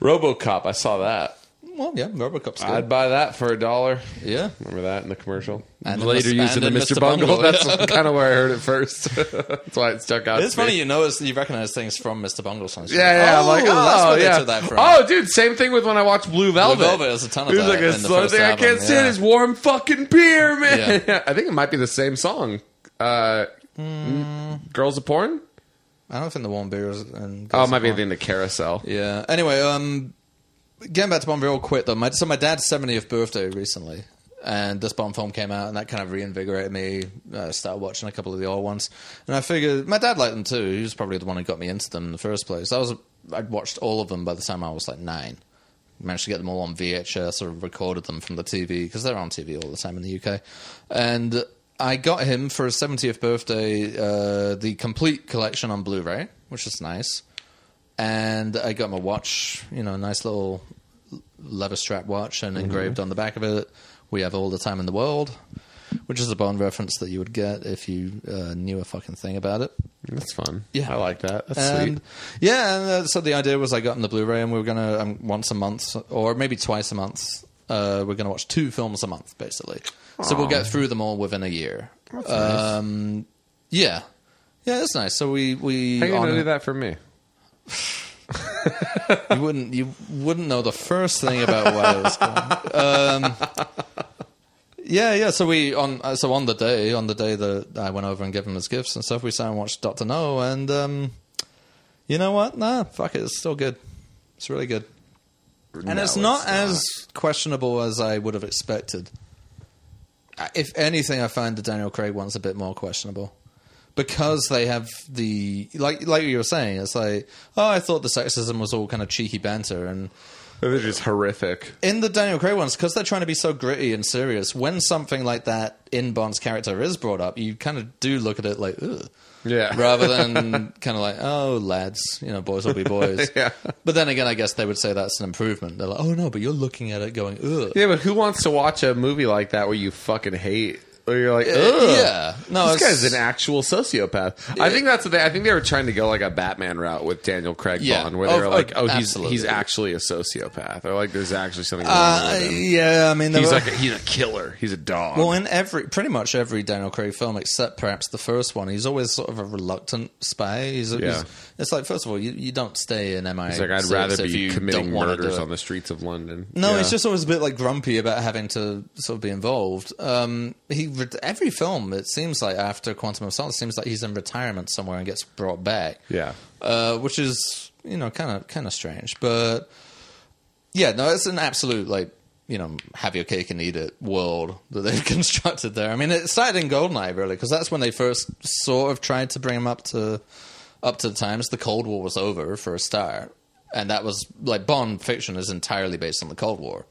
Speaker 1: RoboCop. I saw that.
Speaker 2: well, yeah, RoboCop's good.
Speaker 1: I'd buy that for a dollar.
Speaker 2: yeah,
Speaker 1: Remember that in the commercial?
Speaker 2: And
Speaker 1: Later
Speaker 2: in Mis-
Speaker 1: used in the
Speaker 2: and in
Speaker 1: Mr.
Speaker 2: Mr.
Speaker 1: Bungle.
Speaker 2: Bungle,
Speaker 1: That's kind of where I heard it first. That's why it stuck out.
Speaker 2: it's
Speaker 1: to me.
Speaker 2: funny. You notice you recognize things from Mr. Bungle songs.
Speaker 1: Yeah, yeah. I'm like, oh,
Speaker 2: that's where
Speaker 1: yeah.
Speaker 2: they took that from.
Speaker 1: Oh, dude, same thing with when I watched Blue Velvet.
Speaker 2: Velvet, there's a ton of
Speaker 1: He was
Speaker 2: that
Speaker 1: like, it's
Speaker 2: in the
Speaker 1: the only
Speaker 2: first
Speaker 1: thing I
Speaker 2: album,
Speaker 1: can't stand
Speaker 2: yeah.
Speaker 1: is warm fucking beer, man.
Speaker 2: Yeah.
Speaker 1: I think it might be the same song. Uh,
Speaker 2: Hmm.
Speaker 1: Girls of Porn?
Speaker 2: I don't think the warm beers and
Speaker 1: Oh, it might be in the carousel.
Speaker 2: Yeah. Anyway, um, getting back to Bond real quick though. My, so my dad's seventieth birthday recently, and this Bond film came out, and that kind of reinvigorated me. I started watching a couple of the old ones, and I figured my dad liked them too. He was probably the one who got me into them in the first place. I was I'd watched all of them by the time I was like nine. Managed to get them all on VHS or recorded them from the TV because they're on TV all the time in the UK, and. I got him for his 70th birthday uh, the complete collection on Blu ray, which is nice and I got my watch, you know, a nice little leather strap watch,
Speaker 1: Mm-hmm.
Speaker 2: and engraved on the back of it, "We have all the time in the world," which is a Bond reference that you would get if you uh, knew a fucking thing about it.
Speaker 1: That's fun.
Speaker 2: Yeah.
Speaker 1: I like that. That's
Speaker 2: and,
Speaker 1: sweet.
Speaker 2: Yeah, and uh, so the idea was I got him the Blu-ray, and we were gonna um, once a month, or maybe twice a month, uh, we're gonna watch two films a month, basically. So we'll get through them all within a year. um, Yeah, yeah, it's nice. So we we
Speaker 1: How you going
Speaker 2: honor-
Speaker 1: to do that for me?
Speaker 2: you wouldn't you wouldn't know the first thing about what I was going. Um, yeah, yeah. So we on uh, so on the day on the day that I went over and gave him his gifts and stuff, we sat and watched Doctor No, and um, you know what? Nah, fuck it, it's still good. It's really good, and
Speaker 1: No,
Speaker 2: it's not as questionable as I would have expected. Uh, If anything, I find the Daniel Craig one's a bit more questionable. because they have the like like you were saying, it's like oh, I thought the sexism was all kind of cheeky banter, and
Speaker 1: They're just horrific.
Speaker 2: in the Daniel Craig ones, because they're trying to be so gritty and serious. When something like that in Bond's character is brought up, you kind of do look at it like Ugh,
Speaker 1: Yeah.
Speaker 2: rather than kind of like oh, lads, you know, boys will be boys.
Speaker 1: Yeah.
Speaker 2: But then again, I guess they would say that's an improvement. They're like, oh no, but you're looking at it going ugh.
Speaker 1: Yeah, but who wants to watch a movie like that where you fucking hate? Where you're like, ugh.
Speaker 2: Uh, yeah. No,
Speaker 1: this
Speaker 2: it's-
Speaker 1: guy's an actual sociopath. I think that's the thing. I think they were trying to go like a Batman route with Daniel Craig
Speaker 2: Yeah.
Speaker 1: Bond, where they
Speaker 2: Oh,
Speaker 1: were like, "Oh,
Speaker 2: oh,
Speaker 1: he's
Speaker 2: absolutely.
Speaker 1: he's actually a sociopath," or like, "There's actually something wrong
Speaker 2: Uh,
Speaker 1: with him."
Speaker 2: yeah, I mean, there
Speaker 1: He's
Speaker 2: were-
Speaker 1: like a, he's a killer. He's a dog.
Speaker 2: Well, in every pretty much every Daniel Craig film, except perhaps the first one, he's always sort of a reluctant spy. He's, he's- it's like first of all, you, you don't stay in MI.
Speaker 1: he's like, "I'd rather
Speaker 2: if
Speaker 1: be
Speaker 2: you
Speaker 1: committing
Speaker 2: don't wanna do
Speaker 1: murders
Speaker 2: it."
Speaker 1: on the streets of London."
Speaker 2: No,
Speaker 1: Yeah.
Speaker 2: it's just always a bit like grumpy about having to sort of be involved. Um, he re- every film it seems like after Quantum of Solace it seems like he's in retirement somewhere and gets brought back.
Speaker 1: Yeah.
Speaker 2: uh, which is you know kind of kind of strange, but yeah, no, it's an absolute like you know have your cake and eat it world that they've constructed there. I mean, it started in Goldeneye really because that's when they first sort of tried to bring him up to up to the times. The Cold War was over for a start, and that was like Bond fiction is entirely based on the Cold War.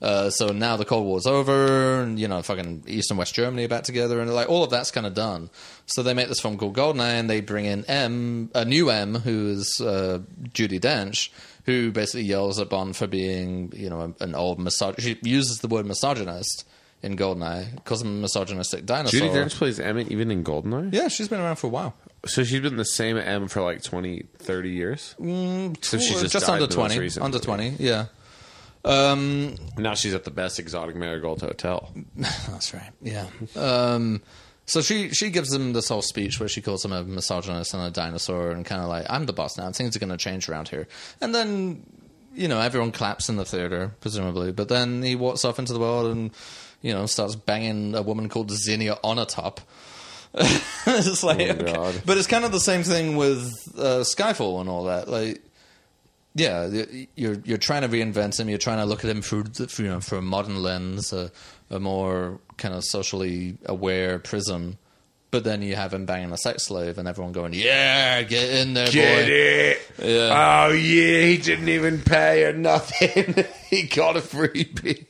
Speaker 2: Uh, so now the Cold War's over, and you know, fucking East and West Germany are back together, and like all of that's kind of done. So they make this film called Goldeneye, and they bring in M, a new M, who is uh, Judy Dench, who basically yells at Bond for being, you know, an old misog. She uses the word misogynist in Goldeneye, calls him a misogynistic dinosaur.
Speaker 1: Judy Dench plays Emmett even in Goldeneye.
Speaker 2: Yeah, she's been around for a while.
Speaker 1: So she's been the same M for like 20, 30 years. so she's
Speaker 2: Well,
Speaker 1: just, died the
Speaker 2: under
Speaker 1: most
Speaker 2: twenty,
Speaker 1: recent
Speaker 2: under
Speaker 1: movie.
Speaker 2: twenty, yeah. Um,
Speaker 1: Now she's at the best exotic marigold hotel.
Speaker 2: That's right. Yeah. Um, so she she gives him this whole speech where she calls him a misogynist and a dinosaur and kind of like I'm the boss now. Things are going to change around here. And then you know everyone claps in the theater presumably, but then he walks off into the world and you know starts banging a woman called Xenia on a top. it's like,
Speaker 1: Oh,
Speaker 2: okay.
Speaker 1: God.
Speaker 2: but it's kind of the same thing with uh, Skyfall and all that. Like, yeah, y- you're you're trying to reinvent him. You're trying to look at him through the, through, you know through a modern lens, a, a more kind of socially aware prism. But then you have him banging a sex slave, and everyone going, "Yeah, get in there, boy."
Speaker 1: it? Oh yeah, he didn't even pay her nothing. he got a freebie.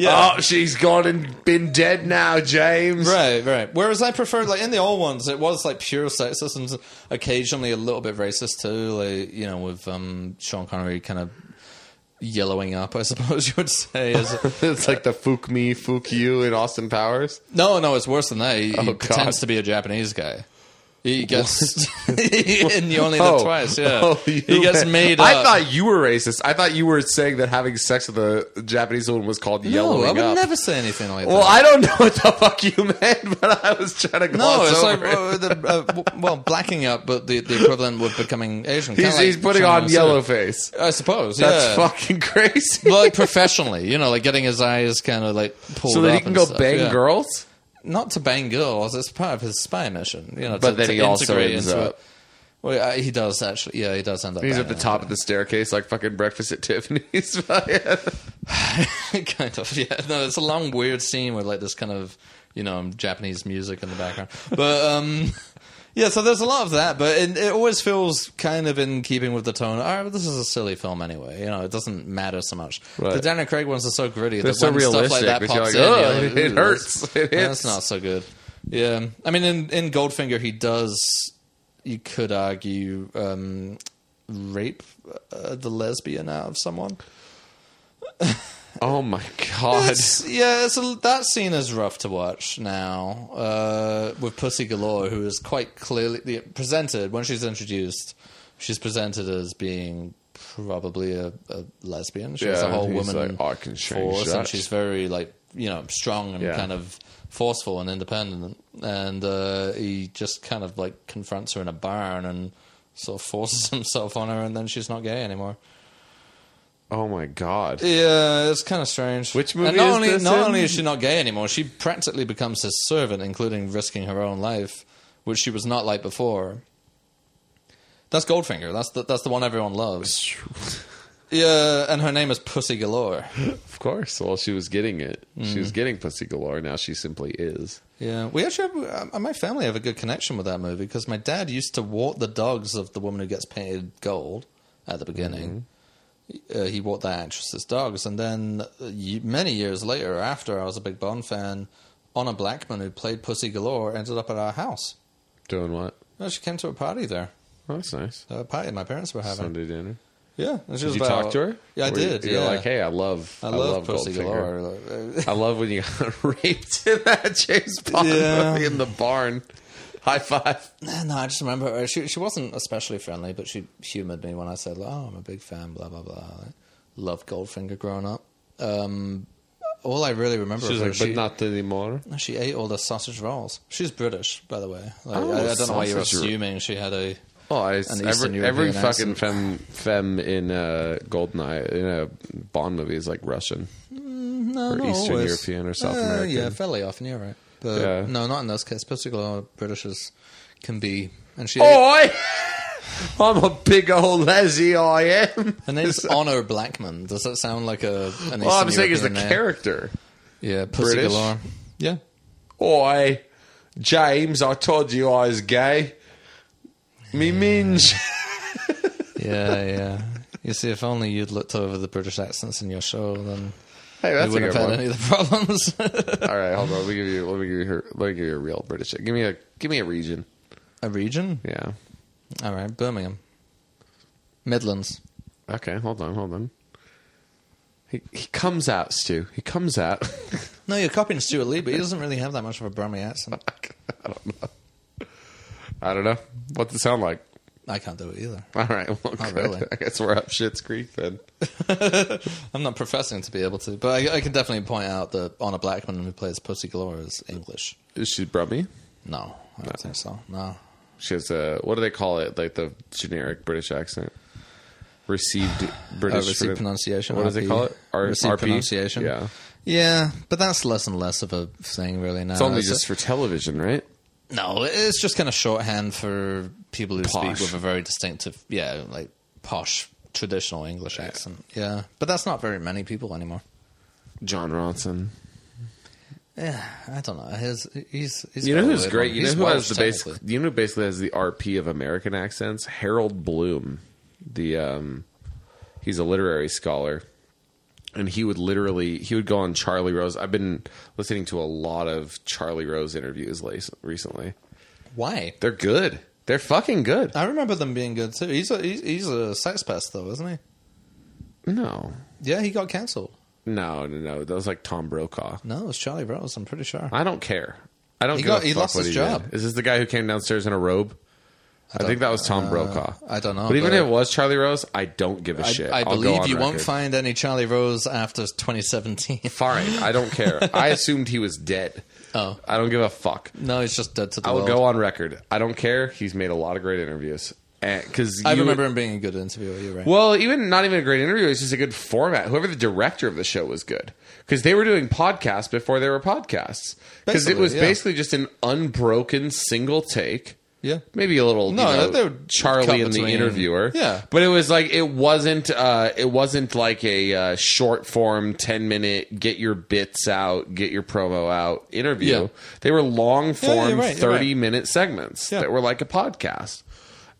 Speaker 1: Oh, she's gone and been dead now, James.
Speaker 2: Right, right. Whereas I prefer, like in the old ones, it was like pure sexist and occasionally a little bit racist too. Like you know, with um, Sean Connery kind of yellowing up, I suppose you would say. As,
Speaker 1: it's like the "fuck me, fuck you" in Austin Powers.
Speaker 2: no, no, it's worse than that. He, he
Speaker 1: Oh, God.
Speaker 2: pretends to be a Japanese guy. He gets and you only live twice. Yeah,
Speaker 1: Oh,
Speaker 2: he
Speaker 1: you
Speaker 2: gets
Speaker 1: went-
Speaker 2: made. uh, Up.
Speaker 1: I thought you were racist. I thought you were saying that having sex with a Japanese woman was called
Speaker 2: no,
Speaker 1: yellowing
Speaker 2: I would
Speaker 1: up.
Speaker 2: never say anything like that.
Speaker 1: well, I don't know what the fuck you meant, but I was trying to gloss
Speaker 2: no, it's like
Speaker 1: over it.
Speaker 2: well, the, uh, w- well, blacking up, but the, the equivalent would becoming Asian. Kinda
Speaker 1: He's,
Speaker 2: like
Speaker 1: he's putting
Speaker 2: Sean
Speaker 1: on
Speaker 2: Connery.
Speaker 1: yellow face.
Speaker 2: I suppose.
Speaker 1: That's
Speaker 2: yeah.
Speaker 1: fucking crazy.
Speaker 2: Well, like professionally, you know, like getting his eyes kind of like pulled.
Speaker 1: so that he
Speaker 2: up
Speaker 1: can
Speaker 2: and
Speaker 1: go
Speaker 2: stuff,
Speaker 1: bang
Speaker 2: yeah.
Speaker 1: girls.
Speaker 2: Not to bang girls. It's part of his spy mission. You know,
Speaker 1: But
Speaker 2: to,
Speaker 1: then
Speaker 2: to
Speaker 1: he also
Speaker 2: integrate
Speaker 1: ends
Speaker 2: into
Speaker 1: up-
Speaker 2: it. Well, uh, he does actually. Yeah, he does end up.
Speaker 1: He's at the
Speaker 2: banging
Speaker 1: top of the staircase, like fucking breakfast at Tiffany's.
Speaker 2: her. kind of. Yeah. No, it's a long, weird scene with like this kind of you know Japanese music in the background, but um. Yeah, so there's a lot of that, but it, it always feels kind of in keeping with the tone. All right, well, this is a silly film anyway. You know, it doesn't matter so much.
Speaker 1: Right.
Speaker 2: The Daniel Craig ones are so gritty.
Speaker 1: They're
Speaker 2: that
Speaker 1: so
Speaker 2: when Stuff like
Speaker 1: realistic,
Speaker 2: that
Speaker 1: that you're
Speaker 2: pops
Speaker 1: like,
Speaker 2: in,
Speaker 1: "Oh,
Speaker 2: you're like,
Speaker 1: it-
Speaker 2: "Ooh,
Speaker 1: it
Speaker 2: that's-
Speaker 1: hurts. It
Speaker 2: yeah,
Speaker 1: hits."
Speaker 2: That's not so good. Yeah, I mean, in, in Goldfinger, he does. You could argue um, rape uh, the lesbian out of someone.
Speaker 1: oh my god!
Speaker 2: It's- yeah, it's a, that scene is rough to watch now uh, with Pussy Galore, who is quite clearly the- presented when she's introduced. She's presented as being probably a, a lesbian. She's
Speaker 1: Yeah,
Speaker 2: a whole
Speaker 1: he's
Speaker 2: woman
Speaker 1: like, "Oh, "I can change
Speaker 2: force, and
Speaker 1: that."
Speaker 2: she's very like you know strong and
Speaker 1: Yeah.
Speaker 2: kind of forceful and independent. And uh, he just kind of like confronts her in a barn and sort of forces himself on her, and then she's not gay anymore.
Speaker 1: Oh my god!
Speaker 2: Yeah, it's kind of strange.
Speaker 1: Which
Speaker 2: And
Speaker 1: movie
Speaker 2: not
Speaker 1: is
Speaker 2: only,
Speaker 1: this
Speaker 2: Not
Speaker 1: in?
Speaker 2: only is she not gay anymore, she practically becomes his servant, including risking her own life, which she was not like before. That's Goldfinger. That's the, that's the one everyone loves. Yeah, and her name is Pussy Galore.
Speaker 1: Of course. Well, she was getting it. She
Speaker 2: Mm.
Speaker 1: was getting pussy galore. Now she simply is.
Speaker 2: Yeah, we actually have, uh, my family have a good connection with that movie because my dad used to walk the dogs of the woman who gets painted gold at the beginning.
Speaker 1: Mm-hmm.
Speaker 2: Uh, he walked that actress's dogs, and then uh, y- many years later, after I was a big Bond fan, Honor Blackman, who played Pussy Galore, ended up at our house.
Speaker 1: Doing what?
Speaker 2: No, she came to a party there,
Speaker 1: Oh, that's nice.
Speaker 2: a party my parents were having.
Speaker 1: Sunday dinner.
Speaker 2: Yeah, and
Speaker 1: Did
Speaker 2: she was
Speaker 1: you
Speaker 2: about-
Speaker 1: talk to her?
Speaker 2: Yeah, I
Speaker 1: Were you-
Speaker 2: did.
Speaker 1: You're
Speaker 2: yeah,
Speaker 1: like, hey, I love,
Speaker 2: I love, Pussy
Speaker 1: Goldfinger.
Speaker 2: Galore. Like, uh,
Speaker 1: I love when you got raped in that James Bond
Speaker 2: Yeah.
Speaker 1: movie in the barn. High five.
Speaker 2: Eh, No, I just remember her. She she wasn't especially friendly, but she humoured me when I said, like, "Oh, I'm a big fan." Blah blah blah. Like, loved Goldfinger growing up. Um, all I really remember
Speaker 1: She's
Speaker 2: of her,
Speaker 1: like, but
Speaker 2: she,
Speaker 1: not anymore.
Speaker 2: she ate all the sausage rolls. She's British, by the way. Like,
Speaker 1: Oh,
Speaker 2: I, I don't know why you're
Speaker 1: sausage roll.
Speaker 2: assuming she had a.
Speaker 1: Oh, I,
Speaker 2: Eastern
Speaker 1: every,
Speaker 2: European
Speaker 1: every fucking
Speaker 2: accent.
Speaker 1: femme femme in uh, Goldeneye in a Bond movie is like Russian.
Speaker 2: No,
Speaker 1: Or
Speaker 2: not
Speaker 1: Eastern
Speaker 2: always.
Speaker 1: European or South
Speaker 2: Uh,
Speaker 1: American.
Speaker 2: Yeah, fairly often. You're right. But
Speaker 1: Yeah.
Speaker 2: no, not in those cases. Particularly Britishes can be, and she
Speaker 1: Oi! I'm a big old lassie, I am.
Speaker 2: her name's Honor Blackman. Does that sound like a? An
Speaker 1: All I'm saying is the
Speaker 2: name?
Speaker 1: character.
Speaker 2: Yeah, Pussy
Speaker 1: British?
Speaker 2: Galore. Yeah.
Speaker 1: Oi, James, I told you I was gay. Me minge.
Speaker 2: Yeah, yeah. You see, if only you'd looked over the British accents in your show, then
Speaker 1: Hey, that's
Speaker 2: you
Speaker 1: a
Speaker 2: wouldn't
Speaker 1: good
Speaker 2: have had
Speaker 1: one.
Speaker 2: any of the problems.
Speaker 1: All right, hold on. Let me give you. Let me give you. Her, let me give you a real British. Give me a. Give me a region.
Speaker 2: a region?
Speaker 1: Yeah.
Speaker 2: All right, Birmingham. Midlands.
Speaker 1: Okay. Hold on. Hold on. He he comes out, Stu. He comes out.
Speaker 2: No, you're copying Stuart Lee, but he doesn't really have that much of a Birmingham accent.
Speaker 1: I don't know what to sound like.
Speaker 2: I can't do it either.
Speaker 1: All right. Well, good.
Speaker 2: really.
Speaker 1: I guess we're up Shit's Creek then.
Speaker 2: I'm not professing to be able to, but I, I can definitely point out that Honor Blackman, who plays Pussy Galore, is English.
Speaker 1: Is she Brummy?
Speaker 2: No, I don't think so. No.
Speaker 1: She has a what do they call it? Like the generic British accent. Received
Speaker 2: Uh,
Speaker 1: British
Speaker 2: received pronunciation.
Speaker 1: What do they
Speaker 2: RP.
Speaker 1: call it? R-
Speaker 2: Received
Speaker 1: RP?
Speaker 2: pronunciation. Uh,
Speaker 1: Yeah.
Speaker 2: Yeah, but that's less and less of a thing, really, now.
Speaker 1: It's only
Speaker 2: It's a-
Speaker 1: just for television, right?
Speaker 2: No, it's just kind of shorthand for people who
Speaker 1: Posh.
Speaker 2: speak with a very distinctive, yeah, like posh traditional English accent. Yeah, but that's not very many people anymore.
Speaker 1: John Ronson.
Speaker 2: Yeah, I don't know. His, he's, he's
Speaker 1: You know
Speaker 2: got a
Speaker 1: who's
Speaker 2: weird
Speaker 1: great?
Speaker 2: one.
Speaker 1: You know
Speaker 2: He's
Speaker 1: who has
Speaker 2: Welsh,
Speaker 1: the basic?
Speaker 2: technically.
Speaker 1: You know who basically has the RP of American accents? Harold Bloom, the um, he's a literary scholar, and he would literally he would go on Charlie Rose. I've been listening to a lot of Charlie Rose interviews lace- recently.
Speaker 2: Why?
Speaker 1: They're good. They're fucking good.
Speaker 2: I remember them being good too. He's a he's, he's a sex pest though, isn't he?
Speaker 1: No,
Speaker 2: Yeah, he got cancelled.
Speaker 1: no, no, no. That was like Tom Brokaw.
Speaker 2: No, it's Charlie Rose. I'm pretty sure.
Speaker 1: I don't care. I don't.
Speaker 2: He
Speaker 1: give
Speaker 2: got-
Speaker 1: a
Speaker 2: he
Speaker 1: fuck
Speaker 2: lost
Speaker 1: what
Speaker 2: his
Speaker 1: he did.
Speaker 2: job.
Speaker 1: Is this the guy who came downstairs in a robe? I, think that was Tom Brokaw.
Speaker 2: Uh, I don't know,
Speaker 1: But even
Speaker 2: Oh, but-
Speaker 1: if it was Charlie Rose, I don't give a
Speaker 2: I,
Speaker 1: shit.
Speaker 2: I
Speaker 1: I'll go
Speaker 2: believe
Speaker 1: on
Speaker 2: you won't
Speaker 1: record.
Speaker 2: find any Charlie Rose after 2017.
Speaker 1: Fine, I don't care. I assumed he was dead.
Speaker 2: Oh.
Speaker 1: I don't give a fuck.
Speaker 2: no, he's just dead to the
Speaker 1: I will
Speaker 2: world.
Speaker 1: go on record. I don't care. He's made a lot of great interviews. Because
Speaker 2: I remember him being a good interviewer. You're right.
Speaker 1: Well, even not even a great interview. It's just a good format. Whoever the director of the show was good because they were doing podcasts before there were podcasts. Because it
Speaker 2: Basically,
Speaker 1: was
Speaker 2: yeah.
Speaker 1: basically just an unbroken single take.
Speaker 2: Yeah.
Speaker 1: maybe a little.
Speaker 2: No,
Speaker 1: you know,
Speaker 2: they would cut
Speaker 1: Charlie and the
Speaker 2: between-
Speaker 1: interviewer.
Speaker 2: Yeah.
Speaker 1: but it was like it wasn't. Uh, it wasn't like a uh, short form, ten minute, get your bits out, get your promo out interview.
Speaker 2: Yeah.
Speaker 1: They were long
Speaker 2: Yeah,
Speaker 1: form,
Speaker 2: you're right, you're
Speaker 1: thirty
Speaker 2: right.
Speaker 1: minute segments
Speaker 2: Yeah.
Speaker 1: that were like a podcast.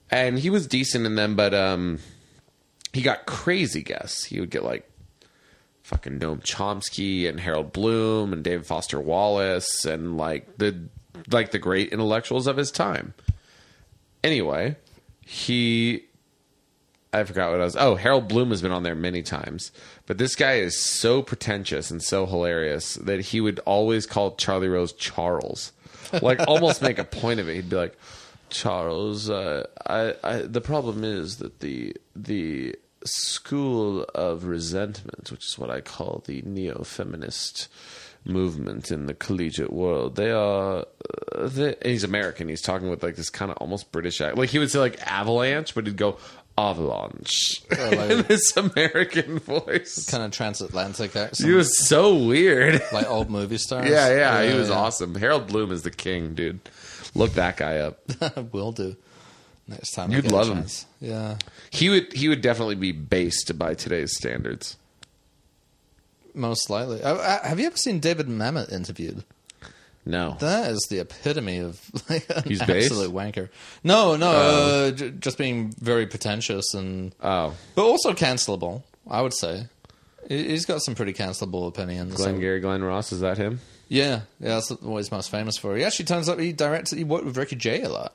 Speaker 1: And he was decent in them, but um, he got crazy guests. He would get like fucking Noam Chomsky and Harold Bloom and David Foster Wallace and like the like the great intellectuals of his time. Anyway, he I forgot what I was. Oh, Harold Bloom has been on there many times, but this guy is so pretentious and so hilarious that he would always call Charlie Rose Charles, like almost make a point of it. He'd be like, "Charles, uh, I, I, the problem is that the the school of resentment, which is what I call the neo-feminist movement in the collegiate world, they are. Uh, they, and he's American. He's talking with like this kind of almost British accent. Like he would say like avalanche, but he'd go." avalanche
Speaker 2: like-
Speaker 1: in this American voice.
Speaker 2: kind of transatlantic accent,
Speaker 1: He was so weird.
Speaker 2: like old movie stars.
Speaker 1: yeah, yeah, he was awesome. Harold Bloom is the king, dude. Look that guy up.
Speaker 2: awesome. Will do. next time. I
Speaker 1: You'd
Speaker 2: get a
Speaker 1: love 'em.
Speaker 2: chance. Yeah.
Speaker 1: He would he would definitely be based by today's standards.
Speaker 2: Most likely. I, I, have you ever seen David Mamet interviewed?
Speaker 1: No.
Speaker 2: That is the epitome of like an
Speaker 1: He's Oh. based?
Speaker 2: absolute wanker. No, no, uh, j- just being very pretentious and
Speaker 1: oh,
Speaker 2: but also cancelable. I would say He- he's got some pretty cancelable opinions.
Speaker 1: Glenn
Speaker 2: So-
Speaker 1: Gary, Glenn Ross, is that him?
Speaker 2: yeah, yeah, that's what he's most famous for. He actually turns up. He directed. He worked with Ricky Jay a lot,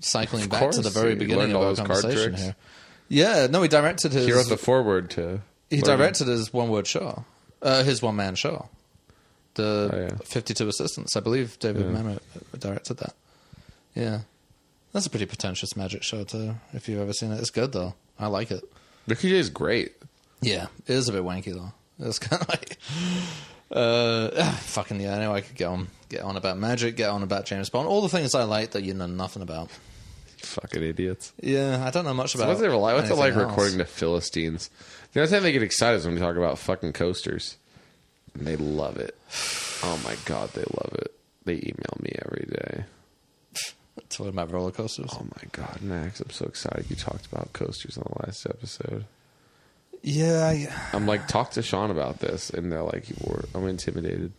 Speaker 2: cycling back to
Speaker 1: course,
Speaker 2: the very
Speaker 1: he
Speaker 2: beginning
Speaker 1: learned
Speaker 2: of
Speaker 1: all
Speaker 2: our
Speaker 1: those card
Speaker 2: conversation
Speaker 1: tricks.
Speaker 2: here. Yeah, no, he directed his.
Speaker 1: He wrote the foreword to.
Speaker 2: He
Speaker 1: Logan.
Speaker 2: directed his one word show, uh, his one man show, the
Speaker 1: Oh, yeah.
Speaker 2: 52 Assistants. I believe David Mamet uh, directed that. Yeah. That's a pretty pretentious magic show, too, if you've ever seen it. It's good, though. I like it.
Speaker 1: Ricky Jay is great.
Speaker 2: Yeah. It is a bit wanky, though. It's kind of like. Uh, ah, fucking yeah! I know I could get on, get on about magic, get on about James Bond, all the things I like that you know nothing about.
Speaker 1: Fucking idiots.
Speaker 2: Yeah, I don't know much about.
Speaker 1: what's it like, what's it like
Speaker 2: anything else.
Speaker 1: recording to Philistines? The only time they get excited is when we talk about fucking coasters. And they love it. Oh my god, they love it. They email me every day.
Speaker 2: Talking about roller coasters.
Speaker 1: Oh my god, Max, I'm so excited you talked about coasters on the last episode.
Speaker 2: Yeah, I,
Speaker 1: I'm like, talk to Sean about this, and they're like, "We're- I'm intimidated.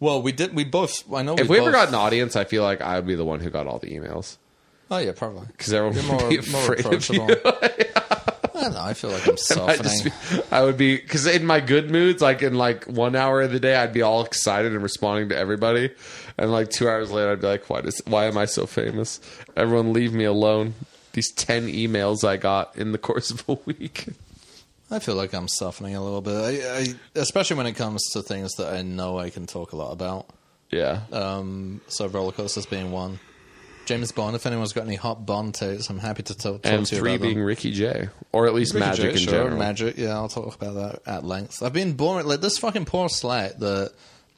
Speaker 2: well, we did. We both. I know.
Speaker 1: If we ever
Speaker 2: both-
Speaker 1: got an audience, I feel like I would be the one who got all the emails
Speaker 2: Oh yeah, probably.
Speaker 1: because everyone
Speaker 2: You're
Speaker 1: would
Speaker 2: more,
Speaker 1: be
Speaker 2: more
Speaker 1: afraid of
Speaker 2: approachable.
Speaker 1: you.
Speaker 2: I don't know. I feel like I'm
Speaker 1: I,
Speaker 2: softening.
Speaker 1: just, I would be because in my good moods, like in like one hour of the day, I'd be all excited and responding to everybody, and like two hours later, I'd be like, "Why does? Why am I so famous? Everyone, leave me alone." These ten emails I got in the course of a week.
Speaker 2: I feel like I'm softening a little bit, I, I, especially when it comes to things that I know I can talk a lot about.
Speaker 1: Yeah,
Speaker 2: Um, so roller coasters being one. James Bond. If anyone's got any hot Bond tapes, I'm happy to talk, talk
Speaker 1: and
Speaker 2: to you
Speaker 1: three
Speaker 2: about
Speaker 1: being
Speaker 2: them.
Speaker 1: Ricky J, or at least Magic in
Speaker 2: sure,
Speaker 1: general.
Speaker 2: Magic. Yeah, I'll talk about that at length. I've been boring. Like this fucking poor Slack that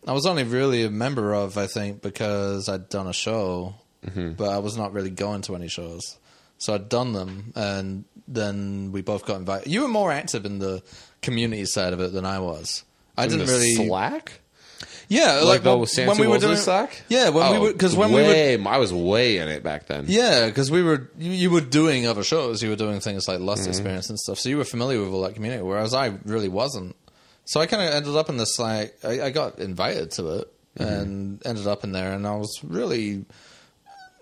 Speaker 2: I was only really a member of, I think, because I'd done a show,
Speaker 1: Mm-hmm.
Speaker 2: but I was not really going to any shows. So I'd done them, and then we both got invited. You were more active in the community side of it than I was. I didn't
Speaker 1: The
Speaker 2: really.
Speaker 1: Slack.
Speaker 2: Yeah,
Speaker 1: like, oh,
Speaker 2: like,
Speaker 1: the
Speaker 2: when,
Speaker 1: Samson
Speaker 2: when we were
Speaker 1: Wilson
Speaker 2: doing
Speaker 1: Slack.
Speaker 2: Yeah, when we
Speaker 1: Oh,
Speaker 2: were because when we were
Speaker 1: way, I was way in it back then.
Speaker 2: yeah, because we were you, you were doing other shows, you were doing things like
Speaker 1: Mm-hmm.
Speaker 2: Lust Experience and stuff, so you were familiar with all that community, whereas I really wasn't. So I kind of ended up in this like I, I got invited to it
Speaker 1: Mm-hmm.
Speaker 2: and ended up in there, and I was really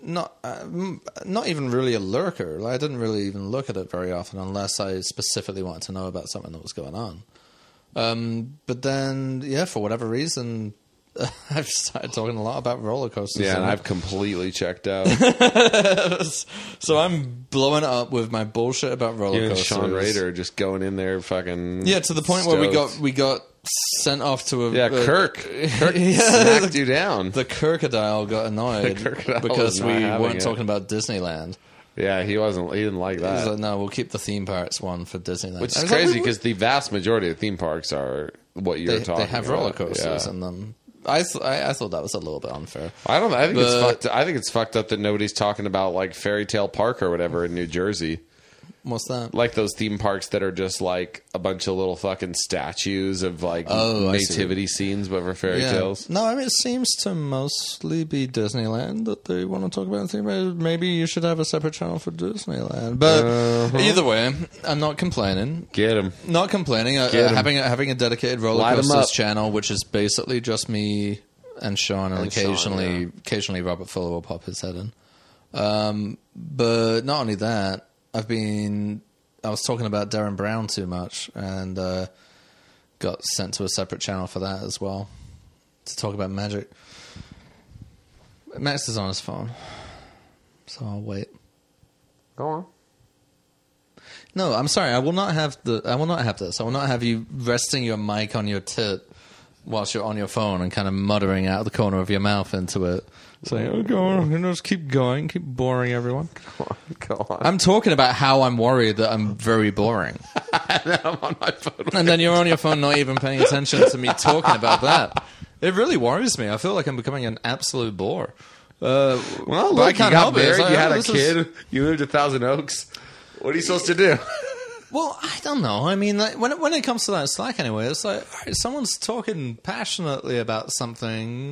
Speaker 2: not uh, m- not even really a lurker. Like I didn't really even look at it very often unless I specifically wanted to know about something that was going on. Um, but then, yeah, for whatever reason. I've started talking a lot about roller coasters.
Speaker 1: yeah, and
Speaker 2: and-
Speaker 1: I've completely checked out.
Speaker 2: so I'm blowing up with my bullshit about roller
Speaker 1: you and
Speaker 2: coasters.
Speaker 1: Sean Raider just going in there, fucking
Speaker 2: Yeah, to the point where we got
Speaker 1: stoked.
Speaker 2: we got sent off to a
Speaker 1: Yeah,
Speaker 2: a-
Speaker 1: Kirk. Kirk
Speaker 2: Yeah,
Speaker 1: smacked
Speaker 2: the-
Speaker 1: you down.
Speaker 2: The crocodile got annoyed
Speaker 1: The crocodile was
Speaker 2: because
Speaker 1: not
Speaker 2: we
Speaker 1: having
Speaker 2: weren't
Speaker 1: it.
Speaker 2: talking about Disneyland.
Speaker 1: yeah, he wasn't. He didn't like
Speaker 2: He's
Speaker 1: that.
Speaker 2: like, no, we'll keep the theme parks one for Disneyland,
Speaker 1: Uh, Which
Speaker 2: I
Speaker 1: is
Speaker 2: was like,
Speaker 1: crazy
Speaker 2: "We- we-
Speaker 1: because the vast majority of theme parks are what you're
Speaker 2: they,
Speaker 1: talking.
Speaker 2: they have roller
Speaker 1: about.
Speaker 2: coasters
Speaker 1: Yeah.
Speaker 2: in them. I, th- I I thought that was a little bit unfair.
Speaker 1: I don't. I think it's
Speaker 2: But-
Speaker 1: fucked. I think it's fucked up that nobody's talking about like Fairy Tale Park or whatever in New Jersey.
Speaker 2: What's that?
Speaker 1: like those theme parks that are just like a bunch of little fucking statues of like
Speaker 2: Oh, I see.
Speaker 1: nativity scenes but for fairy tales.
Speaker 2: No, I mean it seems to mostly be Disneyland that they want to talk about. and think about. Maybe you should have a separate channel for Disneyland. But either way, I'm not complaining.
Speaker 1: Get them.
Speaker 2: Not complaining. Uh,
Speaker 1: Get 'em.
Speaker 2: having a, having a dedicated roller
Speaker 1: Light 'em
Speaker 2: coasters
Speaker 1: up.
Speaker 2: channel, which is basically just me and Sean, and,
Speaker 1: Sean,
Speaker 2: occasionally
Speaker 1: yeah.
Speaker 2: occasionally Robert Fuller will pop his head in. Um, but not only that, I've been I was talking about Darren Brown too much, and uh, got sent to a separate channel for that as well to talk about magic. Max is on his phone, so I'll wait.
Speaker 1: Go on.
Speaker 2: No, I'm sorry. I will not have the. I will not have this. I will not have you resting your mic on your tit whilst you're on your phone and kind of muttering out of the corner of your mouth into it, saying, "Oh, go on, you know, just keep going, keep boring everyone."
Speaker 1: Go on.
Speaker 2: I'm talking about how I'm worried that I'm very boring,
Speaker 1: I'm on my phone.
Speaker 2: and then you're on your phone, not even paying attention to me talking about that. It really worries me. I feel like I'm becoming an absolute bore. Uh,
Speaker 1: Well,
Speaker 2: but
Speaker 1: look,
Speaker 2: I
Speaker 1: you got
Speaker 2: can't help it. It's
Speaker 1: married,
Speaker 2: like,
Speaker 1: you
Speaker 2: oh,
Speaker 1: had a
Speaker 2: this is-
Speaker 1: kid, you moved to Thousand Oaks. What are you supposed to do?
Speaker 2: Well, I don't know. I mean, like, when it, when it comes to that Slack, anyway, it's like all right, someone's talking passionately about something.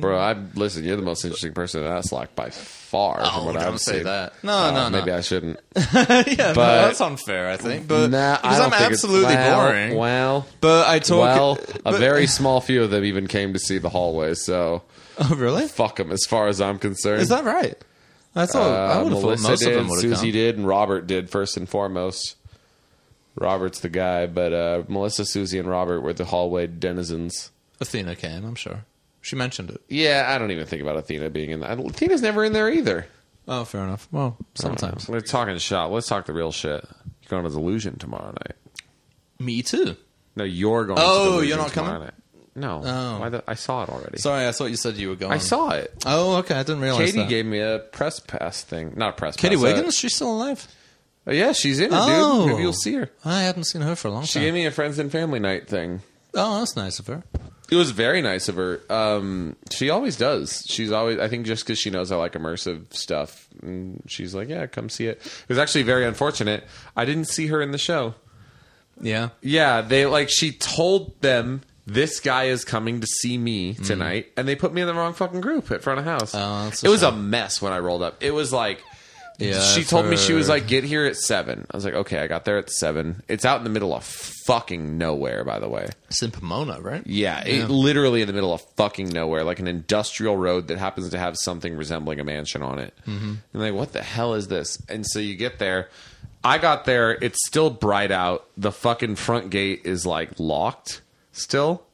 Speaker 1: Bro, I listen. You're the most interesting person in that Slack by far. from what
Speaker 2: Oh, don't
Speaker 1: I've
Speaker 2: say
Speaker 1: seen.
Speaker 2: that. No,
Speaker 1: Uh,
Speaker 2: no, no.
Speaker 1: Maybe I shouldn't.
Speaker 2: yeah,
Speaker 1: But-
Speaker 2: no, that's unfair, I think. But
Speaker 1: Nah, I
Speaker 2: because
Speaker 1: don't
Speaker 2: I'm
Speaker 1: think it's-
Speaker 2: absolutely
Speaker 1: well,
Speaker 2: boring.
Speaker 1: Well,
Speaker 2: but I talk.
Speaker 1: well, a
Speaker 2: but-
Speaker 1: very small few of them even came to see the hallway. So
Speaker 2: Oh, really?
Speaker 1: fuck them, as far as I'm concerned.
Speaker 2: Is that right? I thought
Speaker 1: Uh,
Speaker 2: I would have thought
Speaker 1: Melissa
Speaker 2: most
Speaker 1: did,
Speaker 2: of them would have
Speaker 1: Susie
Speaker 2: come.
Speaker 1: did, and Robert did first and foremost. Robert's the guy, but uh, Melissa, Susie, and Robert were the hallway denizens.
Speaker 2: Athena came. I'm sure she mentioned it.
Speaker 1: Yeah, I don't even think about Athena being in that. Athena's never in there either.
Speaker 2: Oh, fair enough. Well, sometimes.
Speaker 1: Oh. We're talking shop. Let's talk the real shit. You're going to Delusion tomorrow night.
Speaker 2: Me too.
Speaker 1: No, you're going.
Speaker 2: Oh,
Speaker 1: to Delusion
Speaker 2: you're not
Speaker 1: tomorrow
Speaker 2: coming?
Speaker 1: Night. No,
Speaker 2: Oh.
Speaker 1: Why the- I saw it already.
Speaker 2: Sorry, I thought you said you were going.
Speaker 1: I saw it.
Speaker 2: Oh, okay. I didn't realize
Speaker 1: Katie
Speaker 2: that.
Speaker 1: gave me a press pass thing. Not a press
Speaker 2: Katie
Speaker 1: pass. uh,
Speaker 2: Wiggins. She's still alive.
Speaker 1: oh, yeah, she's in it,
Speaker 2: Oh.
Speaker 1: dude. Maybe you'll see her.
Speaker 2: I hadn't seen her for a long
Speaker 1: She
Speaker 2: time.
Speaker 1: gave me a friends and family night thing.
Speaker 2: oh, that's nice of her.
Speaker 1: It was very nice of her. Um, she always does. She's always, I think, just because she knows I like immersive stuff, and she's like, "Yeah, come see it." It was actually very unfortunate. I didn't see her in the show.
Speaker 2: Yeah.
Speaker 1: Yeah, they like she told them this guy is coming to see me tonight, and they put me in the wrong fucking group at front of house.
Speaker 2: Mm-hmm. Oh, that's a
Speaker 1: it was a
Speaker 2: shame.
Speaker 1: mess when I rolled up. It was like.
Speaker 2: Yeah,
Speaker 1: she
Speaker 2: I've
Speaker 1: told me she was
Speaker 2: heard.
Speaker 1: like, "Get here at 7. I was like, "Okay, I got there at seven. It's out in the middle of fucking nowhere, by the way.
Speaker 2: It's in Pomona, right?
Speaker 1: Yeah, It, literally in the middle of fucking nowhere, like an industrial road that happens to have something resembling a mansion on it. Mm-hmm. And like, what the hell is this? And so you get there. I got there. It's still bright out. The fucking front gate is like locked still.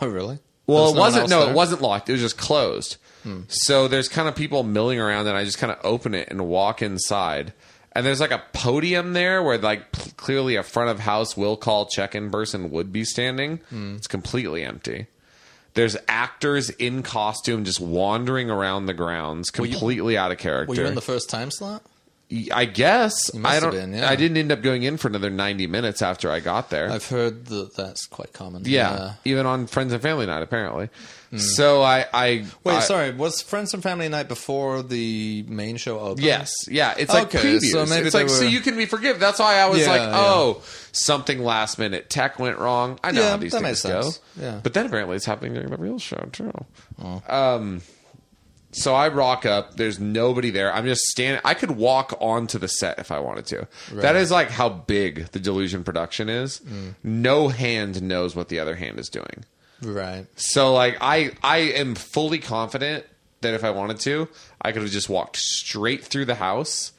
Speaker 2: Oh, really?
Speaker 1: Well,
Speaker 2: There's
Speaker 1: it
Speaker 2: one
Speaker 1: wasn't.
Speaker 2: else
Speaker 1: No,
Speaker 2: there?
Speaker 1: it wasn't locked. It was just closed.
Speaker 2: Hmm.
Speaker 1: So there's kind of people milling around, and I just kind of open it and walk inside. And there's like a podium there where like p- clearly a front of house will call check in person would be standing.
Speaker 2: Hmm.
Speaker 1: It's completely empty. There's actors in costume just wandering around the grounds,
Speaker 2: you-
Speaker 1: completely out of character.
Speaker 2: Were you in the first time slot?
Speaker 1: I guess
Speaker 2: must
Speaker 1: I
Speaker 2: have
Speaker 1: don't.
Speaker 2: been, yeah.
Speaker 1: I didn't end up going in for another 90 minutes after I got there.
Speaker 2: I've uh, heard that that's quite common.
Speaker 1: yeah, even on friends and family night apparently. So I, I
Speaker 2: Hmm. Wait,
Speaker 1: I-
Speaker 2: sorry. Was Friends and Family Night before the main show opened?
Speaker 1: Yes, yeah. It's like
Speaker 2: Okay,
Speaker 1: Oh, previews.
Speaker 2: so maybe
Speaker 1: it's like
Speaker 2: they
Speaker 1: so
Speaker 2: were-
Speaker 1: you can be forgiven. That's why I was
Speaker 2: Yeah,
Speaker 1: like,
Speaker 2: yeah.
Speaker 1: oh, something last minute. Tech went wrong. I know
Speaker 2: Yeah,
Speaker 1: how these
Speaker 2: that
Speaker 1: things
Speaker 2: makes
Speaker 1: go.
Speaker 2: sense. Yeah.
Speaker 1: But then apparently it's happening during the real show too. Um, so I rock up. There's nobody there. I'm just standing. I could walk onto the set if I wanted to. That is like how big the Delusion production is.
Speaker 2: Mm.
Speaker 1: No hand knows what the other hand is doing.
Speaker 2: Right.
Speaker 1: So like I I am fully confident that if I wanted to, I could have just walked straight through the house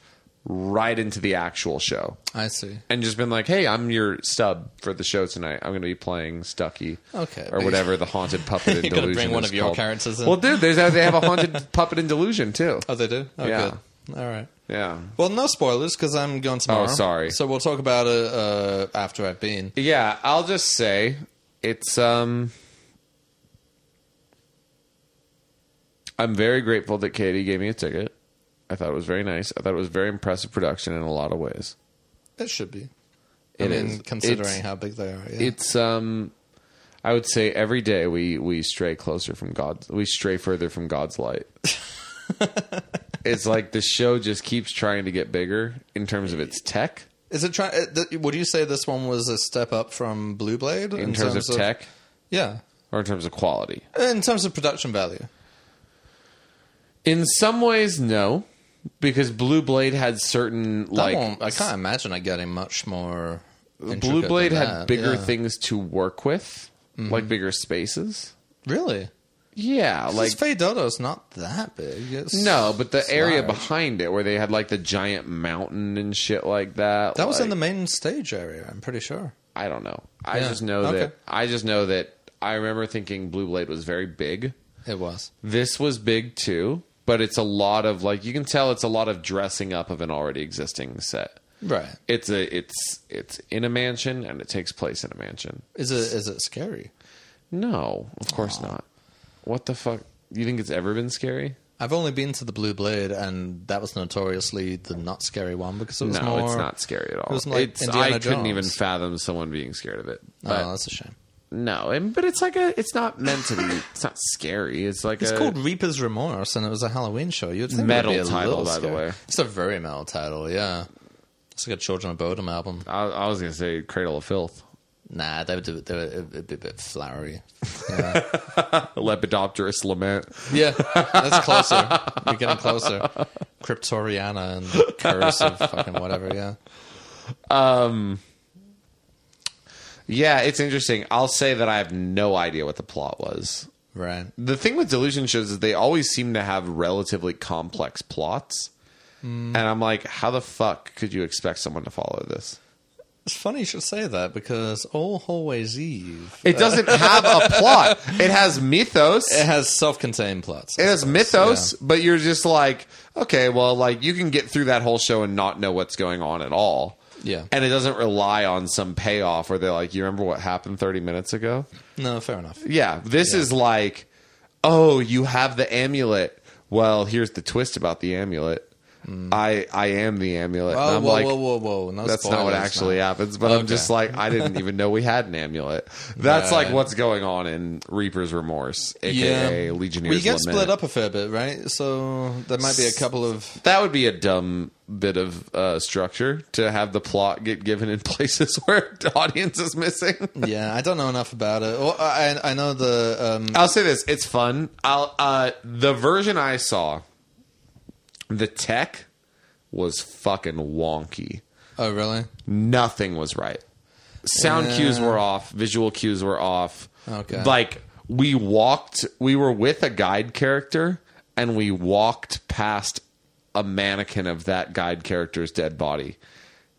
Speaker 1: right into the actual show
Speaker 2: I see.
Speaker 1: and just been like, "Hey, I'm your stub for the show tonight. I'm going to be playing Stucky,
Speaker 2: Okay,
Speaker 1: or
Speaker 2: but-
Speaker 1: whatever the haunted puppet in
Speaker 2: You're gonna
Speaker 1: delusion.
Speaker 2: bring one
Speaker 1: is
Speaker 2: of your
Speaker 1: called.
Speaker 2: characters in?
Speaker 1: Well, dude, there's they have a haunted puppet in delusion too.
Speaker 2: Oh, they do. Oh,
Speaker 1: Yeah.
Speaker 2: good. All right.
Speaker 1: Yeah,
Speaker 2: Well, no spoilers because I'm going tomorrow.
Speaker 1: sorry.
Speaker 2: So we'll talk about it uh, after I've been.
Speaker 1: yeah. I'll just say it's um. I'm very grateful that Katie gave me a ticket. I thought it was very nice. I thought it was very impressive production in a lot of ways.
Speaker 2: It should be. I
Speaker 1: It
Speaker 2: mean,
Speaker 1: is.
Speaker 2: considering
Speaker 1: It's-
Speaker 2: how big they are. Yeah.
Speaker 1: It's um I would say every day we we stray closer from God's we stray further from God's light. it's like the show just keeps trying to get bigger in terms of its tech,
Speaker 2: Is it trying? Th- would you say this one was a step up from Blue Blade
Speaker 1: in, terms, of, tech
Speaker 2: Yeah,
Speaker 1: or in terms of quality.
Speaker 2: in terms of production value.
Speaker 1: In some ways no, because Blue Blade had certain
Speaker 2: I,
Speaker 1: like
Speaker 2: won't, I can't imagine it getting much more. intricate
Speaker 1: Blue
Speaker 2: than
Speaker 1: Blade
Speaker 2: that,
Speaker 1: had bigger
Speaker 2: yeah. Mm-hmm.
Speaker 1: things to work with, like bigger spaces.
Speaker 2: Really?
Speaker 1: Yeah,
Speaker 2: Like
Speaker 1: like
Speaker 2: Faye Dodo's not that big. It's
Speaker 1: No, but the
Speaker 2: it's
Speaker 1: area
Speaker 2: large.
Speaker 1: behind it where they had like the giant mountain and shit like that.
Speaker 2: that was in the
Speaker 1: like,
Speaker 2: main stage area. I'm pretty sure.
Speaker 1: I don't know. I
Speaker 2: Yeah,
Speaker 1: just know
Speaker 2: okay.
Speaker 1: that I just know that I remember thinking Blue Blade was very big.
Speaker 2: It was.
Speaker 1: This was big too, but it's a lot of like you can tell it's a lot of dressing up of an already existing set.
Speaker 2: Right.
Speaker 1: It's a it's it's in a mansion and it takes place in a mansion.
Speaker 2: Is it is it scary?
Speaker 1: No, of course not. What the fuck? You think it's ever been scary?
Speaker 2: I've only been to the Blue Blade, and that was notoriously the not scary one because it was
Speaker 1: no,
Speaker 2: more. Oh,
Speaker 1: it's not scary at all.
Speaker 2: it was like
Speaker 1: it's
Speaker 2: Indiana
Speaker 1: I couldn't even
Speaker 2: Jones.
Speaker 1: fathom someone being scared of it. But
Speaker 2: Oh, that's a shame.
Speaker 1: No, and, but it's like a. It's not meant to be. It's not scary. It's like
Speaker 2: It's
Speaker 1: a,
Speaker 2: called Reaper's Remorse, and it was a Halloween show. You'd think
Speaker 1: Metal
Speaker 2: it'd be a
Speaker 1: title,
Speaker 2: little
Speaker 1: by the
Speaker 2: scary.
Speaker 1: way.
Speaker 2: It's a very metal title, yeah. It's like a Children of Bodom album.
Speaker 1: I, I was gonna say Cradle of Filth,
Speaker 2: Nah, they would do they would, it'd be a bit flowery.
Speaker 1: Lepidopterous Lament.
Speaker 2: Yeah, that's closer. You're getting closer. Cryptoriana and Curse of fucking whatever. Yeah,
Speaker 1: Yeah, it's interesting. I'll say that I have no idea what the plot was.
Speaker 2: right.
Speaker 1: The thing with delusion shows is they always seem to have relatively complex plots. And I'm like, how the fuck could you expect someone to follow this?
Speaker 2: It's funny you should say that because All Hallways Eve
Speaker 1: It doesn't have a plot. It has mythos.
Speaker 2: it has self-contained plots.
Speaker 1: It has mythos, but you're just like, okay, well, like you can get through that whole show and not know what's going on at all.
Speaker 2: Yeah.
Speaker 1: And it doesn't rely on some payoff where they're like, you remember what happened 30 minutes ago?
Speaker 2: No, fair enough.
Speaker 1: Yeah. This is like, oh, you have the amulet. Well, here's the twist about the amulet.
Speaker 2: Hmm.
Speaker 1: I I am the amulet. and
Speaker 2: Oh,
Speaker 1: I'm
Speaker 2: whoa,
Speaker 1: like,
Speaker 2: whoa, whoa, whoa! No
Speaker 1: that's not what
Speaker 2: spoilers,
Speaker 1: actually
Speaker 2: man.
Speaker 1: happens, but I'm
Speaker 2: Okay.
Speaker 1: just like, I didn't even know we had an amulet. That's like
Speaker 2: Right.
Speaker 1: what's going on in Reaper's Remorse, aka Legionnaires.
Speaker 2: We get
Speaker 1: Lament.
Speaker 2: split up a fair bit, right? So there might be a couple of
Speaker 1: That would be a dumb bit of uh, structure to have the plot get given in places where the audience is missing.
Speaker 2: yeah. I don't know enough about it. Well, I I know the um,
Speaker 1: I'll say this: it's fun. I'll uh, the version I saw, the tech was fucking wonky.
Speaker 2: oh really
Speaker 1: Nothing was right. Sound
Speaker 2: Yeah.
Speaker 1: cues were off. Visual cues were off.
Speaker 2: Okay.
Speaker 1: Like we walked. We were with a guide character, and we walked past a mannequin of that guide character's dead body.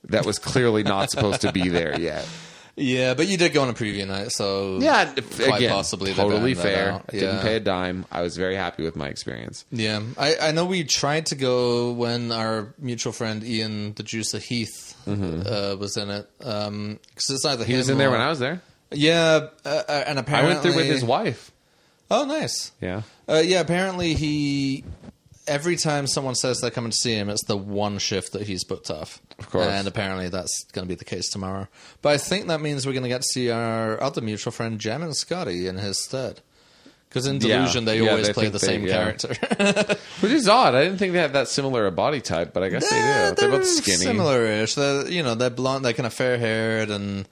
Speaker 1: That was clearly not supposed to be there yet.
Speaker 2: yeah, but you did go on a preview night, so
Speaker 1: Yeah,
Speaker 2: Quite
Speaker 1: again,
Speaker 2: possibly they
Speaker 1: totally
Speaker 2: banned that
Speaker 1: fair.
Speaker 2: out.
Speaker 1: Didn't
Speaker 2: Yeah.
Speaker 1: pay a dime. I was very happy with my experience.
Speaker 2: Yeah, I, I know we tried to go when our mutual friend Ian the Juicer Heath uh, was in it. Because it's either
Speaker 1: Mm-hmm. He was in there when I was there.
Speaker 2: Yeah, uh, uh, and
Speaker 1: I
Speaker 2: apparently
Speaker 1: went through with his wife.
Speaker 2: Oh, nice.
Speaker 1: Yeah.
Speaker 2: Uh, yeah, apparently he. Every time someone says they're coming to see him, it's the one shift that he's booked off. Of
Speaker 1: course.
Speaker 2: And apparently that's going to be the case tomorrow. But I think that means we're going to get to see our other mutual friend, Jam and Scotty, in his stead. Because in
Speaker 1: Yeah.
Speaker 2: Delusion, they
Speaker 1: Yeah,
Speaker 2: always
Speaker 1: they
Speaker 2: play
Speaker 1: think
Speaker 2: the
Speaker 1: they-
Speaker 2: same
Speaker 1: yeah.
Speaker 2: character.
Speaker 1: Which is odd. I didn't think they had that similar a body type, but I guess
Speaker 2: Yeah,
Speaker 1: they do. They're, both skinny.
Speaker 2: Eh, Similar-ish. They're you know they're blonde. They're kind of fair-haired and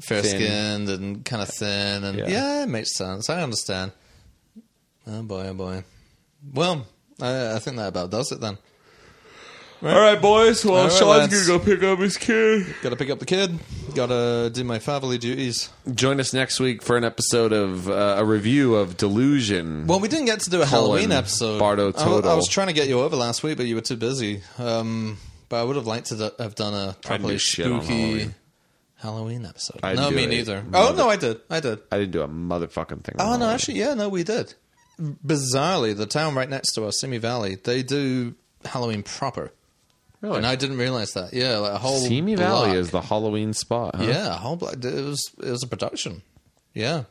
Speaker 2: fair-skinned and kind of thin. And
Speaker 1: Yeah.
Speaker 2: yeah. it makes sense. I understand. Oh boy, oh boy. Well, I, I think that about does it then.
Speaker 3: All right, boys. Well,
Speaker 2: All right,
Speaker 3: Sean's
Speaker 2: lads.
Speaker 3: gonna go pick up his kid.
Speaker 2: Got to pick up the kid. Got to do my family duties.
Speaker 1: Join us next week for an episode of uh, a review of Delusion.
Speaker 2: Well, we didn't get to do a Halloween episode.
Speaker 1: Bardo
Speaker 2: I, wa- I
Speaker 1: total.
Speaker 2: was trying to get you over last week, but you were too busy. Um, but I would have liked to do- have done a properly
Speaker 1: do shit on
Speaker 2: spooky
Speaker 1: Halloween.
Speaker 2: Halloween. episode.
Speaker 1: I
Speaker 2: no,
Speaker 1: do
Speaker 2: me
Speaker 1: it.
Speaker 2: neither. Oh no, I did. I did.
Speaker 1: I didn't do a motherfucking thing.
Speaker 2: Oh no, actually, yeah, no, we did. Bizarrely, the town right next to us, Simi Valley, they do Halloween proper,
Speaker 1: really.
Speaker 2: and I didn't realize that. Yeah, like a whole
Speaker 1: Oh, Simi Valley
Speaker 2: block.
Speaker 1: is the Halloween spot. Huh?
Speaker 2: yeah, a whole block. It was it was a production. Yeah,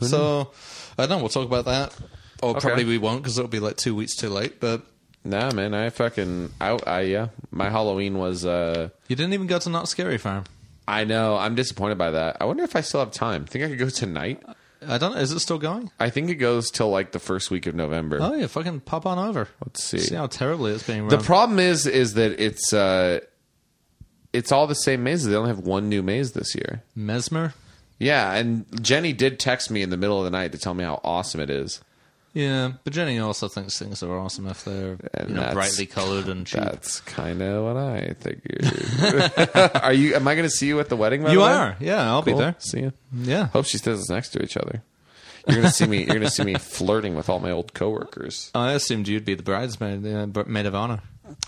Speaker 2: so I don't know. We'll talk about that, or probably we won't because it'll be like two weeks too late. But
Speaker 1: Nah, man. I fucking. I, I yeah. My Halloween was. uh
Speaker 2: you didn't even go to Not Scary Farm.
Speaker 1: I know. I'm disappointed by that. I wonder if I still have time. Think I could go tonight.
Speaker 2: I don't. Is it still going?
Speaker 1: I think it goes till like the first week of November.
Speaker 2: Oh yeah, fucking pop on over.
Speaker 1: Let's see.
Speaker 2: See how terribly it's being run.
Speaker 1: The problem is, is that it's uh, it's all the same mazes. They only have one new maze this year.
Speaker 2: Mesmer.
Speaker 1: Yeah, and Jenny did text me in the middle of the night to tell me how awesome it is.
Speaker 2: Yeah, but Jenny also thinks things are awesome if they're
Speaker 1: And
Speaker 2: you know
Speaker 1: that's-
Speaker 2: brightly colored and cheap.
Speaker 1: That's kind of what I figured. are you? Am I going to see you at the wedding? By
Speaker 2: You
Speaker 1: the way?
Speaker 2: are, yeah. I'll
Speaker 1: Cool.
Speaker 2: be there.
Speaker 1: See you.
Speaker 2: Yeah.
Speaker 1: Hope she stays next to each other. You're gonna see me. You're gonna see me flirting with all my old coworkers.
Speaker 2: I assumed you'd be the bridesmaid, uh, br- maid of honor.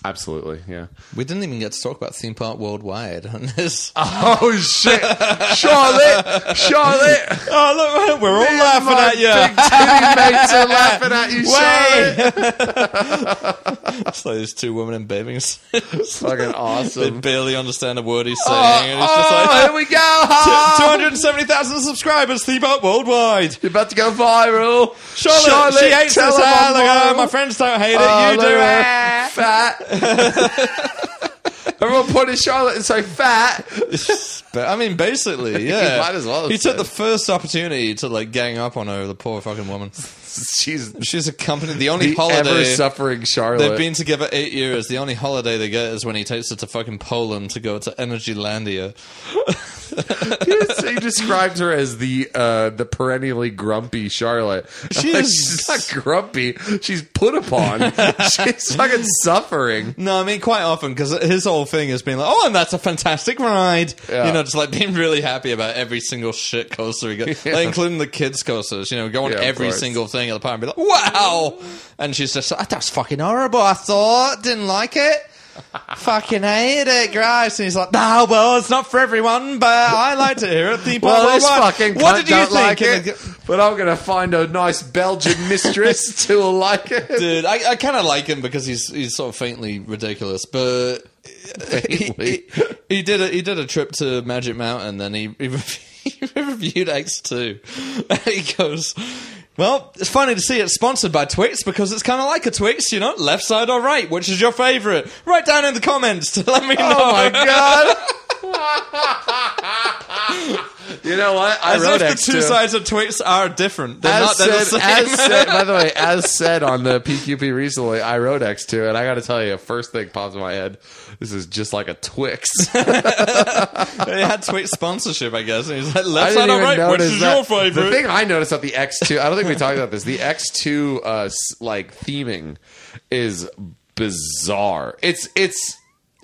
Speaker 1: Absolutely. Yeah.
Speaker 2: We didn't even get to talk about theme park worldwide on this.
Speaker 1: Oh shit, Charlotte! Charlotte!
Speaker 2: oh look, we're all laughing
Speaker 1: My big titty mates are laughing at you, Charlotte.
Speaker 2: It's like these two women in bathing suits.
Speaker 1: Fucking
Speaker 2: they
Speaker 1: awesome. Oh,
Speaker 2: barely understand a word he's saying, and it's just like
Speaker 1: here we go.
Speaker 2: two hundred seventy thousand subscribers, theme park worldwide.
Speaker 1: You're about to go viral.
Speaker 2: Charlotte, she hates
Speaker 1: tell
Speaker 2: this.
Speaker 1: them
Speaker 2: Ah,
Speaker 1: I'm
Speaker 2: look, ah,
Speaker 1: viral.
Speaker 2: my friends don't hate it.
Speaker 1: Oh,
Speaker 2: you
Speaker 1: look
Speaker 2: do.
Speaker 1: at
Speaker 2: Ah.
Speaker 1: her. Fat. Everyone pointed at Charlotte and say fat.
Speaker 2: But I mean, basically, yeah.
Speaker 1: might as well have
Speaker 2: He took
Speaker 1: said.
Speaker 2: the first opportunity to like gang up on her, the poor fucking woman.
Speaker 5: she's
Speaker 2: She's accompanied. The only
Speaker 1: The ever
Speaker 2: holiday
Speaker 1: suffering Charlotte.
Speaker 2: they've been together eight years. The only holiday they get is when he takes her to fucking Poland to go to Energylandia.
Speaker 1: he described her as the uh, the perennially grumpy Charlotte.
Speaker 2: She is-
Speaker 1: she's not grumpy. She's put upon. she's fucking suffering.
Speaker 2: No, I mean quite often because his whole thing has been like, "Oh, and that's a fantastic ride,"
Speaker 1: Yeah.
Speaker 2: you know, just like being really happy about every single shit coaster we go, like, including the kids coasters. You know, go on
Speaker 1: Yeah, of
Speaker 2: every
Speaker 1: course.
Speaker 2: single thing at the park and be like, "Wow!" And she's just like, "Ah, "That's fucking horrible." I thought didn't like it. fucking hate it, guys. And he's like, "No, well, it's not for everyone, but I like to hear it." The
Speaker 1: Well,
Speaker 2: blah,
Speaker 1: this
Speaker 2: blah, blah."
Speaker 1: fucking
Speaker 2: What
Speaker 1: cunt
Speaker 2: did you
Speaker 1: don't
Speaker 2: think?
Speaker 1: like
Speaker 2: And
Speaker 1: it, but I'm gonna find a nice Belgian mistress who'll like it.
Speaker 2: Dude, I, I kind of like him because he's he's sort of faintly ridiculous, but he, he, he did a, he did a trip to Magic Mountain and he he, rev- he reviewed X two. He goes, "Well, it's funny to see it's sponsored by Twix because it's kind of like a Twix, you know, left side or right. Which is your favorite? Write down in the comments to let me know."
Speaker 1: Oh my god! you know what? I
Speaker 2: As
Speaker 1: wrote
Speaker 2: if
Speaker 1: X
Speaker 2: the two
Speaker 1: to-
Speaker 2: sides of Twix are different. They're
Speaker 1: as
Speaker 2: not they're
Speaker 1: said,
Speaker 2: the
Speaker 1: as
Speaker 2: same.
Speaker 1: said, by the way, as said on the PQP recently, I rode X2, and I got to tell you, first thing pops in my head, this is just like a Twix.
Speaker 2: they had Twix sponsorship, I guess. And he's like,
Speaker 1: I
Speaker 2: "Left
Speaker 1: didn't
Speaker 2: side
Speaker 1: even
Speaker 2: or right? Which
Speaker 1: notice
Speaker 2: is
Speaker 1: that.
Speaker 2: your favorite?"
Speaker 1: The thing I noticed about the X2, I don't think we talked about this. The X2 uh, s- like theming is bizarre. It's it's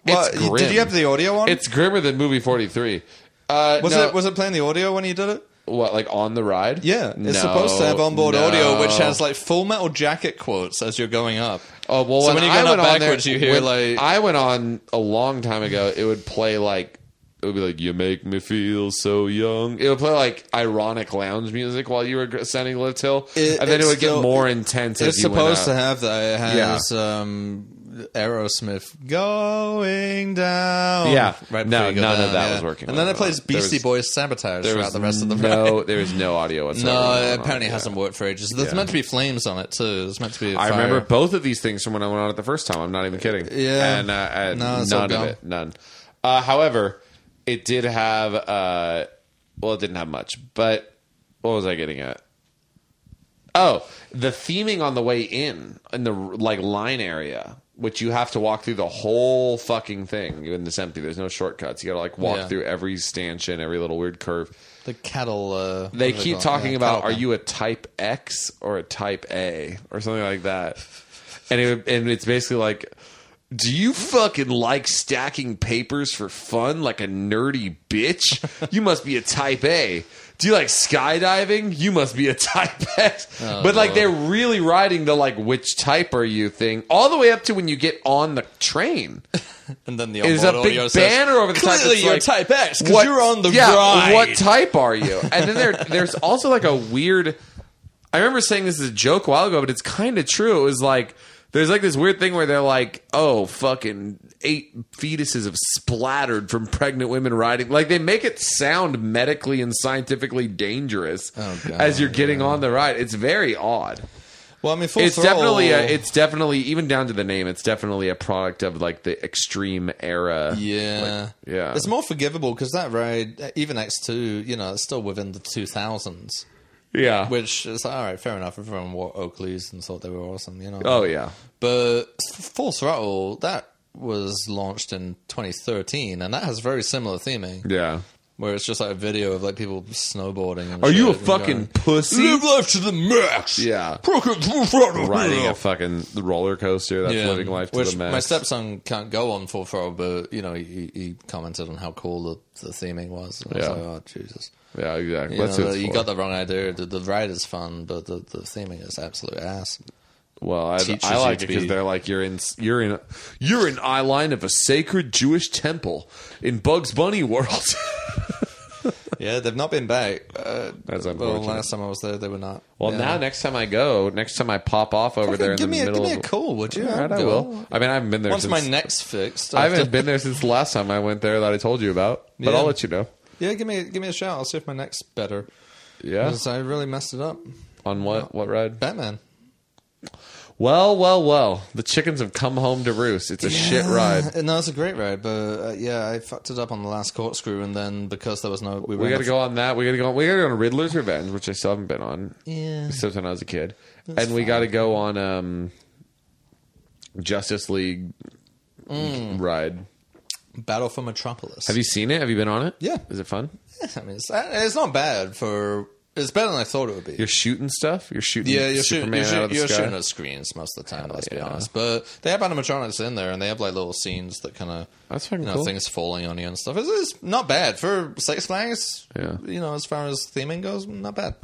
Speaker 2: Well,
Speaker 1: it's grim.
Speaker 2: Did you have the audio on?
Speaker 1: It's grimmer than movie 43. Uh,
Speaker 2: was
Speaker 1: no,
Speaker 2: it was it playing the audio when you did it?
Speaker 1: what like on the ride?
Speaker 2: Yeah, it's
Speaker 1: No,
Speaker 2: supposed to have onboard audio, which
Speaker 1: no.
Speaker 2: has like Full Metal Jacket quotes as you're going up.
Speaker 1: Oh well,
Speaker 2: So
Speaker 1: when,
Speaker 2: when you're
Speaker 1: I
Speaker 2: going up
Speaker 1: went on
Speaker 2: backwards,
Speaker 1: there,
Speaker 2: you hear,
Speaker 1: when
Speaker 2: like-
Speaker 1: I went on a long time ago. It would play like it would be like you make me feel so young. It would play like ironic lounge music while you were gr- ascending Lift Hill,
Speaker 2: It-
Speaker 1: and then it
Speaker 2: it's
Speaker 1: would
Speaker 2: still-
Speaker 1: get more intense.
Speaker 2: It's
Speaker 1: as you went
Speaker 2: supposed to
Speaker 1: up.
Speaker 2: have that. It has um, Aerosmith going down.
Speaker 1: Yeah.
Speaker 2: right.
Speaker 1: No,
Speaker 2: before you go
Speaker 1: none of
Speaker 2: down,
Speaker 1: that
Speaker 2: yeah.
Speaker 1: was working
Speaker 2: And
Speaker 1: well at
Speaker 2: then it plays
Speaker 1: all. There
Speaker 2: Beastie
Speaker 1: was-
Speaker 2: Boys Sabotage
Speaker 1: There
Speaker 2: throughout
Speaker 1: was
Speaker 2: the rest of the ride.
Speaker 1: no, there was no audio whatsoever.
Speaker 2: No,
Speaker 1: going
Speaker 2: it
Speaker 1: on.
Speaker 2: apparently
Speaker 1: Yeah.
Speaker 2: hasn't worked for ages. There's meant to be flames on it too. It's meant to be.
Speaker 1: I
Speaker 2: fire.
Speaker 1: remember both of these things from when I went on it the first time. I'm not even kidding.
Speaker 2: Yeah.
Speaker 1: and, uh, uh,
Speaker 2: No, it's all
Speaker 1: none of
Speaker 2: gone.
Speaker 1: it, none. Uh, however, it did have. Uh, well, it didn't have much, but what was I getting at? Oh, the theming on the way in in the like line area, which you have to walk through the whole fucking thing in this empty. There's no shortcuts. You got to like walk
Speaker 2: Yeah.
Speaker 1: through every stanchion, every little weird curve.
Speaker 2: the cattle. Uh,
Speaker 1: They
Speaker 2: what are
Speaker 1: keep
Speaker 2: called?
Speaker 1: talking
Speaker 2: Yeah,
Speaker 1: about
Speaker 2: cattle
Speaker 1: are
Speaker 2: pen.
Speaker 1: you a type X or a type A or something like that. And it, and it's basically like do you fucking like stacking papers for fun like a nerdy bitch? You must be a type A. Do you like skydiving? You must be a type X.
Speaker 2: Oh,
Speaker 1: but like they're really riding the like which type are you thing all the way up to when you get on the train.
Speaker 2: And then the
Speaker 1: Is a
Speaker 2: onboard
Speaker 1: big
Speaker 2: audio says,
Speaker 1: banner over the top.
Speaker 2: Clearly,
Speaker 1: that's
Speaker 2: you're
Speaker 1: like,
Speaker 2: Type X because
Speaker 1: what-
Speaker 2: you're on the
Speaker 1: yeah,
Speaker 2: ride.
Speaker 1: What type are you? And then there, there's also like a weird. I remember saying this as a joke a while ago, but it's kind of true. It was like there's like this weird thing where they're like, "Oh, fucking eight fetuses have splattered from pregnant women riding." Like they make it sound medically and scientifically dangerous
Speaker 2: Oh, God,
Speaker 1: as you're getting on the ride. It's very odd.
Speaker 2: Well, I mean, full
Speaker 1: It's definitely a,
Speaker 2: Throttle-
Speaker 1: it's definitely even down to the name. It's definitely a product of like the extreme era.
Speaker 2: Yeah,
Speaker 1: Like, yeah.
Speaker 2: It's more forgivable because that ride, even X two, you know, it's still within the two thousands,
Speaker 1: yeah.
Speaker 2: which is like, all right, fair enough. Everyone wore Oakleys and thought they were awesome, you know.
Speaker 1: oh yeah.
Speaker 2: but Full Throttle that was launched in 2013, and that has very similar theming,
Speaker 1: Yeah.
Speaker 2: where it's just like a video of like people snowboarding. And
Speaker 1: Are you a
Speaker 2: shit and
Speaker 1: fucking
Speaker 2: going,
Speaker 1: pussy?
Speaker 2: Live life to the max.
Speaker 1: Yeah.
Speaker 2: Fucking Full Throttle.
Speaker 1: Riding
Speaker 2: yeah.
Speaker 1: a fucking roller coaster that's living life to
Speaker 2: Which
Speaker 1: the max.
Speaker 2: My stepson can't go on full throttle, but you know he, he commented on how cool the, the theming was. And I
Speaker 1: Yeah.
Speaker 2: was like, oh Jesus!
Speaker 1: yeah, exactly.
Speaker 2: You,
Speaker 1: That's
Speaker 2: know,
Speaker 1: what it's
Speaker 2: the- you
Speaker 1: for.
Speaker 2: got the wrong idea. The, the ride is fun, but the, the theming is absolute ass.
Speaker 1: Well, I,
Speaker 2: teaches
Speaker 1: I like
Speaker 2: you
Speaker 1: it
Speaker 2: to
Speaker 1: because
Speaker 2: be-
Speaker 1: they're like you're in you're in you're in eye line of a sacred Jewish temple in Bugs Bunny world.
Speaker 2: Yeah, they've not been back. Uh,
Speaker 1: That's
Speaker 2: well,
Speaker 1: unfortunate.
Speaker 2: last time I was there, they were not.
Speaker 1: well,
Speaker 2: Yeah.
Speaker 1: now next time I go, next time I pop off over
Speaker 2: Fucking
Speaker 1: there in
Speaker 2: give
Speaker 1: the
Speaker 2: me a,
Speaker 1: middle
Speaker 2: give me a
Speaker 1: of
Speaker 2: call, would you?
Speaker 1: All right, I
Speaker 2: I'll
Speaker 1: will.
Speaker 2: do it.
Speaker 1: I mean, I haven't been there
Speaker 2: Once
Speaker 1: since
Speaker 2: my neck's fixed,
Speaker 1: I
Speaker 2: I'll have
Speaker 1: haven't
Speaker 2: to-
Speaker 1: been there since the last time I went there that I told you about, but
Speaker 2: Yeah.
Speaker 1: I'll let you know.
Speaker 2: Yeah, give me give me a shout. I'll see if my neck's better
Speaker 1: Yeah.
Speaker 2: 'Cause I really messed it up.
Speaker 1: On what what ride?
Speaker 2: Batman.
Speaker 1: Well, well, well. The chickens have come home to roost. It's a shit ride.
Speaker 2: Uh, No, it's a great ride, but uh, yeah, I fucked it up on the last corkscrew, and then because there was no, we,
Speaker 1: We
Speaker 2: ran
Speaker 1: gotta
Speaker 2: out-
Speaker 1: go on that. We gotta go. We gotta go on Riddler's Revenge, which I still haven't been on
Speaker 2: Yeah.
Speaker 1: since when I was a kid, and we gotta go on um, Justice League
Speaker 2: Mm.
Speaker 1: ride.
Speaker 2: Battle for Metropolis.
Speaker 1: Have you seen it? Have you been on it?
Speaker 2: Yeah.
Speaker 1: Is it fun?
Speaker 2: I mean, it's, uh, it's not bad for. It's better than I thought it would be.
Speaker 1: You're shooting stuff. You're shooting.
Speaker 2: yeah, you're, shooting,
Speaker 1: Superman
Speaker 2: you're, shoot-
Speaker 1: out of the
Speaker 2: you're
Speaker 1: sky.
Speaker 2: shooting at screens most of the time. let's be honest, but they have animatronics in there, and they have like little scenes that kind of
Speaker 1: That's fucking
Speaker 2: you know,
Speaker 1: cool.
Speaker 2: things falling on you and stuff. It's, it's not bad for Six Flags.
Speaker 1: Yeah.
Speaker 2: you know, as far as theming goes, not bad.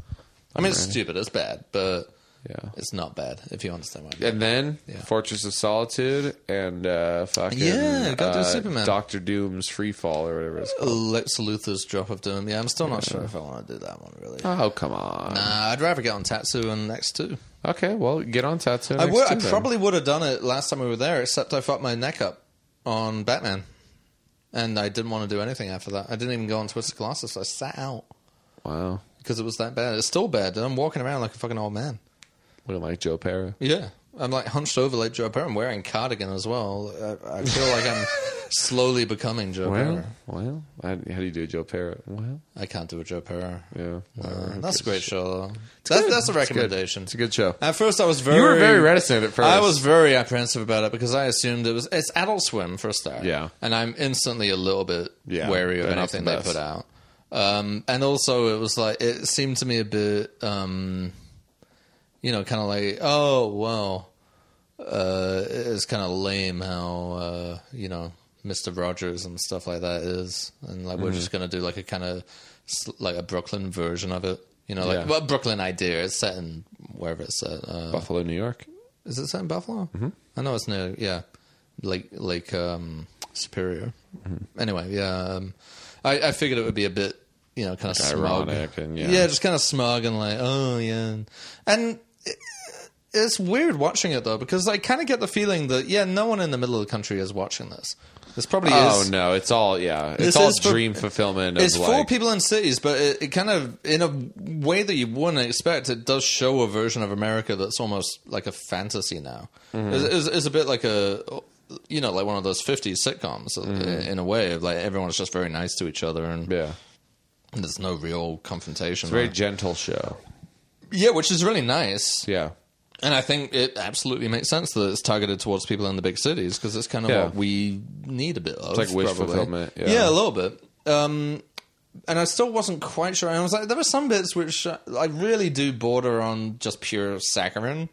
Speaker 2: I mean, it's stupid. It's bad, but
Speaker 1: Yeah.
Speaker 2: it's not bad if you understand what I mean.
Speaker 1: And then Fortress of Solitude and uh, fucking
Speaker 2: Yeah, go do
Speaker 1: uh,
Speaker 2: Superman.
Speaker 1: Doctor Doom's Free Fall or whatever it's called.
Speaker 2: Lex Luthor's Drop of Doom. Yeah, I'm still not sure if I want to do that one really.
Speaker 1: Oh come on.
Speaker 2: Nah, I'd rather get on Tatsu and next two.
Speaker 1: Okay, well get on tattoo.
Speaker 2: I would. I probably would have done it last time we were there, except I fucked my neck up on Batman, and I didn't want to do anything after that. I didn't even go on Twisted Colossus. I sat out
Speaker 1: Wow.
Speaker 2: because it was that bad. It's still bad. and I'm walking around like a fucking old man.
Speaker 1: Looking like Joe Perry.
Speaker 2: Yeah, I'm like hunched over like Joe Perry. I'm wearing cardigan as well. I, I feel like I'm slowly becoming Joe
Speaker 1: Well,
Speaker 2: Perry.
Speaker 1: well, I- how do you do a Joe Parrot? Well,
Speaker 2: I can't do a Joe Perry.
Speaker 1: yeah,
Speaker 2: Uh, that's a great show. though. That's, that's a recommendation.
Speaker 1: it's a good show.
Speaker 2: At first, I was very.
Speaker 1: You were very reticent at first.
Speaker 2: I was very apprehensive about it because I assumed it was it's Adult Swim for a start.
Speaker 1: Yeah.
Speaker 2: and I'm instantly a little bit
Speaker 1: Yeah,
Speaker 2: wary of
Speaker 1: they're not
Speaker 2: anything
Speaker 1: the
Speaker 2: they
Speaker 1: best.
Speaker 2: put out. Um, and also, it was like it seemed to me a bit, um, you know, kind of like oh well, uh, it's kind of lame how uh, you know Mister Rogers and stuff like that is, and like we're just gonna do like a kind of like a Brooklyn version of it. You know, like
Speaker 1: Yeah.
Speaker 2: well, Brooklyn idea. It's set in wherever it's set. Uh,
Speaker 1: Buffalo, New York.
Speaker 2: is it set in Buffalo? Mm-hmm. I know it's near, yeah, Lake Lake um, Superior.
Speaker 1: Mm-hmm.
Speaker 2: Anyway, yeah, um, I, I figured it would be a bit, you know, kind of smug.
Speaker 1: ironic and, yeah.
Speaker 2: just kind of smug and like, oh yeah, and it, it's weird watching it though because I kind of get the feeling that yeah, no one in the middle of the country is watching this. This probably
Speaker 1: Oh
Speaker 2: is.
Speaker 1: no, it's all yeah,
Speaker 2: This
Speaker 1: it's all
Speaker 2: is for-
Speaker 1: dream fulfillment. Of
Speaker 2: It's
Speaker 1: like,
Speaker 2: for people in cities, but it, it kind of, in a way that you wouldn't expect, it does show a version of America that's almost like a fantasy now.
Speaker 1: Mm-hmm.
Speaker 2: It's, it's, it's a bit like a, you know, like one of those 50s sitcoms uh, in a way. Like everyone's just very nice to each other and
Speaker 1: Mm-hmm. Yeah,
Speaker 2: there's no real confrontation.
Speaker 1: very
Speaker 2: right?
Speaker 1: gentle show.
Speaker 2: yeah, which is really nice.
Speaker 1: Yeah,
Speaker 2: And I think it absolutely makes sense that it's targeted towards people in the big cities because it's kind of
Speaker 1: Yeah.
Speaker 2: what we need a bit of.
Speaker 1: like wish
Speaker 2: probably.
Speaker 1: fulfillment, yeah.
Speaker 2: a little bit. Um, and I still wasn't quite sure. And I was like, there were some bits which uh, I really do border on just pure saccharin.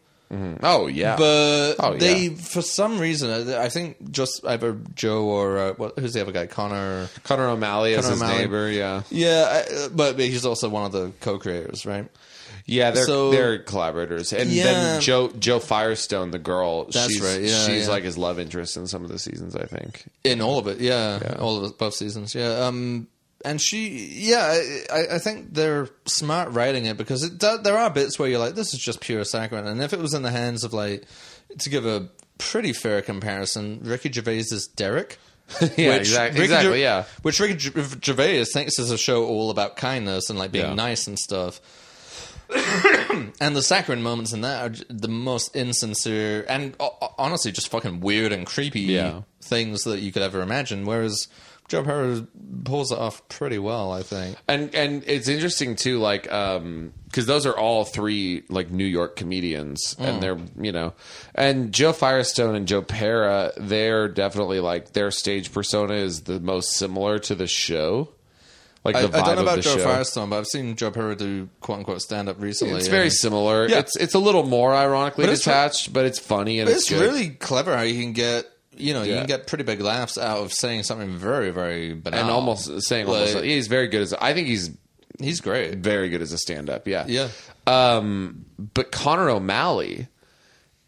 Speaker 1: Oh yeah,
Speaker 2: But
Speaker 1: Oh,
Speaker 2: they, for some reason, I I think just either Joe or uh, what, who's the other guy, Connor.
Speaker 1: Connor O'Malley is
Speaker 2: Conor
Speaker 1: his
Speaker 2: O'Malley.
Speaker 1: neighbor. Yeah,
Speaker 2: Yeah, I, uh, but he's also one of the co-creators, right?
Speaker 1: yeah, they're
Speaker 2: So-
Speaker 1: they're collaborators. And
Speaker 2: Yeah.
Speaker 1: then Joe Joe Firestone, the girl,
Speaker 2: That's
Speaker 1: she's,
Speaker 2: right, yeah,
Speaker 1: she's
Speaker 2: yeah.
Speaker 1: like his love interest in some of the seasons. I think.
Speaker 2: in all of it yeah, all of it, both seasons yeah um and she yeah I, I think they're smart writing it because it do, there are bits where you're like this is just pure sacrament and if it was in the hands of like to give a pretty fair comparison ricky gervais's derek
Speaker 1: Yeah,
Speaker 2: which
Speaker 1: exact-
Speaker 2: Ricky
Speaker 1: exactly,
Speaker 2: Ger-
Speaker 1: yeah.
Speaker 2: which ricky Ger- gervais thinks is a show all about kindness and like being
Speaker 1: Yeah.
Speaker 2: nice and stuff and the saccharine moments in that are j- the most insincere and o- o- honestly just fucking weird and creepy
Speaker 1: Yeah.
Speaker 2: things that you could ever imagine. Whereas Joe Perry pulls it off pretty well, I think.
Speaker 1: and and it's interesting too like um because those are all three like new york comedians
Speaker 2: Mm.
Speaker 1: and they're you know and joe firestone and joe pera they're definitely like their stage persona is the most similar to the show like
Speaker 2: I, I
Speaker 1: the vibe
Speaker 2: don't know
Speaker 1: of
Speaker 2: about
Speaker 1: the
Speaker 2: Joe
Speaker 1: show
Speaker 2: Firestone, but I've seen Joe Perry do quote unquote stand up recently.
Speaker 1: it's
Speaker 2: and
Speaker 1: very similar
Speaker 2: Yeah.
Speaker 1: it's it's a little more ironically
Speaker 2: But it's-
Speaker 1: detached but it's funny and it's,
Speaker 2: it's
Speaker 1: good.
Speaker 2: really clever how you can get you know you
Speaker 1: Yeah.
Speaker 2: can get pretty big laughs out of saying something very very banal
Speaker 1: and almost saying almost
Speaker 2: Like-
Speaker 1: he's very good as i think he's
Speaker 2: he's great.
Speaker 1: very good as a stand-up yeah
Speaker 2: Yeah,
Speaker 1: but Connor O'Malley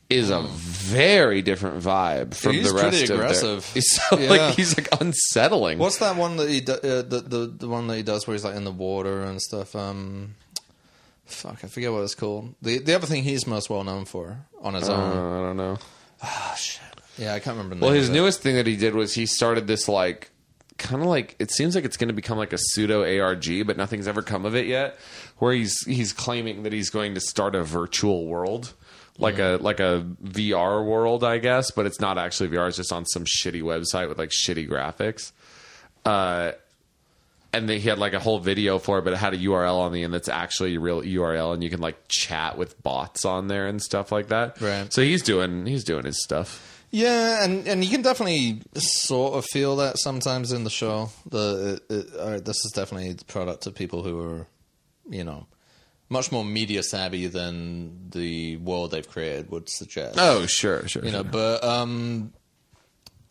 Speaker 1: is a very different vibe from
Speaker 2: He's
Speaker 1: the rest
Speaker 2: pretty
Speaker 1: of their-
Speaker 2: aggressive.
Speaker 1: He's so,
Speaker 2: Yeah.
Speaker 1: like he's like unsettling.
Speaker 2: what's that one that he do, uh, the, the the one that he does where he's like in the water and stuff? Um, fuck, I forget what it's called. The the other thing he's most well known for on his
Speaker 1: Uh,
Speaker 2: own.
Speaker 1: I don't know.
Speaker 2: Yeah, I can't remember. The
Speaker 1: Well,
Speaker 2: name
Speaker 1: his
Speaker 2: of it.
Speaker 1: newest thing that he did was he started this like kind of like it seems like it's going to become like a pseudo ARG, but nothing's ever come of it yet. Where he's he's claiming that he's going to start a virtual world like a like a VR world, I guess, but it's not actually VR. It's just on some shitty website with like shitty graphics. Uh, and they, he had like a whole video for it, but it had a URL on the end that's actually a real URL, and you can like chat with bots on there and stuff like that.
Speaker 2: Right.
Speaker 1: So he's doing he's doing his stuff.
Speaker 2: Yeah, and, and you can definitely sort of feel that sometimes in the show. The it, it, all right, this is definitely the product of people who are, you know, much more media savvy than the world they've created would suggest.
Speaker 1: Oh, sure, sure.
Speaker 2: you know, but um,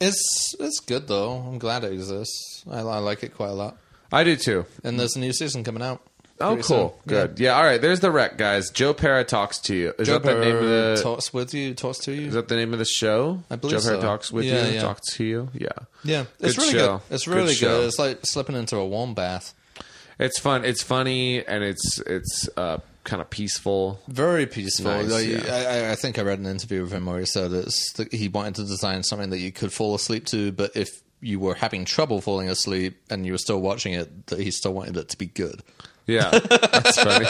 Speaker 2: it's it's good though. I'm glad it exists. I, I like it quite a lot.
Speaker 1: I do too.
Speaker 2: And there's a new season coming out.
Speaker 1: Oh,
Speaker 2: pretty
Speaker 1: cool.
Speaker 2: soon. Yeah.
Speaker 1: Good. Yeah. All right. There's the rec, guys. Joe Para talks to you. Is
Speaker 2: Joe
Speaker 1: that the name of
Speaker 2: Burrow
Speaker 1: the?
Speaker 2: talks with you, talks to you.
Speaker 1: Uh, is that the name of the show?
Speaker 2: I believe
Speaker 1: Joe Para
Speaker 2: so.
Speaker 1: talks with
Speaker 2: Yeah,
Speaker 1: you.
Speaker 2: yeah.
Speaker 1: Talks to you. Yeah.
Speaker 2: yeah, it's
Speaker 1: Good
Speaker 2: really
Speaker 1: show.
Speaker 2: good. It's
Speaker 1: Good
Speaker 2: really good.
Speaker 1: show.
Speaker 2: It's like slipping into a warm bath.
Speaker 1: It's fun. It's funny and it's it's uh, kind of peaceful.
Speaker 2: Very peaceful.
Speaker 1: Nice,
Speaker 2: Like,
Speaker 1: yeah.
Speaker 2: I- I, I think I read an interview with him where he said it's that he wanted to design something that you could fall asleep to, but if you were having trouble falling asleep and you were still watching it, that he still wanted it to be good.
Speaker 1: Yeah. That's funny.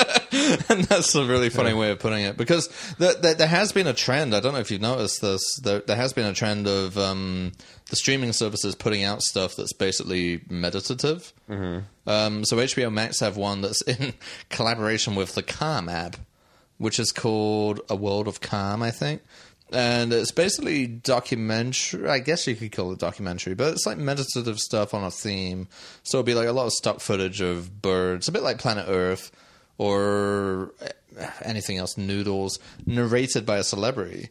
Speaker 2: and that's a really funny way of putting it because there, there, there has been a trend. I don't know if you've noticed this. There, there has been a trend of um, the streaming services putting out stuff that's basically meditative. Um, so HBO Max have one that's in collaboration with the Calm app, which is called A World of Calm, I think. And it's basically documentary. I guess you could call it documentary, but it's like meditative stuff on a theme. So it'll be like a lot of stock footage of birds, a bit like Planet Earth or anything else, noodles, narrated by a celebrity.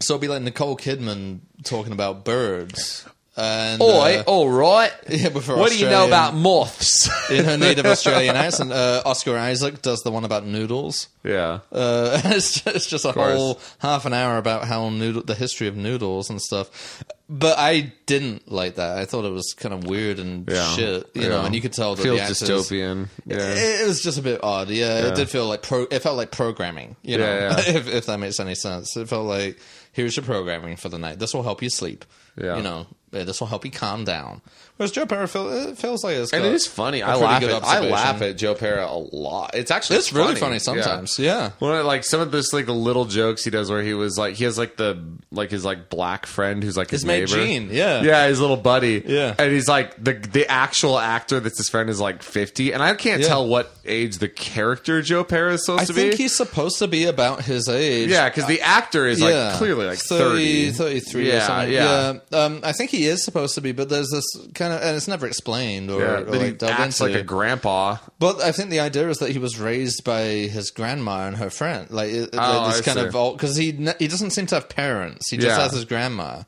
Speaker 2: So it'll be like Nicole Kidman talking about birds. And, uh,
Speaker 1: all right.
Speaker 2: yeah, but for Australian-
Speaker 1: moths?
Speaker 2: in her native Australian accent? Uh, Oscar Isaac does the one about noodles.
Speaker 1: yeah.
Speaker 2: Uh, it's, just, it's just a
Speaker 1: course.
Speaker 2: whole half an hour about how noodle the history of noodles and stuff. But I didn't like that. I thought it was kind of weird and
Speaker 1: Yeah.
Speaker 2: shit, you
Speaker 1: Yeah.
Speaker 2: know. And you could tell that
Speaker 1: Feels
Speaker 2: the actors,
Speaker 1: dystopian. Yeah.
Speaker 2: It, it was just a bit odd. Yeah, it did feel like pro. It felt like programming. You know,
Speaker 1: Yeah, yeah.
Speaker 2: if if that makes any sense, it felt like here's your programming for the night. This will help you sleep.
Speaker 1: Yeah.
Speaker 2: you know, eh, this will help you calm down. Whereas Joe Perry feel, it feels like it's
Speaker 1: and
Speaker 2: got
Speaker 1: it is funny.
Speaker 2: a
Speaker 1: I
Speaker 2: pretty
Speaker 1: laugh
Speaker 2: good
Speaker 1: at I
Speaker 2: observation.
Speaker 1: laugh at Joe Para a lot. It's actually
Speaker 2: It's really funny sometimes. Yeah.
Speaker 1: One of, like some of this like the little jokes he does where he was like he has like the like his like black friend who's like his,
Speaker 2: His mate
Speaker 1: neighbor.
Speaker 2: Gene, yeah.
Speaker 1: yeah, his little buddy,
Speaker 2: Yeah.
Speaker 1: and he's like the the actual actor that's his friend is like fifty, and I can't
Speaker 2: Yeah.
Speaker 1: tell what age the character Joe Para is supposed
Speaker 2: I
Speaker 1: to
Speaker 2: think
Speaker 1: be.
Speaker 2: he's supposed to be about his age.
Speaker 1: yeah, because the actor is
Speaker 2: Yeah. uh,
Speaker 1: like clearly like 30,
Speaker 2: 33
Speaker 1: yeah,
Speaker 2: or something.
Speaker 1: Yeah,
Speaker 2: Yeah. Um, I think he is supposed to be, but there's this kind of, and it's never explained or,
Speaker 1: yeah.
Speaker 2: or
Speaker 1: Then
Speaker 2: like
Speaker 1: he
Speaker 2: delved
Speaker 1: acts
Speaker 2: into.
Speaker 1: like a grandpa.
Speaker 2: But I think the idea is that he was raised by his grandma and her friend, like it- it-
Speaker 1: Oh,
Speaker 2: this
Speaker 1: I
Speaker 2: kind
Speaker 1: see.
Speaker 2: of old because he ne- he doesn't seem to have parents. He just
Speaker 1: Yeah.
Speaker 2: has his grandma,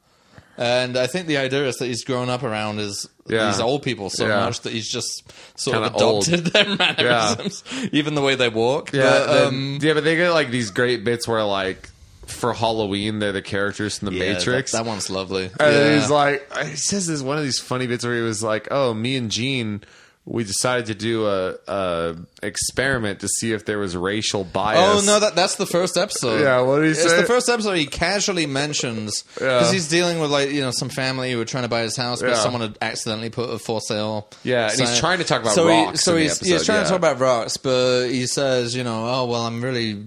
Speaker 2: and I think the idea is that he's grown up around his
Speaker 1: Yeah.
Speaker 2: these old people so
Speaker 1: Yeah.
Speaker 2: much that he's just sort of
Speaker 1: Kinda old.
Speaker 2: adopted their mannerisms, even the way they walk.
Speaker 1: Yeah,
Speaker 2: But,
Speaker 1: then-
Speaker 2: um,
Speaker 1: yeah, but they get like these great bits where like for Halloween they're the characters from the
Speaker 2: yeah,
Speaker 1: Matrix.
Speaker 2: That, that one's lovely.
Speaker 1: and
Speaker 2: Yeah.
Speaker 1: he's like, he says this one of these funny bits where he was like, "Oh, me and Gene." We decided to do a, a experiment to see if there was racial bias.
Speaker 2: Oh no, that that's the first episode.
Speaker 1: Yeah, what did he
Speaker 2: it's
Speaker 1: say?
Speaker 2: the first episode. He casually mentions because he's dealing with like you know some family who were trying to buy his house, but
Speaker 1: Yeah.
Speaker 2: someone had accidentally put a for sale.
Speaker 1: Yeah, and he's
Speaker 2: sign.
Speaker 1: trying to talk about
Speaker 2: so He,
Speaker 1: rocks
Speaker 2: so
Speaker 1: in the
Speaker 2: he's he's
Speaker 1: episode,
Speaker 2: trying to
Speaker 1: yeah.
Speaker 2: talk about rocks, but he says you know oh well I'm really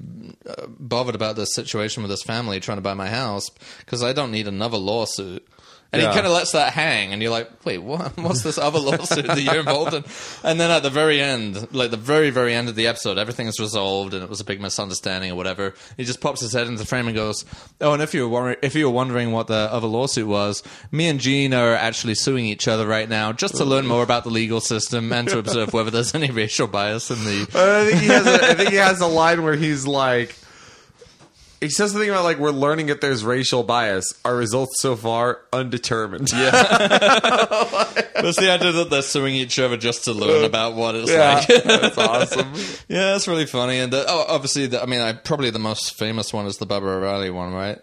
Speaker 2: uh, bothered about this situation with this family trying to buy my house because I don't need another lawsuit. And
Speaker 1: Yeah.
Speaker 2: he kind of lets that hang, and you're like, "Wait, what? What's this other lawsuit that you're involved in?" And then at the very end, like the very, very end of the episode, everything is resolved, and it was a big misunderstanding or whatever. He just pops his head into the frame and goes, "Oh, and if you were worri- if you were wondering what the other lawsuit was, me and Gene are actually suing each other right now, just to learn more about the legal system and to observe whether there's any racial bias in the."
Speaker 1: I think he has. A, I think he has a line where he's like, he says something about like we're learning that there's racial bias. Our results so far undetermined. Yeah,
Speaker 2: That's the idea that they're suing each other just to learn about what it's like.
Speaker 1: that's awesome.
Speaker 2: Yeah, that's really funny. And the, oh, obviously, the, I mean, I, probably the most famous one is the Bubba O'Reilly one, right?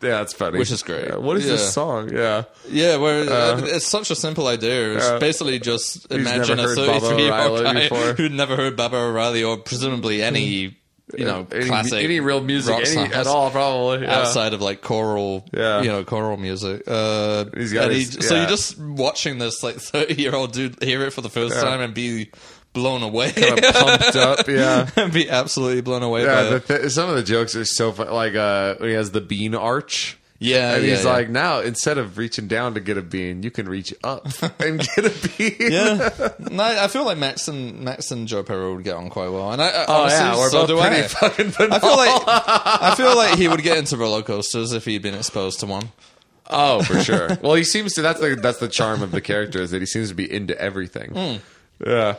Speaker 1: Yeah, it's funny.
Speaker 2: Which is great.
Speaker 1: Yeah, What is
Speaker 2: Yeah.
Speaker 1: this song? Yeah,
Speaker 2: Yeah, where I mean, it's such a simple idea. It's
Speaker 1: Uh,
Speaker 2: basically just imagine
Speaker 1: never
Speaker 2: a
Speaker 1: heard Bubba
Speaker 2: 33 year old
Speaker 1: O'Reilly
Speaker 2: guy
Speaker 1: before. Hmm.
Speaker 2: who'd never heard Bubba O'Reilly or presumably any, you know,
Speaker 1: Uh, any,
Speaker 2: classic
Speaker 1: any real music
Speaker 2: rock
Speaker 1: any,
Speaker 2: songs
Speaker 1: at all, probably. Yeah.
Speaker 2: outside of like choral,
Speaker 1: Yeah.
Speaker 2: you know, choral music. Uh,
Speaker 1: He's got
Speaker 2: and he-
Speaker 1: his-
Speaker 2: So
Speaker 1: yeah.
Speaker 2: you're just watching this like 30 year old dude hear it for the first time and be blown away.
Speaker 1: pumped up. Yeah.
Speaker 2: be absolutely blown away
Speaker 1: Yeah,
Speaker 2: by
Speaker 1: the
Speaker 2: it.
Speaker 1: th- some of the jokes are so fun. Like uh, when he has the bean arch.
Speaker 2: Oh, Yeah,
Speaker 1: and
Speaker 2: yeah,
Speaker 1: he's
Speaker 2: yeah.
Speaker 1: like, now instead of reaching down to get a bean, you can reach up and get a bean.
Speaker 2: Yeah, no, I feel like Max and Max and Joe Perro would get on quite well, and I, I
Speaker 1: Oh
Speaker 2: honestly,
Speaker 1: yeah, we're
Speaker 2: so
Speaker 1: both
Speaker 2: do
Speaker 1: pretty
Speaker 2: I.
Speaker 1: fucking
Speaker 2: I
Speaker 1: banal.
Speaker 2: feel like I feel like he would get into roller coasters if he'd been exposed to one.
Speaker 1: oh, for sure. Well, he seems to. That's the that's the charm of the character is that he seems to be into everything. Yeah.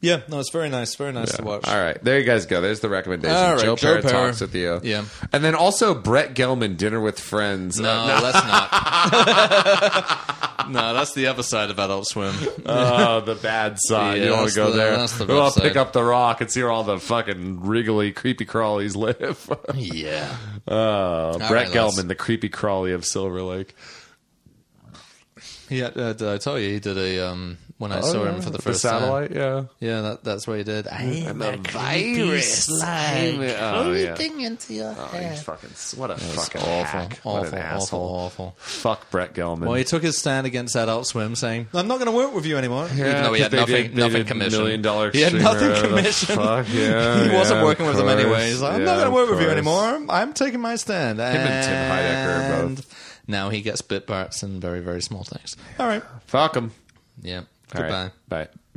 Speaker 2: Yeah, no, it's very nice, very nice to Hmm. watch.
Speaker 1: All right, there you guys go. There's the recommendation.
Speaker 2: All right,
Speaker 1: Joe,
Speaker 2: Joe
Speaker 1: Parra
Speaker 2: Parra.
Speaker 1: talks with you.
Speaker 2: Yeah.
Speaker 1: and then also Brett Gelman, Dinner with Friends.
Speaker 2: No, that's not. no, that's the other side of Adult Swim.
Speaker 1: Oh, the bad side.
Speaker 2: Yeah,
Speaker 1: you don't want
Speaker 2: that's
Speaker 1: to go
Speaker 2: the-
Speaker 1: there.
Speaker 2: that's the
Speaker 1: We'll
Speaker 2: rough
Speaker 1: pick
Speaker 2: side.
Speaker 1: up the rock and see where all the fucking wriggly, creepy crawlies live.
Speaker 2: yeah.
Speaker 1: uh, Brett
Speaker 2: right, let's-
Speaker 1: Gelman, the creepy crawly of Silver Lake.
Speaker 2: Yeah, uh, did I tell you he did a um when I saw him for the first time?
Speaker 1: satellite, yeah.
Speaker 2: Yeah, that, that's what he did. I'm a
Speaker 1: virus, I'm- oh, yeah.
Speaker 2: into your
Speaker 1: Oh, you
Speaker 2: head.
Speaker 1: fucking, what a fucking
Speaker 2: awful,
Speaker 1: hack.
Speaker 2: awful,
Speaker 1: what an
Speaker 2: awful,
Speaker 1: asshole.
Speaker 2: awful.
Speaker 1: Fuck Brett Gelman.
Speaker 2: Well, he took his stand against Adult Swim, saying, "I'm not going to work with you anymore."
Speaker 1: Yeah,
Speaker 2: Even though he
Speaker 1: 'cause
Speaker 2: had
Speaker 1: they
Speaker 2: nothing,
Speaker 1: did- they
Speaker 2: nothing
Speaker 1: did
Speaker 2: commissioned.
Speaker 1: Million dollar
Speaker 2: He had
Speaker 1: Extreme
Speaker 2: nothing
Speaker 1: Road.
Speaker 2: commissioned.
Speaker 1: Fuck yeah,
Speaker 2: he wasn't
Speaker 1: yeah,
Speaker 2: working
Speaker 1: of
Speaker 2: with them anyway.
Speaker 1: course.
Speaker 2: He's like, "I'm
Speaker 1: Yeah,
Speaker 2: not going to
Speaker 1: of
Speaker 2: work with you
Speaker 1: course.
Speaker 2: anymore. I'm taking my stand." Him
Speaker 1: and Tim Heidecker are both-
Speaker 2: Now he gets bit parts and very, very small things. All right.
Speaker 1: Fuck him.
Speaker 2: Yeah.
Speaker 1: All right,
Speaker 2: Goodbye.
Speaker 1: Bye.